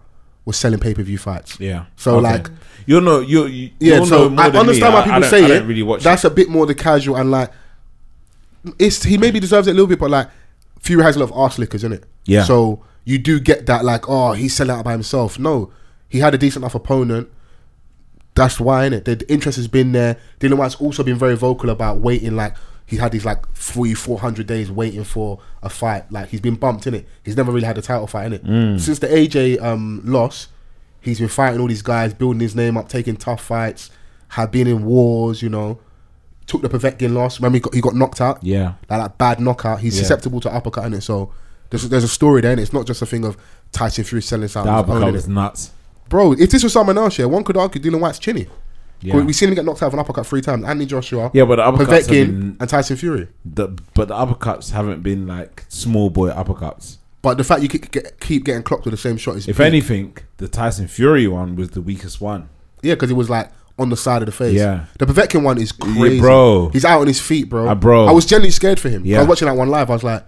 S4: was selling pay per view fights.
S3: Yeah.
S4: So
S3: Okay.
S4: like
S3: you know, you you
S4: yeah,
S3: you'll
S4: so
S3: know more
S4: I
S3: than me.
S4: understand why people
S3: I don't-
S4: say
S3: I
S4: it.
S3: don't really watch.
S4: That's a bit more the casual and like it's he maybe deserves it a little bit, but like Fury has a lot of arse lickers, isn't it?
S3: Yeah.
S4: So you do get that like, oh, he's selling out by himself. No, he had a decent enough opponent. That's why, innit? The, the interest has been there. Dylan White's also been very vocal about waiting. Like he had these like three, four hundred days waiting for a fight. Like he's been bumped in it. He's never really had a title fight in it
S3: Mm.
S4: since the AJ um, loss. He's been fighting all these guys, building his name up, taking tough fights, had been in wars. You know, took the Povetkin loss. Remember he got, he got knocked out
S3: Yeah.
S4: like that bad knockout. He's
S3: Yeah.
S4: susceptible to uppercut in it. So there's there's a story there, and it's not just a thing of Tyson Fury selling out.
S3: The
S4: and owning
S3: uppercut
S4: it.
S3: was nuts.
S4: Bro, if this was someone else, yeah, one could argue Dylan White's chinny.
S3: Yeah.
S4: We've seen him get knocked out of an uppercut three times. Anthony Joshua,
S3: Yeah, but the uppercuts have
S4: Povetkin,
S3: been-
S4: and Tyson Fury.
S3: The, but the uppercuts haven't been like small boy uppercuts.
S4: But the fact you keep, get, keep getting clocked with the same shot is
S3: If anything, the Tyson Fury one was the weakest one.
S4: yeah, because it was like on the side of the face.
S3: Yeah.
S4: the Povetkin one is crazy,
S3: bro.
S4: He's out on his feet, bro.
S3: Ah, bro.
S4: I was genuinely scared for him. I
S3: Yeah.
S4: was watching that one live. I was like,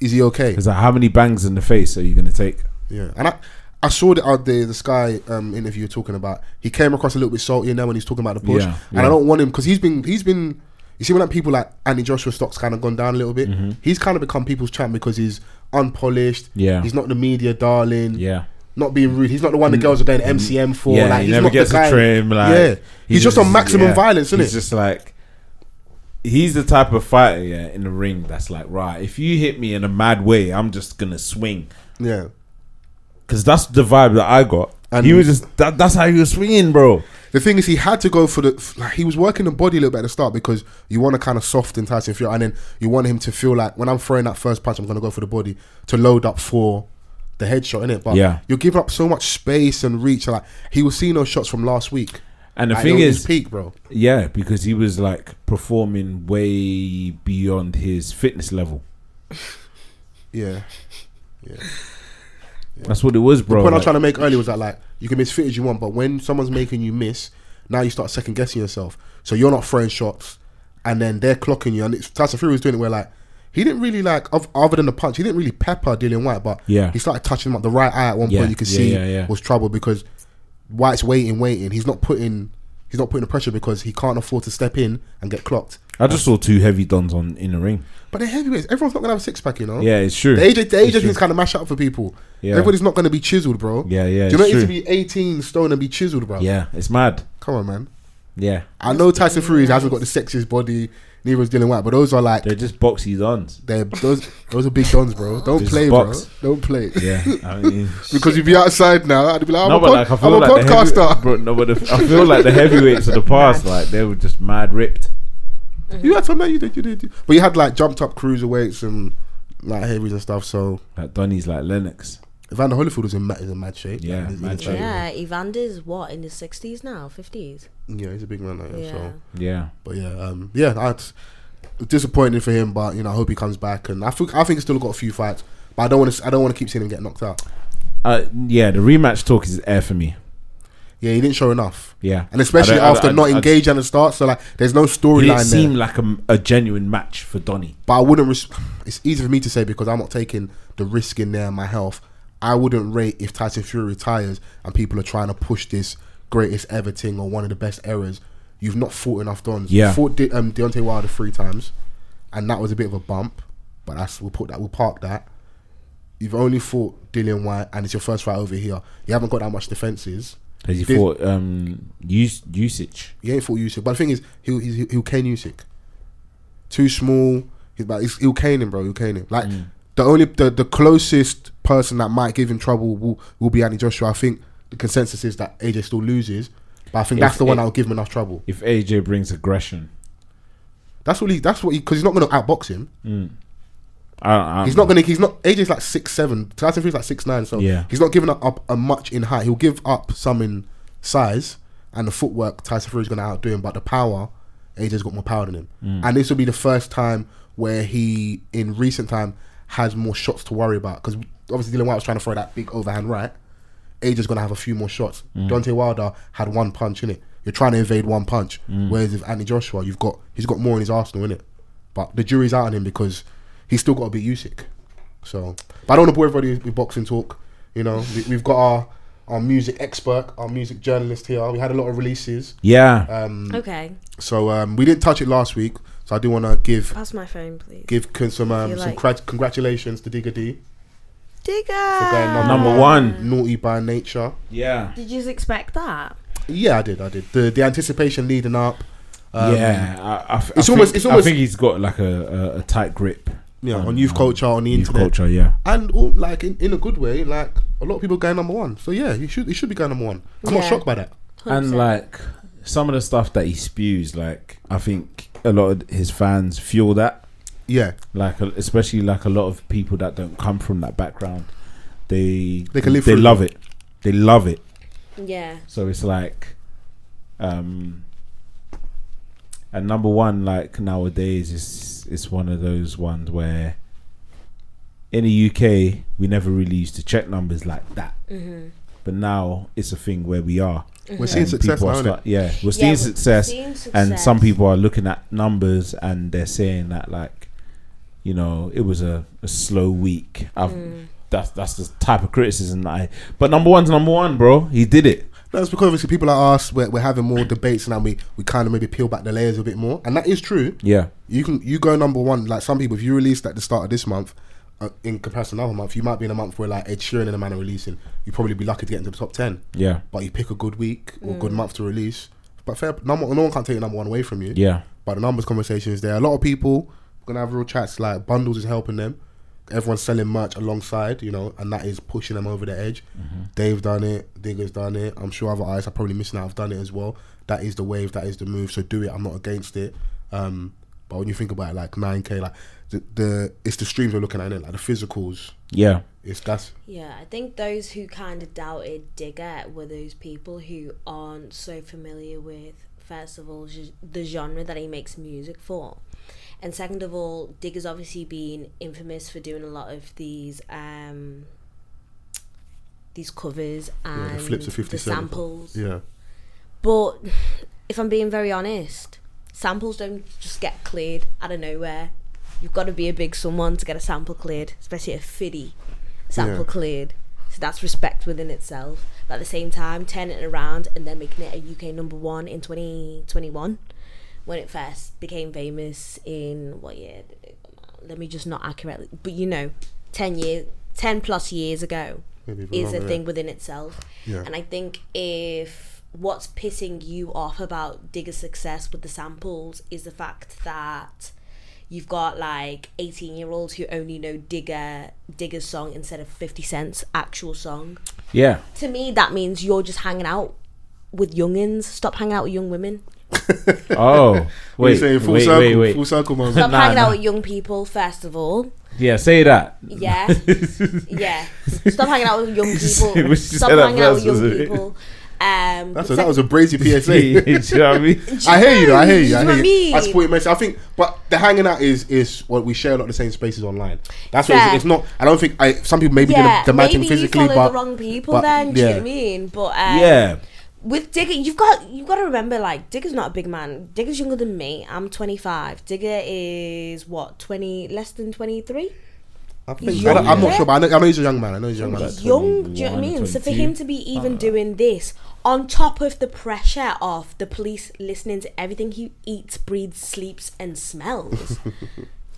S4: is he okay?
S3: Because like, how many bangs in the face are you gonna take?
S4: Yeah, and I, I saw the out there the Sky um, interview talking about he came across a little bit salty in there when he's talking about the push,
S3: Yeah,
S4: and I
S3: yeah.
S4: don't want him because he's been he's been you see when like people like Andy Joshua stocks kind of gone down a little bit,
S3: Mm-hmm.
S4: he's kind of become people's champ because he's unpolished.
S3: Yeah.
S4: he's not the media darling.
S3: Yeah. Mm.
S4: Not being rude, he's not the one the girls are going MCM for.
S3: yeah,
S4: like,
S3: he
S4: he's
S3: never
S4: not
S3: gets
S4: the guy.
S3: a trim. Like,
S4: yeah, he's, just on maximum
S3: yeah,
S4: violence, isn't
S3: He's
S4: it?
S3: just like, he's the type of fighter, yeah, in the ring that's like, right, if you hit me in a mad way, I'm just gonna swing,
S4: yeah,
S3: because that's the vibe that I got.
S4: And-
S3: And he was just that, that's how he was swinging, bro.
S4: The thing is, he had to go for the. f- Like, he was working the body a little bit at the start because you want to kind of soften Tyson Fury, and then you want him to feel like when I'm throwing that first punch, I'm going to go for the body to load up for the headshot, innit? But
S3: Yeah.
S4: you're giving up so much space and reach. Like he was seeing those shots from last week.
S3: And the
S4: Like,
S3: thing
S4: it was
S3: is,
S4: his peak, bro.
S3: yeah, because he was like performing way beyond his fitness level.
S4: Yeah.
S3: That's what it was, bro.
S4: What I
S3: like-
S4: was trying to make earlier was that like you can miss fit as you want, but when someone's making you miss, now you start second guessing yourself. So you're not throwing shots, and then they're clocking you. And it's, Tyson Fury was doing it where like he didn't really like of- other than the punch, he didn't really pepper Dylan White, but
S3: Yeah.
S4: he started touching him up the right eye at one
S3: Yeah,
S4: point. You could
S3: yeah,
S4: see
S3: yeah, yeah.
S4: was trouble because White's waiting, waiting. He's not putting. He's not putting the pressure because he can't afford to step in and get clocked.
S3: I just saw two heavy dons on in the ring.
S4: But they're heavyweights. Everyone's not gonna have a six pack, you know.
S3: Yeah, it's true.
S4: Oh. The AJ, the
S3: It's
S4: AJ
S3: true.
S4: thing's kind of mash up for people.
S3: Yeah.
S4: Everybody's not going to be chiseled, bro.
S3: Yeah, yeah,
S4: Do you know
S3: it's
S4: it is to
S3: true.
S4: be 18 stone and be chiseled, bro?
S3: Yeah, it's mad.
S4: Come on, man.
S3: Yeah,
S4: I know Tyson Fury hasn't got the sexiest body, neither is Dylan White, but those are like,
S3: they're just boxy dons.
S4: they're, those those are big dons, bro. Don't
S3: Just
S4: play,
S3: box.
S4: bro. Don't play.
S3: Yeah, I mean.
S4: [laughs] Because you'd be outside now, I'd be like, I'm
S3: no,
S4: a,
S3: but
S4: pod-
S3: like I
S4: I'm
S3: feel
S4: a
S3: like the heavy- [laughs]
S4: podcaster.
S3: bro, no, but the, I feel
S4: [laughs]
S3: like the heavyweights of the past, like they were just mad ripped.
S4: You had some that you did, you did. you- But you had like jumped up cruiserweights and like heavies and stuff, so
S3: Like Donny's like Lennox.
S4: Evander Holyfield is in, ma- is in mad shape.
S3: Yeah,
S4: He's in
S3: mad
S4: the
S3: shape.
S4: shape.
S6: Yeah, Evander's what in his sixties now, fifties.
S4: Yeah, he's a big man, like, yeah.
S6: Yeah.
S4: so.
S3: Yeah,
S4: But yeah, um, yeah, that's disappointing for him. But you know, I hope he comes back, and I think I think he's still got a few fights. But I don't want to. I don't want to keep seeing him get knocked out.
S3: uh, yeah. The rematch talk is air for me.
S4: Yeah, he didn't show enough,
S3: Yeah,
S4: and especially
S3: I don't- I
S4: after
S3: don't-
S4: not
S3: I- I-
S4: engaging at the start. So like, there's no
S3: It didn't
S4: storyline there.
S3: seem like a, a genuine match for Donny.
S4: but I wouldn't. Res- it's easy for me to say because I'm not taking the risk in there. and My health. I wouldn't rate if Tyson Fury retires and people are trying to push this greatest ever thing or one of the best eras. You've not fought enough dons.
S3: Yeah.
S4: You fought De- um, Deontay Wilder three times, and that was a bit of a bump. But that's we'll put that. We'll park that. You've only fought Dillian White, and it's your first fight over here. You haven't got that much defenses.
S3: Has he
S4: Did-
S3: fought um, us- usage?
S4: He ain't fought Usyk. But the thing is, he'll he'll, he'll cane Usyk. Too small. He's like he's, he'll cane him, bro. He'll cane him. Like
S3: Mm.
S4: the only the, the closest person that might give him trouble will will be Anthony Joshua. I think the consensus is that AJ still loses, but I
S3: If
S4: think that's the one
S3: it-
S4: that will give him enough trouble.
S3: If AJ brings aggression,
S4: That's what he. That's what he. Because he's not going to outbox him.
S3: I, I,
S4: He's not going to. He's not. AJ's like six seven. Tyson Fury's like six nine. So
S3: Yeah.
S4: he's not giving up, up a much in height. He'll give up some in size and the footwork. Tyson Fury's going to outdo him, but the power, AJ's got more power than him. And this will be the first time where he, in recent time, has more shots to worry about because obviously Dylan White was trying to throw that big overhand right. AJ's going to have a few more shots. Dante Wilder had one punch in it. You're trying to evade one punch, whereas if Andy Joshua, you've got he's got more in his arsenal in it. But the jury's out on him because he's still got to beat Usyk. So, but I don't want to bore everybody with boxing talk. You know, we, we've got our our music expert, our music journalist here. We had a lot of releases.
S3: Yeah.
S4: Um,
S6: Okay,
S4: so um, we didn't touch it last week. So I do want to give
S6: pass my phone, please.
S4: give con- some um,
S6: Feel
S4: some
S6: like-
S4: cra- congratulations to Digga D for going
S6: Digger.
S3: Number one.
S4: Naughty by Nature.
S3: yeah.
S6: Did you expect that?
S4: Yeah, I did. I did. The the anticipation leading up. um,
S3: yeah. I, I, f- I
S4: it's
S3: think,
S4: almost- it's
S3: I
S4: almost-
S3: think he's got like a, a, a tight grip.
S4: Yeah,
S3: Um,
S4: on youth
S3: um,
S4: culture, on the
S3: Youth
S4: internet,
S3: culture, yeah.
S4: and all, like in, in a good way. Like a lot of people going number one. So yeah, you should you should be going number one. I'm not
S6: Yeah.
S4: shocked by that.
S6: 100%.
S3: And like some of the stuff that he spews, like I think a lot of his fans fuel that.
S4: Yeah,
S3: Like a- especially like a lot of people that don't come from that background, they
S4: They can live
S3: they
S4: through
S3: love it. They love it.
S6: yeah,
S3: So it's like, um, and number one, like nowadays, is it's one of those ones where in the UK we never really used to check numbers like that, but now it's a thing where we are.
S4: we're seeing
S3: And
S4: success
S3: people
S4: now.
S3: are
S4: innit?
S3: start- yeah, we're
S6: Yeah,
S3: seeing
S6: we're
S3: success,
S6: seeing
S3: and
S6: success.
S3: some people are looking at numbers and they're saying that like, you know, it was a, a slow week. I've,
S6: Mm.
S3: That's that's the type of criticism that I. But number one's number one, bro. He did it.
S4: That's because obviously people like us, we're, we're having more debates now. We we kind of maybe peel back the layers a bit more, and that is true.
S3: Yeah.
S4: You can you go number one like some people. If you released at the start of this month, uh, in comparison to another month, you might be in a month where like Ed Sheeran and a man are releasing. You'd probably be lucky to get into the top ten.
S3: Yeah.
S4: But you pick a good week or good month to release. But fair, number no one can't take number one away from you.
S3: Yeah.
S4: But the numbers conversation is there. A lot of people gonna have real chats. Like bundles is helping them. Everyone's selling merch alongside, you know, and that is pushing them over the edge.
S3: Mm-hmm.
S4: They've done it. Digger's done it. I'm sure other artists are probably missing out. have done it as well. That is the wave. That is the move. So do it. I'm not against it. Um, but when you think about it, like 9k, like the, the it's the streams we're looking at, innit? like the physicals.
S3: Yeah.
S4: It's that's
S6: yeah. I think those who kind of doubted Digger were those people who aren't so familiar with first of all ge- the genre that he makes music for, and second of all, Digger's obviously been infamous for doing a lot of these. Um, these covers and
S4: the flips of 50
S6: the samples
S4: yeah.
S6: But if I'm being very honest, samples don't just get cleared out of nowhere. You've got to be a big someone to get a sample cleared, especially a fiddy sample
S4: Yeah.
S6: cleared. So that's respect within itself. But at the same time, turning it around and then making it a UK number one in 2021 when it first became famous in what year? Did it come out? Let me just not accurately, but you know, 10 years, 10 plus years ago
S4: Maybe even
S6: is a
S4: longer, yeah.
S6: thing within itself.
S4: Yeah.
S6: And I think if what's pissing you off about Digger's success with the samples is the fact that you've got like 18 year olds who only know Digger Digger's song instead of 50 Cent's actual song.
S4: [laughs]
S3: Yeah.
S6: To me, that means you're just hanging out with youngins. Stop hanging out with young women.
S3: Oh.
S4: What are
S3: Wait.
S4: you saying? Full
S3: wait,
S4: circle.
S3: wait. Wait.
S4: Full circle, man.
S6: [laughs] Stop
S3: Nah,
S6: hanging
S3: nah.
S6: out with young people, first
S4: [laughs]
S6: of all.
S3: Yeah. Say that.
S6: Yeah. yeah. Stop hanging out
S4: [laughs]
S6: with young
S3: said-
S6: people.
S3: we should
S6: Stop
S3: say that
S6: hanging out with
S3: first,
S6: young
S3: wasn't it?
S6: people. Um,
S4: That's
S6: but
S4: a, that was a
S3: [laughs]
S4: brazy
S3: Do [laughs]
S4: PSA.
S3: you know what I
S6: [laughs]
S3: mean?
S4: I hear you. I hear
S6: Do
S4: you.
S6: you
S4: I hear
S6: know what
S4: you.
S6: I
S4: I
S6: mean?
S4: support it, mate. I think, but the hanging out is is what we share a lot of the same spaces online. That's what
S6: Yeah.
S4: it's, it's not. I don't think I. Some people maybe
S6: yeah,
S4: didn't demand him
S6: maybe
S4: physically,
S6: you follow
S4: but
S6: the wrong people
S4: but,
S6: then. Do you know what I
S4: yeah.
S6: mean? But um,
S3: Yeah.
S6: with Digger, you've got you've got to remember like Digger's not a big man. Digger's younger than me. I'm 25. Digger is what 20 less than 23.
S4: I think,
S6: He's
S4: I don't- I'm not
S6: young.
S4: sure, but I know, I know he's a young man. I know he's a young man.
S6: He's young. Do you know what I
S3: 21,
S6: mean? So for
S3: 22.
S6: him to be even doing this on top of the pressure of the police listening to everything he eats, breathes, sleeps, and
S4: [laughs]
S6: smells,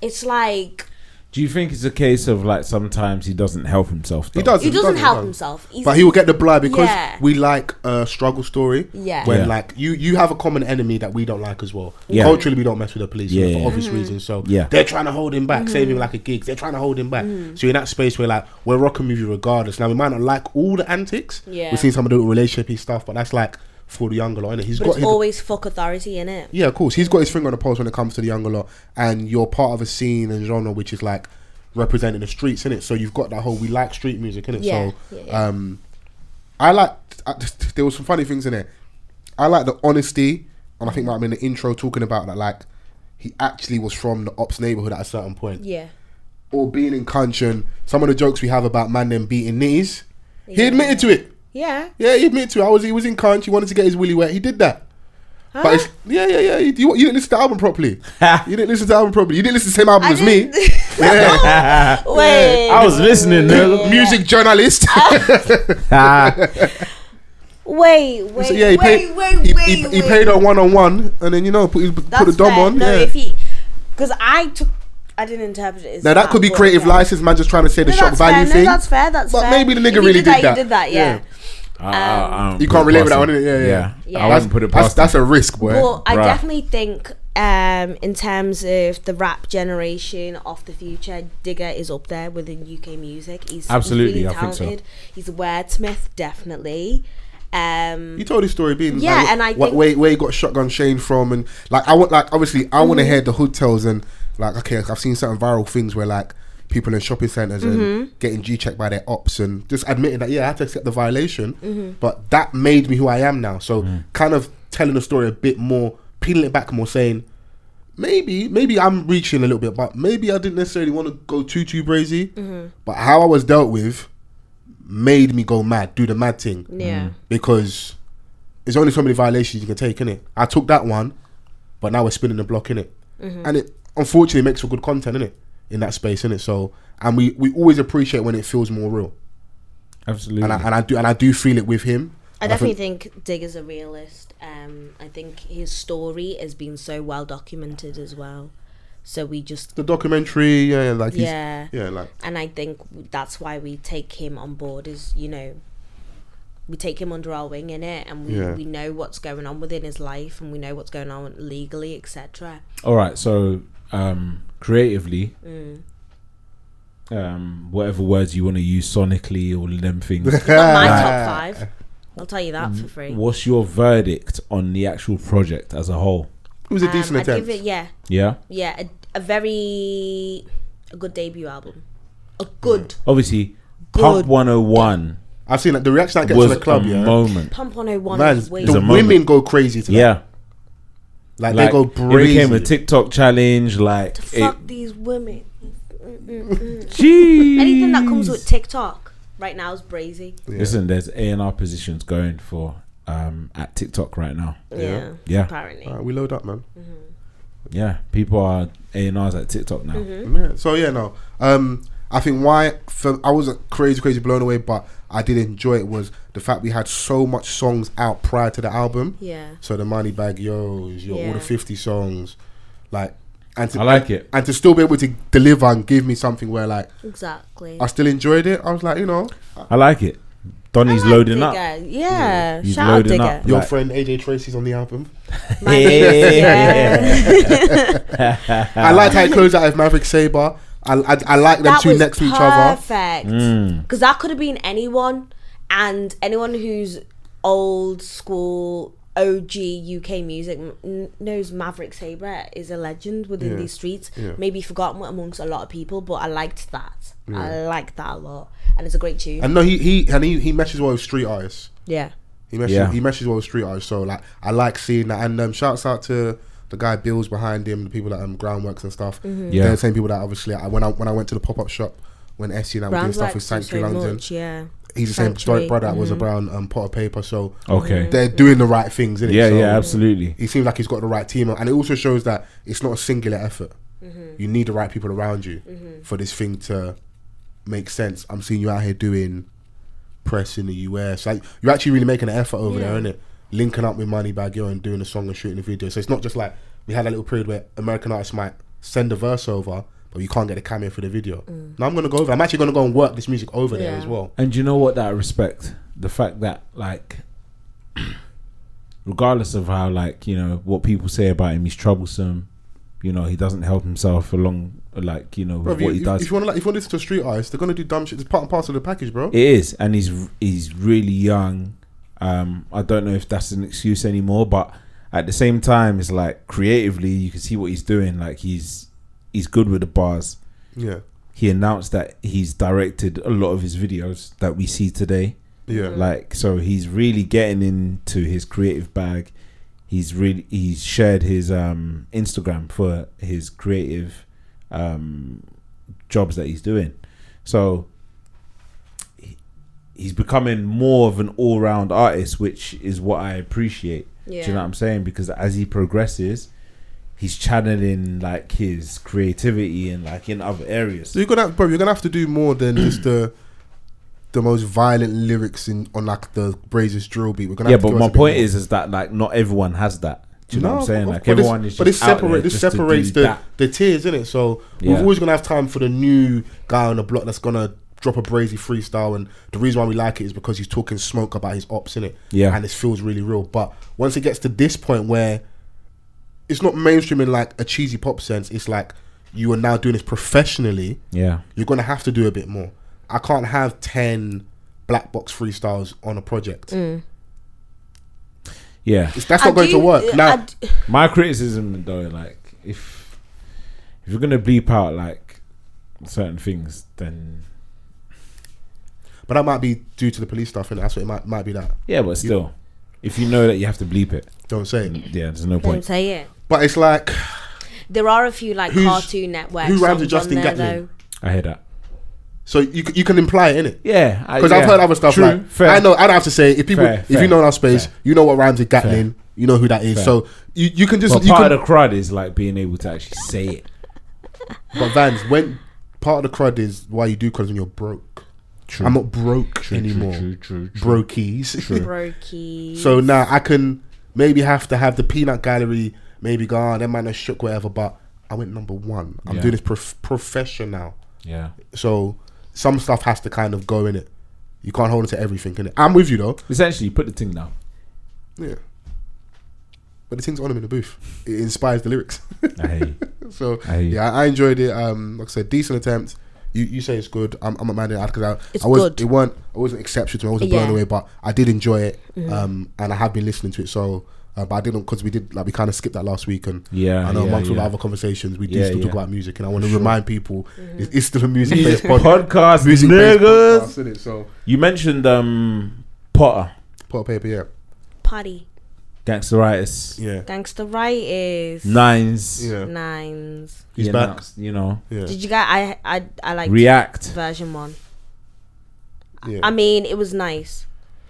S6: it's like
S3: Do you think it's a case of like sometimes he doesn't help himself? Though?
S4: He does.
S6: he doesn't help himself. He's-
S4: But he will get the blind because
S6: Yeah.
S4: we like a struggle story.
S6: Yeah.
S4: When
S3: Yeah.
S4: like you, you have a common enemy that we don't like as well.
S3: Yeah.
S4: Culturally, we don't mess with the police you know,
S3: Yeah,
S4: for
S3: yeah.
S6: Mm-hmm.
S4: obvious reasons. So
S3: Yeah.
S4: they're trying to hold him back, save him like a gig. They're trying to hold him back.
S6: Mm.
S4: So you're in that space where like we're rocking with you regardless. Now we might not like all the antics.
S6: Yeah.
S4: We've seen some of the relationshipy stuff, but that's like for the younger lot. And he's
S6: but
S4: got
S6: it's
S4: his
S6: always fuck authority in it.
S4: yeah, of course. He's got his finger on the pulse when it comes to the younger lot, and you're part of a scene and genre which is like representing the streets, innit? So you've got that whole we like street music, innit?
S6: Yeah,
S4: so,
S6: yeah, yeah.
S4: um, I [laughs] like there was some funny things in there. I like the honesty, and I think might have been the intro talking about that, like he actually was from the ops neighborhood at a certain point,
S6: Yeah.
S4: or being in Cunchan. Some of the jokes we have about man them beating knees, he admitted to it.
S6: Yeah.
S4: Yeah, he admitted to it. I was he was in Cunchan. He wanted to get his willy wet. He did that.
S3: [laughs]
S4: But it's, yeah, yeah, yeah. You, you didn't listen to the album properly. you didn't listen to the album properly. You didn't listen to the same album
S6: I
S4: as me.
S6: didn't- [laughs]
S4: Yeah.
S6: Wait.
S3: I was listening. nigga.
S4: Music journalist.
S3: Ah,
S6: Wait,
S4: [laughs]
S6: wait,
S4: So, yeah, he
S6: wait,
S4: paid.
S6: wait,
S4: he,
S6: wait,
S4: he, he
S6: wait.
S4: paid her one on one, and then you know put put
S6: That's
S4: a dom
S6: fair.
S4: on.
S6: No,
S4: yeah.
S6: if he, because I took, I didn't interpret it. As
S4: now that could be
S6: but
S4: creative
S6: yeah.
S4: license, man, just trying to say the
S6: No,
S4: shock
S6: that's
S4: value
S6: fair.
S4: thing.
S6: No, that's fair. That's
S4: But
S6: fair.
S4: maybe the nigga
S6: If you
S4: really
S6: did that.
S4: did that.
S6: You did that,
S3: I-
S6: yeah. Ah,
S3: I- I don't
S4: You
S3: put
S4: can't
S3: it
S4: relate
S3: past
S4: with that one,
S3: him.
S4: yeah, yeah.
S6: um, Yeah.
S3: I wouldn't Um, put it
S4: That's
S3: past.
S4: that's a risk, boy.
S6: Well, I
S3: Bruh.
S6: definitely think, um, in terms of the rap generation of the future, Digger is up there within UK music. He's he's
S3: Absolutely,
S6: really
S3: I think so.
S6: talented. He's a wordsmith, definitely. Um,
S4: He told his story being
S6: Yeah,
S4: like,
S6: and I
S4: wh-
S6: think-
S4: where, where he got shotgun Shane from, and like I want like obviously I want to
S6: Mm-hmm.
S4: hear the hood tells and like okay I've seen certain viral things where like people in shopping centers
S6: Mm-hmm.
S4: and getting G checked by their ops and just admitting that yeah I had to accept the violation,
S6: Mm-hmm.
S4: but that made me who I am now. So kind of telling the story a bit more, peeling it back more, saying maybe maybe I'm reaching a little bit, but maybe I didn't necessarily want to go too too crazy,
S6: Mm-hmm.
S4: but how I was dealt with made me go mad, do the mad thing
S6: yeah.
S4: because there's only so many violations you can take in it. I took that one, but now we're spinning the block in it,
S6: Mm-hmm.
S4: and it unfortunately makes for good content in it in that space in it. So and we we always appreciate when it feels more real,
S3: Absolutely.
S4: and I, and I do and I do feel it with him.
S6: I
S4: And
S6: definitely think Dig is a realist. Um, I think his story has been so well documented as well. So we just
S4: the documentary, yeah, yeah, like he's,
S6: yeah.
S4: yeah, like
S6: and I think that's why we take him on board. Is you know, we take him under our wing in it, and we,
S4: Yeah.
S6: we know what's going on within his life, and we know what's going on legally, etc.
S3: All right. So, um, creatively,
S6: Mm.
S3: um, whatever words you want to use sonically or them
S4: [laughs]
S3: things,
S4: Uh,
S6: Not my top five. I'll tell you that for free.
S3: what's your verdict on the actual project as a whole?
S4: it was a decent
S6: Um, I
S4: attempt.
S6: give it yeah,
S3: Yeah.
S6: yeah, a, a very a good debut album, a good
S3: Obviously,
S6: Good.
S3: Pump One Hundred One
S4: I've seen that the reaction I get to
S3: was
S4: the club,
S3: a
S4: yeah.
S3: moment.
S6: Pump 101
S4: Man,
S6: is way
S3: It's
S4: the
S3: a
S4: women
S3: moment.
S4: go crazy to that.
S3: Yeah.
S4: like,
S3: Like
S4: they go crazy.
S3: it became a TikTok challenge. Like
S6: fuck
S3: it-
S6: these women.
S3: Jeez.
S6: Anything that comes with TikTok right now is brazy.
S3: Listen, there's A and R positions going for um at TikTok right now.
S6: Yeah.
S3: Yeah.
S6: Apparently.
S4: Alright, we load up, man.
S3: Yeah, people are A and R's at TikTok now.
S6: Mm-hmm.
S4: Yeah. So yeah, no. Um, I think why for, I wasn't crazy, crazy blown away, but I did enjoy it was the fact we had so much songs out prior to the album.
S6: Yeah.
S4: So the money bag, yo's, your all
S6: Yeah.
S4: the fifty songs, like, and to,
S3: I like it.
S4: and to still be able to deliver and give me something where like
S6: Exactly.
S4: I still enjoyed it. I was like, you know,
S3: I like it. Donny's
S6: I like
S3: loading up.
S6: Digger. Yeah.
S3: He's
S6: Shout out
S3: loading
S6: Digger.
S3: up.
S4: your
S3: Like-
S4: friend AJ Tracy's on the album.
S6: Yeah.
S4: I like how it closed out with Maverick Saber. I, I, I like them
S6: that
S4: two
S6: was
S4: next to each other.
S6: perfect. Because that could have been anyone, and anyone who's old school OG UK music m- n- knows Maverick Sabre is a legend within
S4: Yeah.
S6: these streets.
S4: Yeah.
S6: Maybe forgotten amongst a lot of people, but I liked that. I liked that a lot, and it's a great tune.
S4: And no, he he and he, he meshes well with street artists.
S6: yeah.
S4: He meshes,
S3: Yeah.
S4: he meshes well with street artists, so like I like seeing that. And um, shouts out to the guy Bill's behind him, the people that um groundworks and stuff.
S3: Yeah.
S4: They're the same people that obviously I, when I when I went to the pop up shop when Essie and I were doing
S6: Brown's
S4: stuff with
S6: likes him
S4: Sanctuary
S6: so
S4: London.
S6: much, yeah.
S4: He's the same
S6: Sanctuary.
S4: historic brother that was around um, Pot of Paper, so
S3: Okay.
S4: they're doing the right things, is
S3: Yeah, yeah, absolutely.
S4: He seems like he's got the right team, and it also shows that it's not a singular effort. You need the right people around you for this thing to make sense. I'm seeing you out here doing press in the US. Like you're actually really making an effort over there, isn't it? Linking up with Moneybag Yo and doing a song and shooting a video. So it's not just like we had a little period where American artists might send a verse over, but you can't get a cameo for the video. Now I'm gonna go over. I'm actually gonna go and work this music over there
S6: Yeah.
S4: as well.
S3: And you know what? That I respect the fact that like, [clears throat] regardless of how like you know what people say about him, he's troublesome. You know, he doesn't help himself along like you know with
S4: Bro, if,
S3: what
S4: you,
S3: he
S4: if-
S3: does.
S4: if you want to, like, if you want to listen to a street artist, they're gonna do dumb shit. It's part and parcel of the package, bro.
S3: It is, and he's he's really young. Um, I don't know if that's an excuse anymore, but at the same time, it's like creatively, you can see what he's doing. Like he's he's good with the bars.
S4: yeah,
S3: He announced that he's directed a lot of his videos that we see today.
S4: yeah.
S3: Like so, he's really getting into his creative bag. He's really he's shared his um, Instagram for his creative um, jobs that he's doing. So he- he's becoming more of an all round artist, which is what I appreciate. Do you
S6: Yeah.
S3: know what I'm saying? Because as he progresses, he's channeling like his creativity and like in other areas.
S4: So you're gonna, bro. You're gonna have to do more
S3: [clears throat]
S4: than just the the most violent lyrics in on like the Brazers drill beat. We're gonna
S3: Yeah,
S4: have to
S3: but
S4: give
S3: my
S4: us a bit
S3: point
S4: more.
S3: is is that like not everyone has that. Do you know
S4: No,
S3: what I'm saying?
S4: but-
S3: Like
S4: but
S3: everyone
S4: this,
S3: is
S4: but
S3: just
S4: this
S3: out there
S4: separate, this
S3: just to do
S4: separates the,
S3: that.
S4: the tiers, innit? So
S3: Yeah.
S4: we've always gonna have time for the new guy on the block that's gonna drop a brazy freestyle, and the reason why we like it is because he's talking smoke about his ops, innit?
S3: Yeah.
S4: and it feels really real. But once it gets to this point where it's not mainstream in like a cheesy pop sense, it's like you are now doing this professionally
S3: Yeah,
S4: you're gonna have to do a bit more. I can't have ten black box freestyles on a project.
S3: yeah.
S4: It's- That's not
S6: I
S4: going
S6: do- uh,
S4: to work.
S6: I
S4: Now,
S6: d- [laughs]
S3: My criticism though, like if if you're gonna bleep out like certain things, then
S4: but that might be due to the police stuff, and that's what it might might be. That
S3: yeah, but still, if you know that you have to bleep it,
S4: don't say it.
S3: yeah, there's no
S6: don't
S3: point.
S6: say it.
S4: But it's like
S6: There are a few like
S4: Who's-
S6: Cartoon Network.
S4: who rhymes with
S6: songs on
S4: Justin
S6: there,
S4: Gatlin?
S3: I hear that.
S4: so you c- you can imply it in it
S3: Yeah,
S4: because I've heard other stuff. like I know I don't have to say it. if people
S3: Fair,
S4: if
S3: fair,
S4: you know our space,
S3: fair.
S4: you know what rhymes with Gatlin. You know who that is.
S3: Fair.
S4: So you, you can just
S3: But
S4: you
S3: part
S4: can,
S3: of the crowd is like being able to actually say it.
S4: but Vans when part of the crud is why you do crud when you're broke.
S3: True.
S4: I'm not broke
S3: True, true,
S4: anymore.
S3: true, true, true.
S4: Brokies.
S3: True.
S6: Brokey.
S4: Hmm. So now I can maybe have to have the peanut gallery maybe go, oh, that might not shook whatever, but I went number one. I'm
S3: Yeah.
S4: doing this prof- professional.
S3: Yeah,
S4: So some stuff has to kind of go in it. You can't hold on to everything, can it? I'm with you though.
S3: essentially, put the thing down.
S4: Yeah. But the thing's on him in the booth. It inspires the lyrics. [laughs]
S3: I hear you.
S4: so
S3: I hear you.
S4: yeah, I enjoyed it. Um, like I said, decent attempt. You you say it's good. I'm I'm not mad at it because I,
S6: It's
S4: I was
S6: good.
S4: it weren't I wasn't exceptional to me. I wasn't blown
S6: Yeah. Mm-hmm.
S4: away, but I did enjoy it. Um, and I have been listening to it. So, uh, but I didn't because we did like we kind of skipped that last week and.
S3: Yeah,
S4: I know
S3: yeah,
S4: amongst all
S3: yeah.
S4: the other conversations, we do
S3: Yeah,
S4: still
S3: yeah.
S4: talk about music, and I want to remind people
S6: Mm-hmm.
S4: it's, it's still a
S3: [laughs]
S4: music-based
S3: Music
S4: podcast.
S3: podcast,
S4: Music-based podcast,
S3: niggas.
S4: isn't it? So,
S3: You mentioned um Potter,
S4: pot of paper, yeah,
S6: Party.
S3: Gangsteritis,
S4: yeah,
S6: Gangster Right is
S3: Nines.
S4: yeah,
S6: Nines.
S4: He's
S3: you
S4: back.
S3: know, you know,
S4: yeah.
S6: Did you guys? I I I like
S3: React.
S6: version one.
S4: yeah.
S6: I mean, it was nice.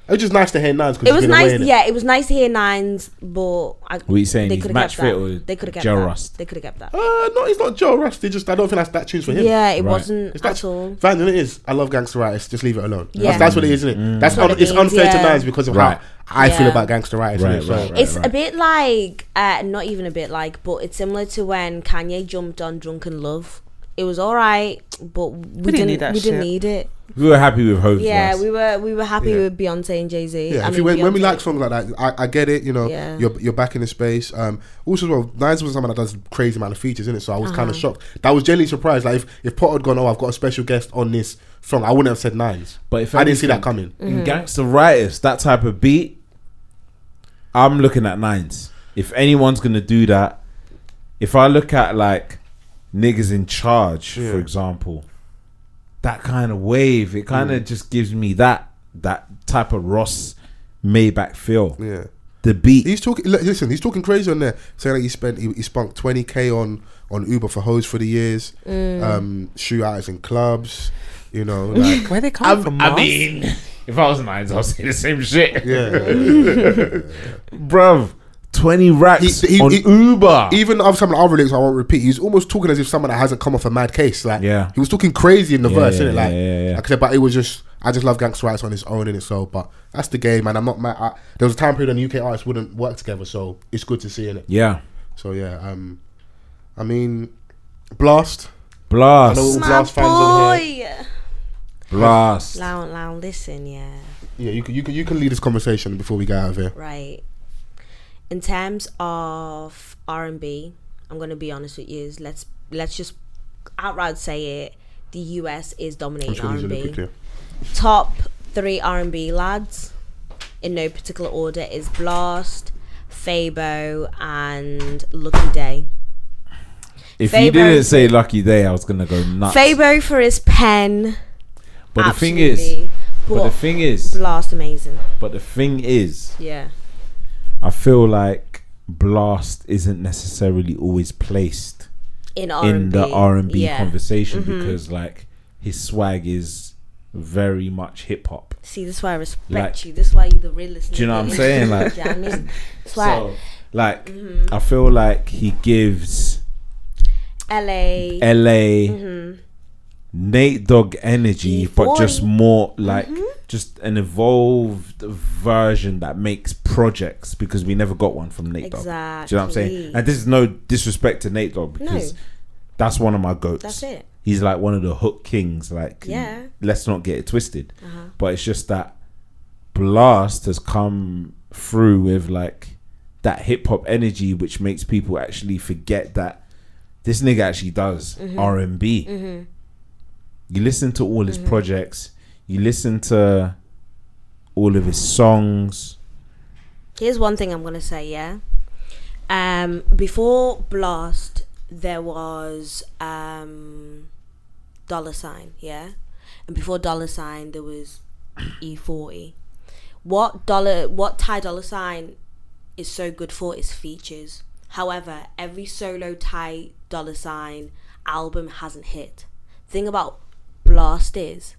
S4: it was just nice to hear Nines. 'cause
S6: It
S4: he's
S6: was
S4: been away,
S6: nice.
S4: innit?
S6: Yeah, it was nice to hear Nines, but I,
S3: What are you saying?
S6: they
S3: He's
S6: could have
S3: match
S6: kept
S3: fit
S6: that.
S3: or
S6: they could have kept
S3: Joe
S6: that.
S3: Rust?
S6: They could have kept that.
S4: Uh, no, it's not Joe Rush. They just I don't think that's that tunes for him.
S6: Yeah, it
S3: Right.
S6: wasn't
S4: It's
S6: at all.
S4: Van, it is. I love gangsteritis. Just leave it alone.
S6: Yeah.
S4: That's, that's what it is, isn't it? That's
S6: That's
S4: un-
S6: what it
S4: it's
S6: is,
S4: unfair to
S6: yeah.
S4: Nines because of
S3: Right.
S4: how I feel
S6: Yeah.
S4: about gangsteritis.
S3: Right,
S4: innit? so
S3: right, right.
S6: It's a bit like, uh, not even a bit like, but it's similar to when Kanye jumped on Drunken Love. It was all right, but we,
S5: didn't
S6: didn't,
S5: need that
S6: we didn't
S5: shit.
S6: need it.
S3: We were happy with Hove.
S6: Yeah,
S3: last.
S6: we were we were happy
S4: Yeah.
S6: with Beyonce and Jay Z.
S4: Yeah, if you, when, when we like songs like that, I, I get it. You know,
S6: Yeah.
S4: you're you're back in the space. Um, also, as well, Nines was someone that does crazy amount of features in it, so I was kind
S6: Uh-huh.
S4: of shocked. That was genuinely surprised. Like if if Potter had gone, oh, I've got a special guest on this song, I wouldn't have said Nines.
S3: But if
S4: I didn't see
S3: anything,
S4: that coming.
S3: In Gangsteritis, that type of beat, I'm looking at nines. If anyone's gonna do that, if I look at like niggas in charge, for example, that kind of wave, it kind
S4: Mm.
S3: of just gives me that that type of Ross Maybach feel.
S6: Mm.
S4: Yeah.
S3: The beat,
S4: He's talking. li- Listen, he's talking crazy on there, saying that he spent he, he spunk twenty k on on Uber for hoes for the years, um, shootouts in clubs. You know, like,
S5: Where they come from? Mars?
S3: [laughs] if I was nines, I'd say the same shit,
S4: yeah.
S3: bruv. Twenty racks
S4: He- he-
S3: on
S4: he-
S3: Uber.
S4: Even of some of the other lyrics I won't repeat, he's almost talking as if someone that hasn't come off a mad case. Like,
S3: Yeah.
S4: he was talking crazy in the
S3: Yeah,
S4: verse,
S3: yeah,
S4: innit? Like,
S3: yeah, yeah, yeah.
S4: like I said, but it was just I just love gangster rights on its own in itself. But that's the game, man. I'm not mad. I, there was a time period when UK artists wouldn't work together, so it's good to see in it.
S3: yeah,
S4: So yeah, um, I mean, blast. I
S3: blast,
S4: know all
S6: my
S4: blast fans on here.
S6: boy.
S3: blast.
S6: Loud, loud, listen, yeah,
S4: Yeah, you can, you can you can lead this conversation before we get out of here.
S6: right. In terms of R and B, I'm gonna be honest with you. Let's let's just outright say it. The US is
S4: I'm
S6: dominating
S4: sure
S6: R
S4: these are
S6: and B.
S4: quickly.
S6: top three R&B lads in no particular order is Blast, Fabo, and Lucky Day.
S3: If you
S6: Fabo.
S3: didn't say lucky day, I was gonna go nuts.
S6: Fabo for his pen.
S3: but the thing
S6: absolutely.
S3: is,
S6: but,
S3: but the thing is,
S6: Blast amazing.
S3: but the thing is,
S6: Yeah,
S3: I feel like blast isn't necessarily always placed
S6: in R&B.
S3: in the R and B Mm-hmm.
S6: yeah.
S3: conversation because like his swag is very much hip hop.
S6: See, this is why I respect
S3: Like-
S6: you. This is why you're the realest.
S3: Do you know
S6: [laughs] nigga
S3: what I'm
S6: in
S3: saying?
S6: the
S3: Like-
S6: game, do you know what I mean? That's
S3: [laughs]
S6: why-
S3: So Like I feel like he gives
S6: LA.
S3: LA
S6: mm-hmm,
S3: Nate Dogg energy, but just
S6: Boy. Mm-hmm.
S3: more like just an evolved version that makes projects because we never got one from Nate Dogg. Do you know what I'm saying?
S6: Exactly.
S3: And this is no disrespect to Nate Dogg because
S6: No.
S3: that's one of my goats.
S6: That's it.
S3: He's like one of the hook kings. Like,
S6: Yeah. Uh-huh.
S3: let's not get it twisted. But it's just that Blast has come through with like that hip hop energy, which makes people actually forget that this nigga actually does
S6: Mm-hmm.
S3: R and B. You listen to all his
S6: Mm-hmm.
S3: projects. You listen to all of his songs.
S6: Here's one thing I'm gonna say, yeah. Um, before Blast, there was um, Dollar Sign, yeah, and before Dollar Sign, there was E E40. What dollar? What Ty Dollar Sign is so good for is features. However, every solo Ty Dollar Sign album hasn't hit. Thing about Blast is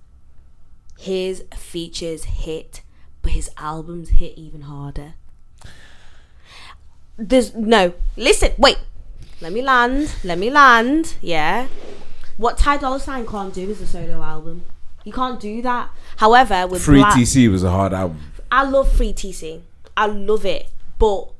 S6: his features hit, but his albums hit even harder. There's no listen, wait. Let me land. Let me land. Yeah. What Ty Dolla Sign can't do is a solo album. You can't do that. However, with
S3: Free
S6: Black-
S3: TC was a hard album.
S6: I love Free TC. I love it. But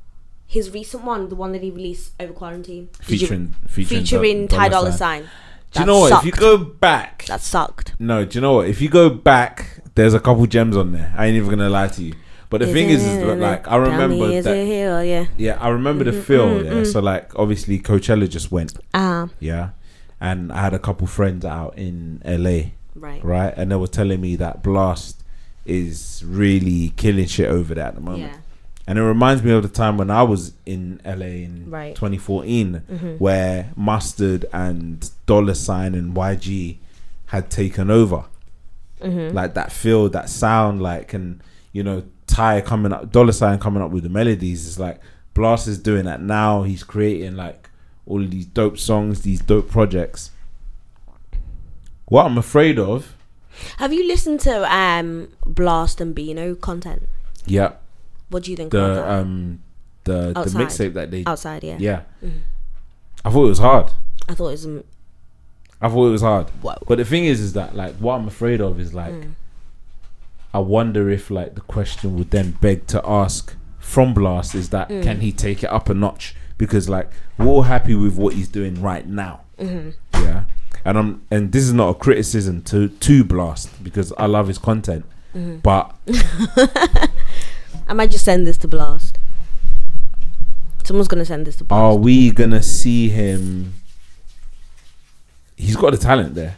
S6: his recent one, the one that he released over quarantine, did you-
S3: Featuring- featuring
S6: featuring
S3: Dolla
S6: Ty Dolla
S3: Sign.
S6: Sign.
S3: Do you
S6: That
S3: know what? If you
S6: sucked.
S3: go back,
S6: that sucked.
S3: No, do you know what? If you go back, there's a couple gems on there. I ain't even gonna lie to you. But the thing is, is that, like I
S6: Tell me,
S3: remember
S6: is it
S3: that.
S6: here or- yeah.
S3: Yeah, I remember the feel. Yeah, so like obviously Coachella just went.
S6: Um,
S3: Yeah, and I had a couple friends out in LA,
S6: right.
S3: right, and they were telling me that Blast is really killing shit over there at the moment.
S6: Yeah.
S3: And it reminds me of the time when I was in LA in
S6: Right. Mm-hmm.
S3: 2014, where Mustard and Dollar Sign and YG had taken over.
S6: Mm-hmm.
S3: Like that feel, that sound, like, and you know, Ty coming up, Dollar Sign coming up with the melodies is like Blast is doing that now. He's creating like all of these dope songs, these dope projects. What I'm afraid of,
S6: Have you listened to um Blast and Beano content?
S3: yeah,
S6: What do you think about
S3: the
S6: that?
S3: um, the the
S6: Outside.
S3: mixtape that they,
S6: Outside, yeah.
S3: yeah, I thought it was hard.
S6: I thought it was. Um,
S3: I thought it was hard.
S6: Whoa.
S3: But the thing is, is that like what I'm afraid of is like, I wonder if like the question would then beg to ask from Blast is that can he take it up a notch? Because like we're all happy with what he's doing right now. Yeah, and I'm and this is not a criticism to to Blast because I love his content, but
S6: I might just send this to Blast. Someone's gonna send this to Blast.
S3: are we gonna see him? He's got the talent there,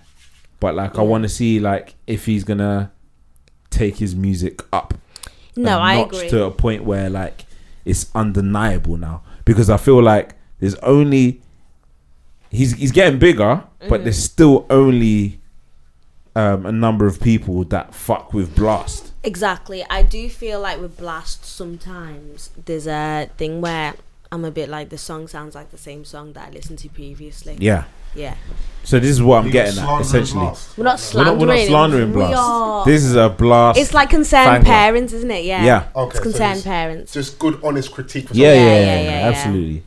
S3: but like I want to see like if he's gonna take his music up.
S6: no,
S3: a
S6: I
S3: notch
S6: agree.
S3: Oh, to a point where like it's undeniable now because I feel like there's only he's he's getting bigger,
S6: Mm-hmm.
S3: but there's still only um, a number of people that fuck with Blast.
S6: Exactly. I do feel like with Blast sometimes there's a thing where I'm a bit like the song sounds like the same song that I listened to previously.
S3: Yeah.
S6: Yeah.
S3: So this is what I'm
S4: You
S3: getting
S4: got
S3: at
S4: slandered and
S3: essentially.
S4: blast.
S6: We're
S3: We're
S6: not
S3: not,
S6: slandering.
S3: we're not slandering
S6: We
S3: Blast.
S6: are-
S3: This is a Blast.
S6: it's like concerned
S3: Fangirl.
S6: parents, isn't it? Yeah.
S3: Yeah.
S4: Okay,
S6: it's
S4: so
S6: concerned
S4: it's-
S6: parents.
S4: Just good, honest critique. For
S3: yeah, yeah,
S6: Yeah,
S3: yeah,
S6: yeah,
S3: yeah,
S6: yeah, yeah.
S3: absolutely.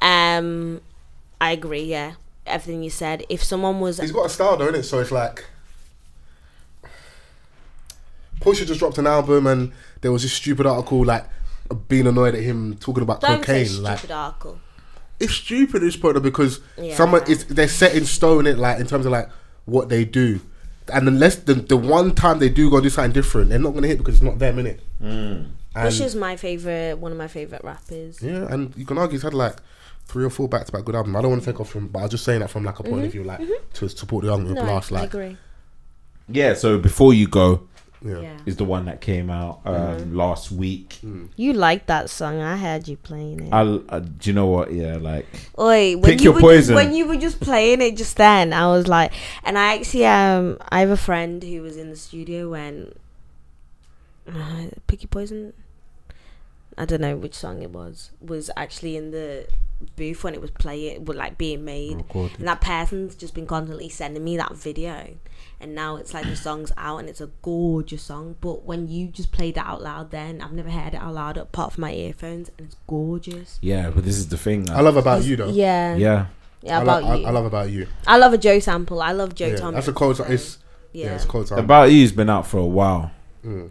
S6: Um, I agree. Yeah, everything you said. If someone was,
S4: He's got a style though, innit? So it's like Pusha just dropped an album and there was this stupid article like being annoyed at him talking about
S6: don't
S4: cocaine.
S6: say stupid
S4: like
S6: article.
S4: it's stupid it's product because
S6: Yeah.
S4: someone is they're set in stone it like in terms of like what they do. And unless the the one time they do go do something different, they're not gonna hit because it's not them, innit?
S3: Mm.
S4: And
S6: Which is my favorite, one of my favorite rappers.
S4: yeah, and you can argue he's had like three or four back to back good albums. I don't want to take off from but I was just saying that from like a point of view, like to support the argument
S6: Mm-hmm. No,
S4: blast
S6: I
S4: like
S6: agree.
S3: Yeah, so before you go
S4: yeah.
S6: Yeah.
S3: is the one that came out um, last week.
S6: You like that song? I heard you playing it.
S3: I'll, uh, do you know what? Yeah, like
S6: Oi, when
S3: Pick
S6: you
S3: your
S6: were
S3: poison.
S6: Just, when you were just playing it just then, I was like, and I actually um, I have a friend who was in the studio when uh, pick your poison. I don't know which song it was, was actually in the booth when it was playing, was like being made.
S4: Recorded.
S6: And that person's just been constantly sending me that video. And now it's like the song's out and it's a gorgeous song. But when you just played it out loud then, I've never heard it out loud apart from my earphones and it's gorgeous.
S3: Yeah, but this is the thing.
S4: I love about you though.
S6: Yeah. Yeah,
S3: Yeah,
S4: I,
S6: about
S4: love, I,
S6: you. I,
S4: I love about you.
S6: love a Joe sample. I love Joe
S4: Yeah,
S6: Thomas.
S4: that's a cold.
S6: so-
S4: It's yeah. it's cold. Time. Mm.
S3: about you's been out for a while.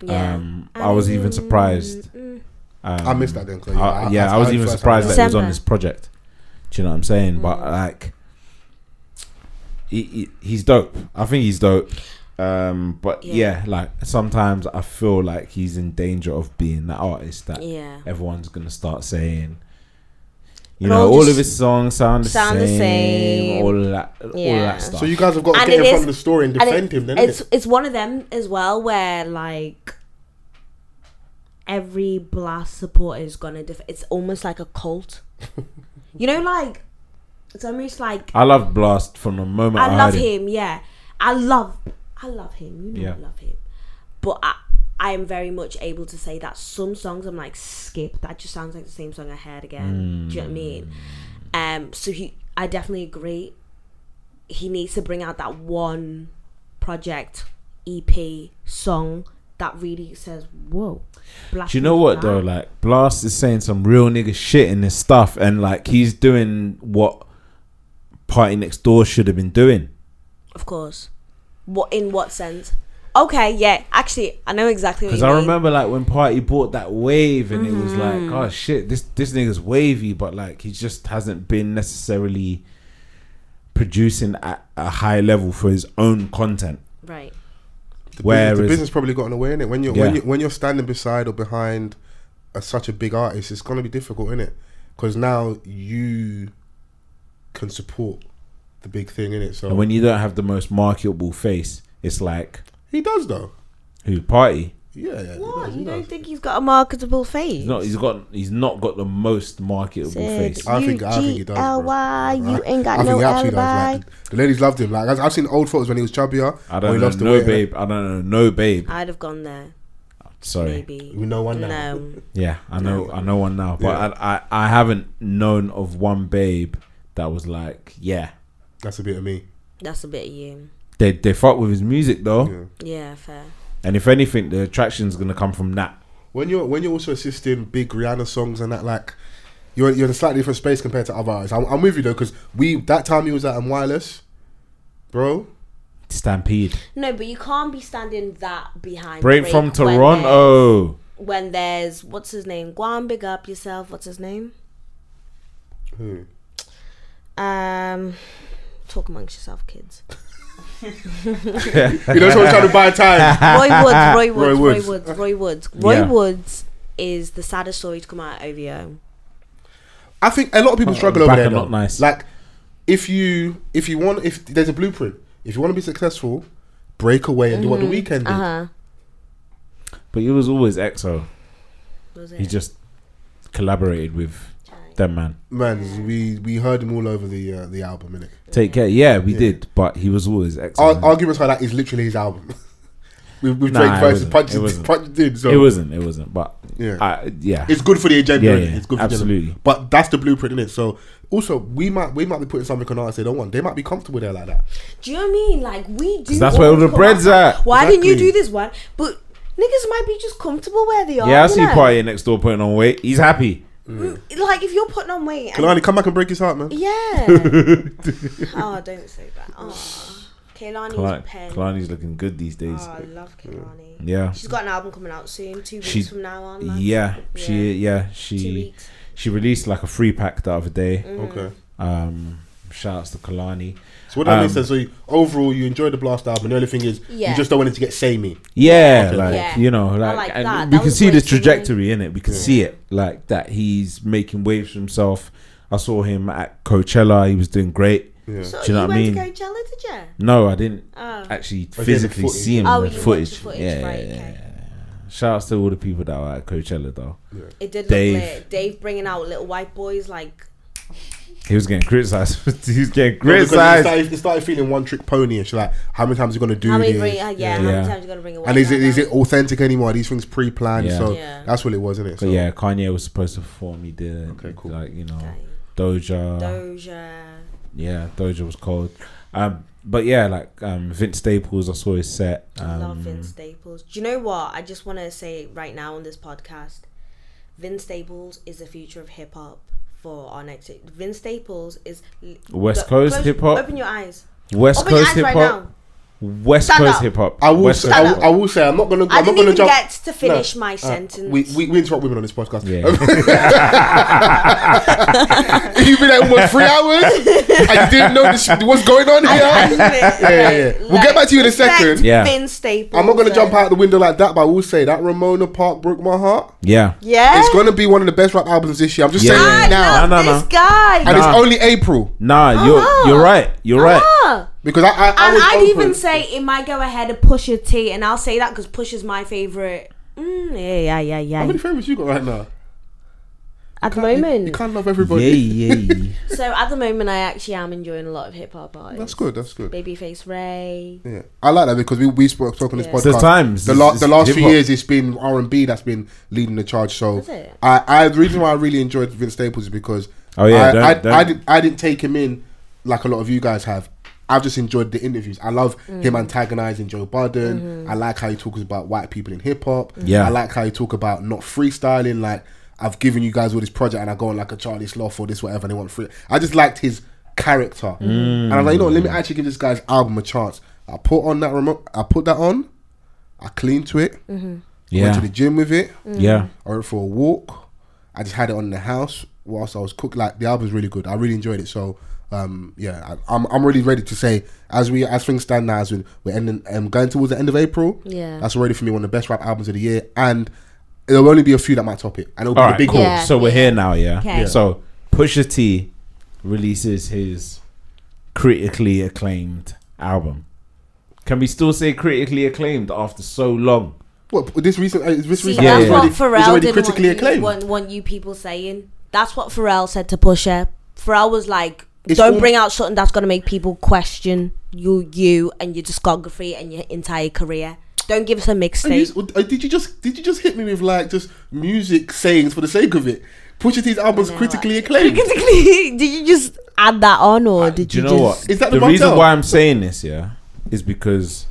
S6: Yeah.
S3: Um, I was even surprised.
S6: Mm,
S3: Um,
S4: I missed that then. 'cause,
S3: I- yeah, I was even
S4: first
S3: surprised
S4: heard
S3: that it was on
S6: December. Mm.
S3: this project. Do you know what I'm saying? But like, he, he- he's dope. I think he's dope. Um, but yeah.
S6: Yeah.
S3: like sometimes I feel like he's in danger of being that artist that
S6: yeah.
S3: everyone's gonna start saying. You
S6: And
S3: know,
S6: all
S3: all
S6: just
S3: of his songs sound the
S6: sound the
S3: same.
S6: same.
S3: All that, all
S6: Yeah.
S3: that stuff.
S4: So you guys have got to
S6: And
S4: get in
S6: it
S4: front of
S6: is-
S4: the story and
S6: And
S4: defend
S6: it-
S4: him. Then
S6: it's
S4: innit?
S6: it's one of them as well where like every blast supporter is gonna def- it's almost like
S4: [laughs]
S6: a cult. you know, like it's almost like
S3: I love Blast from the moment I,
S6: I love
S3: heard it.
S6: him. Yeah, I love, I love him. You know, I
S3: Yeah.
S6: love him. But I, I am very much able to say that some songs I'm like skip. That just sounds like the same song I heard again.
S3: Hmm.
S6: Do you know what I mean? Um. So he, I definitely agree. He needs to bring out that one project, EP song that really says, "Whoa." Black
S3: Do you know what
S6: Panther.
S3: though? Like Blast is saying some real nigga shit in this stuff, and like he's doing what Party Next Door should have been doing.
S6: Of course. What in what sense? Okay. Yeah. Actually, I know exactly.
S3: Because
S6: what you
S3: I
S6: mean.
S3: remember like when Party bought that wave, and it was like, oh shit, this this nigga's wavy, but like he just hasn't been necessarily producing at a high level for his own content.
S6: Right.
S4: The
S3: Whereas-
S4: business, the business probably gotten away in it. When you're
S3: Yeah.
S4: when you when you're standing beside or behind a, such a big artist, it's gonna be difficult, innit? Because now you can support the big thing, innit? So
S3: And when you don't have the most marketable face, it's like
S4: he does though.
S3: who Party?
S4: Yeah, yeah. he
S6: What?
S4: does, he
S6: You don't
S4: does.
S6: think he's got a marketable face?
S3: He's not. He's got. He's not got the most marketable face.
S4: I think- I think he does, bro.
S6: UGLY, you ain't got
S4: I
S6: no
S4: think he absolutely
S6: alibi.
S4: does. Like, the ladies loved him. Like I've- I've seen old photos when he was chubbier.
S3: I
S4: or
S3: don't
S4: he
S3: know,
S4: lost the
S3: no
S4: weight, innit?
S3: babe. I don't know, no babe.
S6: I'd have gone there,
S3: Sorry.
S6: maybe.
S4: We know one now.
S6: No.
S3: Yeah, I know, I know one now, but
S4: Yeah.
S3: I, I, I haven't known of one babe that was like, yeah,
S4: That's a bit of me.
S6: That's a bit of you.
S3: they they fuck with his music though,
S4: Yeah.
S6: Yeah, fair.
S3: and if anything, the attraction's gonna come from that.
S4: When you're when you're also assisting big Rihanna songs and that, like you're you're in a slightly different space compared to other artists. I'm, I'm with you though, because we that time he was at M Wireless, bro.
S3: Stampede,
S6: No, but you can't be standing that behind.
S3: break, from
S6: Drake when
S3: Toronto.
S6: there's- When there's, what's his name? Go on, big up yourself. What's his name?
S3: Hmm.
S4: Who?
S6: Um, talk amongst yourself, kids.
S4: You know, someone's trying to
S3: [laughs]
S4: buy time.
S6: Roy Woods, Roy Woods, Roy
S4: Woods.
S6: Woods, Roy Woods, Roy Woods. Roy
S3: Yeah.
S6: Woods is the saddest story to come out of OVO.
S4: I think a lot of people struggle
S3: Oh,
S4: over
S3: Back
S4: there.
S3: and
S4: though.
S3: not nice.
S4: Like, if you if you want if there's a blueprint, if you want to be successful, break away and do what the weekend did.
S6: Uh huh.
S3: But it was always EXO.
S6: Was
S3: He
S6: it?
S3: just collaborated with them, man.
S4: Man, we we heard him all over the uh, the album, innit?
S3: Take care. Yeah, we did, but he was always EXO.
S4: Ar-
S3: man.
S4: arguments like that is literally his album. [laughs] with with
S3: Nah,
S4: Drake
S3: it
S4: versus
S3: wasn't.
S4: Punch,
S3: It wasn't.
S4: Punch did. So
S3: it wasn't. It wasn't. But
S4: oh. Yeah.
S3: I, yeah.
S4: It's good for the agenda.
S3: Yeah,
S4: innit?
S3: yeah,
S4: it's good for The
S3: absolutely.
S4: agenda. But that's the blueprint in it. So also, we might we might be putting something on artists they don't want. They might be comfortable there like that.
S6: Do you know what I mean? Like we do.
S3: that's
S6: what
S3: where all
S6: we
S3: the
S6: want.
S3: bread's at.
S6: Why didn't
S4: Exactly.
S6: you do this one? But niggas might be just comfortable where they are.
S3: yeah, I
S6: you
S3: see
S6: know? Mm,
S3: Party next door putting on weight. He's happy.
S6: Like if you're putting on weight, and,
S4: Kalani, come back and break his heart, man.
S6: yeah.
S3: [laughs]
S6: oh, don't say that. Oh, Kaylani's pen.
S3: Kalani's looking good these days.
S6: Oh, I love Kaylani.
S3: Yeah.
S6: She's got an album coming out soon. Two weeks
S3: She-
S6: from now on. man.
S3: Yeah, she yeah
S6: Two
S3: she
S6: weeks. Mm.
S3: she released like a free pack the other day.
S4: Okay.
S3: Um, shouts to Kalani.
S4: So what that
S3: Um,
S4: means then? So you, overall, you enjoy the blast album. The only thing is,
S6: Yeah.
S4: you just don't want it to get samey.
S3: Yeah, like
S6: Yeah.
S3: you know, like,
S6: like
S3: and
S6: that.
S3: we
S6: That
S3: can
S6: was
S3: see the
S6: great to me.
S3: trajectory in it. We can see it like that. He's making waves for himself. I saw him at Coachella. He was doing great.
S4: Yeah.
S3: Do
S6: So you,
S3: you know what I mean?
S6: went to Coachella, did you?
S3: No, I didn't
S6: Oh.
S3: actually
S4: the
S3: physically
S4: footage.
S3: see him in
S6: Oh, you
S3: the
S6: watched
S3: footage.
S6: the footage,
S3: Yeah, yeah,
S6: right,
S3: yeah,
S6: okay.
S3: yeah. Shouts to all the people that were at Coachella though.
S6: It did
S3: Dave.
S6: look lit. Dave bringing out little white boys like
S3: He was getting criticized. [laughs] he was getting
S4: Because It
S3: criticized.
S4: started, it started feeling one trick pony and she's like, how many times are you gonna do
S6: How many
S4: this?
S6: bring, uh, yeah, how
S3: Yeah.
S6: many times you gonna bring a white
S4: and is it
S6: guy
S4: is
S6: down?
S4: it authentic anymore? Are these things pre planned?
S3: Yeah.
S4: So
S6: Yeah.
S4: that's what it was, isn't it? So
S3: But yeah, Kanye was supposed to perform. He did.
S4: Okay, cool.
S3: Like you know,
S6: Okay.
S3: Doja.
S6: Doja.
S3: yeah, Doja was cold. Um, but yeah, like um, Vince Staples, I saw his set.
S6: I love
S3: Um,
S6: Vince Staples. Do you know what? I just want to say right now on this podcast, Vince Staples is the future of hip hop for our next. Vince Staples is
S3: West
S6: Go-
S3: Coast
S6: close-
S3: hip hop?
S6: Open your eyes.
S3: West
S6: open
S3: Coast hip
S6: your eyes
S3: hop.
S6: right now.
S3: West
S6: Stand
S3: Coast
S6: up.
S3: hip hop.
S4: I will,
S3: West
S4: say,
S3: Coast
S4: I,
S3: hip
S4: will,
S3: hop.
S4: I will say I'm not gonna
S6: I
S4: I'm not
S6: didn't
S4: gonna
S6: even
S4: jump.
S6: get to finish my
S4: Uh,
S6: sentence.
S4: we, we we interrupt women on this podcast.
S3: Yeah.
S4: [laughs] You've been at almost three
S6: [laughs]
S4: hours. I didn't know this, what's going on
S6: I
S4: here.
S6: love
S4: [laughs]
S6: it.
S4: yeah, yeah.
S6: Like,
S4: We'll get back to you in a
S6: respect
S4: second.
S3: Yeah.
S6: Vince Staples.
S4: I'm not gonna
S6: uh,
S4: jump out the window like that, but I will say that Ramona Park broke my heart.
S3: yeah.
S6: Yeah.
S4: It's gonna be one of the best rap albums this year. I'm just
S3: Yeah.
S4: saying
S6: I
S4: it now,
S6: love
S3: No, no,
S6: this
S3: no.
S6: guy.
S4: and it's
S3: Nah.
S4: only April
S3: Nah, you're you're right. You're right.
S6: Ah.
S4: because I I, I
S6: And
S4: was
S6: I'd
S4: open.
S6: even say it might go ahead of Pusha T, and I'll say that because Pusha's my favorite. Mm, yeah, yeah, yeah,
S4: How
S6: yeah.
S4: many favorites you got right now?
S6: At the
S4: You
S6: moment,
S4: can't love everybody.
S3: Yeah, yeah.
S6: so at the moment, I actually am enjoying a lot of hip hop artists.
S4: That's good. That's good.
S6: Babyface Ray.
S4: Yeah, I like that because we we spoke, spoke on this
S6: Yeah.
S4: podcast.
S6: It's
S3: the times.
S4: the,
S3: It's-
S4: la-
S3: it's
S4: the last few
S3: hip-hop.
S4: years, it's been R and B that's been leading the charge. So
S6: Is it?
S4: I, I the reason why I really enjoyed Vince Staples is because
S3: Oh, yeah,
S4: I,
S3: don't-
S4: I,
S3: don't-
S4: I, did, I didn't take him in like a lot of you guys have. I've just enjoyed the interviews. I love him antagonizing Joe Budden. I like how he talks about white people in hip hop.
S3: Yeah.
S4: I like how he talk about not freestyling. Like I've given you guys all this project and I go on like a Charlie Sloth or this whatever and they want free. I just liked his character,
S3: Mm.
S4: and I was like, you know, what, let me actually give this guy's album a chance. I put on that remote. I put that on. I cleaned to it. Went to the
S3: Yeah.
S4: gym with it.
S6: Mm.
S3: Yeah.
S4: I went for a walk. I just had it on in the house whilst I was cooking. Like the album's really good. I really enjoyed it. So um, yeah, I, I'm I'm really ready to say as we as things stand now, as we, we're ending, um, going towards the end of April.
S6: Yeah.
S4: that's already for me one of the best rap albums of the year, and there will only be a few that might top it, and it'll be
S3: All
S4: the
S3: right.
S4: big
S3: Cool.
S4: ones.
S6: Yeah.
S3: So we're here now. Yeah.
S6: Okay. Yeah.
S3: So Pusha T releases his critically acclaimed album. Can we still say critically acclaimed after so long?
S4: What this recent? Uh, this
S6: See,
S4: recent
S3: Yeah, yeah.
S4: album's
S6: that's what
S4: already, it's
S6: Pharrell
S4: already
S6: didn't
S4: critically
S6: want,
S4: acclaimed.
S6: You, want, want you people saying. That's what Pharrell said to Pusha. Pharrell was like,
S4: It's
S6: "Don't
S4: all-
S6: bring out something that's gonna make people question you, you, and your discography and your entire career. Don't give us a
S4: Are you-
S6: mixtape."
S4: uh, did you just did you just hit me with like just music sayings for the sake of it? Pusha T's album's
S6: know,
S4: critically
S6: I-
S4: acclaimed.
S6: [laughs] did you just add that on, or did
S3: Do you
S6: you,
S3: know
S6: just?
S3: what?
S4: Is that
S3: the
S4: the
S3: reason
S4: Montel?
S3: why I'm saying this? Yeah, is because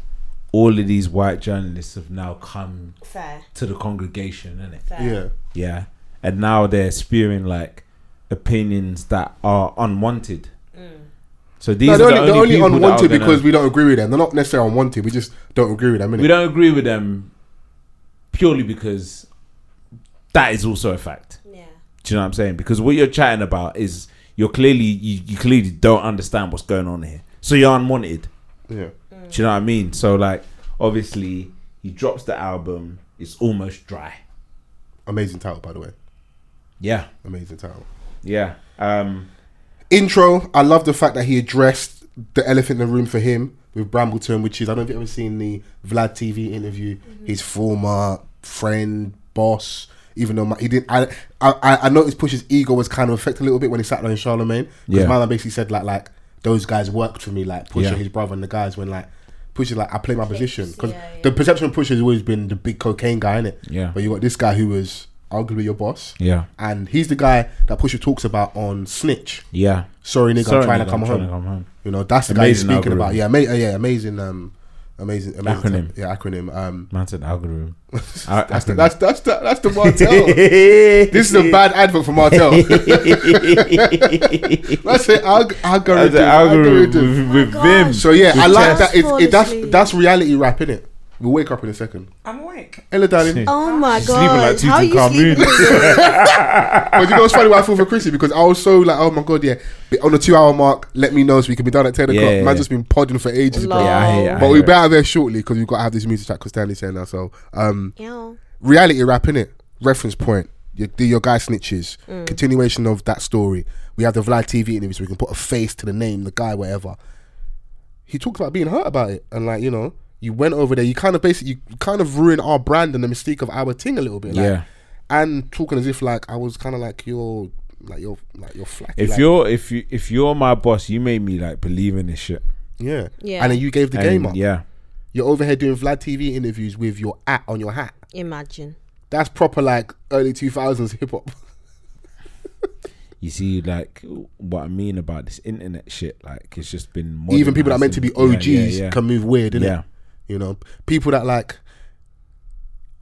S3: all of these white journalists have now come
S6: Fair,
S3: to the congregation, innit?
S6: fair.
S4: Yeah,
S3: Yeah. And now they're spewing like opinions that are unwanted. So these
S4: Mm. no,
S3: are
S4: they're
S3: the
S4: only,
S3: only,
S4: they're only
S3: people that are
S4: unwanted
S3: gonna-
S4: because we don't agree with them. They're not necessarily unwanted. We just don't agree with them.
S3: we
S4: Innit?
S3: don't agree with them purely because that is also a fact.
S6: Yeah.
S3: Do you know what I'm saying? Because what you're chatting about is you're clearly you, you clearly don't understand what's going on here. So you're unwanted.
S4: Yeah,
S3: Do you know what I mean? So like obviously he drops the album, it's almost dry.
S4: amazing title by the way.
S3: Yeah.
S4: Amazing title.
S3: Yeah. Um
S4: Intro. I love the fact that he addressed the elephant in the room for him with Brambleton, which is I don't know if you've ever seen the Vlad TV interview.
S6: Mm-hmm.
S4: His former friend, boss. Even though my, he didn't, I, I I noticed Push's ego was kind of affected a little bit when he sat down in Charlemagne. Because
S3: Yeah.
S4: my man basically said like like those guys worked for me, like Pusha,
S3: Yeah.
S4: his brother, and the guys when like Pusha like I play my position because
S6: yeah, yeah.
S4: the perception of Pusha has always been the big cocaine guy, innit?
S3: Yeah.
S4: But you got this guy who was arguably your boss.
S3: Yeah.
S4: And he's the guy that Pusha talks about on Snitch.
S3: Yeah.
S4: Sorry, nigga,
S3: Sorry,
S4: I'm trying
S3: nigga,
S4: to come
S3: I'm
S4: home.
S3: trying to come home.
S4: You know, that's the guy he's
S3: Amazing
S4: speaking
S3: algorithm.
S4: about. Yeah, ama- uh, yeah, amazing, um, amazing, amazing
S3: Acronym.
S4: yeah, acronym. Um,
S3: Man said algorithm.
S4: [laughs] that's,
S3: [laughs]
S4: the, that's that's the, that's the Martel. this is a bad advert
S3: [laughs]
S4: for [laughs] Martel. that's it. Alg- algorithm.
S3: That's an
S4: algorithm.
S3: algorithm with, with
S6: Oh my
S3: Vim.
S6: gosh.
S4: So yeah, I like that. It,
S6: Just
S4: it, that's
S6: fall asleep.
S4: that's reality rap in it. We'll wake up in a second.
S5: I'm awake.
S4: Hello, darling.
S6: Oh my
S3: She's sleeping like
S6: god! How are you
S3: Tutankhamun.
S6: sleeping?
S4: but you know what's funny? Why I feel for Chrissy because I was so like, oh my god, yeah. But on the two-hour mark, let me know so we can be done at ten
S3: Yeah,
S4: o'clock.
S3: yeah,
S4: Man,
S3: yeah.
S4: just been podding for ages, bro.
S6: Lol.
S3: Yeah, I hear, I
S4: But we'll
S3: hear
S4: be out of there shortly because we've got to have this music chat because Stanley's here now. So, um,
S6: Ew.
S4: reality rap in it. Reference point. Your, the- your guy snitches. Continuation of that story. We have the Vlad TV interview, so we can put a face to the name, the guy, whatever. He talks about being hurt about it, and like you know, you went over there. You kind of basically, you kind of ruined our brand and the mystique of our thing a little bit.
S3: it.
S4: Like,
S3: Yeah.
S4: and talking as if like I was kind of like your Like you're like you're flaky.
S3: If
S4: like-
S3: you're if you if you're my boss, you made me like believe in this shit.
S4: yeah,
S6: Yeah.
S4: and then you gave the
S3: And,
S4: game up.
S3: Yeah.
S4: You're over here doing Vlad TV interviews with your at on your hat.
S6: Imagine.
S4: That's proper like early two thousands hip hop.
S3: You see, like what I mean about this internet shit, like it's just been modernized
S4: Even people that are meant to be
S3: and-
S4: OGs
S3: yeah, yeah, yeah.
S4: can move weird, innit?
S3: Yeah.
S4: You know, people that like.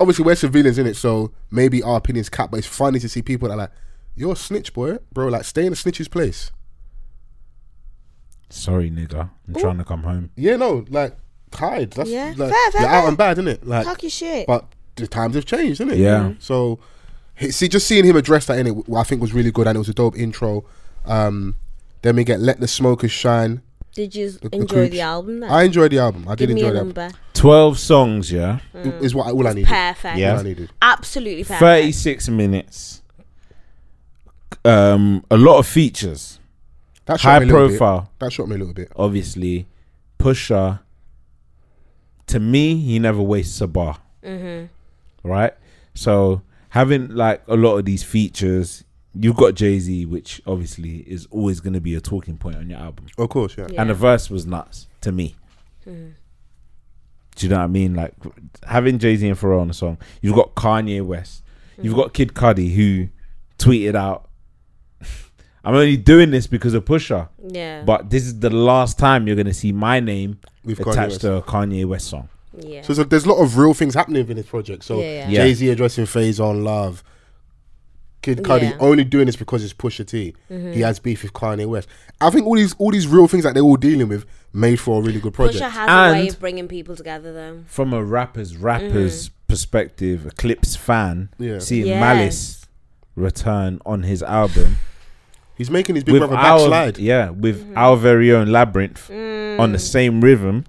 S4: Obviously, we're civilians in it, so maybe our opinions cap. But it's funny to see people that are like, "You're a snitch, boy, bro." Like, stay in a snitch's place.
S3: Sorry, nigga, I'm trying to come home.
S4: Yeah, no, like hide. That's
S6: Yeah.
S4: like,
S6: Fair, fair,
S4: you're out
S6: fair.
S4: and bad, isn't it? Like,
S6: Talk your shit. Mm-hmm.
S4: but the times have changed, isn't it?
S3: Yeah. Mhm.
S4: So, he- see, just seeing him address that in it, I think was really good, and it was a dope intro. Um, then we get "Let the Smokers Shine."
S6: Did you
S4: the
S6: enjoy
S4: cooch.
S6: the album then?
S4: I enjoyed the album. I
S6: Give
S4: did
S6: me
S4: enjoy
S6: a
S4: the album.
S6: number.
S3: Twelve songs, yeah,
S6: Mm.
S4: It- Is what I- all I needed.
S6: Perfect.
S3: Yeah.
S4: All I needed.
S6: Absolutely perfect.
S3: thirty-six minutes. Um, a lot of features,
S4: That shot
S3: high
S4: me a little bit.
S3: profile,
S4: That shot me a little bit.
S3: obviously. Pusher. To me, he never wastes a bar. right? So having like a lot of these features, you've got Jay Z, which obviously is always going to be a talking point on your album.
S4: Of course, yeah.
S3: And the verse was nuts to me. Do you know what I mean? Like having Jay Z and Pharrell on a song. You've got Kanye West. You've got Kid Cudi who tweeted out, [laughs] "I'm only doing this because of Pusha."
S6: Yeah.
S3: But this is the last time you're gonna see my name
S4: With Kanye
S3: attached
S4: West.
S3: to a Kanye West song.
S6: yeah.
S4: So, so there's a lot of real things happening in this project. So
S6: Yeah, yeah.
S3: Yeah.
S4: Jay Z addressing Phase on Love. Kid Cudi
S6: Yeah. Mm-hmm.
S4: only doing this because it's Pusha T. He has beef with Kanye West. I think all these all these real things that they're all dealing with made for a really good project.
S6: Pusha has a way
S3: And-
S6: of bringing people together, though.
S3: from a rapper's rapper's perspective, Eclipse fan,
S4: Yeah.
S3: seeing
S6: Mm. Yes.
S3: Malice return on his album
S4: He's making his [laughs] big
S3: with
S4: brother
S3: our
S4: backslide.
S3: yeah with
S6: Mm-hmm.
S3: our very own Labyrinth
S6: Mm.
S3: on the same rhythm.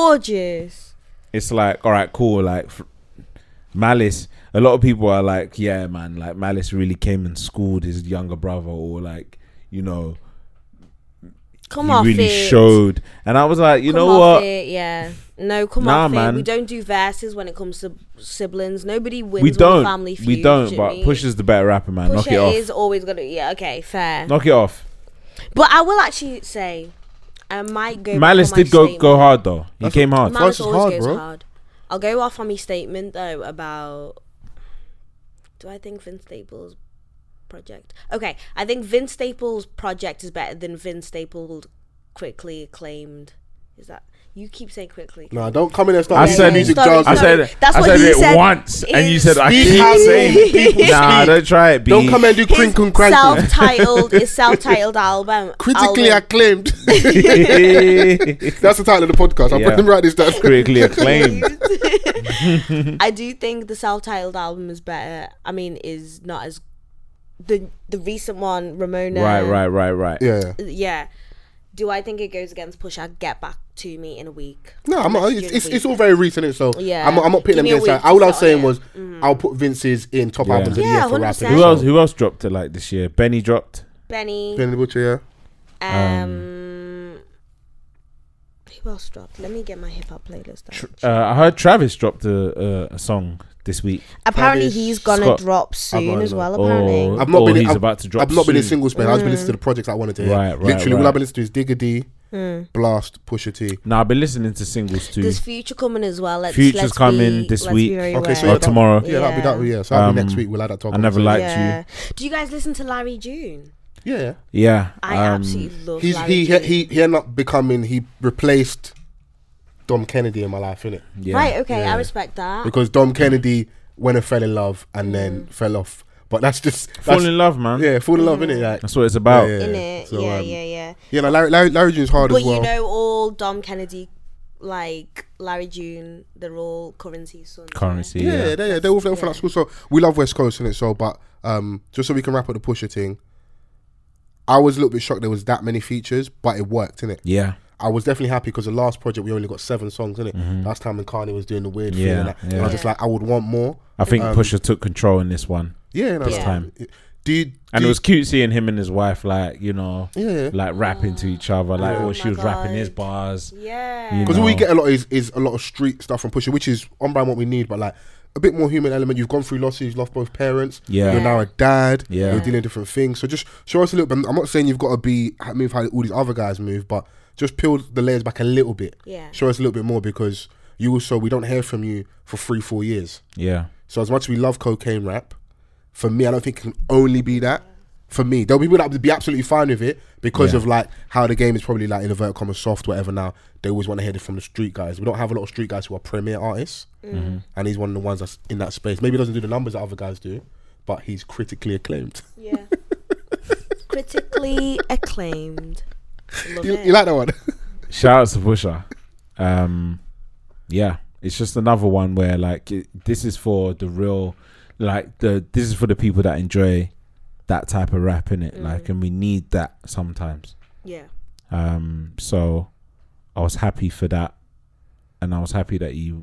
S6: Gorgeous.
S3: It's like all right, cool. Like f- Malice, a lot of people are like, yeah, man, like Malice really came and schooled his younger brother, or like you know
S6: Come
S3: he
S6: off
S3: really
S6: it.
S3: showed. And I was like, you
S6: Come
S3: know
S6: off
S3: what?
S6: It, yeah. No, come
S3: Nah,
S6: off
S3: man.
S6: it. We don't do verses when it comes to siblings. Nobody wins
S3: We
S6: with a
S3: don't,
S6: family feud.
S3: we
S6: do
S3: don't.
S6: you
S3: But
S6: mean?
S3: Push is the better rapper, man. Knock
S6: Pusha
S3: it off.
S6: is always gonna. Yeah. Okay. Fair.
S3: Knock it off.
S6: But I will actually say, I might go. back
S3: Malice
S6: on my
S3: did go
S6: statement.
S3: go hard though. He
S4: That's
S3: came
S4: what-
S3: hard.
S4: Malice
S6: Malice
S4: is
S6: always
S4: hard,
S6: goes
S4: bro.
S6: hard. I'll go off on my statement though about. Do I think Vince Staples' project? Okay, I think Vince Staples' project is better than Vince Staples' quickly acclaimed. Is that you keep saying quickly?
S4: Nah, don't come in there
S3: I
S4: start
S3: said-
S4: saying music
S6: Sorry,
S4: jargon.
S3: I said it.
S6: That's
S3: I
S6: what
S3: said
S6: he
S3: it
S6: said.
S3: once, and you said I
S4: Speak
S3: keep
S4: how
S6: [laughs]
S3: saying.
S4: people
S3: it. Nah,
S4: speak.
S3: don't try it. B.
S4: Don't come and do
S6: His
S4: crink and crank. [laughs]
S6: self-titled his self-titled album.
S4: Critically
S6: album.
S4: acclaimed. [laughs]
S3: and
S4: That's the title of the podcast. I'll
S3: Yeah.
S4: put them right this down.
S3: [laughs] critically acclaimed.
S6: [laughs] I do think the self-titled album is better. I mean, is not as the the recent one, Ramona.
S3: Right, right, right, right.
S4: Yeah.
S6: yeah. Do I think it goes against push? I get back to me in a week.
S4: No, I'm not, it's,
S6: Message you in a
S4: it's, it's
S6: week.
S4: all very recent, so
S6: Yeah.
S4: I'm, not- I'm not
S6: Give
S4: putting
S6: me
S4: them against
S6: a week
S4: that. All
S6: to
S4: I was
S6: settle
S4: saying
S6: it. Mm.
S4: was I'll put Vince's in top
S3: Yeah.
S4: albums of the
S6: Yeah,
S4: year for rapping.
S6: 100%.
S3: Who else? Who else dropped it like this year? Benny dropped.
S6: Benny.
S4: Ben the Butcher,
S6: um, who else dropped? Let me get my hip hop playlist. out.
S3: Uh, I heard Travis dropped a, a, a song this week.
S6: apparently,
S4: Travis
S6: he's gonna
S3: Scott.
S6: drop soon
S4: I've
S6: as well.
S3: Or,
S6: Apparently,
S4: I've not
S3: or
S4: been in-
S3: he's
S4: I've-
S3: about to
S4: yeah.
S3: drop.
S4: I've not been in
S3: soon.
S4: singles, man. I've just
S6: Mm.
S4: been listening to the projects I wanted to hear.
S3: Right, right,
S4: Literally, all
S3: right.
S4: I've been listening to is Digga D,
S6: Hmm.
S4: Blast, Pusha T.
S3: Nah, I've been listening to singles too.
S6: there's future coming as well. Let's,
S3: Future's
S6: let's
S3: coming
S6: be,
S3: this
S6: let's
S3: week.
S6: Be very
S4: Okay, so
S6: aware.
S3: Or tomorrow. Um,
S4: Yeah, that'll be that. Yeah, so that'll be next week. We'll add that talk.
S3: I never
S4: like.
S3: liked
S6: yeah.
S3: you.
S6: Do you guys listen to Larry June?
S4: Yeah, yeah.
S3: Yeah,
S6: I
S3: um,
S6: absolutely love.
S4: He's
S6: Larry
S4: he, he
S6: June.
S4: he he ended up becoming he replaced Dom Kennedy in my life, innit?
S3: yeah.
S6: Right. Okay. I respect that.
S4: Because Dom Kennedy went and fell in love and
S6: Mm.
S4: then fell off. But that's just
S3: Fall
S4: that's,
S3: in love, man.
S4: Yeah, fall in love, innit? Like,
S3: That's what it's about.
S4: Yeah,
S6: In it.
S4: so,
S6: yeah.
S4: um,
S6: yeah. Yeah.
S4: yeah, no, Larry, Larry, Larry June's hard
S6: But
S4: as well.
S6: you know, all Dom Kennedy, like Larry June, they're all currency sons. right?
S3: Currency.
S4: yeah,
S3: yeah.
S4: yeah, they, they're all them for that school. So we love West Coast, innit? So, but um, just so we can wrap up the Pusher thing, I was a little bit shocked there was that many features, but it worked, innit?
S3: Yeah.
S4: I was definitely happy because the last project we only got seven songs in it. Last time when Kanye was doing the weird thing,
S3: Mm-hmm. Yeah,
S4: and, that, and I
S3: yeah.
S4: was just like, I would want more.
S3: I think Pusher took control in this one.
S4: Yeah, no,
S6: This
S4: no.
S3: time.
S4: Do you, do
S3: And it
S4: you-
S3: was cute seeing him and his wife like, you know,
S4: yeah,
S3: like rapping to each other. Like,
S6: Oh
S3: oh, she
S6: my
S3: was rapping his
S6: God.
S3: bars.
S6: Yeah.
S3: You
S4: because all we
S3: No.
S4: get a lot is is a lot of street stuff from Pusha, which is on brand what we need. But like a bit more human element. You've gone through losses, you've lost both parents.
S3: Yeah.
S4: You're now a dad.
S3: Yeah.
S4: You're dealing with different things. So just show us a little bit. I'm not saying you've got to be ha- move how all these other guys move, but just peel the layers back a little bit.
S6: Yeah.
S4: Show us a little bit more because you also we don't hear from you for three, four years.
S3: Yeah.
S4: So as much as we love cocaine rap, for me, I don't think it can only be that. For me, there'll be people that would be absolutely fine with it because
S3: Yeah.
S4: of like how the game is probably like in inverted commas soft, whatever. Now they always want to hear it from the street guys. We don't have a lot of street guys who are premier artists,
S3: Mm-hmm.
S4: and he's one of the ones that's in that space. Maybe he doesn't do the numbers that other guys do, but he's critically acclaimed. [laughs]
S6: Yeah.
S3: [laughs]
S6: Critically acclaimed. Love
S4: You,
S6: it.
S4: you like that one?
S3: Shout out to Pusha. Um, yeah, it's just another one where like it, this is for the real, like the this is for the people that enjoy that type of rap in it.
S6: Mm.
S3: Like, and we need that sometimes.
S6: yeah.
S3: Um, so I was happy for that, and I was happy that he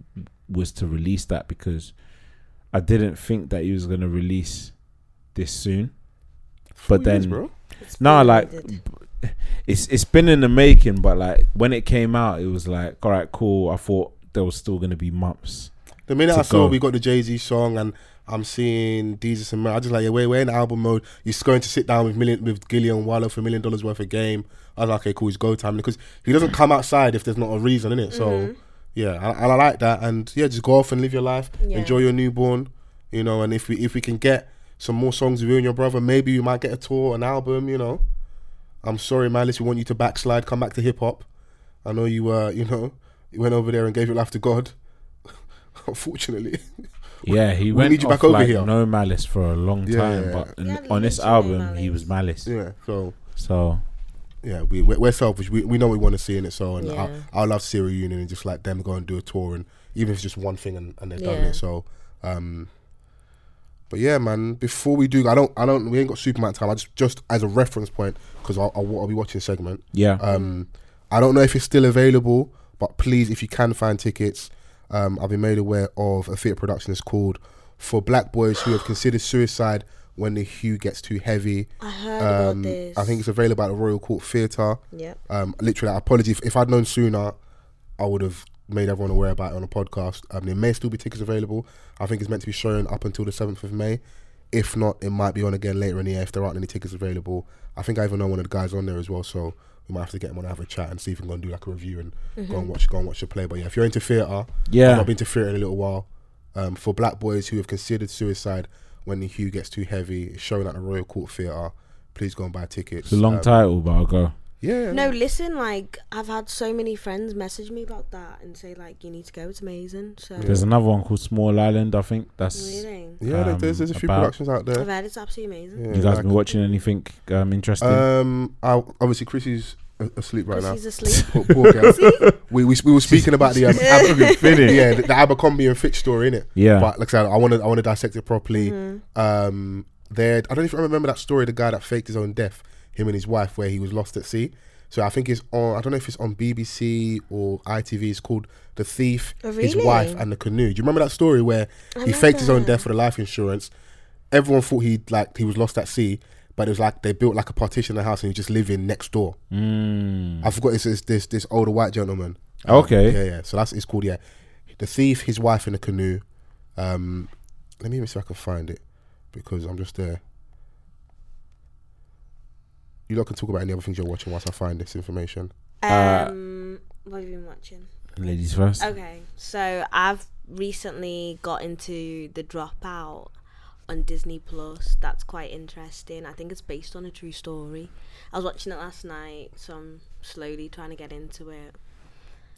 S3: was to release that because I didn't think that he was gonna release this soon. But then,
S4: bro.
S6: It's
S3: No,
S6: been
S3: like
S6: amended.
S3: b- it's it's been in the making, but like when it came out, it was like, all right, cool. I thought there was still gonna be months.
S4: The minute
S3: to
S4: I saw
S3: go.
S4: we got the Jay Z song and I'm seeing Jesus and Mary, I just like, yeah, we're, we're in album mode. He's going to sit down with million with Gillian Waller for a million dollars worth of game. I was like, okay, cool, it's go time because he doesn't come outside if there's not a reason in it. So yeah, and, and I like that. And yeah, just go off and live your life,
S6: Yeah.
S4: enjoy your newborn, you know. And if we if we can get some more songs with you and your brother, maybe you might get a tour, an album, you know. I'm sorry, Malice. We want you to backslide, come back to hip hop. I know you uh, [laughs] you know, you went over there and gave your life to God. [laughs] Unfortunately, [laughs]
S3: Yeah, he
S4: we
S3: went
S4: need you
S3: off,
S4: back over
S3: like,
S4: here.
S3: no malice for a long
S4: Yeah,
S3: time,
S4: yeah,
S3: but
S6: yeah.
S3: on this
S6: Yeah, literally
S3: album he
S6: malice.
S3: was malice.
S4: yeah. So
S3: So
S4: yeah, we we're, we're selfish. We, we know we want to see in it. So and
S6: Yeah.
S4: I, I love to see a reunion and just like them go and do a tour and even if it's just one thing and, and they've done
S6: Yeah.
S4: it. So, um, but yeah, man. Before we do, I don't I don't we ain't got Superman time. I just just as a reference point because I'll, I'll, I'll be watching a segment.
S3: yeah,
S4: Um, I don't know if it's still available, but please, if you can find tickets, um, I've been made aware of a theatre production that's called For Black Boys Who Have Considered Suicide When the Hue Gets Too Heavy.
S6: I heard about
S4: Um,
S6: this.
S4: I think it's available at the Royal Court Theatre.
S6: Yep.
S4: Um, literally, apology. If, if I'd known sooner, I would have made everyone aware about it on a podcast. Um, there may still be tickets available. I think it's meant to be shown up until the 7th of May. If not, it might be on again later in the year if there aren't any tickets available. I think I even know one of the guys on there as well, so we might have to get him on and have a chat and see if we can go and do like a review and go
S6: Mm-hmm.
S4: and watch go and watch the play. But yeah, if you're into theatre,
S3: Yeah.
S4: I've been to theatre in a little while. Um, for black boys who have considered suicide when the hue gets too heavy, it's showing at the Royal Court Theatre. Please go and buy tickets.
S3: it's a long
S4: Um,
S3: title, but I'll go.
S4: Yeah.
S6: No, listen, like I've had so many friends message me about that and say like you need to go, it's amazing. So
S3: There's another one called Small Island. I think that's.
S6: really.
S4: Yeah, there- there's, there's a few
S3: Um, about-
S4: productions out
S6: I've
S4: there.
S6: heard it's absolutely amazing.
S4: Yeah,
S3: You guys
S4: like-
S3: been watching anything um, interesting?
S4: Um, I, obviously Chrissy's a- asleep right
S6: Because
S4: now.
S6: he's asleep.
S4: Poor, poor
S6: [laughs]
S4: girl. we, we we were speaking about the um, Ab- yeah the, the Abercrombie and Fitch story in it.
S3: Yeah.
S4: but like I said, I want to I want to dissect it properly.
S6: Hmm.
S4: Um, there I don't even remember that story. The guy that faked his own death, him and his wife, where he was lost at sea. So I think it's on. I don't know if it's on BBC or ITV. It's called The Thief,
S6: Oh,
S4: His
S6: really?
S4: Wife, and the Canoe. Do you remember that story where he faked his own
S6: remember.
S4: death for the life insurance? everyone thought he like he was lost at sea, but it was like they built like a partition in the house and he was just living next door. I forgot it's, it's this this older white gentleman. Um,
S3: Hmm. Okay.
S4: yeah, yeah. So that's it's called yeah, the thief, his wife in a canoe. Um, let me even see if I can find it because I'm just there. You lot can talk about any other things you're watching whilst I find this information. [laughs] Uh,
S6: um, what have you been watching?
S3: Ladies first.
S6: Okay, so I've recently got into the Dropout on Disney Plus. That's quite interesting. I think it's based on a true story. I was watching it last night, so I'm slowly trying to get into it.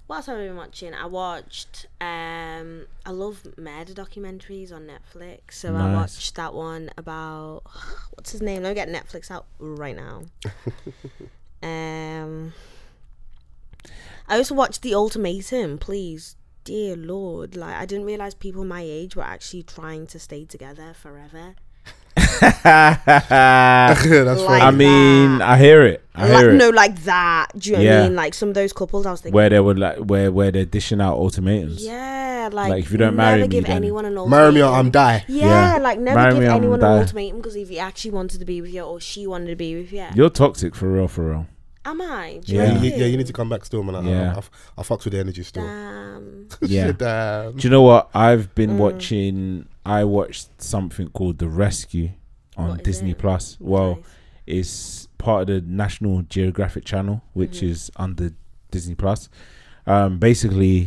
S6: What else have I been watching? I watched. Um, I love murder documentaries on Netflix, so I
S3: Nice.
S6: watched that one about [sighs] what's his name. Let me get Netflix out
S3: [laughs]
S6: right now. um, I also watched The Ultimatum. Please, dear Lord, like I didn't realize people my age were actually trying to stay together forever.
S4: that's
S3: [laughs]
S6: Like
S3: I mean,
S6: that.
S3: I hear it. I
S6: like,
S3: hear it.
S6: no, like that. Do you know what
S3: Yeah.
S6: I mean? Like some of those couples, I was thinking.
S3: Where they would like where where they're dishing out ultimatums.
S6: Yeah, like,
S3: Like, if you don't marry
S6: never
S3: me,
S6: give
S3: then-
S6: anyone an ultimatum.
S4: marry me or I'm die.
S6: Yeah,
S3: Yeah.
S6: like never
S3: Marry
S6: give
S3: me or I'm
S6: anyone an
S3: die.
S6: ultimatum because if he actually wanted to be with you or she wanted to be with you,
S3: You're toxic for real, for real.
S6: Am I? Do
S3: Yeah.
S4: You
S6: You
S4: need,
S6: reckon?
S4: yeah, you need to come back still, man. I,
S3: Yeah.
S4: I, I, I fucks with the energy still. [laughs]
S6: Damn.
S3: Yeah.
S4: Damn.
S3: Do you know what? I've been
S6: Mm.
S3: watching. I watched something called The Rescue on
S6: What is
S3: Disney
S6: it?
S3: Plus. Well,
S6: Nice.
S3: it's part of the National Geographic Channel, which is under Disney Plus. Um, basically,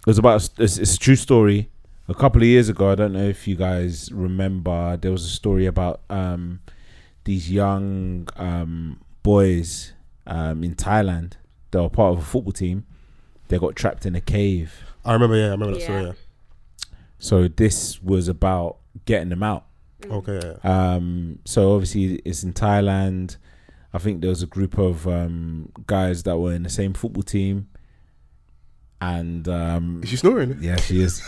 S3: it was about a s- it's, it's a true story. A couple of years ago, I don't know if you guys remember, there was a story about um, these young um, boys um, in Thailand. They were part of a football team. They got trapped in a cave.
S4: I remember, yeah, I remember that story.
S6: Yeah.
S4: Yeah.
S3: So this was about getting them out.
S6: Mm.
S4: Okay, yeah, yeah.
S3: Um, so obviously it's in Thailand. I think there was a group of um, guys that were in the same football team, and um,
S4: Is she snoring?
S3: yeah, she is.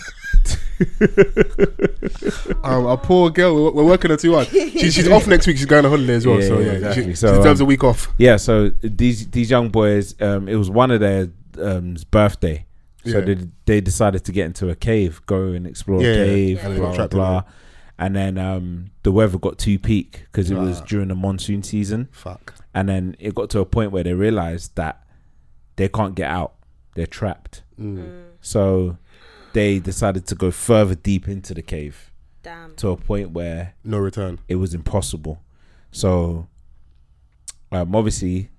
S4: Um, a poor girl. We're, we're working her too hard. She, she's off next week. She's going on holiday as well.
S3: Yeah,
S4: so
S3: yeah,
S4: yeah,
S3: exactly.
S4: she,
S3: So,
S4: she deserves
S3: um,
S4: a week off.
S3: Yeah, so these these young boys, um, it was one of their um, birthday, so
S4: Yeah.
S3: they they decided to get into a cave, go and explore
S4: Yeah,
S3: a
S4: yeah,
S3: cave,
S4: yeah. And they got
S3: blah blah.
S4: trapped in
S3: blah. And then um, the weather got too peak because it was
S4: Ah.
S3: during the monsoon season.
S4: Fuck.
S3: And then it got to a point where they realized that they can't get out. They're trapped.
S4: Mm.
S3: So they decided to go further deep into the cave
S6: Damn.
S3: to a point where
S4: No return.
S3: it was impossible. So um, obviously,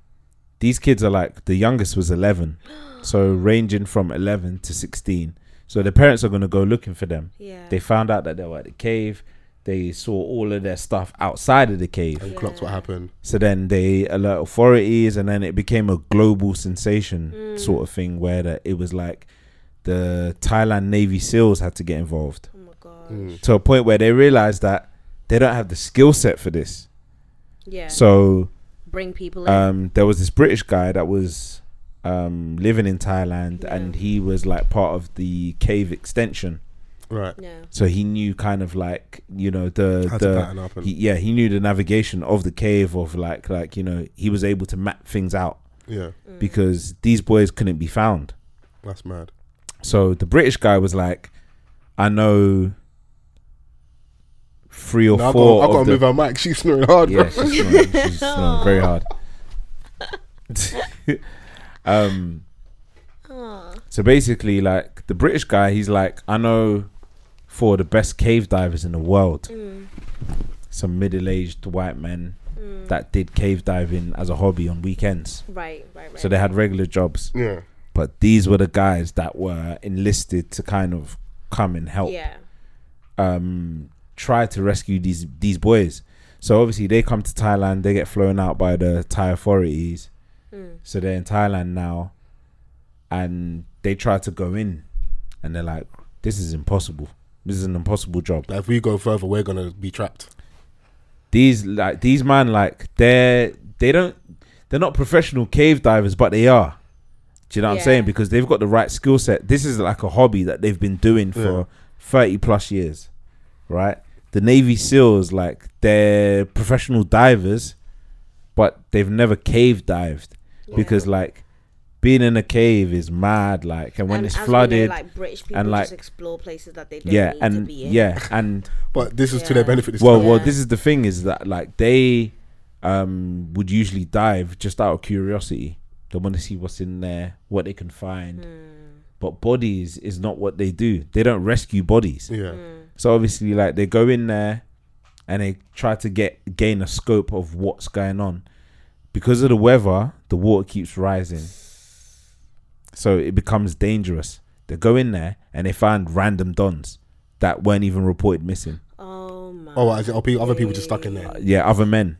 S3: these kids are like the youngest was 11. So ranging from 11 to 16. So the parents are going to go looking for them.
S6: Yeah.
S3: They found out that they were at the cave. They saw all of their stuff outside of the cave.
S4: And clocks what happened.
S3: So then they alert authorities, and then it became a global sensation
S6: Mm.
S3: sort of thing where that it was like the Thailand Navy SEALs had to get involved
S6: oh my god.
S4: Mm.
S3: to a point where they realized that they don't have the skill set for this.
S6: Yeah.
S3: So
S6: Bring people in.
S3: um, there was this British guy that was um, living in Thailand,
S6: Yeah.
S3: and he was like part of the cave extension.
S4: Right.
S6: yeah.
S3: So he knew kind of like you know the
S4: How to pattern
S3: the
S4: up and-
S3: uh, he, yeah he knew the navigation of the cave of like like you know he was able to map things out
S4: Yeah.
S3: because these boys couldn't be found.
S4: That's mad.
S3: So the British guy was like, I know three or
S4: No, I
S3: four.
S4: gotta, I gotta
S3: of the-
S4: move her mic. [laughs] She's snoring hard,
S3: Yeah,
S4: bro.
S3: she's snoring, she's snoring very hard. [laughs] um, so basically, like the British guy, he's like, I know four of the best cave divers in the world. Some middle-aged white men that did cave diving as a hobby on weekends.
S6: Right. Right. Right.
S3: So they had regular jobs
S4: Yeah.
S3: but these were the guys that were enlisted to kind of come and help
S6: Yeah.
S3: um try to rescue these these boys so obviously they come to thailand they get flown out by the thai authorities so they're in thailand now and they try to go in and they're like this is impossible this is an impossible job
S4: Like if we go further, we're gonna be trapped.
S3: these like these man like they're they don't they're not professional cave divers but they are do you know what i'm
S6: Yeah.
S3: saying because they've got the right skill set this is like a hobby that they've been doing for
S4: Yeah.
S3: 30 plus years right the navy seals like they're professional divers but they've never cave dived because like being in a cave is mad like and when
S6: And
S3: it's
S6: as we know,
S3: flooded
S6: like British people
S3: like-
S6: just explore places that they don't
S3: yeah
S6: need to
S3: and
S6: be in.
S3: yeah and
S4: But this is to their
S6: Yeah.
S4: benefit. This
S3: well,
S4: time.
S3: well,
S6: Yeah.
S3: this is the thing is that like they um would usually dive just out of curiosity. They want to see what's in there, what they can find.
S6: Mm. Hmm.
S3: But bodies is not what they do. They don't rescue bodies.
S4: yeah.
S3: So obviously, like they go in there and they try to get gain a scope of what's going on. Because of the weather, the water keeps rising, so it becomes dangerous. They go in there and they find random dons that weren't even reported missing.
S6: Oh my.
S4: Oh, as in, oh, pe- other people just stuck in there.
S3: Yeah, other men.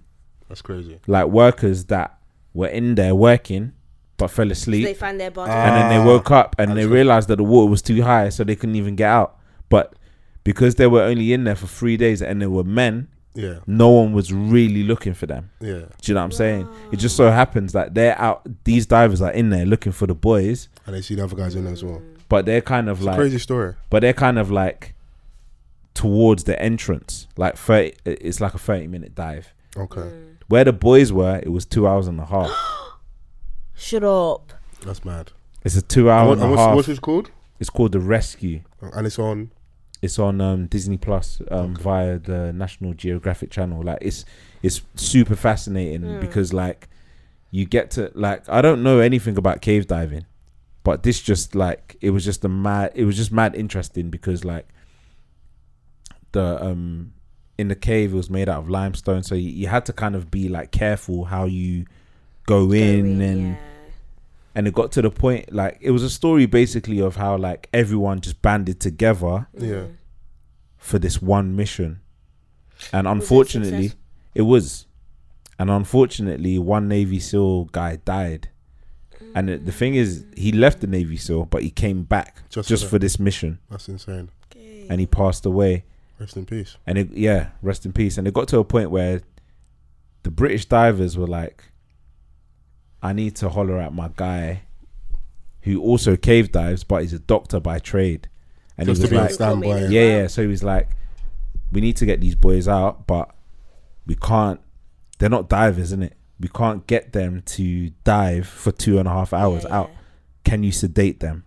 S4: That's crazy.
S3: like workers that were in there working but fell asleep
S6: They find their body.
S4: Ah,
S3: and then they woke up and they
S4: Absolutely.
S3: realized that the water was too high so they couldn't even get out but because they were only in there for three days and they were men
S4: Yeah.
S3: no one was really looking for them
S4: Yeah.
S3: do you know what i'm saying it just so happens that they're out these divers are in there looking for the boys
S4: And they see the other guys in there as well.
S6: Hmm,
S3: but they're kind of like
S4: crazy story.
S3: but they're kind of like towards the entrance like 30 it's like a 30 minute dive
S4: Okay.
S6: Mm. hmm.
S3: where the boys were it was two hours and a half
S6: Shut up.
S4: That's mad.
S3: it's a two hour
S4: What-
S3: and a
S4: what's,
S3: half
S4: what's this called?
S3: It's called The Rescue.
S4: And it's on.
S3: It's on um, Disney Plus um, via Hmm. the National Geographic Channel. Like it's it's super fascinating because like you get to like I don't know anything about cave diving, but this just like it was just a mad it was just mad interesting because like the um in the cave it was made out of limestone, so you, you had to kind of be like careful how you go in and and it got to the point like it was a story basically of how like everyone just banded together
S4: Yeah.
S3: for this one mission. And
S6: it
S3: unfortunately,
S6: successful?
S3: it was. And unfortunately, one Navy SEAL guy died. And the- the thing is, he left the Navy SEAL, but he came back
S4: Just
S3: just,
S4: for that.
S3: for this mission,
S4: That's insane.
S3: and he passed away.
S4: Rest in peace.
S3: And it, yeah, rest in peace. And it got to a point where the British divers were like, "I need to holler at my guy, who also cave dives, but he's a doctor by trade." And
S4: Just
S3: he
S4: to
S3: was
S4: be on
S3: like,
S4: standby.
S6: Yeah.
S4: Yeah.
S3: yeah, yeah. So he was like, "We need to get these boys out, but we can't. They're not divers, isn't it? We can't get them to dive for two and a half hours
S6: yeah.
S3: out. Can you sedate them?"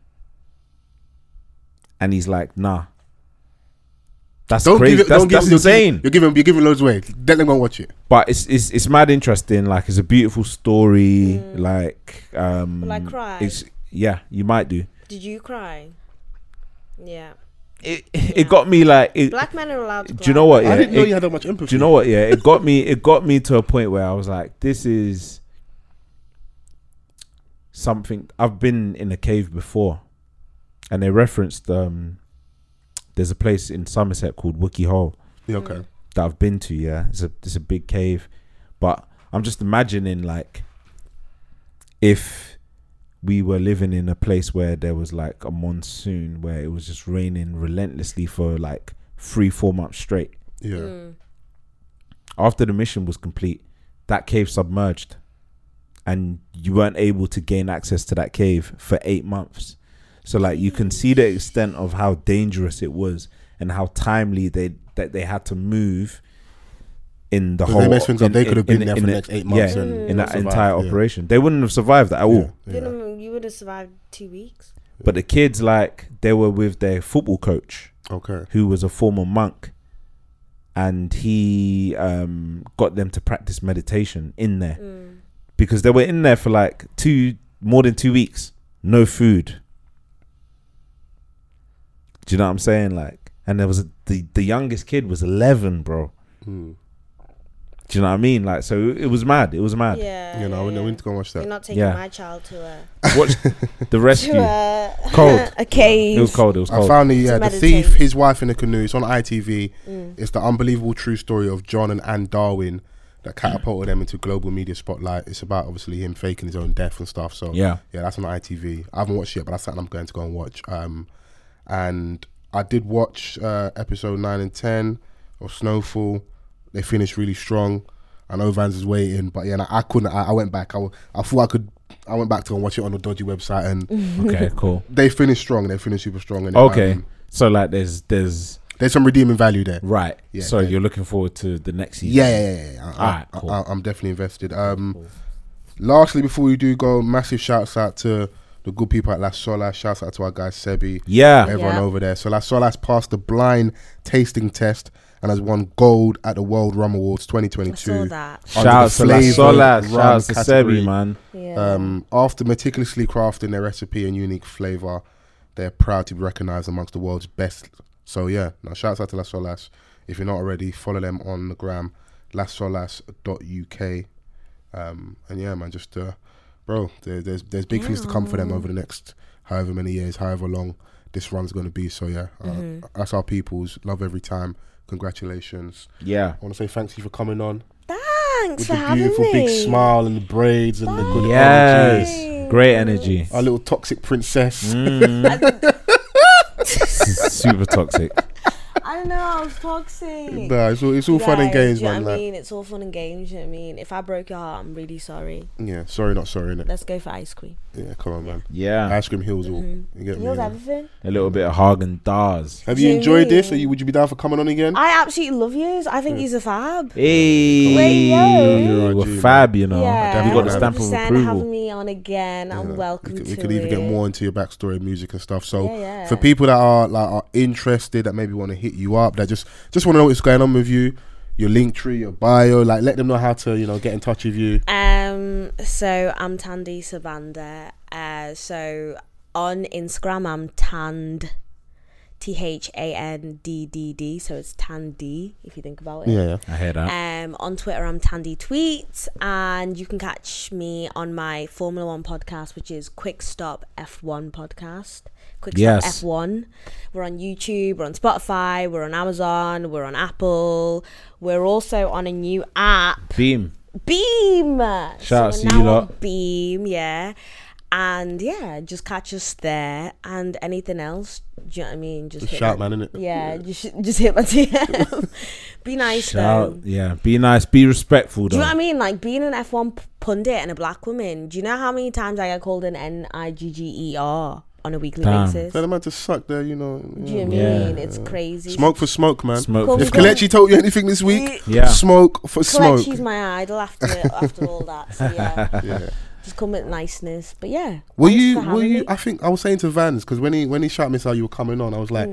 S3: And he's like, "Nah, that's
S4: Don't
S3: crazy.
S4: give it.
S3: that's
S4: don't
S3: that's
S4: give, you're
S3: insane."
S4: Giving, you're giving. You're giving loads away. Let them go and watch it.
S3: but it's it's it's mad interesting. Like, it's a beautiful story. Like, um,
S6: Will I Mm. cry?
S3: It's yeah, you might do.
S6: Did you cry? Yeah.
S3: It it got me like it,
S6: Black men are allowed to
S3: Do you know what?
S4: I
S3: Yeah,
S4: didn't know
S3: it-
S4: you had that much empathy.
S3: Do you know what? Yeah, it got me. It got me to a point where I was like, "This is something." I've been in a cave before, and they referenced. Um, there's a place in Somerset called Wookie Hole
S4: Yeah. Okay.
S3: that I've been to. Yeah, it's a it's a big cave, but I'm just imagining like if we were living in a place where there was like a monsoon where it was just raining relentlessly for like three four months straight
S4: Yeah.
S6: Mm.
S3: after the mission was complete, that cave submerged, and you weren't able to gain access to that cave for eight months. So, like, you can see the extent of how dangerous it was and how timely they that they had to move in the
S4: But they
S3: whole.
S4: mentioned that
S3: in-
S4: they could have
S3: in-
S4: been there
S3: in-
S4: for the
S3: in-
S4: next eight months
S3: Yeah,
S4: and
S3: in that
S4: survived,
S3: entire
S4: yeah.
S3: operation, they wouldn't have survived at all.
S4: Yeah. yeah.
S6: Didn't, you would have survived two weeks.
S3: But the kids, like, they were with their football coach,
S4: Okay.
S3: who was a former monk, and he um, got them to practice meditation in there
S6: Mm.
S3: because they were in there for like two more than two weeks, no food. Do you know what I'm saying? Like, and there was a, the the youngest kid was 11, bro.
S4: Hmm.
S3: Do you know what I mean? Like, so it was mad. It was mad.
S6: Yeah.
S4: You know, we
S6: yeah,
S4: know we
S6: yeah.
S4: need to go and watch
S6: You're
S4: that.
S6: not taking
S3: Yeah.
S6: my child to a
S3: [laughs] Watch the rescue.
S6: [laughs] to uh, a,
S3: Cold.
S6: [laughs] a cave.
S3: It was cold. It was
S4: [laughs] I
S3: cold.
S4: found the yeah, the
S6: meditate.
S4: thief, his wife in the canoe. It's on ITV. It's the unbelievable true story of John and Anne Darwin that catapulted them into global media spotlight. It's about obviously him faking his own death and stuff. So
S3: Yeah.
S4: yeah, that's on ITV. I haven't watched it, but that's something I'm going to go and watch. Um, and I did watch uh, episode nine and ten of Snowfall. They finished really strong. I know Vans is waiting, but yeah, nah, I couldn't. I, I went back. I, wa- I thought I could. I went back to go and watch it on the dodgy website, and [laughs]
S3: Okay, cool.
S4: they finished strong. They finished super strong. And
S3: Okay,
S4: um,
S3: so like, there's there's
S4: there's some redeeming value there.
S3: Right.
S4: Yeah,
S3: so
S4: yeah.
S3: you're looking forward to the next season.
S4: Yeah, yeah, yeah. yeah. I,
S3: Alright,
S4: I,
S3: cool.
S4: I, am definitely invested. Um, Lastly, before we do go, massive shouts out to the good people at La Sola. Shouts out to our guy Sebi.
S3: Yeah.
S4: Everyone
S6: Yeah.
S4: over there. So La Sola's passed the blind tasting test and has won gold at the World Rum Awards
S6: I saw
S4: 2022.
S6: that.
S4: Under
S3: Shouts
S4: the
S3: to La
S4: flavour
S3: Sola.
S4: rum
S3: Shouts to
S4: category.
S3: Sebi, man.
S6: Yeah.
S4: Um, after meticulously crafting their recipe and unique flavor, they're proud to be recognized amongst the world's best. So yeah, now shouts out to Las Solas. If you're not already, follow them on the gram, lasolas.uk. Um, and yeah, man, just uh, bro, there, there's there's big things to come for them over the next however many years, however long this run's going to be. So yeah, uh,
S6: Mm-hmm.
S4: that's our peoples. Love every time. Congratulations.
S3: Yeah.
S4: I want to say thanks to you for coming on with
S6: Thanks for
S4: the
S6: having
S4: beautiful
S6: me.
S4: big
S6: [laughs]
S4: smile and the braids and the good energy
S3: Yes. Great energy. Mm.
S4: our little toxic princess.
S3: Super toxic.
S6: I know I was toxic.
S4: Nah, it's all, it's all fun and games,
S6: Guys, Mm. you know
S4: man.
S6: what I
S4: Like,
S6: mean, it's all fun and games. You know what I mean, if I broke your heart, I'm really sorry.
S4: yeah, sorry, not sorry, innit?
S6: Let's go for ice cream.
S4: Yeah, come on, man.
S3: Yeah.
S4: Ice cream heals all. You get me?
S6: Heals
S4: innit?
S6: everything.
S3: A little bit of Hagen Dazs.
S4: Have you
S6: Do you
S4: enjoyed this?
S6: mean-
S4: Are you, would you be down for coming on again?
S6: I absolutely love yous. I
S4: Hmm.
S6: think yous are fab.
S3: Hey.
S6: Wait, yo.
S3: You
S4: You're a
S3: were
S4: G,
S3: fab, you know.
S6: yeah,
S3: You got the
S4: Definitely.
S3: stamp of
S6: 100% Having
S3: approval.
S6: me on again,
S4: Yeah,
S6: I'm welcome
S4: We could,
S6: to
S4: we could
S6: it.
S4: even get more into your backstory, music and stuff. So,
S6: Yeah, yeah.
S4: for people that are like are interested, that maybe want to hit you up, that just just want to know what's going on with you, your link tree, your bio. Like, let them know how to, you know, get in touch with you.
S6: Um, so I'm Tandy Savanda. Uh, so on Instagram, I'm Tand, T H A N D D D. So it's Tandy if you think about it.
S4: Yeah, yeah.
S3: I hear that.
S6: Um, on Twitter, I'm Tandy Tweets, and you can catch me on my Formula One podcast, which is Quick Stop F1 podcast. Quick
S3: Yes.
S6: Stop F1. We're on YouTube, we're on Spotify, we're on Amazon, we're on Apple. We're also on a new app
S3: Beam.
S6: Beam.
S3: Shout out
S6: so
S3: to
S6: we're
S3: you
S6: now on
S3: lot.
S6: Beam, yeah. And yeah, just catch us there and anything else. Do you know what I mean? Just, hit
S4: shout,
S6: my-
S4: man, innit?
S6: Yeah, Just, just hit my [laughs] DM. Be nice
S3: Shout.
S6: though.
S3: Yeah. Be nice. Be respectful
S6: Do
S3: though.
S6: you know what I mean? Like being an F1 p- pundit and a black woman. Do you know how many times I get called an N I G G E R on a weekly
S3: Damn.
S6: basis?
S4: Tell
S6: Do
S4: them how to suck there, you know. you
S6: you know
S4: know.
S6: what I
S3: Yeah.
S6: mean? It's crazy.
S4: Smoke for smoke, man.
S3: Smoke.
S6: Cool.
S3: for
S4: If
S3: smoke.
S4: Kalechi told you anything this week,
S3: Yeah.
S4: smoke for
S6: Collect,
S4: smoke.
S6: she's my idol after after all that. So
S3: [laughs]
S6: yeah, [laughs]
S4: Yeah.
S6: just come with niceness. But yeah,
S4: Were
S6: thanks
S4: you?
S6: for
S4: Were
S6: having
S4: you?
S6: me.
S4: I think I was saying to Vans because when he when he shouted me out, you were coming on. I was like,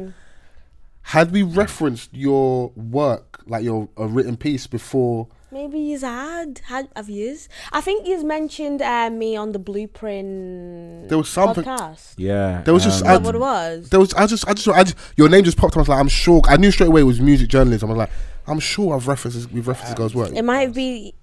S4: had we referenced your work, like your a written piece before?
S6: Maybe he's had had have years. I think he's mentioned uh, me on the Blueprint
S4: There was something.
S6: podcast.
S3: Yeah. Um,
S4: There was just-
S6: Is that
S4: I-
S6: what it was?
S4: There was. I just. I just. I just. Your name just popped. up. I was like, I'm sure. I knew straight away it was music journalism. I was like, I'm sure I've referenced. this- We've referenced this girl's work.
S6: It might be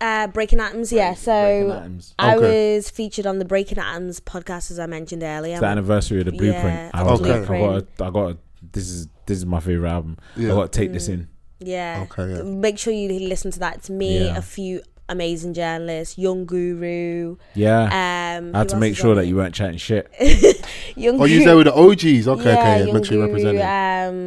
S6: uh, Breaking Atoms. Yeah, so
S3: Breaking Atoms.
S6: I
S4: Okay.
S6: was featured on the Breaking Atoms podcast as I mentioned earlier.
S3: It's the anniversary of the blueprint.
S6: Yeah,
S3: I was
S4: Okay.
S3: like, I got, I got. This is this is my favorite album.
S4: Yeah.
S3: I got to take
S6: Mm.
S3: this in.
S6: Yeah.
S4: Okay, yeah.
S6: Make sure you listen to that. It's me,
S3: Yeah.
S6: a few amazing journalists, Young Guru.
S3: Yeah.
S6: Um,
S3: I had
S6: who
S3: to
S6: else
S3: make
S6: is
S3: sure
S6: on
S3: that
S6: it?
S3: you weren't chatting shit.
S6: Young
S4: Oh,
S6: Guru-
S4: you there with the OGs? Okay, okay. Yeah,
S6: Young
S4: make sure you
S6: Guru,
S4: represent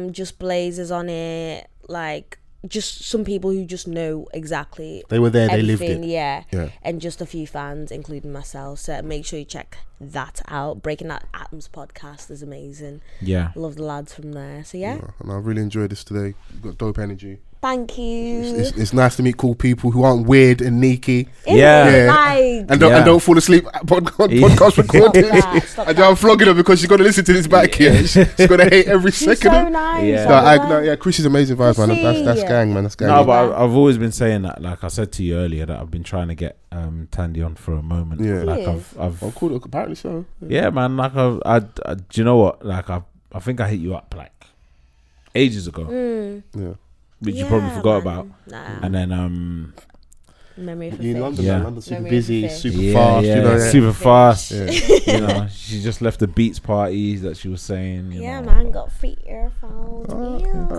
S4: it.
S6: Um, just blazers on it, like just some people who just know exactly.
S4: They were there. They lived
S6: everything,
S4: it.
S6: yeah.
S4: Yeah.
S6: and just a few fans, including myself. So make sure you check that out. Breaking that Atoms podcast is amazing.
S3: Yeah.
S6: Love the lads from there. So yeah,
S4: And I really enjoyed this today. You've got dope energy.
S6: thank you.
S4: It's, it's, it's nice to meet cool people who aren't weird and neaky.
S6: Isn't
S3: Yeah.
S6: it?
S4: Yeah.
S6: Like,
S4: And don't,
S3: Yeah.
S4: and don't fall asleep at [laughs] podcast,
S3: Yeah.
S4: podcast
S6: [laughs] that,
S4: recordings. [laughs]
S6: stop
S4: and I'm flogging her because she's going to listen to this back here. She's, going to
S3: [laughs]
S4: hate every
S6: she's
S4: second
S6: so
S4: of it.
S6: nice.
S3: Yeah.
S6: I
S4: No, I,
S6: love
S4: no,
S6: her.
S4: yeah, Chrissy's an amazing vibe, man. That's, that's
S6: Chrissy.
S4: gang, man. That's gang.
S3: No,
S6: Yeah.
S3: but I- I've always been saying that. Like I said to you earlier, that I've been trying to get um, Tandy on for a moment.
S4: Yeah.
S3: Like
S6: Yeah.
S3: I've, I've,
S4: oh, cool. look, Apparently so.
S3: yeah, man. Like I've, I, I, do you know what? Like I, I think I hit you up like ages ago,
S4: Yeah.
S3: which you probably
S6: Mm. Yeah,
S3: forgot
S6: man.
S3: about.
S6: Nah,
S3: And then um,
S6: memory for
S4: You in London,
S3: Yeah.
S4: man. London's super
S6: Memory
S4: busy,
S6: of the
S4: super
S3: yeah,
S4: fast.
S3: yeah,
S4: you know, yeah.
S3: super fast.
S4: Yeah.
S3: you know, she just left the beats party that she was saying. you
S6: Yeah,
S3: know.
S6: man, got free earphones. Ew.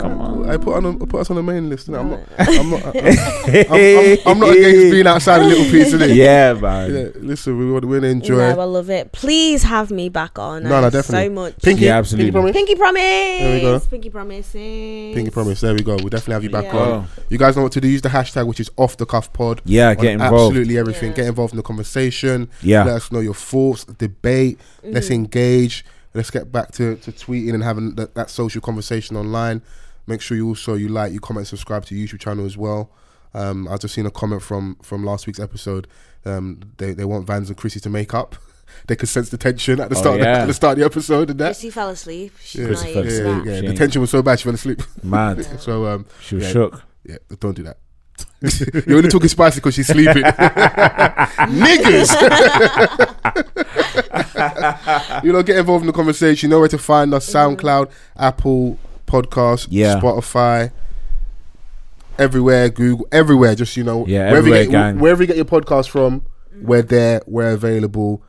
S3: [laughs] Come on.
S4: Oh, I put on a, put us on the main list. innit? I'm
S3: [laughs]
S4: not. I'm not. I'm, I'm, I'm not against being outside a little piece of it.
S3: [laughs] Yeah, man.
S4: Yeah, listen, we want to enjoy.
S6: No, I love it. Please have me back on.
S4: No,
S6: I
S4: no,
S6: have
S4: definitely.
S6: So much.
S4: Pinky,
S3: Yeah, absolutely.
S4: Pinky promise. we go.
S6: Pinky promise. There Pinky promises.
S4: Pinky promise. There we go. We'll definitely have you back
S6: Yeah.
S4: on. You guys know what to do. Use the hashtag, which is off the cuff pod.
S3: Yeah,
S4: on
S3: get involved.
S4: Absolutely everything.
S6: Yeah.
S4: Get involved in the conversation.
S3: Yeah.
S4: [laughs] Let us know your thoughts. Debate. Let's
S6: Mm.
S4: engage. Let's get back to, to tweeting and having that, that social conversation online. Make sure you also you like, you comment, subscribe to the YouTube channel as well. Um, I just seen a comment from from last week's episode. Um, they they want Vans and Chrissy to make up. [laughs] They could sense the tension at the
S3: Oh,
S4: start of the,
S3: yeah.
S4: at the start of the episode and that.
S6: Chrissy fell asleep. She's
S4: Yeah.
S3: Chrissy
S6: naive
S3: fell
S6: to
S4: Yeah,
S3: asleep.
S6: that.
S4: yeah, the
S3: Shame.
S4: tension was so bad she fell asleep. [laughs]
S3: Mad.
S4: So um,
S3: She was
S4: Yeah.
S3: shook.
S4: yeah, don't do that. [laughs] You're only talking spicy because
S3: [laughs]
S4: she's sleeping. [laughs] Niggas! you know, get involved in the conversation. You know where to find us SoundCloud, Apple Podcasts,
S3: Yeah.
S4: Spotify, everywhere, Google, everywhere. Just, you know,
S3: Yeah,
S4: wherever,
S3: everywhere,
S4: you get,
S3: gang.
S4: wherever you get your podcast from, we're there, we're available.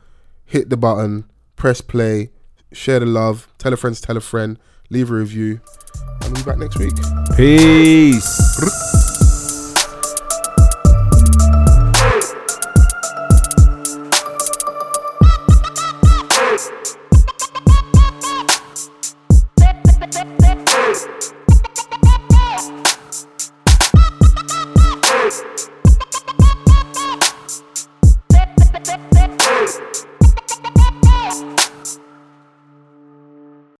S4: Hit the button, press play, share the love, tell a friend, to tell a friend, leave a review, and we'll be back next week.
S3: Peace.